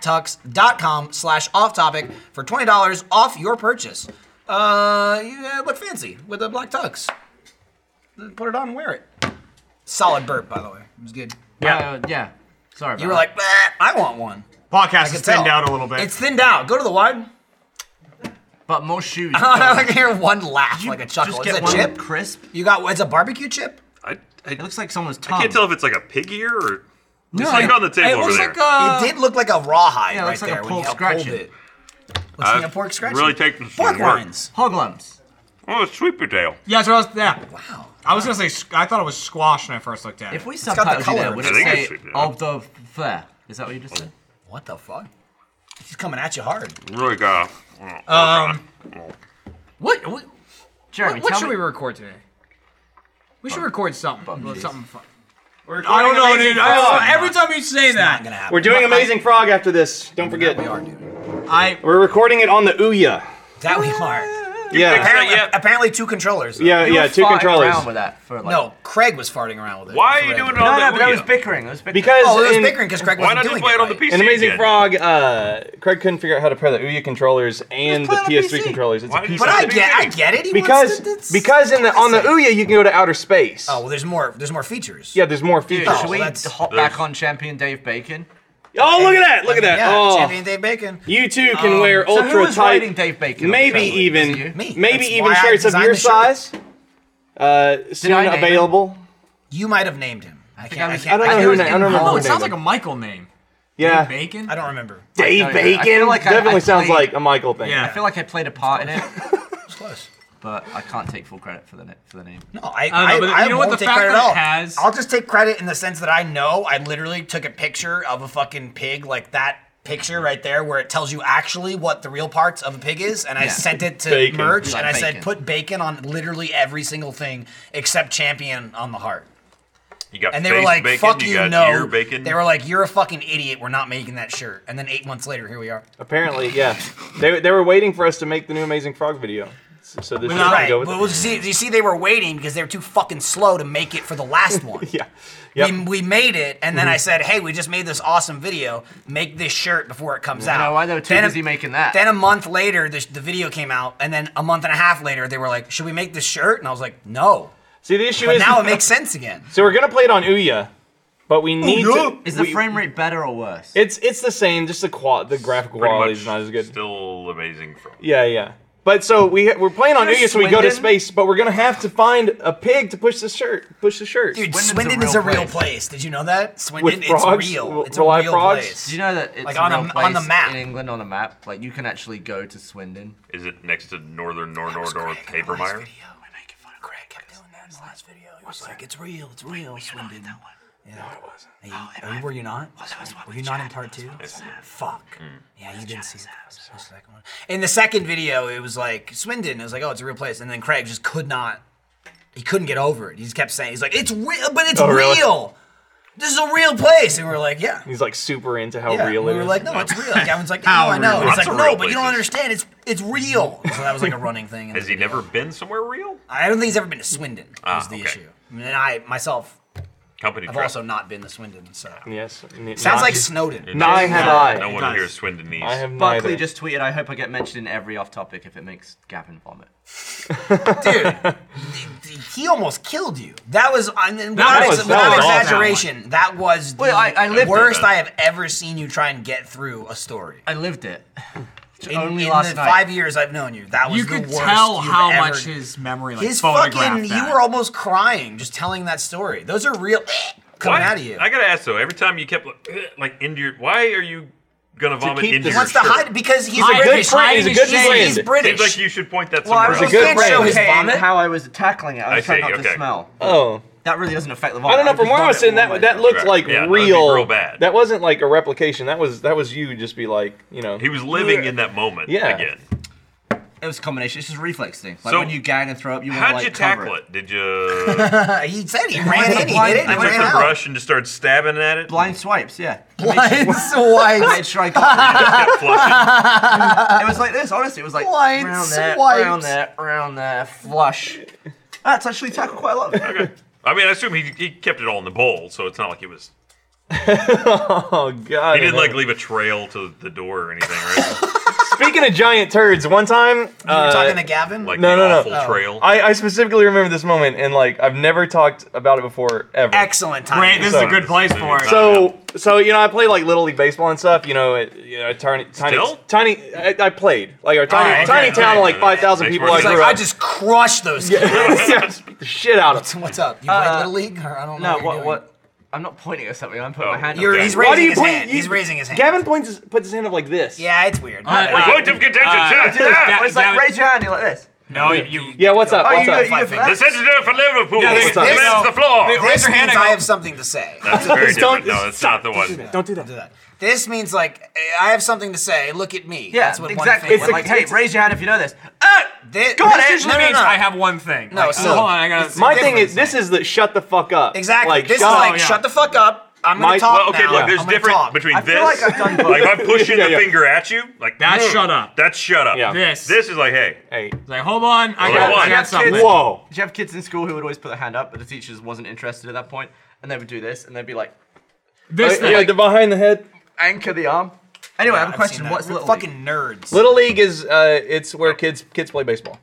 [SPEAKER 2] theblacktux.com slash off topic for $20 off your purchase. Uh, you uh, look fancy with the black tux. Put it on and wear it. Solid burp, by the way. It was good.
[SPEAKER 3] Yeah, uh, yeah. Sorry. About
[SPEAKER 2] You were like, "Bah, I want one.
[SPEAKER 6] Podcast is
[SPEAKER 2] It's tell.
[SPEAKER 6] thinned out a little bit.
[SPEAKER 2] It's thinned out. Go to the wide.
[SPEAKER 3] that. but more shoes.
[SPEAKER 2] I like to hear one laugh, like a chuckle.
[SPEAKER 3] Just
[SPEAKER 2] Is
[SPEAKER 3] get
[SPEAKER 2] it
[SPEAKER 3] one
[SPEAKER 2] chip?
[SPEAKER 3] crisp.
[SPEAKER 2] You got, it's a barbecue chip?
[SPEAKER 4] I, I,
[SPEAKER 3] It looks like someone's tongue.
[SPEAKER 4] I can't tell if it's like a pig ear or. No, it's
[SPEAKER 3] I-
[SPEAKER 4] like on the table
[SPEAKER 3] It
[SPEAKER 4] over
[SPEAKER 3] looks
[SPEAKER 4] there.
[SPEAKER 3] like uh,
[SPEAKER 2] it did look like a rawhide
[SPEAKER 3] yeah, it
[SPEAKER 2] right
[SPEAKER 3] looks like a
[SPEAKER 2] there when you
[SPEAKER 3] pork
[SPEAKER 2] pulled
[SPEAKER 3] scratchin'.
[SPEAKER 2] it. Looks
[SPEAKER 4] I
[SPEAKER 1] Uh,
[SPEAKER 2] like a pork scratch.
[SPEAKER 4] Really taking some
[SPEAKER 2] pork
[SPEAKER 4] work.
[SPEAKER 2] rinds.
[SPEAKER 3] hog lumps.
[SPEAKER 4] Oh, it's sweet potato.
[SPEAKER 6] yeah, so I was. Yeah,
[SPEAKER 2] Wow.
[SPEAKER 6] I was gonna say. squ- I thought it was squash when I first looked at it.
[SPEAKER 3] If we
[SPEAKER 2] got the
[SPEAKER 3] subtitled you there,
[SPEAKER 2] colour.
[SPEAKER 3] would
[SPEAKER 4] I
[SPEAKER 3] it
[SPEAKER 4] think
[SPEAKER 3] say
[SPEAKER 4] it's sweet, yeah.
[SPEAKER 3] of the fair? Is that what you just said?
[SPEAKER 2] What the fuck? He's coming at you hard.
[SPEAKER 4] Really got.
[SPEAKER 5] Um, what? What,
[SPEAKER 3] Jeremy,
[SPEAKER 5] what, what
[SPEAKER 3] tell
[SPEAKER 5] should
[SPEAKER 3] me.
[SPEAKER 5] we record today? We should record something. something fun.
[SPEAKER 6] I don't know, dude. I don't know.
[SPEAKER 5] every time you say
[SPEAKER 2] Not
[SPEAKER 5] that,
[SPEAKER 2] gonna happen.
[SPEAKER 1] We're doing Amazing Frog after this. Don't forget.
[SPEAKER 2] We are, dude.
[SPEAKER 5] I
[SPEAKER 1] We're recording it on the Ouya.
[SPEAKER 2] That we are.
[SPEAKER 1] Yeah.
[SPEAKER 2] Apparently,
[SPEAKER 4] yeah.
[SPEAKER 2] apparently two controllers. though.
[SPEAKER 1] Yeah,
[SPEAKER 3] You
[SPEAKER 1] yeah,
[SPEAKER 3] were
[SPEAKER 1] two
[SPEAKER 3] farting
[SPEAKER 1] controllers.
[SPEAKER 3] around with that for like.
[SPEAKER 2] No, Craig was farting around with it.
[SPEAKER 4] Why are you
[SPEAKER 2] forever.
[SPEAKER 4] doing it
[SPEAKER 3] No,
[SPEAKER 4] on
[SPEAKER 3] no,
[SPEAKER 4] the
[SPEAKER 3] but I was
[SPEAKER 4] Ouya?
[SPEAKER 3] bickering. I was bickering.
[SPEAKER 1] Because
[SPEAKER 2] Oh, it was
[SPEAKER 1] in,
[SPEAKER 2] bickering because Craig
[SPEAKER 4] Why
[SPEAKER 2] wasn't
[SPEAKER 4] not
[SPEAKER 2] doing
[SPEAKER 4] just play it on the
[SPEAKER 2] right.
[SPEAKER 4] PC?
[SPEAKER 1] in Amazing
[SPEAKER 4] again?
[SPEAKER 1] Frog, uh, Craig couldn't figure out how to pair the Ouya controllers and the
[SPEAKER 3] Just play it on
[SPEAKER 1] PS3
[SPEAKER 3] PC.
[SPEAKER 1] controllers. It's a
[SPEAKER 4] Why did you
[SPEAKER 1] piece
[SPEAKER 2] But
[SPEAKER 1] of
[SPEAKER 2] I
[SPEAKER 4] PC.
[SPEAKER 2] get, I get it. He wants
[SPEAKER 1] because
[SPEAKER 2] to- that's-
[SPEAKER 1] because in the on the Ouya you can go to outer space.
[SPEAKER 2] Oh, well, there's more. There's more features.
[SPEAKER 1] Yeah, there's more
[SPEAKER 3] Dude,
[SPEAKER 1] features.
[SPEAKER 3] should
[SPEAKER 2] Oh,
[SPEAKER 3] we
[SPEAKER 2] that's-
[SPEAKER 3] hop back on champion Dave Bacon?
[SPEAKER 1] Oh, look at that! Look at that!
[SPEAKER 2] Yeah, Um,
[SPEAKER 1] oh,
[SPEAKER 2] Champion Dave Bacon.
[SPEAKER 1] you two can wear
[SPEAKER 3] so who
[SPEAKER 1] ultra
[SPEAKER 3] was writing
[SPEAKER 1] tight,
[SPEAKER 3] Dave Bacon on the
[SPEAKER 1] maybe
[SPEAKER 3] trailer? Was it
[SPEAKER 1] even
[SPEAKER 3] you?
[SPEAKER 2] Me.
[SPEAKER 1] maybe
[SPEAKER 2] That's
[SPEAKER 1] even
[SPEAKER 2] why I
[SPEAKER 1] shirts of
[SPEAKER 2] designed
[SPEAKER 1] your
[SPEAKER 2] the shirt.
[SPEAKER 1] size. Uh, soon
[SPEAKER 3] I name him?
[SPEAKER 1] available.
[SPEAKER 2] You might have named him. I can't. I,
[SPEAKER 3] was-
[SPEAKER 1] I
[SPEAKER 2] can't,
[SPEAKER 1] don't
[SPEAKER 2] I,
[SPEAKER 1] know
[SPEAKER 2] can't
[SPEAKER 1] who.
[SPEAKER 2] remember.
[SPEAKER 1] na- I don't
[SPEAKER 5] oh,
[SPEAKER 1] remember.
[SPEAKER 5] it
[SPEAKER 1] who named
[SPEAKER 5] sounds like a
[SPEAKER 1] him.
[SPEAKER 5] Michael name.
[SPEAKER 1] yeah.
[SPEAKER 5] Bacon.
[SPEAKER 2] I don't remember.
[SPEAKER 1] Dave
[SPEAKER 3] I feel
[SPEAKER 1] Bacon
[SPEAKER 3] like I-
[SPEAKER 1] definitely
[SPEAKER 3] I
[SPEAKER 1] sounds
[SPEAKER 3] played-
[SPEAKER 1] like a Michael thing.
[SPEAKER 6] Yeah.
[SPEAKER 3] I feel like I played a part in it,
[SPEAKER 2] It's close.
[SPEAKER 3] but I can't take full credit for the na- for the name.
[SPEAKER 2] No, I.
[SPEAKER 5] I
[SPEAKER 2] I,
[SPEAKER 5] don't know, but
[SPEAKER 2] I
[SPEAKER 5] you know what
[SPEAKER 2] won't
[SPEAKER 5] the
[SPEAKER 2] take
[SPEAKER 5] fact
[SPEAKER 2] credit
[SPEAKER 5] that
[SPEAKER 2] at
[SPEAKER 5] it
[SPEAKER 2] all.
[SPEAKER 5] has-
[SPEAKER 2] I'll just take credit in the sense that I know I literally took a picture of a fucking pig, like that picture right there, where it tells you actually what the real parts of a pig is, and I
[SPEAKER 3] Yeah.
[SPEAKER 2] sent it to
[SPEAKER 1] Bacon.
[SPEAKER 2] merch,
[SPEAKER 3] Like
[SPEAKER 2] and I
[SPEAKER 3] bacon.
[SPEAKER 2] said put bacon on literally every single thing except champion on the heart.
[SPEAKER 4] You got
[SPEAKER 2] And they were
[SPEAKER 4] face
[SPEAKER 2] like,
[SPEAKER 4] bacon,
[SPEAKER 2] "Fuck you,
[SPEAKER 4] you, got
[SPEAKER 2] no."
[SPEAKER 4] ear bacon.
[SPEAKER 2] They were like, "You're a fucking idiot. We're not making that shirt." And then eight months later, here we are.
[SPEAKER 1] Apparently, yeah. They, they were waiting for us to make the new Amazing Frog video. So, so this is
[SPEAKER 2] right.
[SPEAKER 1] to go with
[SPEAKER 2] But
[SPEAKER 1] it.
[SPEAKER 2] we'll see, you see, they were waiting because they were too fucking slow to make it for the last one.
[SPEAKER 1] Yeah. Yep.
[SPEAKER 2] we, we made it, and then I said, "Hey, we just made this awesome video. Make this shirt before it comes out."
[SPEAKER 3] No, I know. Too
[SPEAKER 2] Then a-
[SPEAKER 3] busy making that.
[SPEAKER 2] Then a month later, the, the video came out, and then a month and a half later, they were like, "Should we make this shirt?" And I was like, "No."
[SPEAKER 1] See, the issue
[SPEAKER 2] But
[SPEAKER 1] is
[SPEAKER 2] now it makes sense again.
[SPEAKER 1] so we're gonna play it on Ouya, But we need
[SPEAKER 3] No.
[SPEAKER 1] to.
[SPEAKER 3] Is the
[SPEAKER 1] we-
[SPEAKER 3] frame rate better or worse?
[SPEAKER 1] It's it's the same. Just the qual the graphical
[SPEAKER 4] Pretty
[SPEAKER 1] quality
[SPEAKER 4] much
[SPEAKER 1] is not as good.
[SPEAKER 4] Still amazing from.
[SPEAKER 1] Yeah, yeah. But so we we're playing on
[SPEAKER 3] You're
[SPEAKER 1] Ugus, so we go to
[SPEAKER 3] Swindon?
[SPEAKER 1] space, but we're gonna have to find a pig to push the shirt, push the shirt.
[SPEAKER 2] Dude,
[SPEAKER 3] Swindon's a
[SPEAKER 2] Swindon is a
[SPEAKER 3] real
[SPEAKER 2] real
[SPEAKER 3] place.
[SPEAKER 2] place. Did you know that? Swindon,
[SPEAKER 1] frogs?
[SPEAKER 2] it's real.
[SPEAKER 1] W-
[SPEAKER 2] It's a
[SPEAKER 1] live
[SPEAKER 2] real
[SPEAKER 1] frogs?
[SPEAKER 2] place.
[SPEAKER 3] Do you know that it's
[SPEAKER 2] Like
[SPEAKER 3] a
[SPEAKER 2] on a
[SPEAKER 3] real
[SPEAKER 2] m-
[SPEAKER 3] place
[SPEAKER 2] on the map.
[SPEAKER 3] in England on a map? Like you can actually go to Swindon.
[SPEAKER 4] Is it next to northern nor nor
[SPEAKER 2] was
[SPEAKER 4] nor
[SPEAKER 2] Greg in the last
[SPEAKER 4] Tapermeyer?
[SPEAKER 2] video. I make fun of Greg. kept doing that in the last video. He was like, it's real, it's real, Swindon. Yeah. No, it wasn't. Are you, are you- were you not? were you not in part two? Fuck. Yeah, you didn't see that. That was the second one. In the second video, it was like Swindon. It was like, oh, it's a real place. And then Craig just could not. He couldn't get over it. He just kept saying, he's like, it's real, but it's
[SPEAKER 1] Oh, really?
[SPEAKER 2] real. This is a real place. And we were like, yeah.
[SPEAKER 1] He's like super into how
[SPEAKER 2] Yeah,
[SPEAKER 1] real
[SPEAKER 2] we
[SPEAKER 1] it
[SPEAKER 2] were
[SPEAKER 1] is.
[SPEAKER 2] like, Oh, no, it's real. Gavin's like, no,
[SPEAKER 5] How
[SPEAKER 2] I know.
[SPEAKER 5] real?
[SPEAKER 2] It's
[SPEAKER 4] Lots
[SPEAKER 2] like,
[SPEAKER 4] of
[SPEAKER 2] no,
[SPEAKER 4] real
[SPEAKER 2] but you don't
[SPEAKER 4] places.
[SPEAKER 2] understand. It's it's real. So that was like a running thing. in the
[SPEAKER 4] Has he
[SPEAKER 2] video.
[SPEAKER 4] never been somewhere real?
[SPEAKER 2] I don't think he's ever been to Swindon.
[SPEAKER 4] Ah,
[SPEAKER 2] is the
[SPEAKER 4] okay.
[SPEAKER 2] issue. I mean, I myself
[SPEAKER 4] Company
[SPEAKER 2] have
[SPEAKER 4] trip.
[SPEAKER 2] also not been to Swindon. So
[SPEAKER 1] Yes. N-
[SPEAKER 2] sounds
[SPEAKER 1] not-
[SPEAKER 2] like Snowden.
[SPEAKER 1] Nigh have I.
[SPEAKER 4] No one
[SPEAKER 5] does.
[SPEAKER 4] here is Swindonese.
[SPEAKER 1] I have neither.
[SPEAKER 3] Buckley just tweeted, "I hope I get mentioned in every off-topic if it makes Gavin vomit."
[SPEAKER 2] Dude, he- he almost killed you. That was I mean, without,
[SPEAKER 1] was-
[SPEAKER 2] ex-
[SPEAKER 1] that
[SPEAKER 2] without
[SPEAKER 1] was awful.
[SPEAKER 2] exaggeration. That was the
[SPEAKER 3] Well, I- I lived it,
[SPEAKER 2] worst
[SPEAKER 4] though.
[SPEAKER 2] I have ever seen you try and get through a story.
[SPEAKER 3] I lived it.
[SPEAKER 2] In,
[SPEAKER 3] Only
[SPEAKER 2] in
[SPEAKER 3] last
[SPEAKER 2] the
[SPEAKER 3] night.
[SPEAKER 2] five years I've known you, that was
[SPEAKER 6] You
[SPEAKER 2] the
[SPEAKER 6] could
[SPEAKER 2] worst
[SPEAKER 6] tell
[SPEAKER 2] you've
[SPEAKER 6] how
[SPEAKER 2] ever-
[SPEAKER 6] much his memory like
[SPEAKER 2] his
[SPEAKER 6] photographed
[SPEAKER 2] fucking.
[SPEAKER 6] that.
[SPEAKER 2] You were almost crying just telling that story. Those are real coming
[SPEAKER 4] Why-
[SPEAKER 2] out of you.
[SPEAKER 4] I gotta ask though. Every time you kept like, like into your, why are you gonna vomit
[SPEAKER 1] keep
[SPEAKER 4] into
[SPEAKER 1] the-
[SPEAKER 4] your
[SPEAKER 2] Wants
[SPEAKER 1] What's
[SPEAKER 2] to
[SPEAKER 4] shirt?
[SPEAKER 2] hide because he's a
[SPEAKER 5] Hiding-
[SPEAKER 1] good
[SPEAKER 2] British.
[SPEAKER 1] friend. He's a
[SPEAKER 5] hiding
[SPEAKER 1] good
[SPEAKER 5] his
[SPEAKER 1] friend.
[SPEAKER 5] shame.
[SPEAKER 2] He's British.
[SPEAKER 4] Seems like you should point that
[SPEAKER 3] Well, I
[SPEAKER 4] somewhere
[SPEAKER 3] was
[SPEAKER 1] a
[SPEAKER 4] else.
[SPEAKER 3] just
[SPEAKER 1] good
[SPEAKER 2] friend.
[SPEAKER 3] saying
[SPEAKER 2] His vomit?
[SPEAKER 3] how I was tackling it. I was
[SPEAKER 4] I
[SPEAKER 3] trying
[SPEAKER 4] see,
[SPEAKER 3] not to
[SPEAKER 4] okay.
[SPEAKER 3] smell.
[SPEAKER 1] Oh,
[SPEAKER 3] That really doesn't affect the
[SPEAKER 1] I
[SPEAKER 3] vomit.
[SPEAKER 1] don't know. From
[SPEAKER 3] just
[SPEAKER 1] where I was
[SPEAKER 3] vomit
[SPEAKER 1] sitting,
[SPEAKER 3] one way.
[SPEAKER 1] that that looked
[SPEAKER 4] Right.
[SPEAKER 1] like
[SPEAKER 4] Yeah, that'd be
[SPEAKER 1] real.
[SPEAKER 4] real bad.
[SPEAKER 1] That wasn't like a replication. That was that was you just be like, you know.
[SPEAKER 4] He was living in that moment
[SPEAKER 1] Yeah.
[SPEAKER 4] again.
[SPEAKER 3] It was a combination. It's just a reflex thing. Like
[SPEAKER 4] So,
[SPEAKER 3] when you gag and throw up, you want
[SPEAKER 4] How'd
[SPEAKER 3] to like
[SPEAKER 4] you
[SPEAKER 3] cover
[SPEAKER 4] tackle
[SPEAKER 3] it.
[SPEAKER 4] it? Did you
[SPEAKER 2] He said he ran
[SPEAKER 3] the
[SPEAKER 2] in, he
[SPEAKER 3] blind-
[SPEAKER 2] hit it,
[SPEAKER 3] I took
[SPEAKER 2] he
[SPEAKER 4] took
[SPEAKER 2] ran
[SPEAKER 4] the
[SPEAKER 2] out.
[SPEAKER 4] brush and just started stabbing at it?
[SPEAKER 3] Blind swipes, yeah.
[SPEAKER 2] Blind
[SPEAKER 3] Blind
[SPEAKER 2] swipes.
[SPEAKER 3] strike. it
[SPEAKER 4] Kept flushing.
[SPEAKER 3] was like this. Honestly, it was like
[SPEAKER 2] Blind
[SPEAKER 3] round there,
[SPEAKER 2] swipes.
[SPEAKER 3] round there, round there, flush. That's actually tackled quite a lot. Okay.
[SPEAKER 4] I mean, I assume he, he kept it all in the bowl, so it's not like it was.
[SPEAKER 1] oh god.
[SPEAKER 4] He didn't
[SPEAKER 1] I know.
[SPEAKER 4] like leave a trail to the door or anything, right?
[SPEAKER 1] Speaking of giant turds, one time.
[SPEAKER 2] You were
[SPEAKER 1] uh,
[SPEAKER 2] talking to Gavin?
[SPEAKER 4] Like
[SPEAKER 1] No,
[SPEAKER 4] the
[SPEAKER 1] no, no.
[SPEAKER 4] awful
[SPEAKER 1] Oh.
[SPEAKER 4] trail.
[SPEAKER 1] I, I specifically remember this moment, and like I've never talked about it before ever.
[SPEAKER 2] Excellent time.
[SPEAKER 6] Great, this is a
[SPEAKER 1] So-
[SPEAKER 6] good place for it.
[SPEAKER 1] So, so you know, I play like little league baseball and stuff. You know, at, you know, tiny, tiny,
[SPEAKER 4] Still? Ah,
[SPEAKER 1] tiny. I, I played like our tiny,
[SPEAKER 2] Alright,
[SPEAKER 1] tiny
[SPEAKER 2] okay,
[SPEAKER 1] town,
[SPEAKER 4] okay.
[SPEAKER 1] like five thousand
[SPEAKER 4] Thanks
[SPEAKER 1] people.
[SPEAKER 4] for
[SPEAKER 1] I
[SPEAKER 2] He's
[SPEAKER 1] grew
[SPEAKER 2] like,
[SPEAKER 1] up.
[SPEAKER 2] I just crushed those kids.
[SPEAKER 1] yeah, just beat the shit out of.
[SPEAKER 2] What's up? You played Little League? Or I don't know.
[SPEAKER 3] No,
[SPEAKER 2] you're
[SPEAKER 3] what?
[SPEAKER 2] doing.
[SPEAKER 3] What? I'm not pointing at something. I'm putting
[SPEAKER 4] Oh.
[SPEAKER 3] my hand.
[SPEAKER 2] You're,
[SPEAKER 4] Okay.
[SPEAKER 2] He's
[SPEAKER 4] Why
[SPEAKER 2] raising
[SPEAKER 1] do you
[SPEAKER 2] his
[SPEAKER 1] point-
[SPEAKER 2] hand.
[SPEAKER 1] you-
[SPEAKER 2] he's raising his hand.
[SPEAKER 1] Gavin points his, puts his hand up like this.
[SPEAKER 2] Yeah, it's weird.
[SPEAKER 4] We're going to contention. sir.
[SPEAKER 3] Up. It's like raise your hand. You're like this.
[SPEAKER 5] No, you. you
[SPEAKER 1] Yeah, what's up?
[SPEAKER 3] Oh,
[SPEAKER 1] what's
[SPEAKER 3] you,
[SPEAKER 1] up?
[SPEAKER 3] you, you
[SPEAKER 2] Five
[SPEAKER 4] the
[SPEAKER 3] that's,
[SPEAKER 4] sensitive for Liverpool
[SPEAKER 6] Yeah, they-
[SPEAKER 4] commands
[SPEAKER 1] they-
[SPEAKER 4] the floor.
[SPEAKER 6] they-
[SPEAKER 2] This
[SPEAKER 6] Raise your hand,
[SPEAKER 2] means
[SPEAKER 6] I
[SPEAKER 2] I
[SPEAKER 6] go-
[SPEAKER 2] have something to say.
[SPEAKER 4] That's very
[SPEAKER 1] don't-
[SPEAKER 4] different. No, that's not the one.
[SPEAKER 1] Don't do that.
[SPEAKER 2] Do that. This means like eh, I have something to say. Look at me.
[SPEAKER 3] yeah,
[SPEAKER 2] That's what
[SPEAKER 3] exactly.
[SPEAKER 2] One
[SPEAKER 3] It's
[SPEAKER 2] thing.
[SPEAKER 3] like, hey, raise your hand if you know this.
[SPEAKER 2] thi-
[SPEAKER 3] got
[SPEAKER 2] this
[SPEAKER 3] it.
[SPEAKER 2] usually
[SPEAKER 6] Usually
[SPEAKER 2] means
[SPEAKER 6] means I have one thing.
[SPEAKER 2] No,
[SPEAKER 6] Like,
[SPEAKER 2] so-
[SPEAKER 6] oh, hold on, I gotta.
[SPEAKER 1] My
[SPEAKER 2] It's
[SPEAKER 1] thing
[SPEAKER 2] different.
[SPEAKER 1] is, this is the shut the fuck up.
[SPEAKER 2] Exactly.
[SPEAKER 1] Like,
[SPEAKER 2] this is
[SPEAKER 1] shut-
[SPEAKER 2] like
[SPEAKER 6] yeah.
[SPEAKER 2] shut the fuck up. I'm gonna
[SPEAKER 1] Mike-
[SPEAKER 2] talk
[SPEAKER 4] Well, Uh, okay,
[SPEAKER 2] now.
[SPEAKER 4] look, there's
[SPEAKER 2] I'm gonna
[SPEAKER 4] difference
[SPEAKER 2] talk.
[SPEAKER 4] between
[SPEAKER 3] I
[SPEAKER 4] this.
[SPEAKER 3] feel like I've done both.
[SPEAKER 4] Like if I'm pushing
[SPEAKER 1] Yeah,
[SPEAKER 4] the
[SPEAKER 1] yeah.
[SPEAKER 4] finger at you, like
[SPEAKER 5] That's
[SPEAKER 4] "Mm,
[SPEAKER 5] shut up.
[SPEAKER 4] That's shut up.
[SPEAKER 1] Yeah.
[SPEAKER 6] This.
[SPEAKER 4] This is like, hey,
[SPEAKER 1] Hey.
[SPEAKER 5] Like, hold on, I
[SPEAKER 4] Hold
[SPEAKER 5] got,
[SPEAKER 4] on.
[SPEAKER 5] I got
[SPEAKER 4] Yes,
[SPEAKER 5] something.
[SPEAKER 3] kids.
[SPEAKER 1] Whoa.
[SPEAKER 3] Did you have kids in school who would always put their hand up, but the teachers wasn't interested at that point, and they would do this, and they'd be like,
[SPEAKER 6] This
[SPEAKER 1] Yeah,
[SPEAKER 6] thing.
[SPEAKER 1] the behind the head.
[SPEAKER 3] anchor the arm. Anyway, I have a
[SPEAKER 2] I've seen
[SPEAKER 3] question.
[SPEAKER 2] that.
[SPEAKER 3] What's
[SPEAKER 2] We're
[SPEAKER 3] little
[SPEAKER 2] fucking
[SPEAKER 3] league?
[SPEAKER 2] nerds?
[SPEAKER 1] Little league is uh, it's where kids kids play baseball.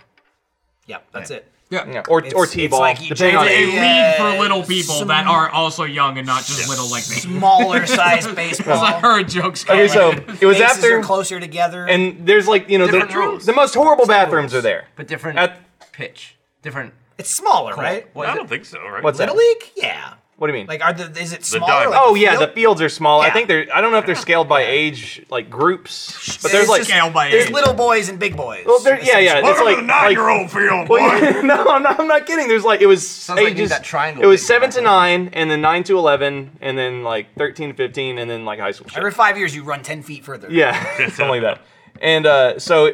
[SPEAKER 2] yeah, that's it.
[SPEAKER 1] Yeah, or
[SPEAKER 2] It's-
[SPEAKER 1] or
[SPEAKER 2] it's
[SPEAKER 1] t-ball,
[SPEAKER 2] like you
[SPEAKER 1] depending
[SPEAKER 2] change
[SPEAKER 1] on
[SPEAKER 5] It's a
[SPEAKER 1] age.
[SPEAKER 2] Yeah,
[SPEAKER 5] league for little people
[SPEAKER 2] some-
[SPEAKER 5] that are also young and not just little like me.
[SPEAKER 2] Smaller size baseball.
[SPEAKER 5] I heard jokes.
[SPEAKER 1] Okay,
[SPEAKER 5] going.
[SPEAKER 1] so it was
[SPEAKER 2] Bases
[SPEAKER 1] after
[SPEAKER 2] are closer together.
[SPEAKER 1] and there's like you know
[SPEAKER 3] Different
[SPEAKER 1] the,
[SPEAKER 3] rules.
[SPEAKER 1] the most horrible bathrooms are there.
[SPEAKER 3] But different
[SPEAKER 1] At-
[SPEAKER 3] pitch, different.
[SPEAKER 2] it's smaller, right?
[SPEAKER 3] What
[SPEAKER 4] I
[SPEAKER 3] is
[SPEAKER 4] don't
[SPEAKER 3] it?
[SPEAKER 4] think so, right?
[SPEAKER 1] What's
[SPEAKER 2] Little
[SPEAKER 1] that?
[SPEAKER 2] League? Yeah.
[SPEAKER 1] What do you mean?
[SPEAKER 2] Like, are the is it smaller?
[SPEAKER 4] diamond.
[SPEAKER 2] Like
[SPEAKER 1] oh yeah, the
[SPEAKER 2] field?
[SPEAKER 1] fields are small. I
[SPEAKER 2] Yeah.
[SPEAKER 1] think they're I don't know if they're scaled by age like groups, but there's
[SPEAKER 2] It's
[SPEAKER 1] like
[SPEAKER 2] just-
[SPEAKER 6] Scale by
[SPEAKER 2] there's
[SPEAKER 6] age.
[SPEAKER 2] little boys and big boys.
[SPEAKER 1] well, there- yeah yeah it's like like
[SPEAKER 4] nine-year-old field,
[SPEAKER 1] Well, no, I'm not, I'm not kidding. There's like it was
[SPEAKER 3] like you need
[SPEAKER 1] ages.
[SPEAKER 3] that triangle
[SPEAKER 1] it was
[SPEAKER 3] thing,
[SPEAKER 1] seven to
[SPEAKER 3] right?
[SPEAKER 1] nine, and then nine to eleven, and then like thirteen to fifteen, and then like high school. shit.
[SPEAKER 2] Every five years, you run ten feet further.
[SPEAKER 1] Yeah, something like that. And uh, so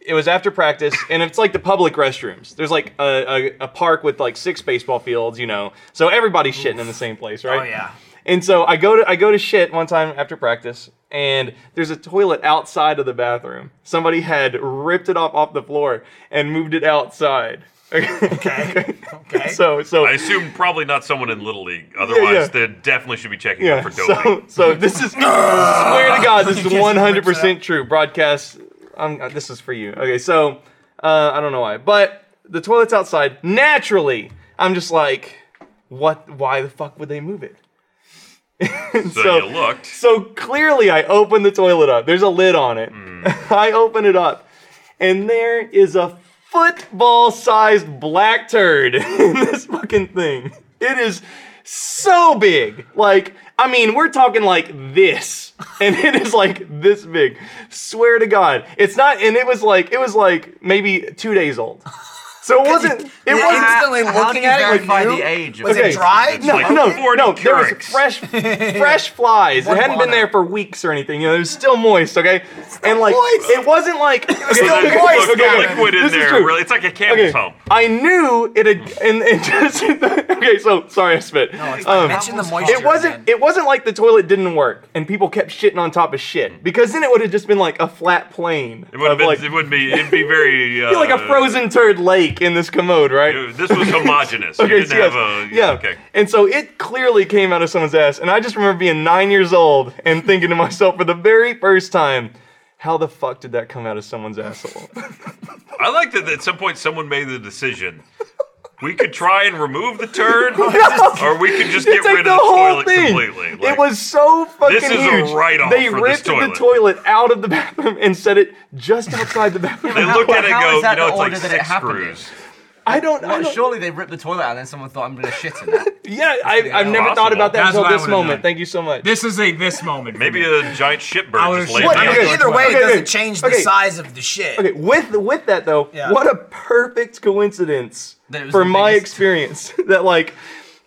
[SPEAKER 1] it was after practice, and it's like the public restrooms. There's like a, a, a park with like six baseball fields, you know. So everybody's shitting in the same place, right?
[SPEAKER 2] Oh, yeah.
[SPEAKER 1] And so I go to I go to shit one time after practice, and there's a toilet outside of the bathroom. Somebody had ripped it off off the floor and moved it outside.
[SPEAKER 2] Okay. Okay.
[SPEAKER 1] so so
[SPEAKER 4] I assume probably not someone in Little League. Otherwise,
[SPEAKER 1] yeah.
[SPEAKER 4] they definitely should be checking
[SPEAKER 1] yeah.
[SPEAKER 4] them for doping.
[SPEAKER 1] So so this is swear to God, this is
[SPEAKER 2] Yes, it
[SPEAKER 1] 100
[SPEAKER 2] works
[SPEAKER 1] percent true. Broadcast. Um, uh, this is for you. Okay, so uh, I don't know why, but the toilet's outside. Naturally, I'm just like, what? Why the fuck would they move it?
[SPEAKER 4] So,
[SPEAKER 1] So-
[SPEAKER 4] you looked.
[SPEAKER 1] So clearly, I open the toilet up. There's a lid on it.
[SPEAKER 3] Hmm.
[SPEAKER 1] I open it up, and there is a football sized black turd in this fucking thing. It is so big. Like, I mean, we're talking like this, and it is like this big. Swear to God. It's not, and it was like, it was like maybe two days old. So it wasn't, it wasn't.
[SPEAKER 2] instantly
[SPEAKER 3] How do
[SPEAKER 2] looking
[SPEAKER 3] you
[SPEAKER 2] at it. like,
[SPEAKER 3] verify
[SPEAKER 2] you?
[SPEAKER 3] the age? Of
[SPEAKER 2] Was
[SPEAKER 1] Okay.
[SPEAKER 2] it dried?
[SPEAKER 1] No,
[SPEAKER 4] like
[SPEAKER 1] no,
[SPEAKER 4] 40
[SPEAKER 1] no. There was
[SPEAKER 4] Keurigs.
[SPEAKER 1] fresh, fresh flies. It hadn't been there for weeks or anything. You know, it was still moist. Okay, and like
[SPEAKER 2] moist.
[SPEAKER 1] it wasn't like it was
[SPEAKER 4] There's
[SPEAKER 2] still
[SPEAKER 4] a
[SPEAKER 2] moist.
[SPEAKER 4] liquid-
[SPEAKER 2] Okay, okay.
[SPEAKER 4] liquid in
[SPEAKER 1] This is
[SPEAKER 4] there.
[SPEAKER 1] true.
[SPEAKER 4] Really, it's like a camel
[SPEAKER 1] Okay,
[SPEAKER 4] toe.
[SPEAKER 1] I knew it had, and, and just okay. So sorry, I spit. Um,
[SPEAKER 2] Mention the moisture.
[SPEAKER 1] it wasn't.
[SPEAKER 2] again.
[SPEAKER 1] It wasn't like the toilet didn't work, and people kept shitting on top of shit because then it would have just been like a flat plane
[SPEAKER 4] Mm. It wouldn't
[SPEAKER 1] of
[SPEAKER 4] be.
[SPEAKER 1] like,
[SPEAKER 4] it wouldn't be. It'd be very. Uh,
[SPEAKER 1] feel like a frozen turd lake in this commode, right?
[SPEAKER 4] it- This was homogenous. you didn't
[SPEAKER 1] so yes,
[SPEAKER 4] have a.
[SPEAKER 1] yeah.
[SPEAKER 4] Okay.
[SPEAKER 1] And so it clearly came out of someone's ass, and I just remember being nine years old and thinking to myself for the very first time, how the fuck did that come out of someone's asshole?
[SPEAKER 4] I like that at some point someone made the decision. We could try and remove the turd, or we could just get
[SPEAKER 1] It's like
[SPEAKER 4] rid of
[SPEAKER 1] the
[SPEAKER 4] the
[SPEAKER 1] whole
[SPEAKER 4] toilet
[SPEAKER 1] thing.
[SPEAKER 4] completely. Like,
[SPEAKER 1] it was so fucking
[SPEAKER 4] is a
[SPEAKER 1] huge.
[SPEAKER 4] write-off
[SPEAKER 1] they
[SPEAKER 4] for this
[SPEAKER 1] ripped
[SPEAKER 4] toilet.
[SPEAKER 1] the toilet out of the bathroom and set it just outside the bathroom.
[SPEAKER 4] They look at it and
[SPEAKER 3] How
[SPEAKER 4] go,
[SPEAKER 3] is that
[SPEAKER 4] you know,
[SPEAKER 3] the
[SPEAKER 4] it's like
[SPEAKER 3] order that it
[SPEAKER 4] six
[SPEAKER 3] happened in?
[SPEAKER 4] screws.
[SPEAKER 1] I don't. I
[SPEAKER 3] Well,
[SPEAKER 1] don't
[SPEAKER 3] surely they ripped the toilet out and then someone thought, I'm going to shit in that.
[SPEAKER 1] yeah, I, I've never
[SPEAKER 4] possible.
[SPEAKER 1] thought about that
[SPEAKER 6] That's
[SPEAKER 1] until
[SPEAKER 6] what I
[SPEAKER 1] this
[SPEAKER 6] would've
[SPEAKER 1] moment.
[SPEAKER 6] done.
[SPEAKER 1] Thank you so much.
[SPEAKER 6] This is a this moment. for
[SPEAKER 4] Maybe
[SPEAKER 6] me.
[SPEAKER 4] a giant
[SPEAKER 6] I
[SPEAKER 4] shitbird
[SPEAKER 6] was
[SPEAKER 4] just laid
[SPEAKER 6] what-
[SPEAKER 4] down.
[SPEAKER 1] okay.
[SPEAKER 2] Either way,
[SPEAKER 1] Okay,
[SPEAKER 2] it
[SPEAKER 1] okay.
[SPEAKER 2] doesn't change the
[SPEAKER 1] Okay.
[SPEAKER 2] size of the shit.
[SPEAKER 1] Okay, with with that though,
[SPEAKER 2] Yeah.
[SPEAKER 1] what a perfect coincidence
[SPEAKER 3] That it was
[SPEAKER 1] for
[SPEAKER 3] the
[SPEAKER 1] my
[SPEAKER 3] biggest-
[SPEAKER 1] experience that like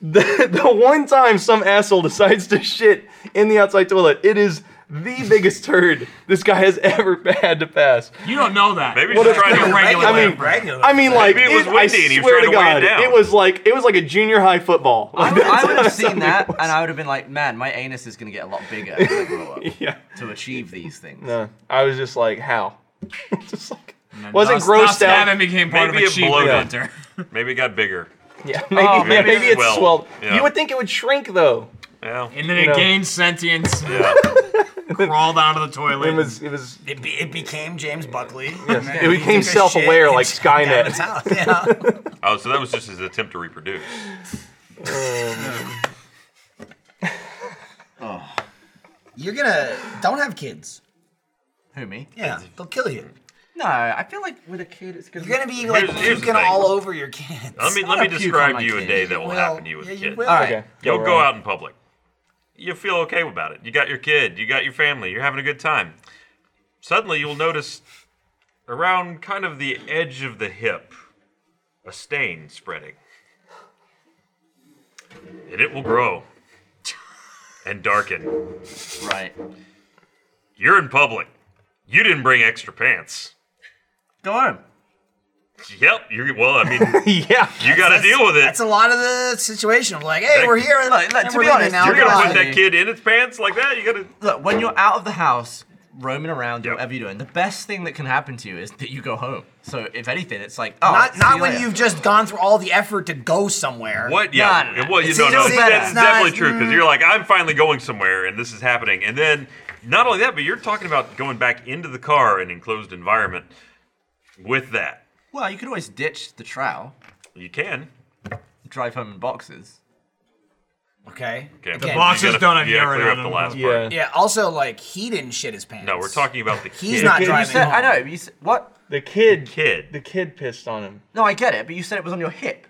[SPEAKER 1] the, the one time some asshole decides to shit in the outside toilet, it is the biggest turd this guy has ever had to pass.
[SPEAKER 6] you don't know that.
[SPEAKER 4] Maybe
[SPEAKER 1] What
[SPEAKER 4] he's
[SPEAKER 1] if-
[SPEAKER 4] trying to
[SPEAKER 1] I
[SPEAKER 4] regulate
[SPEAKER 1] mean-
[SPEAKER 4] it.
[SPEAKER 2] regular.
[SPEAKER 1] I mean, like
[SPEAKER 4] Maybe it was
[SPEAKER 1] I
[SPEAKER 4] windy and he was
[SPEAKER 1] swear
[SPEAKER 4] trying to weigh it down.
[SPEAKER 1] it was like it was like a junior high football.
[SPEAKER 3] I
[SPEAKER 1] Like,
[SPEAKER 3] would, I
[SPEAKER 1] that's
[SPEAKER 3] would
[SPEAKER 1] how
[SPEAKER 3] have seen
[SPEAKER 1] something
[SPEAKER 3] that
[SPEAKER 1] was.
[SPEAKER 3] and I would have been like, man, my anus is going to get a lot bigger as I grow up
[SPEAKER 1] yeah,
[SPEAKER 3] to achieve these things.
[SPEAKER 1] no, I was just like, how? just like wasn't
[SPEAKER 6] Thus-
[SPEAKER 1] grossed
[SPEAKER 6] thus
[SPEAKER 1] out.
[SPEAKER 6] Adam became part
[SPEAKER 4] Maybe
[SPEAKER 6] of
[SPEAKER 4] it
[SPEAKER 6] a cheap
[SPEAKER 4] bloated.
[SPEAKER 6] hunter.
[SPEAKER 4] Maybe it got bigger.
[SPEAKER 1] Yeah, maybe,
[SPEAKER 3] Oh,
[SPEAKER 1] yeah,
[SPEAKER 3] maybe
[SPEAKER 1] maybe
[SPEAKER 4] it
[SPEAKER 1] it's
[SPEAKER 4] swelled.
[SPEAKER 1] swelled.
[SPEAKER 4] Yeah.
[SPEAKER 1] You would think it would shrink though.
[SPEAKER 4] Yeah.
[SPEAKER 6] And then
[SPEAKER 1] You
[SPEAKER 6] it
[SPEAKER 1] know.
[SPEAKER 6] gained sentience,
[SPEAKER 4] Yeah.
[SPEAKER 6] crawled out of the toilet.
[SPEAKER 1] It was it was
[SPEAKER 2] It, be, it became James Buckley.
[SPEAKER 1] It became self-aware like Skynet.
[SPEAKER 2] Yeah.
[SPEAKER 4] Oh, so that was just his attempt to reproduce.
[SPEAKER 2] You're gonna don't have kids.
[SPEAKER 3] Who, me?
[SPEAKER 2] Yeah, they'll kill you.
[SPEAKER 3] No, I feel like with a kid, it's going to
[SPEAKER 2] You're gonna be like
[SPEAKER 4] Here's- here's the
[SPEAKER 2] puking
[SPEAKER 4] thing.
[SPEAKER 2] all over your kids.
[SPEAKER 4] Let me
[SPEAKER 3] not
[SPEAKER 4] let me
[SPEAKER 3] a puke on
[SPEAKER 4] describe
[SPEAKER 3] my
[SPEAKER 4] you a
[SPEAKER 3] kid.
[SPEAKER 4] day that will
[SPEAKER 2] Well,
[SPEAKER 4] happen to you as
[SPEAKER 2] yeah,
[SPEAKER 4] a
[SPEAKER 2] you
[SPEAKER 4] kid.
[SPEAKER 2] will.
[SPEAKER 3] All right.
[SPEAKER 1] okay.
[SPEAKER 4] You'll
[SPEAKER 1] Go
[SPEAKER 4] go
[SPEAKER 1] around.
[SPEAKER 4] out in public. You feel okay about it. You got your kid. You got your family. You're having a good time. Suddenly, you'll notice around kind of the edge of the hip a stain spreading, and it will grow and darken.
[SPEAKER 3] Right.
[SPEAKER 4] You're in public. You didn't bring extra pants.
[SPEAKER 3] Go home.
[SPEAKER 4] Yep. You're well. I mean,
[SPEAKER 1] yeah.
[SPEAKER 4] you got to deal with it.
[SPEAKER 2] That's a lot of the situation. of like, hey,
[SPEAKER 4] That-
[SPEAKER 2] we're here. And,
[SPEAKER 3] Look, look,
[SPEAKER 2] and
[SPEAKER 3] to
[SPEAKER 2] we're
[SPEAKER 3] be
[SPEAKER 2] leaving
[SPEAKER 3] honest,
[SPEAKER 2] now.
[SPEAKER 4] You're gonna put
[SPEAKER 2] Goodbye.
[SPEAKER 4] that kid in its pants like that. You gotta.
[SPEAKER 3] Look, when you're out of the house, roaming around,
[SPEAKER 4] Yep.
[SPEAKER 3] whatever you're doing, the best thing that can happen to you is that you go home. So, if anything, it's like, oh,
[SPEAKER 2] Not,
[SPEAKER 3] see
[SPEAKER 2] not
[SPEAKER 3] you
[SPEAKER 2] when
[SPEAKER 3] later.
[SPEAKER 2] you've just gone through all the effort to go somewhere.
[SPEAKER 4] What? Yeah.
[SPEAKER 3] no, no.
[SPEAKER 4] Well, you
[SPEAKER 3] It's
[SPEAKER 4] know, no,
[SPEAKER 3] easy.
[SPEAKER 4] that's
[SPEAKER 3] It's
[SPEAKER 2] not-
[SPEAKER 4] definitely true because you're
[SPEAKER 6] Mm-hmm.
[SPEAKER 4] like, I'm finally going somewhere, and this is happening. And then, not only that, but you're talking about going back into the car in an enclosed environment. With that,
[SPEAKER 3] Well, you could always ditch the trowel,
[SPEAKER 4] you can.
[SPEAKER 3] drive home in boxes.
[SPEAKER 2] Okay.
[SPEAKER 4] Okay.
[SPEAKER 2] Again,
[SPEAKER 4] you
[SPEAKER 6] boxes
[SPEAKER 4] gotta-
[SPEAKER 6] don't have
[SPEAKER 4] you gotta
[SPEAKER 6] urine
[SPEAKER 4] clear up
[SPEAKER 6] on
[SPEAKER 4] the
[SPEAKER 6] them,
[SPEAKER 4] last
[SPEAKER 6] though.
[SPEAKER 4] part.
[SPEAKER 1] Yeah.
[SPEAKER 2] Yeah. Also, like he didn't shit his pants.
[SPEAKER 4] No, we're talking about the kid.
[SPEAKER 2] He's not
[SPEAKER 1] You
[SPEAKER 3] You
[SPEAKER 2] driving.
[SPEAKER 3] said,
[SPEAKER 2] home.
[SPEAKER 3] I know, but you said, what?
[SPEAKER 1] The kid,
[SPEAKER 4] Kid.
[SPEAKER 1] the kid pissed on him.
[SPEAKER 3] No, I get it, but you said it was on your hip.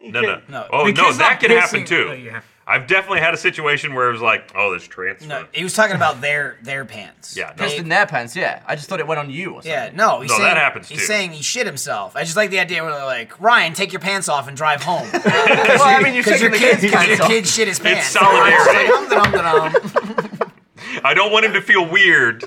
[SPEAKER 4] No, no.
[SPEAKER 2] No.
[SPEAKER 4] Oh
[SPEAKER 6] The
[SPEAKER 4] no,
[SPEAKER 6] kid's
[SPEAKER 4] that
[SPEAKER 6] not
[SPEAKER 4] can happen
[SPEAKER 6] pissing-
[SPEAKER 4] too.
[SPEAKER 6] Oh, yeah.
[SPEAKER 4] I've definitely had a situation where it was like, oh, there's transfer.
[SPEAKER 2] No, he was talking about their their pants.
[SPEAKER 4] Yeah, no.
[SPEAKER 3] Pissed in their pants, yeah. I just thought it went on you or something.
[SPEAKER 2] Yeah, no, he's
[SPEAKER 4] No, that
[SPEAKER 2] saying
[SPEAKER 4] happens,
[SPEAKER 2] he's
[SPEAKER 4] too.
[SPEAKER 2] saying he shit himself. I just like the idea where they're like, Ryan, take your pants off and drive home.
[SPEAKER 3] Well, I mean, you're
[SPEAKER 2] Because your
[SPEAKER 3] taking the
[SPEAKER 2] kid,
[SPEAKER 3] kids'
[SPEAKER 2] because your
[SPEAKER 3] pants off.
[SPEAKER 2] kid shit his pants.
[SPEAKER 4] solidarity.
[SPEAKER 2] Dum, dum, dum, dum.
[SPEAKER 4] I don't want him to feel weird,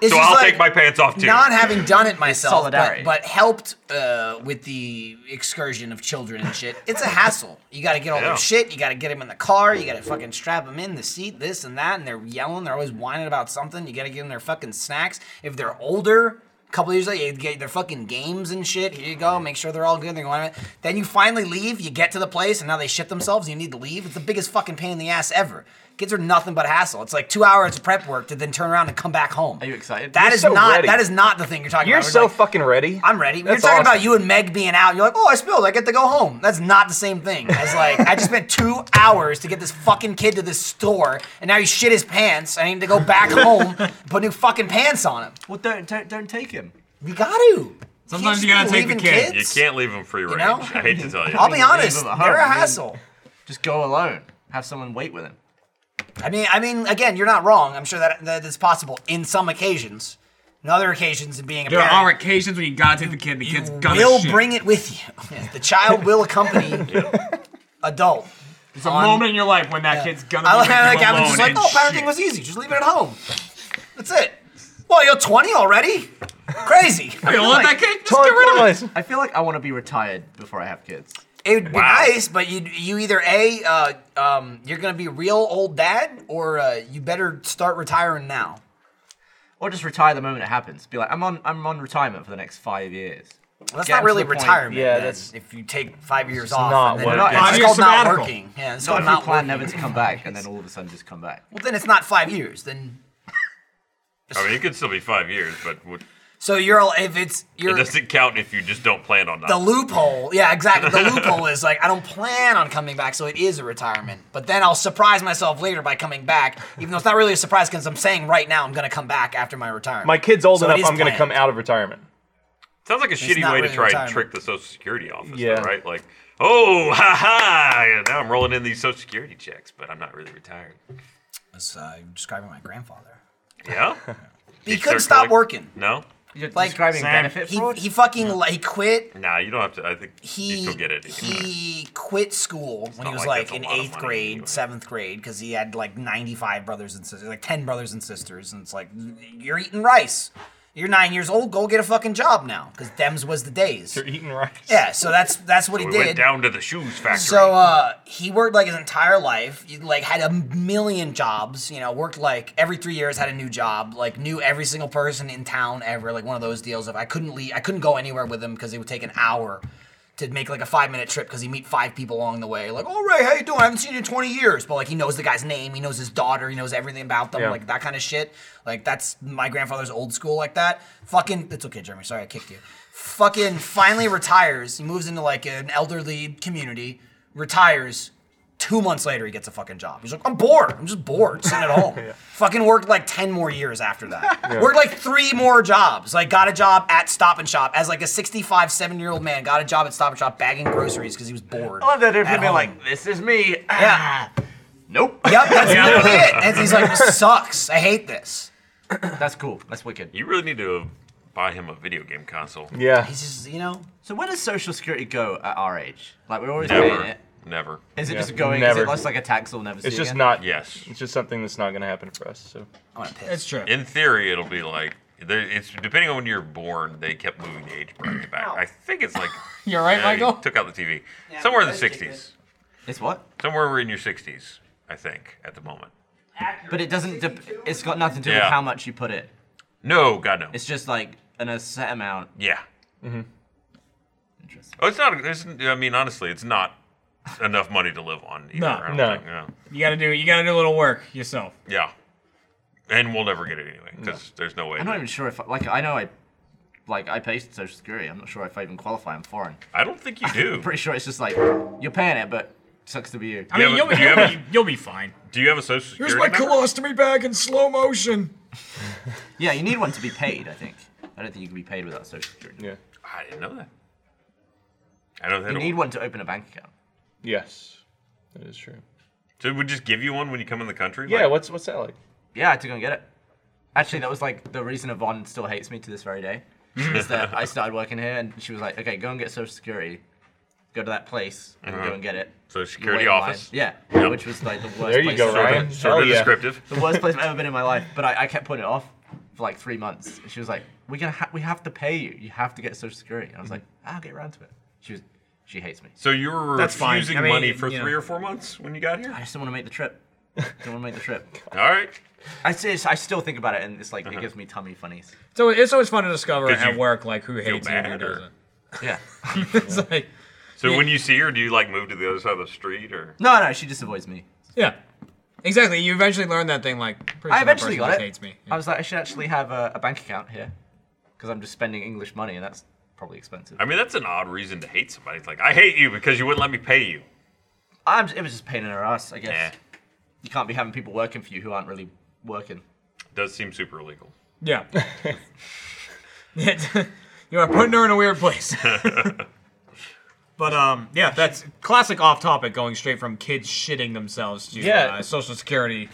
[SPEAKER 2] It's
[SPEAKER 4] so
[SPEAKER 2] just
[SPEAKER 4] I'll
[SPEAKER 2] like,
[SPEAKER 4] take my pants off too.
[SPEAKER 2] Not having done it myself,
[SPEAKER 3] solidarity.
[SPEAKER 2] but, but helped uh, with the excursion of children and shit. It's a hassle. You got to get all
[SPEAKER 4] Yeah.
[SPEAKER 2] their shit. You got to get them in the car. You got to fucking strap them in the seat, this and that. And they're yelling. They're always whining about something. You got to give them their fucking snacks. If they're older, a couple years later, you get their fucking games and shit. Here you go. Make sure they're all good. They're going. to- Then you finally leave. You get to the place, and now they shit themselves. And you need to leave. It's the biggest fucking pain in the ass ever. Kids are nothing but hassle. It's like two hours of prep work to then turn around and come back home.
[SPEAKER 3] Are you excited?
[SPEAKER 2] That
[SPEAKER 1] You're
[SPEAKER 2] is
[SPEAKER 1] so
[SPEAKER 2] not
[SPEAKER 1] ready.
[SPEAKER 2] that is not the thing you're talking
[SPEAKER 1] You're
[SPEAKER 2] about. It's
[SPEAKER 1] so
[SPEAKER 2] like,
[SPEAKER 1] fucking ready.
[SPEAKER 2] I'm ready. You're
[SPEAKER 1] That's
[SPEAKER 2] talking about
[SPEAKER 1] awesome.
[SPEAKER 2] you and Meg being out. You're like, oh, I spilled. I get to go home. That's not the same thing. As like, I just spent two hours to get this fucking kid to this store, and now he shit his pants. I need to go back home, and put new fucking pants on him.
[SPEAKER 3] Well, don't don't, don't take him.
[SPEAKER 2] We got to.
[SPEAKER 5] Sometimes
[SPEAKER 2] Can't
[SPEAKER 5] you gotta
[SPEAKER 2] just be
[SPEAKER 5] take the
[SPEAKER 2] leaving
[SPEAKER 5] kid.
[SPEAKER 4] You
[SPEAKER 2] kids.
[SPEAKER 4] can't leave them free range.
[SPEAKER 2] know?
[SPEAKER 4] I hate to tell you.
[SPEAKER 2] I'll be
[SPEAKER 3] leave
[SPEAKER 2] honest.
[SPEAKER 3] them at
[SPEAKER 2] They're
[SPEAKER 3] home,
[SPEAKER 2] a
[SPEAKER 3] man.
[SPEAKER 2] hassle.
[SPEAKER 3] Just go alone. Have someone wait with him.
[SPEAKER 2] I mean, I mean, again, you're not wrong. I'm sure that that is possible in some occasions. In other occasions, in being a
[SPEAKER 5] There
[SPEAKER 2] parent,
[SPEAKER 5] are occasions when you gotta take the kid. and The kid's gonna
[SPEAKER 2] will
[SPEAKER 5] shit.
[SPEAKER 2] bring it with you. The child will accompany adult.
[SPEAKER 6] It's a moment in your life when that kid's gonna.
[SPEAKER 2] I
[SPEAKER 6] be
[SPEAKER 2] like,
[SPEAKER 6] with
[SPEAKER 2] I
[SPEAKER 6] you
[SPEAKER 2] like I was
[SPEAKER 6] alone
[SPEAKER 2] just like,
[SPEAKER 6] and
[SPEAKER 2] oh, parenting
[SPEAKER 6] shit."
[SPEAKER 2] was easy. Just leave it at home. That's it. Well, you're 20 already. Crazy.
[SPEAKER 5] You want that kid? Just
[SPEAKER 1] Time
[SPEAKER 5] get rid of it.
[SPEAKER 1] flies.
[SPEAKER 3] I feel like I want to be retired before I have kids.
[SPEAKER 2] It would be
[SPEAKER 4] Wow.
[SPEAKER 2] nice, but you you either a uh, um, you're gonna be real old dad, or uh, you better start retiring now.
[SPEAKER 3] Or just retire the moment it happens. Be like, I'm on I'm on retirement for the next five years.
[SPEAKER 2] Well, that's
[SPEAKER 3] Get
[SPEAKER 2] not
[SPEAKER 3] to
[SPEAKER 2] really
[SPEAKER 3] the point.
[SPEAKER 2] retirement.
[SPEAKER 1] Yeah,
[SPEAKER 2] then,
[SPEAKER 1] that's-
[SPEAKER 2] if you take five years off.
[SPEAKER 1] not
[SPEAKER 2] and
[SPEAKER 1] what
[SPEAKER 2] then
[SPEAKER 1] it is.
[SPEAKER 2] not, it's
[SPEAKER 6] Five-year
[SPEAKER 2] called not
[SPEAKER 6] sabbatical.
[SPEAKER 2] working. Yeah, it's
[SPEAKER 3] What
[SPEAKER 2] called
[SPEAKER 3] if you
[SPEAKER 2] not
[SPEAKER 3] plan
[SPEAKER 2] working.
[SPEAKER 3] never to come back and then all of a sudden just come back?
[SPEAKER 2] Well, then it's not five years. Then
[SPEAKER 4] I mean, it could still be five years, but would-
[SPEAKER 2] so you're all- if it's
[SPEAKER 4] it
[SPEAKER 2] you're
[SPEAKER 4] doesn't count if you just don't plan on that.
[SPEAKER 2] the loophole. Yeah, exactly. The loophole is like I don't plan on coming back, so it is a retirement. But then I'll surprise myself later by coming back, even though it's not really a surprise because I'm saying right now I'm going to come back after my retirement.
[SPEAKER 1] My kid's old
[SPEAKER 2] So it
[SPEAKER 1] enough.
[SPEAKER 2] is
[SPEAKER 1] I'm gonna
[SPEAKER 2] planned.
[SPEAKER 1] come out of retirement.
[SPEAKER 4] Sounds like a shitty
[SPEAKER 2] not
[SPEAKER 4] way
[SPEAKER 2] really
[SPEAKER 4] to try
[SPEAKER 2] retirement.
[SPEAKER 4] and trick the Social Security office,
[SPEAKER 1] Yeah.
[SPEAKER 4] though, right? Like, oh, ha ha! yeah, Now I'm rolling in these Social Security checks, but I'm not really retired.
[SPEAKER 2] That's, uh, describing my grandfather.
[SPEAKER 4] Yeah?
[SPEAKER 2] He
[SPEAKER 4] You
[SPEAKER 2] couldn't
[SPEAKER 4] start
[SPEAKER 2] stop
[SPEAKER 4] collect-
[SPEAKER 2] working.
[SPEAKER 4] No?
[SPEAKER 3] You're
[SPEAKER 2] Like,
[SPEAKER 3] describing
[SPEAKER 6] Sam,
[SPEAKER 3] benefit
[SPEAKER 2] He,
[SPEAKER 3] fraud?
[SPEAKER 2] he fucking like, he quit
[SPEAKER 4] Nah, you don't have to. I think
[SPEAKER 2] he
[SPEAKER 4] you still get it.
[SPEAKER 2] he quit school when he
[SPEAKER 4] not
[SPEAKER 2] was
[SPEAKER 4] like
[SPEAKER 2] like,
[SPEAKER 4] that's a
[SPEAKER 2] in
[SPEAKER 4] lot of
[SPEAKER 2] eighth
[SPEAKER 4] money
[SPEAKER 2] grade,
[SPEAKER 4] anyway.
[SPEAKER 2] seventh grade, because he had like ninety-five brothers and sisters, like ten brothers and sisters, and it's like you're eating rice. You're nine years old. Go get a fucking job now, because Dems was the days.
[SPEAKER 1] You're eating rice.
[SPEAKER 2] Yeah, so that's that's what
[SPEAKER 4] we
[SPEAKER 2] he did.
[SPEAKER 4] went down to the shoes factory.
[SPEAKER 2] So uh, he worked like his entire life. He, like had a million jobs. You know, worked like every three years had a new job. Like knew every single person in town ever. Like one of those deals of I couldn't leave. I couldn't go anywhere with him because it would take an hour to make like a five minute trip because he meet five people along the way. Like, oh Ray, how you doing? I haven't seen you in twenty years. But like he knows the guy's name. He knows his daughter. He knows everything about them.
[SPEAKER 1] Yeah.
[SPEAKER 2] Like that kind of shit. Like that's my grandfather's old school like that. Fucking, it's okay, Jeremy. Sorry, I kicked you fucking finally retires. He moves into like an elderly community, retires. Two months later, he gets a fucking job. He's like, I'm bored. I'm just bored sitting at home. Fucking worked like 10 more years after that. Worked like three more jobs. Like, got a job at Stop and Shop as like a 65, 7 year old man. Got a job at Stop and Shop bagging groceries because he was bored.
[SPEAKER 3] I love that
[SPEAKER 2] at
[SPEAKER 3] everyone
[SPEAKER 2] home.
[SPEAKER 3] like, this is me.
[SPEAKER 2] Yeah.
[SPEAKER 3] Ah. Nope.
[SPEAKER 2] Yep, that's literally it. And he's like, this sucks. I hate this.
[SPEAKER 3] That's cool. That's wicked.
[SPEAKER 4] you really need to buy him a video game console.
[SPEAKER 1] Yeah.
[SPEAKER 2] He's just, you know,
[SPEAKER 3] So where does social security go at our age? Like we're always paying
[SPEAKER 4] Never.
[SPEAKER 3] it.
[SPEAKER 4] Never.
[SPEAKER 3] Is it
[SPEAKER 1] Yeah.
[SPEAKER 3] just going?
[SPEAKER 1] Never.
[SPEAKER 3] Is it just like a tax we'll never see
[SPEAKER 1] It's just
[SPEAKER 3] again?
[SPEAKER 1] not.
[SPEAKER 4] Yes.
[SPEAKER 1] It's just something that's not gonna happen for us. So.
[SPEAKER 2] I want to piss.
[SPEAKER 6] It's true.
[SPEAKER 4] In theory, it'll be like. there- It's depending on when you're born. They kept moving the age bracket back. I think it's like
[SPEAKER 6] You're right,
[SPEAKER 4] yeah, you
[SPEAKER 6] Michael.
[SPEAKER 4] took out the TV. Somewhere in the
[SPEAKER 2] I take it.
[SPEAKER 4] '60s.
[SPEAKER 3] It's what?
[SPEAKER 4] Somewhere we're in your 60s, I think, at the moment.
[SPEAKER 3] But it doesn't. Dep- it's got nothing to do
[SPEAKER 4] Yeah.
[SPEAKER 3] with how much you put it.
[SPEAKER 4] No, God no.
[SPEAKER 3] It's just like an a set amount.
[SPEAKER 4] yeah.
[SPEAKER 6] Mm-hmm.
[SPEAKER 3] Interesting.
[SPEAKER 4] Oh, it's not. It's, I mean, honestly, it's not enough money to live on. Either,
[SPEAKER 6] No.
[SPEAKER 4] I don't
[SPEAKER 1] No.
[SPEAKER 4] Think, no.
[SPEAKER 6] You gotta do. You gotta do a little work yourself.
[SPEAKER 4] Yeah. And we'll never get it anyway because there's no way.
[SPEAKER 3] I'm not even sure if like I know I, like I pay social security. I'm not sure if I even qualify. I'm foreign.
[SPEAKER 4] I don't think you do.
[SPEAKER 3] Pretty sure it's just like you're paying it, but sucks to be you.
[SPEAKER 6] I
[SPEAKER 4] Yeah, but
[SPEAKER 6] mean, you'll,
[SPEAKER 4] do
[SPEAKER 6] be,
[SPEAKER 4] you
[SPEAKER 6] you'll,
[SPEAKER 4] have
[SPEAKER 6] be, you'll be fine.
[SPEAKER 4] do you have a social security? number?
[SPEAKER 6] colostomy bag in slow motion.
[SPEAKER 3] Yeah, you need one to be paid. I think. I don't think you can be paid without social security.
[SPEAKER 1] Yeah.
[SPEAKER 4] I didn't know that. I don't.
[SPEAKER 3] You need one to open a bank account.
[SPEAKER 1] Yes. That is true.
[SPEAKER 4] So we just give you one when you come in the country.
[SPEAKER 1] Yeah.
[SPEAKER 4] Like,
[SPEAKER 1] What's what's that like?
[SPEAKER 3] Yeah, I had to go and get it. Actually, that was like the reason Yvonne still hates me to this very day. is that I started working here and she was like, okay, go and get social security. Go to that place and go and get it.
[SPEAKER 4] Social
[SPEAKER 3] You
[SPEAKER 4] Uh-huh. security
[SPEAKER 3] wait in line."
[SPEAKER 4] office.
[SPEAKER 3] Yeah,
[SPEAKER 4] Yep.
[SPEAKER 3] which was like the worst
[SPEAKER 1] There you
[SPEAKER 3] place
[SPEAKER 1] go,
[SPEAKER 3] I've
[SPEAKER 1] Ryan.
[SPEAKER 3] ever-
[SPEAKER 4] Sort
[SPEAKER 1] Hell
[SPEAKER 4] of
[SPEAKER 1] yeah.
[SPEAKER 4] descriptive.
[SPEAKER 3] The worst place I've ever been in my life. But I, I kept putting it off for like three months. She was like, we're gonna ha- we have to pay you. You have to get social security. And I was like, I'll get around to it. She was, she hates me.
[SPEAKER 4] So you were
[SPEAKER 6] That's fine.
[SPEAKER 4] refusing
[SPEAKER 6] I mean,
[SPEAKER 4] money for
[SPEAKER 6] you know.
[SPEAKER 4] three or four months when you got here.
[SPEAKER 3] I just don't want to make the trip. Don't want to make the trip.
[SPEAKER 4] All right.
[SPEAKER 3] I, s- I still think about it, and it's like
[SPEAKER 4] Uh-huh.
[SPEAKER 3] it gives me tummy funnies.
[SPEAKER 6] So it's always fun to discover
[SPEAKER 4] Did
[SPEAKER 6] at
[SPEAKER 4] you
[SPEAKER 6] work like who hates you and who
[SPEAKER 4] bad, or-
[SPEAKER 6] doesn't.
[SPEAKER 3] Yeah.
[SPEAKER 6] it's like,
[SPEAKER 4] So when you see her, do you like move to the other side of the street or?
[SPEAKER 3] No, no, she just avoids me.
[SPEAKER 6] yeah.
[SPEAKER 5] Exactly. You eventually learn that thing. Like pretty
[SPEAKER 3] I
[SPEAKER 5] sure that
[SPEAKER 3] eventually
[SPEAKER 5] person
[SPEAKER 3] got
[SPEAKER 5] just
[SPEAKER 3] it.
[SPEAKER 5] Hates me.
[SPEAKER 3] I was like, I should actually have a, a bank account here because I'm just spending English money, and that's probably expensive.
[SPEAKER 4] I mean, that's an odd reason to hate somebody. It's like, I hate you because you wouldn't let me pay you. Eh,
[SPEAKER 3] I'm, it was just pain in our ass, I guess.
[SPEAKER 4] Yeah,
[SPEAKER 3] You can't be having people working for you who aren't really working.
[SPEAKER 4] does seem super illegal.
[SPEAKER 5] Yeah. you are putting her in a weird place. but um, yeah, that's classic off-topic, going straight from kids shitting themselves to
[SPEAKER 3] Yeah.
[SPEAKER 5] uh, Social Security.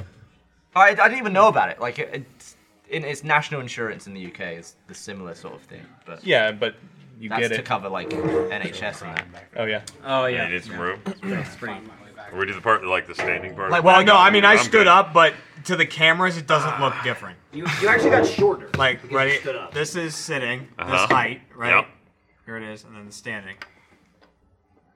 [SPEAKER 3] I, I didn't even know about it. Like, it, it's, in, it's national insurance in the UK is the similar sort of thing, but
[SPEAKER 7] Yeah, but you
[SPEAKER 3] that's
[SPEAKER 7] get
[SPEAKER 3] to
[SPEAKER 7] it.
[SPEAKER 3] cover like NHS and that.
[SPEAKER 7] Oh yeah.
[SPEAKER 5] Oh
[SPEAKER 4] Yeah, need some room. we do the part like the standing part.
[SPEAKER 3] Like,
[SPEAKER 5] Well, no, I
[SPEAKER 4] I'm
[SPEAKER 5] mean I
[SPEAKER 4] good. Ah.
[SPEAKER 5] stood up, but to the cameras it doesn't look different.
[SPEAKER 2] You, you actually got shorter.
[SPEAKER 5] Like
[SPEAKER 2] because you
[SPEAKER 5] right,
[SPEAKER 2] stood up.
[SPEAKER 5] this is sitting,
[SPEAKER 4] Uh-huh.
[SPEAKER 5] this height, right?
[SPEAKER 4] Yep.
[SPEAKER 5] Here it is, and then the standing.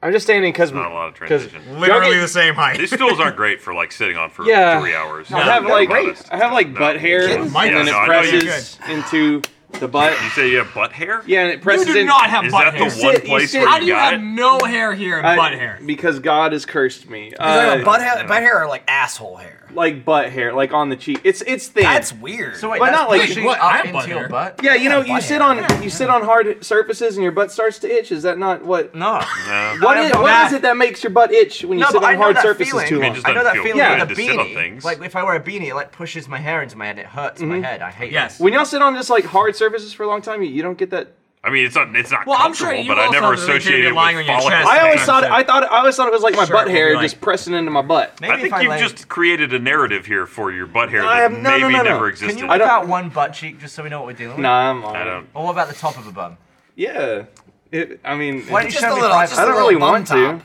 [SPEAKER 1] I'm just standing because
[SPEAKER 4] Not a lot of
[SPEAKER 1] because
[SPEAKER 4] transition.
[SPEAKER 5] Literally
[SPEAKER 1] Yogi-
[SPEAKER 5] the same height.
[SPEAKER 4] These stools aren't great for like sitting on for
[SPEAKER 1] Yeah.
[SPEAKER 4] three hours.
[SPEAKER 1] I have
[SPEAKER 4] No,
[SPEAKER 1] like
[SPEAKER 4] honest.
[SPEAKER 1] I have like butt hair, and
[SPEAKER 4] Kittens? Yeah,
[SPEAKER 1] then
[SPEAKER 4] no,
[SPEAKER 1] it
[SPEAKER 4] I know you
[SPEAKER 1] presses into the butt.
[SPEAKER 4] You say you have butt hair?
[SPEAKER 1] Yeah, and it
[SPEAKER 5] You
[SPEAKER 1] presses
[SPEAKER 5] do
[SPEAKER 1] in.
[SPEAKER 5] not have
[SPEAKER 4] Is
[SPEAKER 5] butt
[SPEAKER 4] that
[SPEAKER 5] hair.
[SPEAKER 4] the one
[SPEAKER 1] sit- you
[SPEAKER 4] place
[SPEAKER 1] sit-
[SPEAKER 4] where
[SPEAKER 5] How
[SPEAKER 4] you
[SPEAKER 5] do you
[SPEAKER 4] got
[SPEAKER 5] have
[SPEAKER 4] it?
[SPEAKER 5] no hair here and
[SPEAKER 1] I-
[SPEAKER 5] butt hair?
[SPEAKER 1] because God has cursed me.
[SPEAKER 2] Is that
[SPEAKER 1] Uh,
[SPEAKER 2] like butt hair, butt hair, or like asshole hair.
[SPEAKER 1] like butt hair, like on the cheek. It's it's thin.
[SPEAKER 2] That's weird.
[SPEAKER 3] So wait,
[SPEAKER 1] But
[SPEAKER 3] that's
[SPEAKER 1] not like-
[SPEAKER 3] pushing
[SPEAKER 5] What? I
[SPEAKER 3] up
[SPEAKER 5] have
[SPEAKER 3] into
[SPEAKER 5] butt
[SPEAKER 3] your
[SPEAKER 5] hair.
[SPEAKER 3] butt?
[SPEAKER 1] yeah, you know, you
[SPEAKER 2] butt
[SPEAKER 1] sit
[SPEAKER 2] hair.
[SPEAKER 1] on you sit on hard surfaces and your butt starts to itch. Is that not what?
[SPEAKER 3] No.
[SPEAKER 4] No.
[SPEAKER 1] What
[SPEAKER 3] I
[SPEAKER 1] is
[SPEAKER 3] know
[SPEAKER 1] what
[SPEAKER 3] that.
[SPEAKER 1] is it that makes your butt itch when you
[SPEAKER 3] No,
[SPEAKER 1] sit
[SPEAKER 3] but I
[SPEAKER 1] on
[SPEAKER 3] know
[SPEAKER 1] hard
[SPEAKER 3] that
[SPEAKER 1] surfaces
[SPEAKER 3] feeling.
[SPEAKER 1] too
[SPEAKER 4] It
[SPEAKER 1] long?
[SPEAKER 4] just
[SPEAKER 3] I know that
[SPEAKER 4] doesn't feel
[SPEAKER 3] feeling
[SPEAKER 1] Yeah.
[SPEAKER 4] good
[SPEAKER 3] with a
[SPEAKER 4] to sit on
[SPEAKER 3] beanie.
[SPEAKER 4] things. Mm-hmm.
[SPEAKER 3] Like if I wear a beanie, it like pushes my hair into my head. It hurts my head. I hate
[SPEAKER 5] Yes.
[SPEAKER 3] it.
[SPEAKER 1] When y'all sit on just like hard surfaces for a long time, you, you don't get that.
[SPEAKER 4] I mean, it's not it's not
[SPEAKER 5] Well, I'm sure
[SPEAKER 4] comfortable,
[SPEAKER 5] you
[SPEAKER 4] but I
[SPEAKER 5] also
[SPEAKER 4] never
[SPEAKER 5] have the reason to be
[SPEAKER 4] associated it
[SPEAKER 5] lying
[SPEAKER 4] with
[SPEAKER 5] on your
[SPEAKER 4] follicle
[SPEAKER 5] chest.
[SPEAKER 1] I always
[SPEAKER 4] pain.
[SPEAKER 1] thought it, I thought I always thought it was like my
[SPEAKER 5] Sure,
[SPEAKER 1] butt
[SPEAKER 5] it would be
[SPEAKER 1] hair
[SPEAKER 5] like-
[SPEAKER 1] just pressing into my butt.
[SPEAKER 3] Maybe
[SPEAKER 4] I think
[SPEAKER 3] if I
[SPEAKER 4] you've
[SPEAKER 3] lay-
[SPEAKER 4] just created a narrative here for your butt hair
[SPEAKER 1] I
[SPEAKER 4] that
[SPEAKER 1] have- no, no,
[SPEAKER 4] maybe
[SPEAKER 1] no, no.
[SPEAKER 4] never
[SPEAKER 1] Can
[SPEAKER 4] existed.
[SPEAKER 3] Can you
[SPEAKER 1] I
[SPEAKER 3] look
[SPEAKER 1] don't-
[SPEAKER 3] out one butt cheek just so we know what we're dealing with?
[SPEAKER 1] Nah, I'm all
[SPEAKER 4] I
[SPEAKER 1] right.
[SPEAKER 4] don't.
[SPEAKER 3] Or what about the top of a bum?
[SPEAKER 1] Yeah, it, I mean,
[SPEAKER 3] Why don't you
[SPEAKER 2] Just
[SPEAKER 3] show
[SPEAKER 2] a
[SPEAKER 3] me
[SPEAKER 2] little-
[SPEAKER 3] private?
[SPEAKER 2] just
[SPEAKER 1] I
[SPEAKER 2] a
[SPEAKER 1] don't
[SPEAKER 2] little
[SPEAKER 1] really
[SPEAKER 2] bum
[SPEAKER 1] want to.
[SPEAKER 2] top.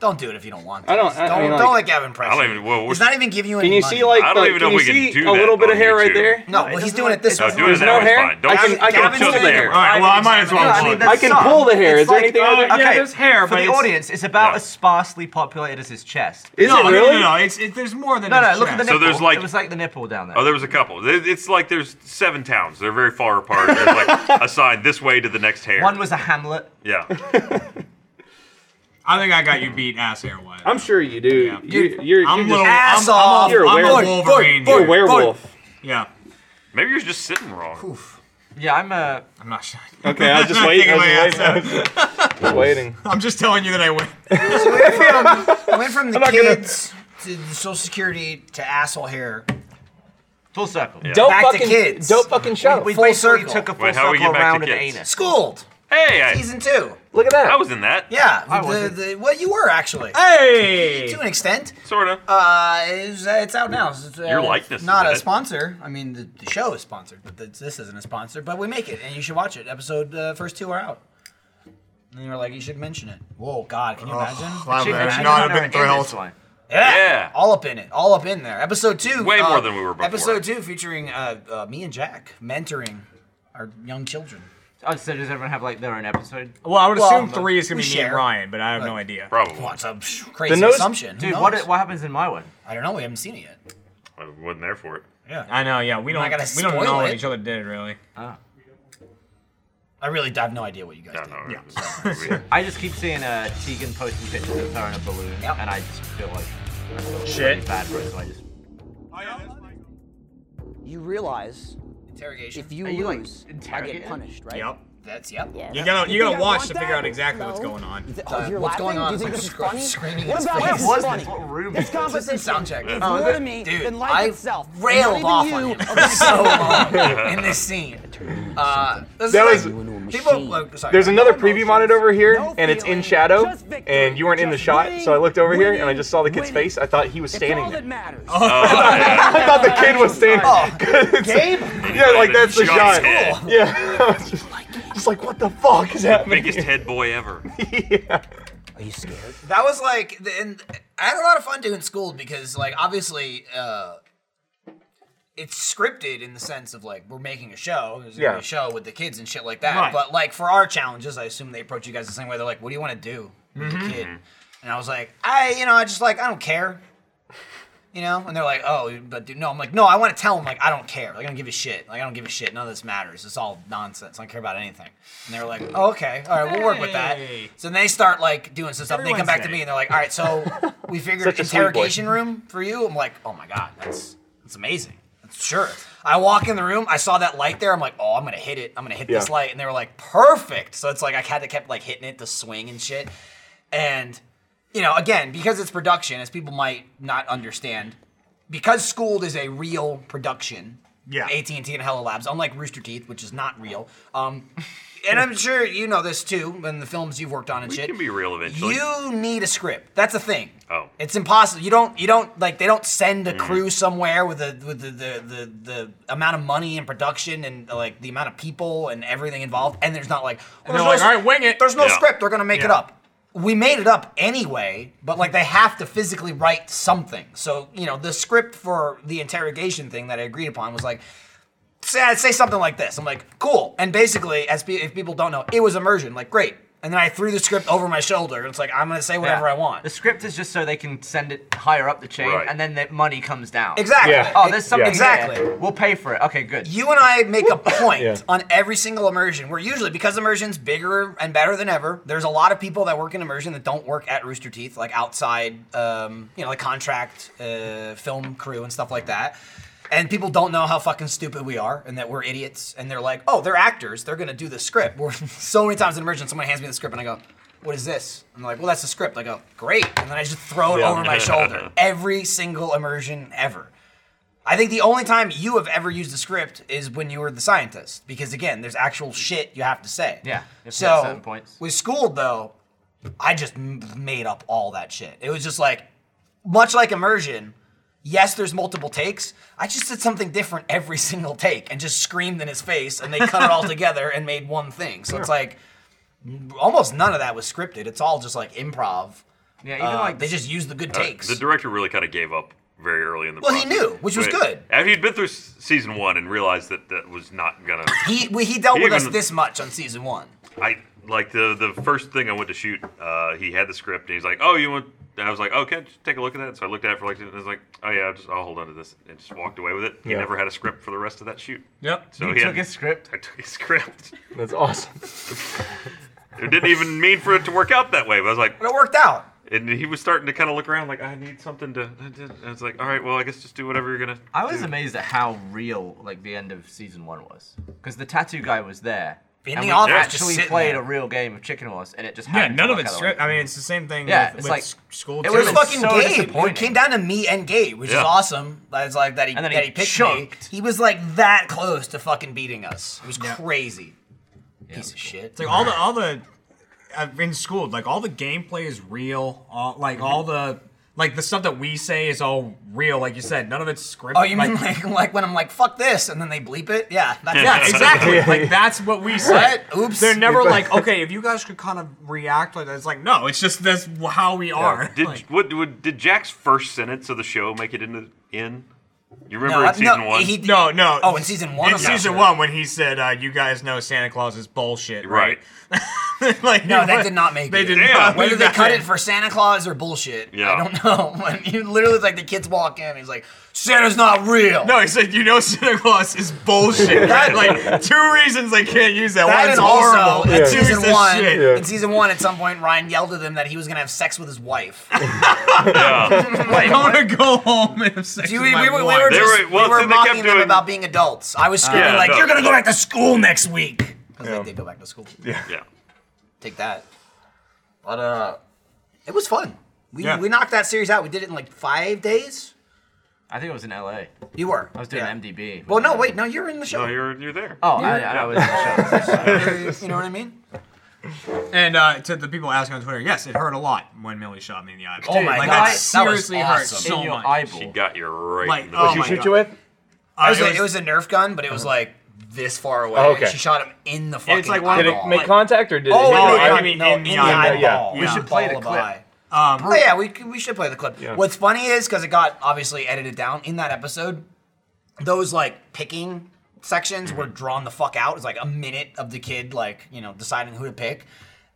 [SPEAKER 2] Don't do it if you don't want to.
[SPEAKER 1] I don't- I- I
[SPEAKER 2] don't,
[SPEAKER 1] mean,
[SPEAKER 2] don't
[SPEAKER 1] like-
[SPEAKER 2] let Gavin press.
[SPEAKER 4] I don't
[SPEAKER 2] you.
[SPEAKER 4] even. Well, we're,
[SPEAKER 2] He's not even giving you any
[SPEAKER 1] Can you
[SPEAKER 2] money.
[SPEAKER 1] see like
[SPEAKER 4] I
[SPEAKER 1] the,
[SPEAKER 4] don't even know
[SPEAKER 1] can
[SPEAKER 4] if
[SPEAKER 1] you
[SPEAKER 4] we can
[SPEAKER 1] see
[SPEAKER 4] do
[SPEAKER 1] a
[SPEAKER 4] that
[SPEAKER 1] little bit of
[SPEAKER 4] on
[SPEAKER 1] hair right
[SPEAKER 4] YouTube.
[SPEAKER 1] there?
[SPEAKER 2] No,
[SPEAKER 3] No, it
[SPEAKER 2] he's
[SPEAKER 3] doesn't
[SPEAKER 2] doing
[SPEAKER 3] look-
[SPEAKER 2] it this
[SPEAKER 3] No,
[SPEAKER 2] way.
[SPEAKER 4] do it
[SPEAKER 1] There's
[SPEAKER 4] that
[SPEAKER 1] no
[SPEAKER 4] way,
[SPEAKER 1] hair.
[SPEAKER 4] fine. Don't-
[SPEAKER 1] I can I
[SPEAKER 2] Gavin's
[SPEAKER 1] can pull
[SPEAKER 4] doing
[SPEAKER 1] the
[SPEAKER 4] it.
[SPEAKER 1] hair.
[SPEAKER 5] All right. Well, I might as well.
[SPEAKER 3] I
[SPEAKER 5] go
[SPEAKER 3] mean,
[SPEAKER 5] on.
[SPEAKER 3] there's
[SPEAKER 1] I can
[SPEAKER 3] some.
[SPEAKER 1] pull the hair.
[SPEAKER 3] It's
[SPEAKER 1] Is there
[SPEAKER 3] like- uh,
[SPEAKER 1] anything other than
[SPEAKER 5] yeah,
[SPEAKER 3] okay,
[SPEAKER 5] there's hair,
[SPEAKER 3] for
[SPEAKER 5] but
[SPEAKER 3] the
[SPEAKER 5] it's-
[SPEAKER 3] audience. It's about
[SPEAKER 4] Yeah.
[SPEAKER 3] as sparsely populated as his chest.
[SPEAKER 1] Is
[SPEAKER 5] no,
[SPEAKER 1] it really?
[SPEAKER 5] no, no, no. It's it, there's more than
[SPEAKER 3] No, no,
[SPEAKER 5] his
[SPEAKER 3] look at the
[SPEAKER 5] chest.
[SPEAKER 3] nipple.
[SPEAKER 4] So there's like-
[SPEAKER 3] it was like the nipple down there.
[SPEAKER 4] Oh, there was a couple. It- It's like there's seven towns. They're very far apart. There's like a sign this way to the next hair.
[SPEAKER 3] One was a Hamlet.
[SPEAKER 4] yeah.
[SPEAKER 5] I think I got you beat ass hair wise.
[SPEAKER 1] I'm sure you do.
[SPEAKER 5] Yeah.
[SPEAKER 1] You, you're
[SPEAKER 5] I'm
[SPEAKER 1] you're
[SPEAKER 5] little.
[SPEAKER 1] just,
[SPEAKER 2] ass
[SPEAKER 5] I'm, I'm,
[SPEAKER 2] off.
[SPEAKER 5] a-
[SPEAKER 1] You're a
[SPEAKER 5] I'm
[SPEAKER 1] werewolf.
[SPEAKER 5] a Wolverine.
[SPEAKER 2] Boy,
[SPEAKER 1] you're
[SPEAKER 5] here.
[SPEAKER 1] a werewolf.
[SPEAKER 5] Yeah.
[SPEAKER 4] Maybe you're just sitting wrong.
[SPEAKER 3] Yeah, I'm uh, a.
[SPEAKER 5] I'm not shy.
[SPEAKER 1] Okay, I was just waiting. I was
[SPEAKER 5] Taking my
[SPEAKER 1] just waiting. Just waiting.
[SPEAKER 5] I'm just telling you that I win.
[SPEAKER 2] I went from the
[SPEAKER 1] not gonna-
[SPEAKER 2] kids to the Social Security to asshole hair.
[SPEAKER 3] Full circle.
[SPEAKER 4] Yeah.
[SPEAKER 7] Don't
[SPEAKER 2] Back to
[SPEAKER 7] fucking
[SPEAKER 2] kids.
[SPEAKER 7] don't fucking shout.
[SPEAKER 3] We
[SPEAKER 2] Full
[SPEAKER 3] basically
[SPEAKER 2] circle.
[SPEAKER 3] took a full
[SPEAKER 4] Wait, how
[SPEAKER 3] circle
[SPEAKER 4] we get back to
[SPEAKER 3] around an
[SPEAKER 4] kids?
[SPEAKER 3] anus.
[SPEAKER 2] Schooled.
[SPEAKER 4] Hey, I,
[SPEAKER 2] Season two.
[SPEAKER 7] Look at that.
[SPEAKER 4] I was in that.
[SPEAKER 2] Yeah.
[SPEAKER 3] I
[SPEAKER 2] the,
[SPEAKER 3] wasn't.
[SPEAKER 2] the, well, you were actually
[SPEAKER 5] Hey.
[SPEAKER 2] to an extent.
[SPEAKER 4] Sort of.
[SPEAKER 2] Uh, it's, uh, it's out now. It's, uh,
[SPEAKER 4] Your likeness is
[SPEAKER 2] Not
[SPEAKER 4] in
[SPEAKER 2] a
[SPEAKER 4] it.
[SPEAKER 2] sponsor. I mean, the, the show is sponsored, but th- this isn't a sponsor. But we make it, and you should watch it. Episode uh, first two are out. And they were like, you should mention it. Whoa, God, can you imagine?
[SPEAKER 5] wow,
[SPEAKER 3] She
[SPEAKER 5] man, I
[SPEAKER 3] mentioned
[SPEAKER 5] should not
[SPEAKER 3] on
[SPEAKER 5] have
[SPEAKER 3] her
[SPEAKER 5] been
[SPEAKER 3] anus
[SPEAKER 5] thrilled.
[SPEAKER 3] line.
[SPEAKER 2] Yeah.
[SPEAKER 4] Yeah.
[SPEAKER 2] All up in it. All up in there. Episode two. uh,
[SPEAKER 4] Way more than we were before.
[SPEAKER 2] Episode two featuring uh, uh, me and Jack mentoring our young children.
[SPEAKER 3] Oh, so does everyone have like their own episode?
[SPEAKER 5] Well, I would
[SPEAKER 2] Well,
[SPEAKER 5] assume three is gonna
[SPEAKER 2] we
[SPEAKER 5] be me and
[SPEAKER 2] share.
[SPEAKER 5] Ryan, but I have no idea.
[SPEAKER 4] Probably.
[SPEAKER 2] What's a psh, crazy
[SPEAKER 7] notice-
[SPEAKER 2] assumption? Who
[SPEAKER 3] Dude,
[SPEAKER 2] knows?
[SPEAKER 3] what what happens in my one?
[SPEAKER 2] I don't know. We haven't seen it yet.
[SPEAKER 4] I wasn't there for it.
[SPEAKER 2] Yeah.
[SPEAKER 5] I know. Yeah, we don't.
[SPEAKER 2] not gonna
[SPEAKER 5] We don't
[SPEAKER 2] spoil
[SPEAKER 5] know what
[SPEAKER 2] it.
[SPEAKER 5] each other did really.
[SPEAKER 2] I really I have no idea what you guys
[SPEAKER 4] I
[SPEAKER 2] did.
[SPEAKER 4] don't know. Yeah.
[SPEAKER 3] I just keep seeing uh, Tegan posting pictures of her in a balloon,
[SPEAKER 2] Yep.
[SPEAKER 3] and I just feel like I feel really
[SPEAKER 5] Shit.
[SPEAKER 3] bad for it. So I just
[SPEAKER 8] you realize
[SPEAKER 2] Interrogation.
[SPEAKER 8] if you
[SPEAKER 3] Are you, like,
[SPEAKER 8] lose, I
[SPEAKER 3] interrogated?
[SPEAKER 8] get punished, right?
[SPEAKER 5] Yep.
[SPEAKER 2] That's yep. Yeah.
[SPEAKER 5] You gotta you
[SPEAKER 8] think
[SPEAKER 5] gotta
[SPEAKER 8] I
[SPEAKER 5] watch
[SPEAKER 8] want
[SPEAKER 5] to figure out
[SPEAKER 8] that?
[SPEAKER 5] exactly what's
[SPEAKER 8] No.
[SPEAKER 5] going on.
[SPEAKER 8] Th- oh, you're
[SPEAKER 2] what's
[SPEAKER 8] laughing?
[SPEAKER 2] going on?
[SPEAKER 8] Do you
[SPEAKER 2] It's
[SPEAKER 8] think
[SPEAKER 2] like
[SPEAKER 8] this is
[SPEAKER 2] scr-
[SPEAKER 8] funny?
[SPEAKER 2] screaming
[SPEAKER 8] What
[SPEAKER 2] in
[SPEAKER 8] about
[SPEAKER 2] space.
[SPEAKER 8] this?
[SPEAKER 3] what
[SPEAKER 8] Is
[SPEAKER 3] is
[SPEAKER 8] funny.
[SPEAKER 3] this? What
[SPEAKER 8] This
[SPEAKER 3] room? is this?
[SPEAKER 2] This
[SPEAKER 8] competition
[SPEAKER 2] is sound check.
[SPEAKER 8] It's
[SPEAKER 2] Oh,
[SPEAKER 8] more
[SPEAKER 2] that-
[SPEAKER 8] to me
[SPEAKER 2] dude,
[SPEAKER 8] than life
[SPEAKER 2] I
[SPEAKER 8] itself.
[SPEAKER 2] railed
[SPEAKER 8] Not
[SPEAKER 2] off
[SPEAKER 8] even
[SPEAKER 2] on
[SPEAKER 8] you.
[SPEAKER 2] him for so long in this scene. Uh, this
[SPEAKER 7] That
[SPEAKER 2] is
[SPEAKER 7] was-
[SPEAKER 8] You into a
[SPEAKER 2] like,
[SPEAKER 8] machine.
[SPEAKER 2] people. oh, sorry.
[SPEAKER 7] There's another preview
[SPEAKER 8] emotions,
[SPEAKER 7] monitor over here,
[SPEAKER 8] no
[SPEAKER 7] and it's in
[SPEAKER 8] feeling,
[SPEAKER 7] shadow,
[SPEAKER 8] just victory,
[SPEAKER 7] and you weren't in the
[SPEAKER 8] just
[SPEAKER 7] shot, so I
[SPEAKER 8] winning,
[SPEAKER 7] looked over here and I
[SPEAKER 8] winning,
[SPEAKER 7] just saw the kid's
[SPEAKER 8] winning.
[SPEAKER 7] face. I thought he was
[SPEAKER 8] It's all
[SPEAKER 7] standing
[SPEAKER 8] that
[SPEAKER 7] there.
[SPEAKER 8] matters.
[SPEAKER 4] Oh,
[SPEAKER 7] I thought the kid was standing.
[SPEAKER 2] Oh,
[SPEAKER 7] Gabe? Yeah, like that's the
[SPEAKER 4] Shot
[SPEAKER 7] shot.
[SPEAKER 4] head.
[SPEAKER 7] Yeah. I was just, just like, what the fuck is happening?
[SPEAKER 4] Biggest head boy ever.
[SPEAKER 7] yeah.
[SPEAKER 8] Are you scared?
[SPEAKER 2] that was like, the- and I had a lot of fun doing school because, like, obviously, uh, it's scripted in the sense of like we're making a show. There's gonna be
[SPEAKER 7] Yeah.
[SPEAKER 2] a show with the kids and shit like that.
[SPEAKER 5] Right.
[SPEAKER 2] But like for our challenges, I assume they approach you guys the same way. They're like, "What do you want to do with the kid?" And I was like, "I, you know, I just like I don't care." You know, and they're like, "Oh, but dude, no." I'm like, "No, I want to tell them. Like, I don't care. Like, I don't give a shit. Like, I don't give a shit. None of this matters. It's all nonsense. I don't care about anything." And they're like, oh, "Okay, all right, we'll work with that."
[SPEAKER 5] Hey.
[SPEAKER 2] So then they start like doing some stuff. and They come back to me and they're like, "All right, so we figured
[SPEAKER 1] Such a sweet boy.
[SPEAKER 2] interrogation room for you." I'm like, "Oh my god, that's that's amazing. That's sure." I walk in the room. I saw that light there. I'm like, "Oh, I'm gonna hit it. I'm gonna hit this
[SPEAKER 1] Yeah.
[SPEAKER 2] light." And they were like, "Perfect." So it's like I had to kept like hitting it to swing and shit, and you know, again, because it's production, as people might not understand, because Schooled is a real production.
[SPEAKER 6] Yeah.
[SPEAKER 2] AT and T and Hello Labs, unlike Rooster Teeth, which is not real. Um, and I'm sure you know this too, in the films you've worked on and
[SPEAKER 4] We
[SPEAKER 2] shit.
[SPEAKER 4] can be real eventually.
[SPEAKER 2] You need a script. That's a thing.
[SPEAKER 4] Oh. Mm.
[SPEAKER 2] It's impossible. You don't. You don't like. They don't send a crew somewhere with the with the the, the the amount of money and production and like the amount of people and everything involved. And there's not like. Well,
[SPEAKER 5] they're
[SPEAKER 2] there's
[SPEAKER 5] like,
[SPEAKER 2] no-
[SPEAKER 5] "All right, wing it."
[SPEAKER 2] There's no
[SPEAKER 4] Yeah.
[SPEAKER 2] script. They're gonna make it
[SPEAKER 6] Yeah.
[SPEAKER 2] up. We made it up anyway, but like they have to physically write something. So you know, the script for the interrogation thing that I agreed upon was like say, say something like this. I'm like, cool. And basically, as pe- if people don't know, it was immersion. Like, great. And then I threw the script over my shoulder. It's like I'm gonna say whatever
[SPEAKER 3] Yeah.
[SPEAKER 2] I want.
[SPEAKER 3] The script is just so they can send it higher up the chain,
[SPEAKER 4] Right.
[SPEAKER 3] and then that money comes down.
[SPEAKER 2] Exactly.
[SPEAKER 1] Yeah.
[SPEAKER 3] Oh, there's something.
[SPEAKER 2] Exactly.
[SPEAKER 3] there. We'll pay for it. Okay, good.
[SPEAKER 2] You and I make a point
[SPEAKER 1] Yeah.
[SPEAKER 2] on every single immersion. We're usually because immersion's bigger and better than ever. There's a lot of people that work in immersion that don't work at Rooster Teeth, like outside, um, you know, like contract uh, film crew and stuff like that. And people don't know how fucking stupid we are and that we're idiots. And they're like, oh, they're actors. They're gonna do the script. We're, so many times in immersion, someone hands me the script and I go, what is this? I'm like, well, that's the script. I go, great. And then I just throw it
[SPEAKER 1] Yeah.
[SPEAKER 2] over my shoulder. Every single immersion ever. I think the only time you have ever used a script is when you were the scientist, because again, there's actual shit you have to say.
[SPEAKER 3] Yeah, you have to hit
[SPEAKER 2] So
[SPEAKER 3] certain points.
[SPEAKER 2] with schooled though, I just m- made up all that shit. It was just like, much like immersion. Yes, there's multiple takes. I just did something different every single take and just screamed in his face, and they cut it all together and made one thing. So it's like almost none of that was scripted. It's all just like improv.
[SPEAKER 3] Yeah, even
[SPEAKER 2] Uh,
[SPEAKER 3] like
[SPEAKER 2] they just used the good takes.
[SPEAKER 4] The director really kind of gave up very early in the
[SPEAKER 2] Well, he
[SPEAKER 4] process.
[SPEAKER 2] knew, which was
[SPEAKER 4] But
[SPEAKER 2] good.
[SPEAKER 4] After he'd been through s- season one and realized that that was not gonna.
[SPEAKER 2] he well, he dealt
[SPEAKER 4] He
[SPEAKER 2] with us
[SPEAKER 4] even-
[SPEAKER 2] this much on season one.
[SPEAKER 4] I like the the first thing I went to shoot. Uh, he had the script and he's like, "Oh, you want?" And I was like, "Okay, just take a look at that." So I looked at it for like, and I was like, "Oh yeah, I'll just I'll hold on to this," and just walked away with it. He
[SPEAKER 1] Yeah.
[SPEAKER 4] never had a script for the rest of that shoot.
[SPEAKER 5] Yep.
[SPEAKER 4] So
[SPEAKER 3] you
[SPEAKER 4] he
[SPEAKER 3] took
[SPEAKER 4] had,
[SPEAKER 3] his script.
[SPEAKER 4] I took his script.
[SPEAKER 1] That's awesome.
[SPEAKER 4] It didn't even mean for it to work out that way. But I was like,
[SPEAKER 2] But it worked out.
[SPEAKER 4] and he was starting to kind of look around like, "I need something to." And I was like, "All right, well, I guess just do whatever you're gonna."
[SPEAKER 3] I was
[SPEAKER 4] do."
[SPEAKER 3] amazed at how real like the end of season one was, because the tattoo guy was there.
[SPEAKER 2] In
[SPEAKER 3] and
[SPEAKER 2] the
[SPEAKER 3] we
[SPEAKER 2] office, just
[SPEAKER 3] actually
[SPEAKER 2] sitting
[SPEAKER 3] played
[SPEAKER 2] there.
[SPEAKER 3] a real game of chicken horse, and it just
[SPEAKER 6] Yeah,
[SPEAKER 3] happened to
[SPEAKER 6] none of
[SPEAKER 3] work
[SPEAKER 6] it's
[SPEAKER 3] out
[SPEAKER 6] script.
[SPEAKER 3] that way.
[SPEAKER 6] I mean, it's the same thing.
[SPEAKER 3] Yeah,
[SPEAKER 6] with,
[SPEAKER 3] it's
[SPEAKER 6] with
[SPEAKER 3] like-
[SPEAKER 6] school.
[SPEAKER 3] it
[SPEAKER 6] too.
[SPEAKER 2] It was
[SPEAKER 3] was
[SPEAKER 2] fucking
[SPEAKER 3] so
[SPEAKER 2] Gabe. It
[SPEAKER 3] disappointing.
[SPEAKER 2] came down to me and Gabe, which
[SPEAKER 4] Yeah.
[SPEAKER 2] is awesome. That's like that he,
[SPEAKER 3] And then
[SPEAKER 2] that
[SPEAKER 3] he
[SPEAKER 2] he picked
[SPEAKER 3] chunked.
[SPEAKER 2] me. He was like that close to fucking beating us. It was crazy. Piece of shit.
[SPEAKER 6] It's like all the all the I've been schooled. Like all the gameplay is real. All, like all
[SPEAKER 2] Mm-hmm.
[SPEAKER 6] the like the stuff that we say is all real. Like you said, none of it's scripted.
[SPEAKER 2] oh, you mean like like when I'm like fuck this and then they bleep it? Yeah, that's
[SPEAKER 6] yeah, exactly. Like that's what we said.
[SPEAKER 2] What? Oops.
[SPEAKER 6] They're never like okay. If you guys could kind of react like that, it's like no. It's just that's how we are.
[SPEAKER 4] Did
[SPEAKER 6] Like,
[SPEAKER 4] what, what did Jack's first sentence of the show make it into in? You remember
[SPEAKER 2] No,
[SPEAKER 4] in season
[SPEAKER 2] no,
[SPEAKER 4] one?
[SPEAKER 2] he-
[SPEAKER 6] no, no.
[SPEAKER 2] Oh, in season one
[SPEAKER 6] In
[SPEAKER 2] I'm not
[SPEAKER 6] season
[SPEAKER 2] sure.
[SPEAKER 6] one, when he said, uh, "You guys know Santa Claus is bullshit,"
[SPEAKER 4] right.
[SPEAKER 6] right? like
[SPEAKER 2] No,
[SPEAKER 6] he
[SPEAKER 2] that
[SPEAKER 6] was-
[SPEAKER 2] did not make
[SPEAKER 6] they
[SPEAKER 2] it.
[SPEAKER 6] Did
[SPEAKER 4] Damn.
[SPEAKER 6] not
[SPEAKER 2] Whether
[SPEAKER 6] leave
[SPEAKER 2] they
[SPEAKER 6] that
[SPEAKER 2] cut
[SPEAKER 6] in.
[SPEAKER 2] it for Santa Claus or bullshit,
[SPEAKER 4] Yeah.
[SPEAKER 2] I don't know. When you literally like the kids walk in, he's like, "Santa's not real."
[SPEAKER 6] No, he said, you know, Santa Claus is bullshit. Right? like, two reasons they can't use that.
[SPEAKER 2] That
[SPEAKER 6] One,
[SPEAKER 2] is
[SPEAKER 6] it's
[SPEAKER 2] also
[SPEAKER 6] horrible.
[SPEAKER 2] in
[SPEAKER 6] and two, it's
[SPEAKER 2] season
[SPEAKER 6] this
[SPEAKER 2] one.
[SPEAKER 6] shit.
[SPEAKER 2] In season one, at some point, Ryan yelled at him that he was gonna have sex with his wife.
[SPEAKER 6] I want to go home and have sex
[SPEAKER 2] See,
[SPEAKER 6] with
[SPEAKER 2] we,
[SPEAKER 6] my
[SPEAKER 2] we, were- we
[SPEAKER 6] wife.
[SPEAKER 2] were
[SPEAKER 4] They
[SPEAKER 2] just
[SPEAKER 4] were- well,
[SPEAKER 2] we were
[SPEAKER 4] see, they kept
[SPEAKER 2] mocking them
[SPEAKER 4] doing-
[SPEAKER 2] about being adults. I was screaming
[SPEAKER 4] Yeah,
[SPEAKER 2] like,
[SPEAKER 4] no.
[SPEAKER 2] "You're gonna go back to school next week," because they did go back to school.
[SPEAKER 4] Yeah.
[SPEAKER 2] Take that. But uh, it was fun. We
[SPEAKER 6] Yeah.
[SPEAKER 2] we knocked that series out. We did it in like five days.
[SPEAKER 3] I think it was in L.A.
[SPEAKER 2] You were.
[SPEAKER 3] I was doing
[SPEAKER 2] yeah.
[SPEAKER 3] MDB.
[SPEAKER 2] Well, no, wait, no, you're in the show.
[SPEAKER 4] No, you're you're there.
[SPEAKER 3] Oh, I, I was in the show.
[SPEAKER 2] you know what I mean?
[SPEAKER 6] And uh, to the people asking on Twitter, yes, it hurt a lot when Millie shot me in the eye.
[SPEAKER 2] Oh my
[SPEAKER 6] like,
[SPEAKER 2] God,
[SPEAKER 6] That
[SPEAKER 2] that was
[SPEAKER 6] seriously hurt
[SPEAKER 2] awesome.
[SPEAKER 6] so
[SPEAKER 3] in your
[SPEAKER 6] much.
[SPEAKER 4] She
[SPEAKER 3] eyeball.
[SPEAKER 4] got you right.
[SPEAKER 6] Like,
[SPEAKER 4] in the
[SPEAKER 6] oh
[SPEAKER 4] bush.
[SPEAKER 6] my
[SPEAKER 1] Shoot
[SPEAKER 6] God.
[SPEAKER 1] you with?
[SPEAKER 6] Uh,
[SPEAKER 2] it, was
[SPEAKER 6] it
[SPEAKER 2] like,
[SPEAKER 6] was-
[SPEAKER 2] it was a Nerf gun, but it was like this far away.
[SPEAKER 1] Oh, okay.
[SPEAKER 2] She shot him in the fucking.
[SPEAKER 6] it's like one of
[SPEAKER 1] Did
[SPEAKER 6] Oh,
[SPEAKER 1] it
[SPEAKER 2] eyeball.
[SPEAKER 1] make
[SPEAKER 6] like-
[SPEAKER 1] contact or did
[SPEAKER 2] Oh,
[SPEAKER 1] it?
[SPEAKER 2] no,
[SPEAKER 6] no, I
[SPEAKER 2] I
[SPEAKER 6] mean
[SPEAKER 2] no,
[SPEAKER 6] in the
[SPEAKER 2] in the
[SPEAKER 6] eye.
[SPEAKER 2] eyeball.
[SPEAKER 6] Yeah.
[SPEAKER 2] We
[SPEAKER 6] Yeah.
[SPEAKER 2] should
[SPEAKER 3] Play
[SPEAKER 2] play
[SPEAKER 3] the
[SPEAKER 2] the
[SPEAKER 3] clip.
[SPEAKER 2] clip.
[SPEAKER 6] um,
[SPEAKER 2] Oh yeah, we c- we should play the clip. What's funny is because it got obviously edited down in that episode. Those like picking sections were drawn the fuck out. It's like a minute of the kid like you know deciding who to pick,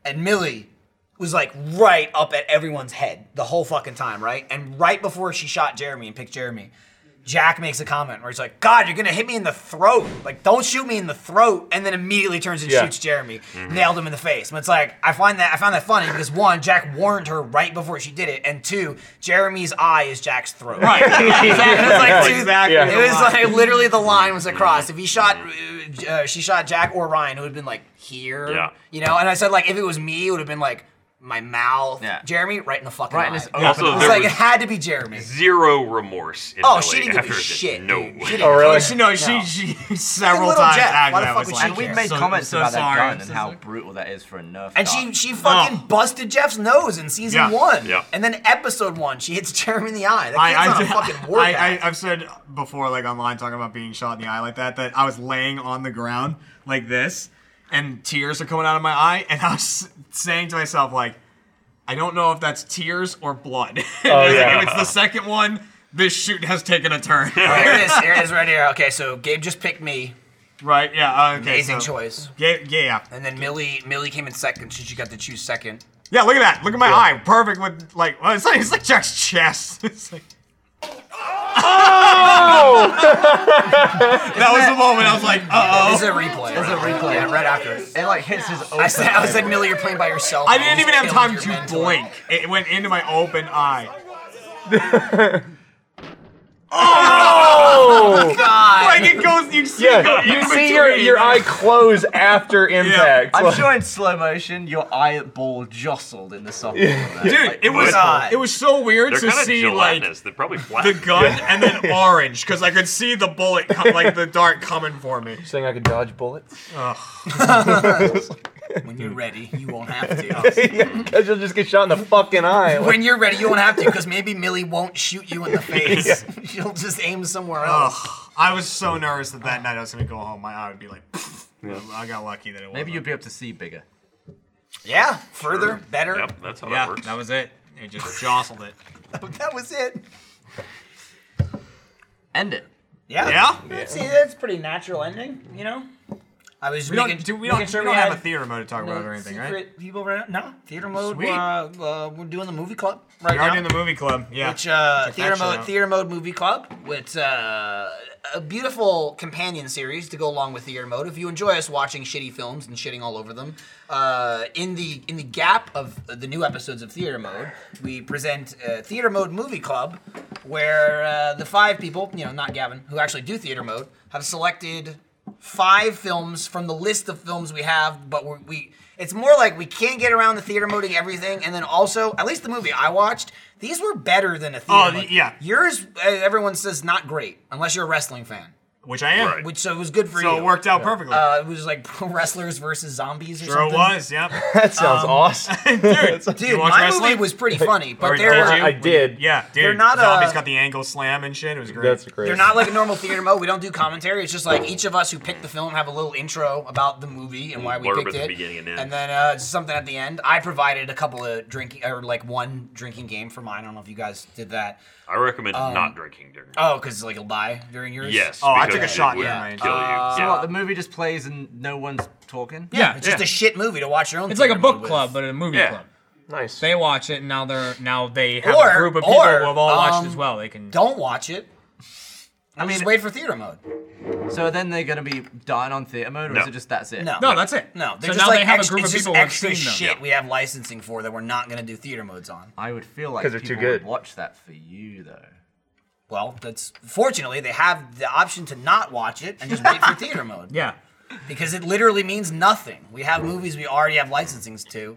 [SPEAKER 2] and Millie was like right up at everyone's head the whole fucking time, right? And right before she shot Jeremy and picked Jeremy, Jack makes a comment where he's like, God, you're gonna hit me in the throat. Like, don't shoot me in the throat. And then immediately turns and
[SPEAKER 1] Yeah.
[SPEAKER 2] shoots Jeremy. Nailed him in the face. But it's like, I find that I found that funny because one, Jack warned her right before she did it, and two, Jeremy's eye is Jack's throat.
[SPEAKER 6] Right. exactly. It's like,
[SPEAKER 2] Dude,
[SPEAKER 6] exactly.
[SPEAKER 1] Yeah.
[SPEAKER 2] It was like literally the line was across. If he shot, uh, uh, she shot Jack or Ryan, it would have been like here.
[SPEAKER 4] Yeah.
[SPEAKER 2] You know, and I said like if it was me, it would have been like my mouth.
[SPEAKER 3] Yeah.
[SPEAKER 2] Jeremy, right in the fucking
[SPEAKER 3] Right in
[SPEAKER 2] eye.
[SPEAKER 3] his
[SPEAKER 2] It
[SPEAKER 3] open
[SPEAKER 4] Also,
[SPEAKER 3] eye.
[SPEAKER 2] was
[SPEAKER 4] there
[SPEAKER 2] like
[SPEAKER 4] was-
[SPEAKER 2] it had to be Jeremy.
[SPEAKER 4] Zero remorse. In
[SPEAKER 2] Oh,
[SPEAKER 4] LA
[SPEAKER 2] she didn't give
[SPEAKER 4] after
[SPEAKER 2] a
[SPEAKER 4] this.
[SPEAKER 2] shit.
[SPEAKER 4] No.
[SPEAKER 2] dude. She didn't
[SPEAKER 1] Oh,
[SPEAKER 2] care.
[SPEAKER 1] really?
[SPEAKER 6] She, no,
[SPEAKER 2] No.
[SPEAKER 6] she, she several
[SPEAKER 2] little
[SPEAKER 6] times
[SPEAKER 2] Jeff.
[SPEAKER 6] after
[SPEAKER 2] Why the
[SPEAKER 6] that
[SPEAKER 2] fuck
[SPEAKER 6] was
[SPEAKER 2] would
[SPEAKER 6] like,
[SPEAKER 2] she care?
[SPEAKER 3] We've made
[SPEAKER 6] so-
[SPEAKER 3] comments
[SPEAKER 6] so
[SPEAKER 3] about
[SPEAKER 6] sorry.
[SPEAKER 3] that gun
[SPEAKER 6] So
[SPEAKER 3] and how
[SPEAKER 6] sorry.
[SPEAKER 3] brutal that is for a Nerf
[SPEAKER 2] And
[SPEAKER 3] gun.
[SPEAKER 2] she she fucking busted Jeff's nose in season
[SPEAKER 5] Yeah.
[SPEAKER 2] one.
[SPEAKER 4] Yeah.
[SPEAKER 2] And then episode one, she hits Jeremy in the eye. That
[SPEAKER 5] I,
[SPEAKER 2] kid's
[SPEAKER 5] I,
[SPEAKER 2] on a fucking war path.
[SPEAKER 5] I, I, I've said before, like online, talking about being shot in the eye like that, that I was laying on the ground like this, and tears are coming out of my eye, and I was saying to myself, like, I don't know if that's tears or blood. And I was like,
[SPEAKER 1] yeah.
[SPEAKER 5] if it's the second one, this shoot has taken a turn.
[SPEAKER 2] Here it is. Here it is right here. Okay, so Gabe just picked me.
[SPEAKER 5] right? Yeah. uh, Okay,
[SPEAKER 2] Amazing
[SPEAKER 5] so-
[SPEAKER 2] choice.
[SPEAKER 5] Yeah, yeah, yeah.
[SPEAKER 2] And then Millie Millie came in second, so she got to choose second.
[SPEAKER 5] Yeah, look at that. Look at my eye. Perfect with like well, it's like it's like Jack's chest. It's like that was the moment I was like, uh oh.
[SPEAKER 2] This is a replay. This is a replay. Yeah, right after it.
[SPEAKER 3] it like hits his open
[SPEAKER 2] I said, I said, Millie, you're playing by yourself.
[SPEAKER 5] I didn't
[SPEAKER 2] You
[SPEAKER 5] even have
[SPEAKER 2] killed
[SPEAKER 5] time
[SPEAKER 2] your
[SPEAKER 5] to
[SPEAKER 2] mentor."
[SPEAKER 5] blink. It went into my open eye.
[SPEAKER 1] Oh,
[SPEAKER 2] God.
[SPEAKER 5] Like it goes, you see, it go
[SPEAKER 1] yeah.
[SPEAKER 5] in
[SPEAKER 1] You see your,
[SPEAKER 5] between.
[SPEAKER 1] your eye close after impact.
[SPEAKER 3] I'm
[SPEAKER 1] Like-
[SPEAKER 3] sure in slow motion, your eyeball jostled in the socket.
[SPEAKER 5] dude. It was
[SPEAKER 2] God.
[SPEAKER 5] it was so weird
[SPEAKER 4] They're
[SPEAKER 5] to
[SPEAKER 4] kind of
[SPEAKER 5] see like
[SPEAKER 4] gelatinous. They're probably flat.
[SPEAKER 5] the gun and then orange because I could see the bullet, co- like the dart coming for me.
[SPEAKER 1] Saying I could dodge bullets
[SPEAKER 2] When you're ready, you won't have to.
[SPEAKER 1] because you'll just get shot in the fucking eye. Like,
[SPEAKER 2] when you're ready, you won't have to, because maybe Millie won't shoot you in the face. She'll just aim somewhere else.
[SPEAKER 5] I was so nervous that that night I was gonna go home. My eye would be like, I got lucky that it wasn't.
[SPEAKER 3] Maybe you'd be able to see bigger.
[SPEAKER 2] Yeah, further, better.
[SPEAKER 4] Yep, that's how that
[SPEAKER 5] Yeah,
[SPEAKER 4] works.
[SPEAKER 5] that was it. It just jostled it.
[SPEAKER 2] That was it.
[SPEAKER 3] End it.
[SPEAKER 2] Yeah.
[SPEAKER 5] Yeah?
[SPEAKER 2] See, that's pretty natural ending, you know? I was
[SPEAKER 5] We
[SPEAKER 2] making,
[SPEAKER 5] don't, do, we
[SPEAKER 2] making
[SPEAKER 5] don't,
[SPEAKER 2] sure
[SPEAKER 5] we don't have
[SPEAKER 2] had
[SPEAKER 5] a theater mode to talk about
[SPEAKER 2] no
[SPEAKER 5] or anything,
[SPEAKER 2] secret
[SPEAKER 5] right?
[SPEAKER 2] People right now? No, theater mode.
[SPEAKER 5] Sweet.
[SPEAKER 2] Uh, uh, we're doing the movie club right
[SPEAKER 5] We
[SPEAKER 2] now.
[SPEAKER 5] are doing the movie club. Yeah.
[SPEAKER 2] which uh,
[SPEAKER 5] Check
[SPEAKER 2] theater
[SPEAKER 5] that shit
[SPEAKER 2] mode
[SPEAKER 5] out.
[SPEAKER 2] theater mode movie club which uh, a beautiful companion series to go along with theater mode if you enjoy us watching shitty films and shitting all over them uh, in the in the gap of the new episodes of theater mode we present uh, theater mode movie club where uh, the five people you know not gavin who actually do theater mode have selected five films from the list of films we have, but we're, we it's more like we can't get around the theater moding everything, and then also at least the movie I watched, these were better than a theater.
[SPEAKER 5] Oh, the-
[SPEAKER 2] mode.
[SPEAKER 5] yeah.
[SPEAKER 2] Yours, uh, everyone says not great unless you're a wrestling fan,
[SPEAKER 5] Which I am.
[SPEAKER 4] Right.
[SPEAKER 2] which so it was good for you.
[SPEAKER 5] So it worked out perfectly.
[SPEAKER 2] Uh, it was like pro wrestlers versus zombies or
[SPEAKER 5] sure
[SPEAKER 2] something.
[SPEAKER 5] it was, yeah.
[SPEAKER 1] that sounds awesome.
[SPEAKER 2] Dude,
[SPEAKER 5] You watch
[SPEAKER 2] my movie
[SPEAKER 5] wrestling?
[SPEAKER 2] was pretty funny, but
[SPEAKER 5] Or
[SPEAKER 2] they're
[SPEAKER 5] did you?
[SPEAKER 1] I did.
[SPEAKER 5] Yeah, dude.
[SPEAKER 2] They're not,
[SPEAKER 5] Zombies
[SPEAKER 2] uh,
[SPEAKER 5] got the angle slam and shit. It was great.
[SPEAKER 1] That's great.
[SPEAKER 2] They're not like a normal theater mode. We don't do commentary. It's just like each of us who picked the film have a little intro about the movie and why we
[SPEAKER 4] Blurb
[SPEAKER 2] picked
[SPEAKER 4] at the
[SPEAKER 2] it,
[SPEAKER 4] beginning and end.
[SPEAKER 2] then uh, just something at the end. I provided a couple of drinking or like one drinking game for mine. I don't know if you guys did that.
[SPEAKER 4] I recommend not drinking during.
[SPEAKER 2] Oh, because like you'll die during yours.
[SPEAKER 4] yes.
[SPEAKER 5] Oh, I
[SPEAKER 4] because
[SPEAKER 5] took a
[SPEAKER 4] it
[SPEAKER 5] shot
[SPEAKER 4] would
[SPEAKER 5] during mine.
[SPEAKER 4] Kill you.
[SPEAKER 3] So
[SPEAKER 4] yeah.
[SPEAKER 3] what,
[SPEAKER 2] Uh,
[SPEAKER 3] the movie just plays and no one's talking?
[SPEAKER 6] Yeah,
[SPEAKER 2] It's just a shit movie to watch your own.
[SPEAKER 6] It's like a
[SPEAKER 2] theater
[SPEAKER 6] book
[SPEAKER 2] mode with.
[SPEAKER 6] club, but a movie
[SPEAKER 4] Yeah.
[SPEAKER 6] club.
[SPEAKER 1] nice.
[SPEAKER 6] They watch it, and now they're now they have
[SPEAKER 2] Or-
[SPEAKER 6] a group of people
[SPEAKER 2] or,
[SPEAKER 6] who have all watched it as
[SPEAKER 2] um,
[SPEAKER 6] well. They can.
[SPEAKER 2] Don't watch it.
[SPEAKER 3] I mean,
[SPEAKER 2] Just wait for theater mode.
[SPEAKER 3] so then they're going to be done on theater mode, or
[SPEAKER 4] No.
[SPEAKER 3] is it just that's it?
[SPEAKER 2] No.
[SPEAKER 6] No, that's it.
[SPEAKER 2] No,
[SPEAKER 6] so
[SPEAKER 2] they're just
[SPEAKER 6] now
[SPEAKER 2] like
[SPEAKER 6] they have
[SPEAKER 2] ex-
[SPEAKER 6] a group
[SPEAKER 2] it's
[SPEAKER 6] of
[SPEAKER 2] just
[SPEAKER 6] people who have
[SPEAKER 2] extra
[SPEAKER 6] seen them.
[SPEAKER 2] shit we have licensing for that we're not gonna do theater modes on.
[SPEAKER 3] I would feel like
[SPEAKER 1] 'Cause they're too
[SPEAKER 3] people
[SPEAKER 1] good.
[SPEAKER 3] would watch that for you, though.
[SPEAKER 2] Well, that's fortunately they have the option to not watch it and just wait for theater mode.
[SPEAKER 6] Yeah.
[SPEAKER 2] because it literally means nothing. We have movies we already have licensings to,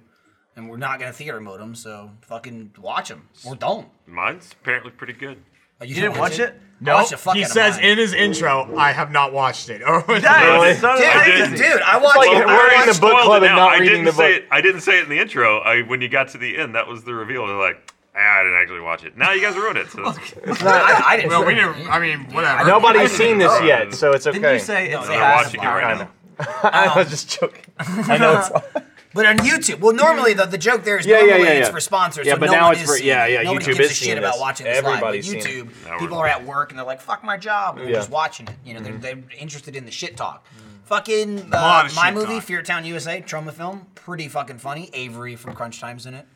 [SPEAKER 2] and we're not gonna theater mode them. So fucking watch them or don't.
[SPEAKER 4] Mine's apparently pretty good.
[SPEAKER 2] You,
[SPEAKER 3] You didn't watch it?
[SPEAKER 2] No. Watch the fuck
[SPEAKER 5] he
[SPEAKER 2] out of
[SPEAKER 5] says
[SPEAKER 2] mine.
[SPEAKER 5] in his intro, I have not watched it. Oh, Or
[SPEAKER 3] That is so
[SPEAKER 2] Dude,
[SPEAKER 3] amazing.
[SPEAKER 2] dude, I watched.
[SPEAKER 1] like
[SPEAKER 2] I
[SPEAKER 1] we're in
[SPEAKER 2] watched-
[SPEAKER 1] the book
[SPEAKER 4] Spoiled
[SPEAKER 1] club
[SPEAKER 4] it
[SPEAKER 1] and
[SPEAKER 4] now.
[SPEAKER 1] not
[SPEAKER 4] I
[SPEAKER 1] reading
[SPEAKER 4] didn't
[SPEAKER 1] the
[SPEAKER 4] say
[SPEAKER 1] book.
[SPEAKER 4] It, I didn't say it in the intro. I when you got to the end, that was the reveal. They're like, ah, I didn't actually watch it. Now you guys ruined it. So that's
[SPEAKER 2] I, I didn't.
[SPEAKER 5] Well, we didn't, I mean, whatever.
[SPEAKER 1] Nobody's seen this
[SPEAKER 4] know.
[SPEAKER 1] yet, so it's okay.
[SPEAKER 3] Didn't you say it's
[SPEAKER 4] they're
[SPEAKER 3] half
[SPEAKER 4] watching
[SPEAKER 3] of
[SPEAKER 4] you
[SPEAKER 3] it?
[SPEAKER 2] um,
[SPEAKER 4] right
[SPEAKER 1] I
[SPEAKER 4] now.
[SPEAKER 1] know. I was just joking. I know it's.
[SPEAKER 2] But on YouTube, well, normally the, the joke there is
[SPEAKER 1] Yeah, yeah,
[SPEAKER 2] normally
[SPEAKER 1] yeah,
[SPEAKER 2] it's
[SPEAKER 1] yeah.
[SPEAKER 2] for sponsors.
[SPEAKER 1] Yeah,
[SPEAKER 2] so
[SPEAKER 1] but
[SPEAKER 2] no
[SPEAKER 1] now
[SPEAKER 2] one
[SPEAKER 1] it's
[SPEAKER 2] is
[SPEAKER 1] for-
[SPEAKER 2] seeing
[SPEAKER 1] yeah,
[SPEAKER 2] it.
[SPEAKER 1] yeah,
[SPEAKER 2] Nobody
[SPEAKER 1] YouTube
[SPEAKER 2] gives a
[SPEAKER 1] is
[SPEAKER 2] shit
[SPEAKER 1] seeing
[SPEAKER 2] about
[SPEAKER 1] this.
[SPEAKER 2] watching this
[SPEAKER 1] Everybody's
[SPEAKER 2] live.
[SPEAKER 1] seeing
[SPEAKER 2] But
[SPEAKER 1] it.
[SPEAKER 2] YouTube,
[SPEAKER 4] we're-
[SPEAKER 2] people are at work and they're like, "Fuck my job," and they're
[SPEAKER 1] Yeah. Mm.
[SPEAKER 2] just watching it. You know, they're, they're interested in the shit talk. Fucking
[SPEAKER 6] lot
[SPEAKER 2] uh,
[SPEAKER 6] of
[SPEAKER 2] my
[SPEAKER 6] shit
[SPEAKER 2] movie,
[SPEAKER 6] talk.
[SPEAKER 2] Fear Town USA, trauma film, pretty fucking funny. Avery from Crunch Times in it.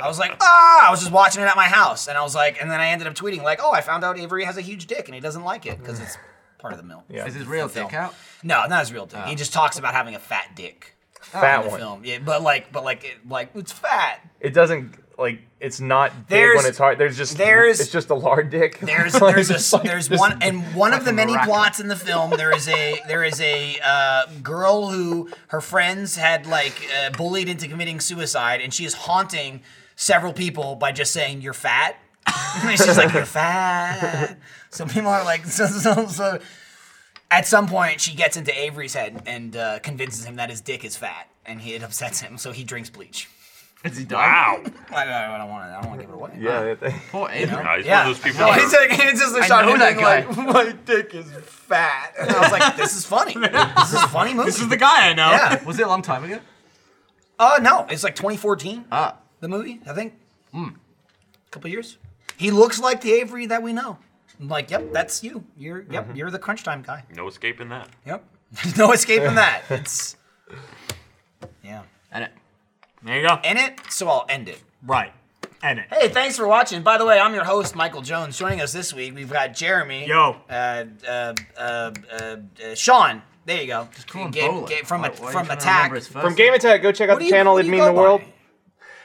[SPEAKER 2] I was like, ah! I was just watching it at my house, and I was like, and then I ended up tweeting like, oh, I found out Avery has a huge dick, and he doesn't like it because it's part of the milk.
[SPEAKER 1] Yeah. Ah.
[SPEAKER 3] Is his real
[SPEAKER 2] Film.
[SPEAKER 3] dick out?
[SPEAKER 2] No, not his real dick. He just talks about having a fat dick.
[SPEAKER 1] Fat
[SPEAKER 2] in the
[SPEAKER 1] one.
[SPEAKER 2] film. Yeah, but like, but like, it, like it's fat.
[SPEAKER 1] It doesn't like it's not big
[SPEAKER 2] There's-
[SPEAKER 1] when it's hard. There's just
[SPEAKER 2] there's-
[SPEAKER 1] it's just a lard dick.
[SPEAKER 2] There's
[SPEAKER 1] Like,
[SPEAKER 2] there's
[SPEAKER 1] it's
[SPEAKER 2] a
[SPEAKER 1] like
[SPEAKER 2] there's
[SPEAKER 1] this-
[SPEAKER 2] one and one of the many
[SPEAKER 3] Morocco.
[SPEAKER 2] plots in the film. There is a there is a uh, girl who her friends had like uh, bullied into committing suicide, and she is haunting several people by just saying you're fat. and she's like you're fat. So people are like so so. so at some point, she gets into Avery's head and uh, convinces him that his dick is fat, and he, it upsets him, so he drinks bleach.
[SPEAKER 3] Is he done?
[SPEAKER 4] Wow.
[SPEAKER 2] I, I, I don't want to. I don't want to give it away.
[SPEAKER 1] Yeah, that thing.
[SPEAKER 3] Poor Avery.
[SPEAKER 4] Nah, he's
[SPEAKER 2] Yeah.
[SPEAKER 4] one of those
[SPEAKER 2] No,
[SPEAKER 4] people. that-
[SPEAKER 2] he's like, it's just a
[SPEAKER 3] I
[SPEAKER 2] shot
[SPEAKER 3] know
[SPEAKER 2] of him
[SPEAKER 3] that
[SPEAKER 2] being like, my dick is fat. And I was like, this is funny. This is a funny movie.
[SPEAKER 6] This is the guy I know.
[SPEAKER 2] yeah.
[SPEAKER 3] Was it a long time ago?
[SPEAKER 2] Uh, no, it's like 2014,
[SPEAKER 3] Ah.
[SPEAKER 2] the movie, I think. Hmm. Couple years. He looks like the Avery that we know. I'm like, yep, that's you. You're, yep, you're the crunch time guy.
[SPEAKER 4] no escaping that.
[SPEAKER 2] Yep. There's no escaping that. It's, yeah.
[SPEAKER 3] And it,
[SPEAKER 6] There you go.
[SPEAKER 2] In it, so I'll end it.
[SPEAKER 6] Right. And it.
[SPEAKER 2] Hey, thanks for watching. By the way, I'm your host, Michael Jones. Joining us this week, we've got Jeremy.
[SPEAKER 6] Yo.
[SPEAKER 2] Uh, uh, uh, uh, uh, Sean. There you go. Just
[SPEAKER 3] call him
[SPEAKER 2] Ga-
[SPEAKER 3] Bowler.
[SPEAKER 2] Ga- from a,
[SPEAKER 3] Why- why are you
[SPEAKER 2] from
[SPEAKER 3] trying to
[SPEAKER 2] Attack.
[SPEAKER 3] remember his first
[SPEAKER 1] From
[SPEAKER 3] name?
[SPEAKER 1] Game Attack, go check out
[SPEAKER 2] What do
[SPEAKER 1] the
[SPEAKER 2] you-
[SPEAKER 1] channel.
[SPEAKER 2] what do
[SPEAKER 1] It'd
[SPEAKER 2] you
[SPEAKER 1] mean the
[SPEAKER 2] go by?
[SPEAKER 1] world.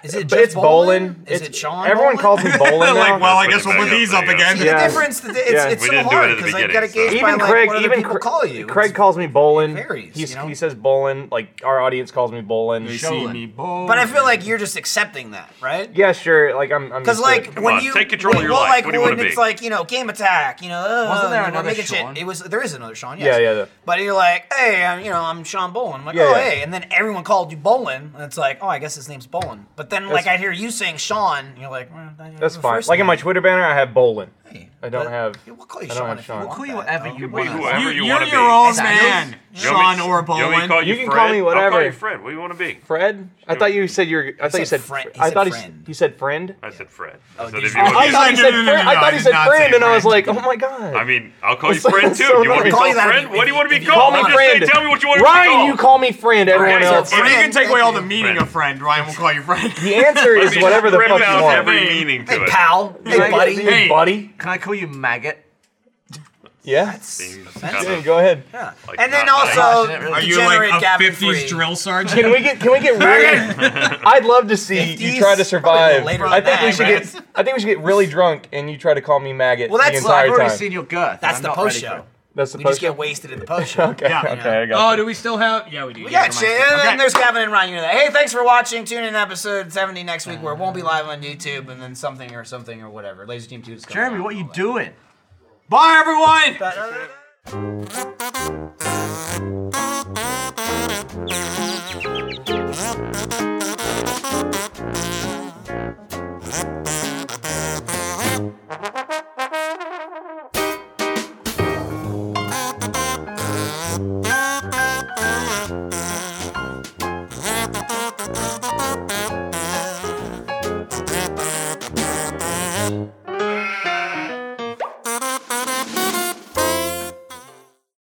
[SPEAKER 2] Is it
[SPEAKER 1] But
[SPEAKER 2] just
[SPEAKER 1] it's Bolin.
[SPEAKER 2] Is it Sean?
[SPEAKER 1] Everyone calls him Bolin now.
[SPEAKER 6] like, well, I
[SPEAKER 4] Put
[SPEAKER 6] guess
[SPEAKER 4] it
[SPEAKER 6] we'll put
[SPEAKER 4] back up,
[SPEAKER 6] these
[SPEAKER 4] there
[SPEAKER 6] up
[SPEAKER 4] you go.
[SPEAKER 6] again.
[SPEAKER 2] See
[SPEAKER 1] Yeah.
[SPEAKER 2] the difference? It's, it's,
[SPEAKER 1] Yeah.
[SPEAKER 2] it's
[SPEAKER 1] We
[SPEAKER 2] so hard
[SPEAKER 4] didn't do it at the
[SPEAKER 2] because I gotta
[SPEAKER 4] beginning, so-
[SPEAKER 2] gauge by
[SPEAKER 1] even
[SPEAKER 2] like
[SPEAKER 1] Craig,
[SPEAKER 2] what other
[SPEAKER 1] even
[SPEAKER 2] people
[SPEAKER 1] Cra-
[SPEAKER 2] call you.
[SPEAKER 1] Craig
[SPEAKER 2] It's-
[SPEAKER 1] calls me Bolin.
[SPEAKER 2] varies,
[SPEAKER 1] He's,
[SPEAKER 2] you know?
[SPEAKER 1] He says Bolin. Like our audience calls me Bolin.
[SPEAKER 6] You
[SPEAKER 3] Show
[SPEAKER 6] see
[SPEAKER 3] it.
[SPEAKER 6] me, boy.
[SPEAKER 2] but I feel like you're just accepting that, right?
[SPEAKER 1] Yeah, sure. Like I'm. I'm
[SPEAKER 2] Because
[SPEAKER 1] used to
[SPEAKER 2] like
[SPEAKER 1] it.
[SPEAKER 2] when
[SPEAKER 4] on,
[SPEAKER 2] you
[SPEAKER 4] take control of
[SPEAKER 2] when-
[SPEAKER 4] your
[SPEAKER 2] well,
[SPEAKER 4] life.
[SPEAKER 2] like
[SPEAKER 4] What do you
[SPEAKER 2] when
[SPEAKER 4] wanna be?
[SPEAKER 2] it's like you know game attack, you know. uh,
[SPEAKER 3] Wasn't there
[SPEAKER 2] we're
[SPEAKER 3] another
[SPEAKER 2] making shit-
[SPEAKER 3] Sean?
[SPEAKER 2] It was there is another Sean. Yes.
[SPEAKER 1] Yeah, yeah, the-
[SPEAKER 2] But you're like, hey, I'm, you know, I'm Sean Bolin. I'm like,
[SPEAKER 1] Yeah,
[SPEAKER 2] oh,
[SPEAKER 1] yeah.
[SPEAKER 2] hey, and then everyone called you Bolin, and it's like, oh, I guess his name's Bolin. But then like I
[SPEAKER 1] That's-
[SPEAKER 2] would hear you saying Sean, and you're like, well,
[SPEAKER 1] That's fine. Like in my Twitter banner, I have Bolin. I don't
[SPEAKER 2] But-
[SPEAKER 1] have.
[SPEAKER 2] Yeah, we'll call you
[SPEAKER 1] I
[SPEAKER 2] Sean
[SPEAKER 1] don't
[SPEAKER 2] if
[SPEAKER 1] have
[SPEAKER 2] you
[SPEAKER 1] Sean.
[SPEAKER 2] want.
[SPEAKER 3] Call you
[SPEAKER 2] that,
[SPEAKER 3] whatever
[SPEAKER 2] though.
[SPEAKER 3] you
[SPEAKER 4] Be
[SPEAKER 3] want.
[SPEAKER 4] whoever you,
[SPEAKER 6] you,
[SPEAKER 4] want
[SPEAKER 6] are
[SPEAKER 4] to be.
[SPEAKER 6] your old
[SPEAKER 3] Exactly.
[SPEAKER 6] man,
[SPEAKER 4] You want
[SPEAKER 6] Sean
[SPEAKER 4] me-
[SPEAKER 6] or
[SPEAKER 4] You, want me to call
[SPEAKER 6] Bolin.
[SPEAKER 4] you
[SPEAKER 1] You can
[SPEAKER 4] Fred?
[SPEAKER 1] call me
[SPEAKER 4] I'll call
[SPEAKER 1] whatever.
[SPEAKER 4] you Fred. What do you want to be?
[SPEAKER 1] Fred? I thought you said you're. I thought you
[SPEAKER 2] said
[SPEAKER 1] said.
[SPEAKER 2] friend.
[SPEAKER 1] fr-
[SPEAKER 2] He
[SPEAKER 1] I
[SPEAKER 2] said
[SPEAKER 1] thought he. s-
[SPEAKER 2] friend.
[SPEAKER 1] He said friend.
[SPEAKER 4] I said Fred. I said
[SPEAKER 2] did
[SPEAKER 4] if
[SPEAKER 2] you-
[SPEAKER 4] you want
[SPEAKER 1] I
[SPEAKER 4] to
[SPEAKER 1] thought he
[SPEAKER 6] No,
[SPEAKER 1] said
[SPEAKER 6] no, no,
[SPEAKER 1] friend.
[SPEAKER 6] no,
[SPEAKER 1] I
[SPEAKER 6] no, I
[SPEAKER 1] thought he
[SPEAKER 6] did
[SPEAKER 1] said
[SPEAKER 6] not say
[SPEAKER 1] friend, and I was
[SPEAKER 6] friend.
[SPEAKER 1] like, oh my god.
[SPEAKER 4] I mean, I'll call you
[SPEAKER 1] That's-
[SPEAKER 4] friend
[SPEAKER 1] that's
[SPEAKER 4] too.
[SPEAKER 1] so
[SPEAKER 4] you want
[SPEAKER 1] annoying.
[SPEAKER 2] Call
[SPEAKER 4] me to be
[SPEAKER 2] you
[SPEAKER 4] called
[SPEAKER 2] that
[SPEAKER 4] friend?
[SPEAKER 2] if-
[SPEAKER 4] What do you
[SPEAKER 2] if-
[SPEAKER 4] want to
[SPEAKER 2] if
[SPEAKER 4] be
[SPEAKER 2] you
[SPEAKER 4] called?
[SPEAKER 1] call me
[SPEAKER 4] Just
[SPEAKER 1] friend.
[SPEAKER 4] Say, tell me what you want to be
[SPEAKER 1] Ryan,
[SPEAKER 4] called.
[SPEAKER 1] you call me friend. Everyone
[SPEAKER 4] Okay, so
[SPEAKER 1] else.
[SPEAKER 4] friend.
[SPEAKER 6] If you can take
[SPEAKER 2] Thank
[SPEAKER 6] away all
[SPEAKER 2] you.
[SPEAKER 6] the meaning of friend, Ryan will call you friend.
[SPEAKER 1] The answer is
[SPEAKER 4] I mean,
[SPEAKER 1] whatever the
[SPEAKER 4] rip
[SPEAKER 1] fuck you
[SPEAKER 4] out
[SPEAKER 1] want.
[SPEAKER 4] every meaning to
[SPEAKER 2] Hey
[SPEAKER 4] it.
[SPEAKER 2] pal, hey
[SPEAKER 1] Like,
[SPEAKER 2] buddy.
[SPEAKER 1] dude,
[SPEAKER 6] Hey.
[SPEAKER 1] buddy.
[SPEAKER 3] Can I call you maggot?
[SPEAKER 1] Yeah.
[SPEAKER 4] Seems
[SPEAKER 1] Yeah,
[SPEAKER 4] kinda-
[SPEAKER 1] go ahead.
[SPEAKER 2] Yeah.
[SPEAKER 4] Like,
[SPEAKER 2] and then
[SPEAKER 4] not nice.
[SPEAKER 2] also,
[SPEAKER 3] Are
[SPEAKER 5] Are you
[SPEAKER 2] degenerate
[SPEAKER 5] like a
[SPEAKER 2] Gavin
[SPEAKER 5] 50s
[SPEAKER 2] Free.
[SPEAKER 5] drill sergeant?
[SPEAKER 1] Can we get? Can we get really? I'd love to see you
[SPEAKER 2] 50s?
[SPEAKER 1] try to survive.
[SPEAKER 2] Probably later
[SPEAKER 1] I think
[SPEAKER 2] than
[SPEAKER 1] we
[SPEAKER 2] that,
[SPEAKER 1] should get. I think we should get really drunk, and you try to call me maggot
[SPEAKER 2] Well,
[SPEAKER 1] the
[SPEAKER 2] that's-
[SPEAKER 1] entire
[SPEAKER 3] I've already
[SPEAKER 1] time.
[SPEAKER 3] seen your girth.
[SPEAKER 2] That's
[SPEAKER 3] I'm
[SPEAKER 2] the
[SPEAKER 3] not
[SPEAKER 2] post
[SPEAKER 3] ready for it.
[SPEAKER 2] show.
[SPEAKER 1] That's the
[SPEAKER 2] We just
[SPEAKER 1] post.
[SPEAKER 2] get wasted at the post show.
[SPEAKER 1] Okay, okay, I got.
[SPEAKER 5] Oh, do we still have? Yeah, we do.
[SPEAKER 2] We got shit. And then there's Gavin and Ryan. You know that. Hey, thanks for watching. Tune in to episode 70 next week where it
[SPEAKER 3] Uh,
[SPEAKER 2] won't be live on YouTube and then something or something or whatever. Laser Team 2 is coming.
[SPEAKER 3] Jeremy, what are you doing?
[SPEAKER 6] Bye, everyone.
[SPEAKER 2] doing?